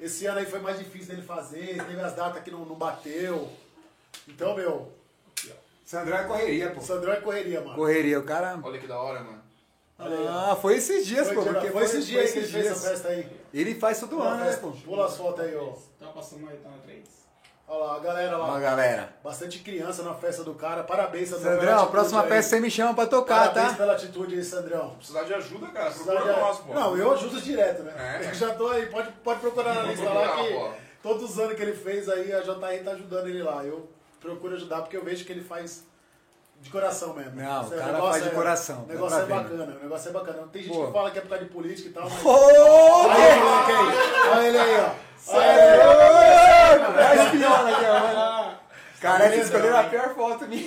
[SPEAKER 2] Esse ano aí foi mais difícil dele fazer, teve as datas que não, não bateu. Então, meu,
[SPEAKER 10] Sandrão é correria,
[SPEAKER 2] o
[SPEAKER 10] pô.
[SPEAKER 2] Sandrão é correria, mano.
[SPEAKER 3] Correria, o cara.
[SPEAKER 1] Olha que da hora, mano.
[SPEAKER 3] Ah, foi é esses dias,
[SPEAKER 2] foi,
[SPEAKER 3] pô.
[SPEAKER 2] dia-
[SPEAKER 3] Porque
[SPEAKER 2] foi esses dias que ele fez essa
[SPEAKER 3] dias.
[SPEAKER 2] festa aí.
[SPEAKER 3] Ele faz todo
[SPEAKER 2] Pula, a
[SPEAKER 3] ano, né,
[SPEAKER 2] festa,
[SPEAKER 3] pô?
[SPEAKER 2] pula as fotos aí, ó.
[SPEAKER 4] Tá passando aí, tá na 3.
[SPEAKER 2] Olha lá, a galera lá.
[SPEAKER 3] Ó, galera.
[SPEAKER 2] Bastante criança na festa do cara. Parabéns, Sandrão. pela
[SPEAKER 3] Sandrão, a
[SPEAKER 2] atitude
[SPEAKER 3] próxima
[SPEAKER 2] aí.
[SPEAKER 3] peça você me chama pra tocar,
[SPEAKER 2] Parabéns
[SPEAKER 3] tá?
[SPEAKER 2] pela atitude aí, Sandrão.
[SPEAKER 1] Precisar de ajuda, cara.
[SPEAKER 2] Precisar
[SPEAKER 1] Procura
[SPEAKER 2] de-
[SPEAKER 1] nós, pô.
[SPEAKER 2] Não, eu ajudo direto, né?
[SPEAKER 1] É.
[SPEAKER 2] Eu já tô aí, pode, pode procurar na
[SPEAKER 1] Vou
[SPEAKER 2] lista
[SPEAKER 1] procurar,
[SPEAKER 2] lá que
[SPEAKER 1] pô.
[SPEAKER 2] todos os anos que ele fez aí, a JR tá ajudando ele lá. Eu procuro ajudar porque eu vejo que ele faz de coração mesmo.
[SPEAKER 3] Não,
[SPEAKER 2] Esse
[SPEAKER 3] o cara
[SPEAKER 2] negócio
[SPEAKER 3] faz de
[SPEAKER 2] é-
[SPEAKER 3] coração,
[SPEAKER 2] O
[SPEAKER 3] dá
[SPEAKER 2] negócio
[SPEAKER 3] pra
[SPEAKER 2] é
[SPEAKER 3] ver, né?
[SPEAKER 2] bacana, o negócio é bacana. Tem gente
[SPEAKER 3] Pô.
[SPEAKER 2] que fala que é por causa de política e tal, mas...
[SPEAKER 3] Ô,
[SPEAKER 2] Olha ele, moleque aí. Olha ele aí, ó. Olha ele aí.
[SPEAKER 3] Olha a espiola aqui, ó. Cara, eles escolheram a pior foto minha.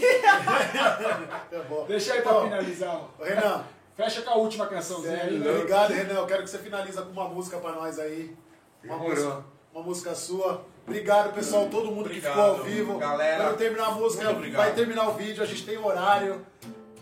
[SPEAKER 2] Tá bom.
[SPEAKER 4] Deixa aí pra
[SPEAKER 2] Então,
[SPEAKER 4] finalizar. ó.
[SPEAKER 2] Renan,
[SPEAKER 4] Fecha com a última cançãozinha aí, né?
[SPEAKER 2] obrigado, Renan. Eu quero que você finaliza com uma música pra nós aí. Uma música, uma música sua. Obrigado, pessoal, todo mundo que
[SPEAKER 1] Obrigado,
[SPEAKER 2] ficou ao vivo.
[SPEAKER 1] galera.
[SPEAKER 2] Quando terminar a música,
[SPEAKER 1] Muito obrigado.
[SPEAKER 2] vai terminar o vídeo, a gente tem horário.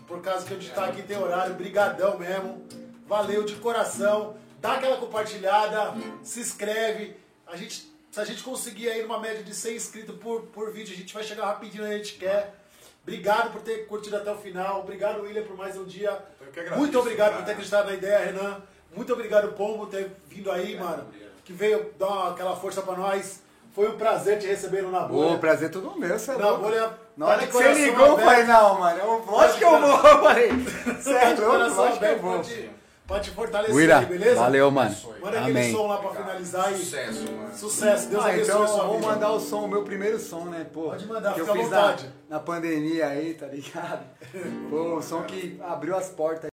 [SPEAKER 2] Por causa que a gente tá aqui, tem horário. Brigadão mesmo. Valeu de coração. Dá aquela compartilhada, se inscreve. A gente, se a gente conseguir aí numa média de 100 inscritos por, por vídeo, a gente vai chegar rapidinho onde a gente quer. Obrigado por ter curtido até o final. Obrigado, William, por mais um dia.
[SPEAKER 1] Eu que agradeço,
[SPEAKER 2] Muito obrigado por ter
[SPEAKER 1] cara.
[SPEAKER 2] acreditado na ideia, Renan. Muito obrigado, Pombo, por ter vindo aí, mano. Que veio dar uma- aquela força pra nós. Foi um prazer te receber no
[SPEAKER 3] Ô,
[SPEAKER 2] Nabolha.
[SPEAKER 3] prazer todo meu, você é
[SPEAKER 2] Na
[SPEAKER 3] louco.
[SPEAKER 2] bolha.
[SPEAKER 3] Na
[SPEAKER 2] tá
[SPEAKER 3] hora
[SPEAKER 2] de
[SPEAKER 3] que você
[SPEAKER 2] coração
[SPEAKER 3] ligou, eu
[SPEAKER 2] aberto,
[SPEAKER 3] falei, não, mano, eu, lógico que eu vou, eu falei. Você
[SPEAKER 2] tá
[SPEAKER 3] é
[SPEAKER 2] de
[SPEAKER 3] louco,
[SPEAKER 2] coração
[SPEAKER 3] lógico que eu
[SPEAKER 2] aberto
[SPEAKER 3] vou.
[SPEAKER 2] pra te- Pra te fortalecer,
[SPEAKER 3] Uira,
[SPEAKER 2] aí, beleza?
[SPEAKER 3] valeu, mano.
[SPEAKER 2] Manda aquele
[SPEAKER 3] Amém.
[SPEAKER 2] som lá pra finalizar aí.
[SPEAKER 1] Sucesso, mano.
[SPEAKER 2] Sucesso, Deus
[SPEAKER 3] Ah,
[SPEAKER 2] abençoe
[SPEAKER 3] então
[SPEAKER 2] a sua
[SPEAKER 3] vou
[SPEAKER 2] vida.
[SPEAKER 3] mandar o som, o meu primeiro som, né, pô.
[SPEAKER 2] Pode mandar,
[SPEAKER 3] que eu
[SPEAKER 2] fica à
[SPEAKER 3] fiz
[SPEAKER 2] vontade.
[SPEAKER 3] Na, na pandemia aí, tá ligado? Pô, o som um que abriu as portas.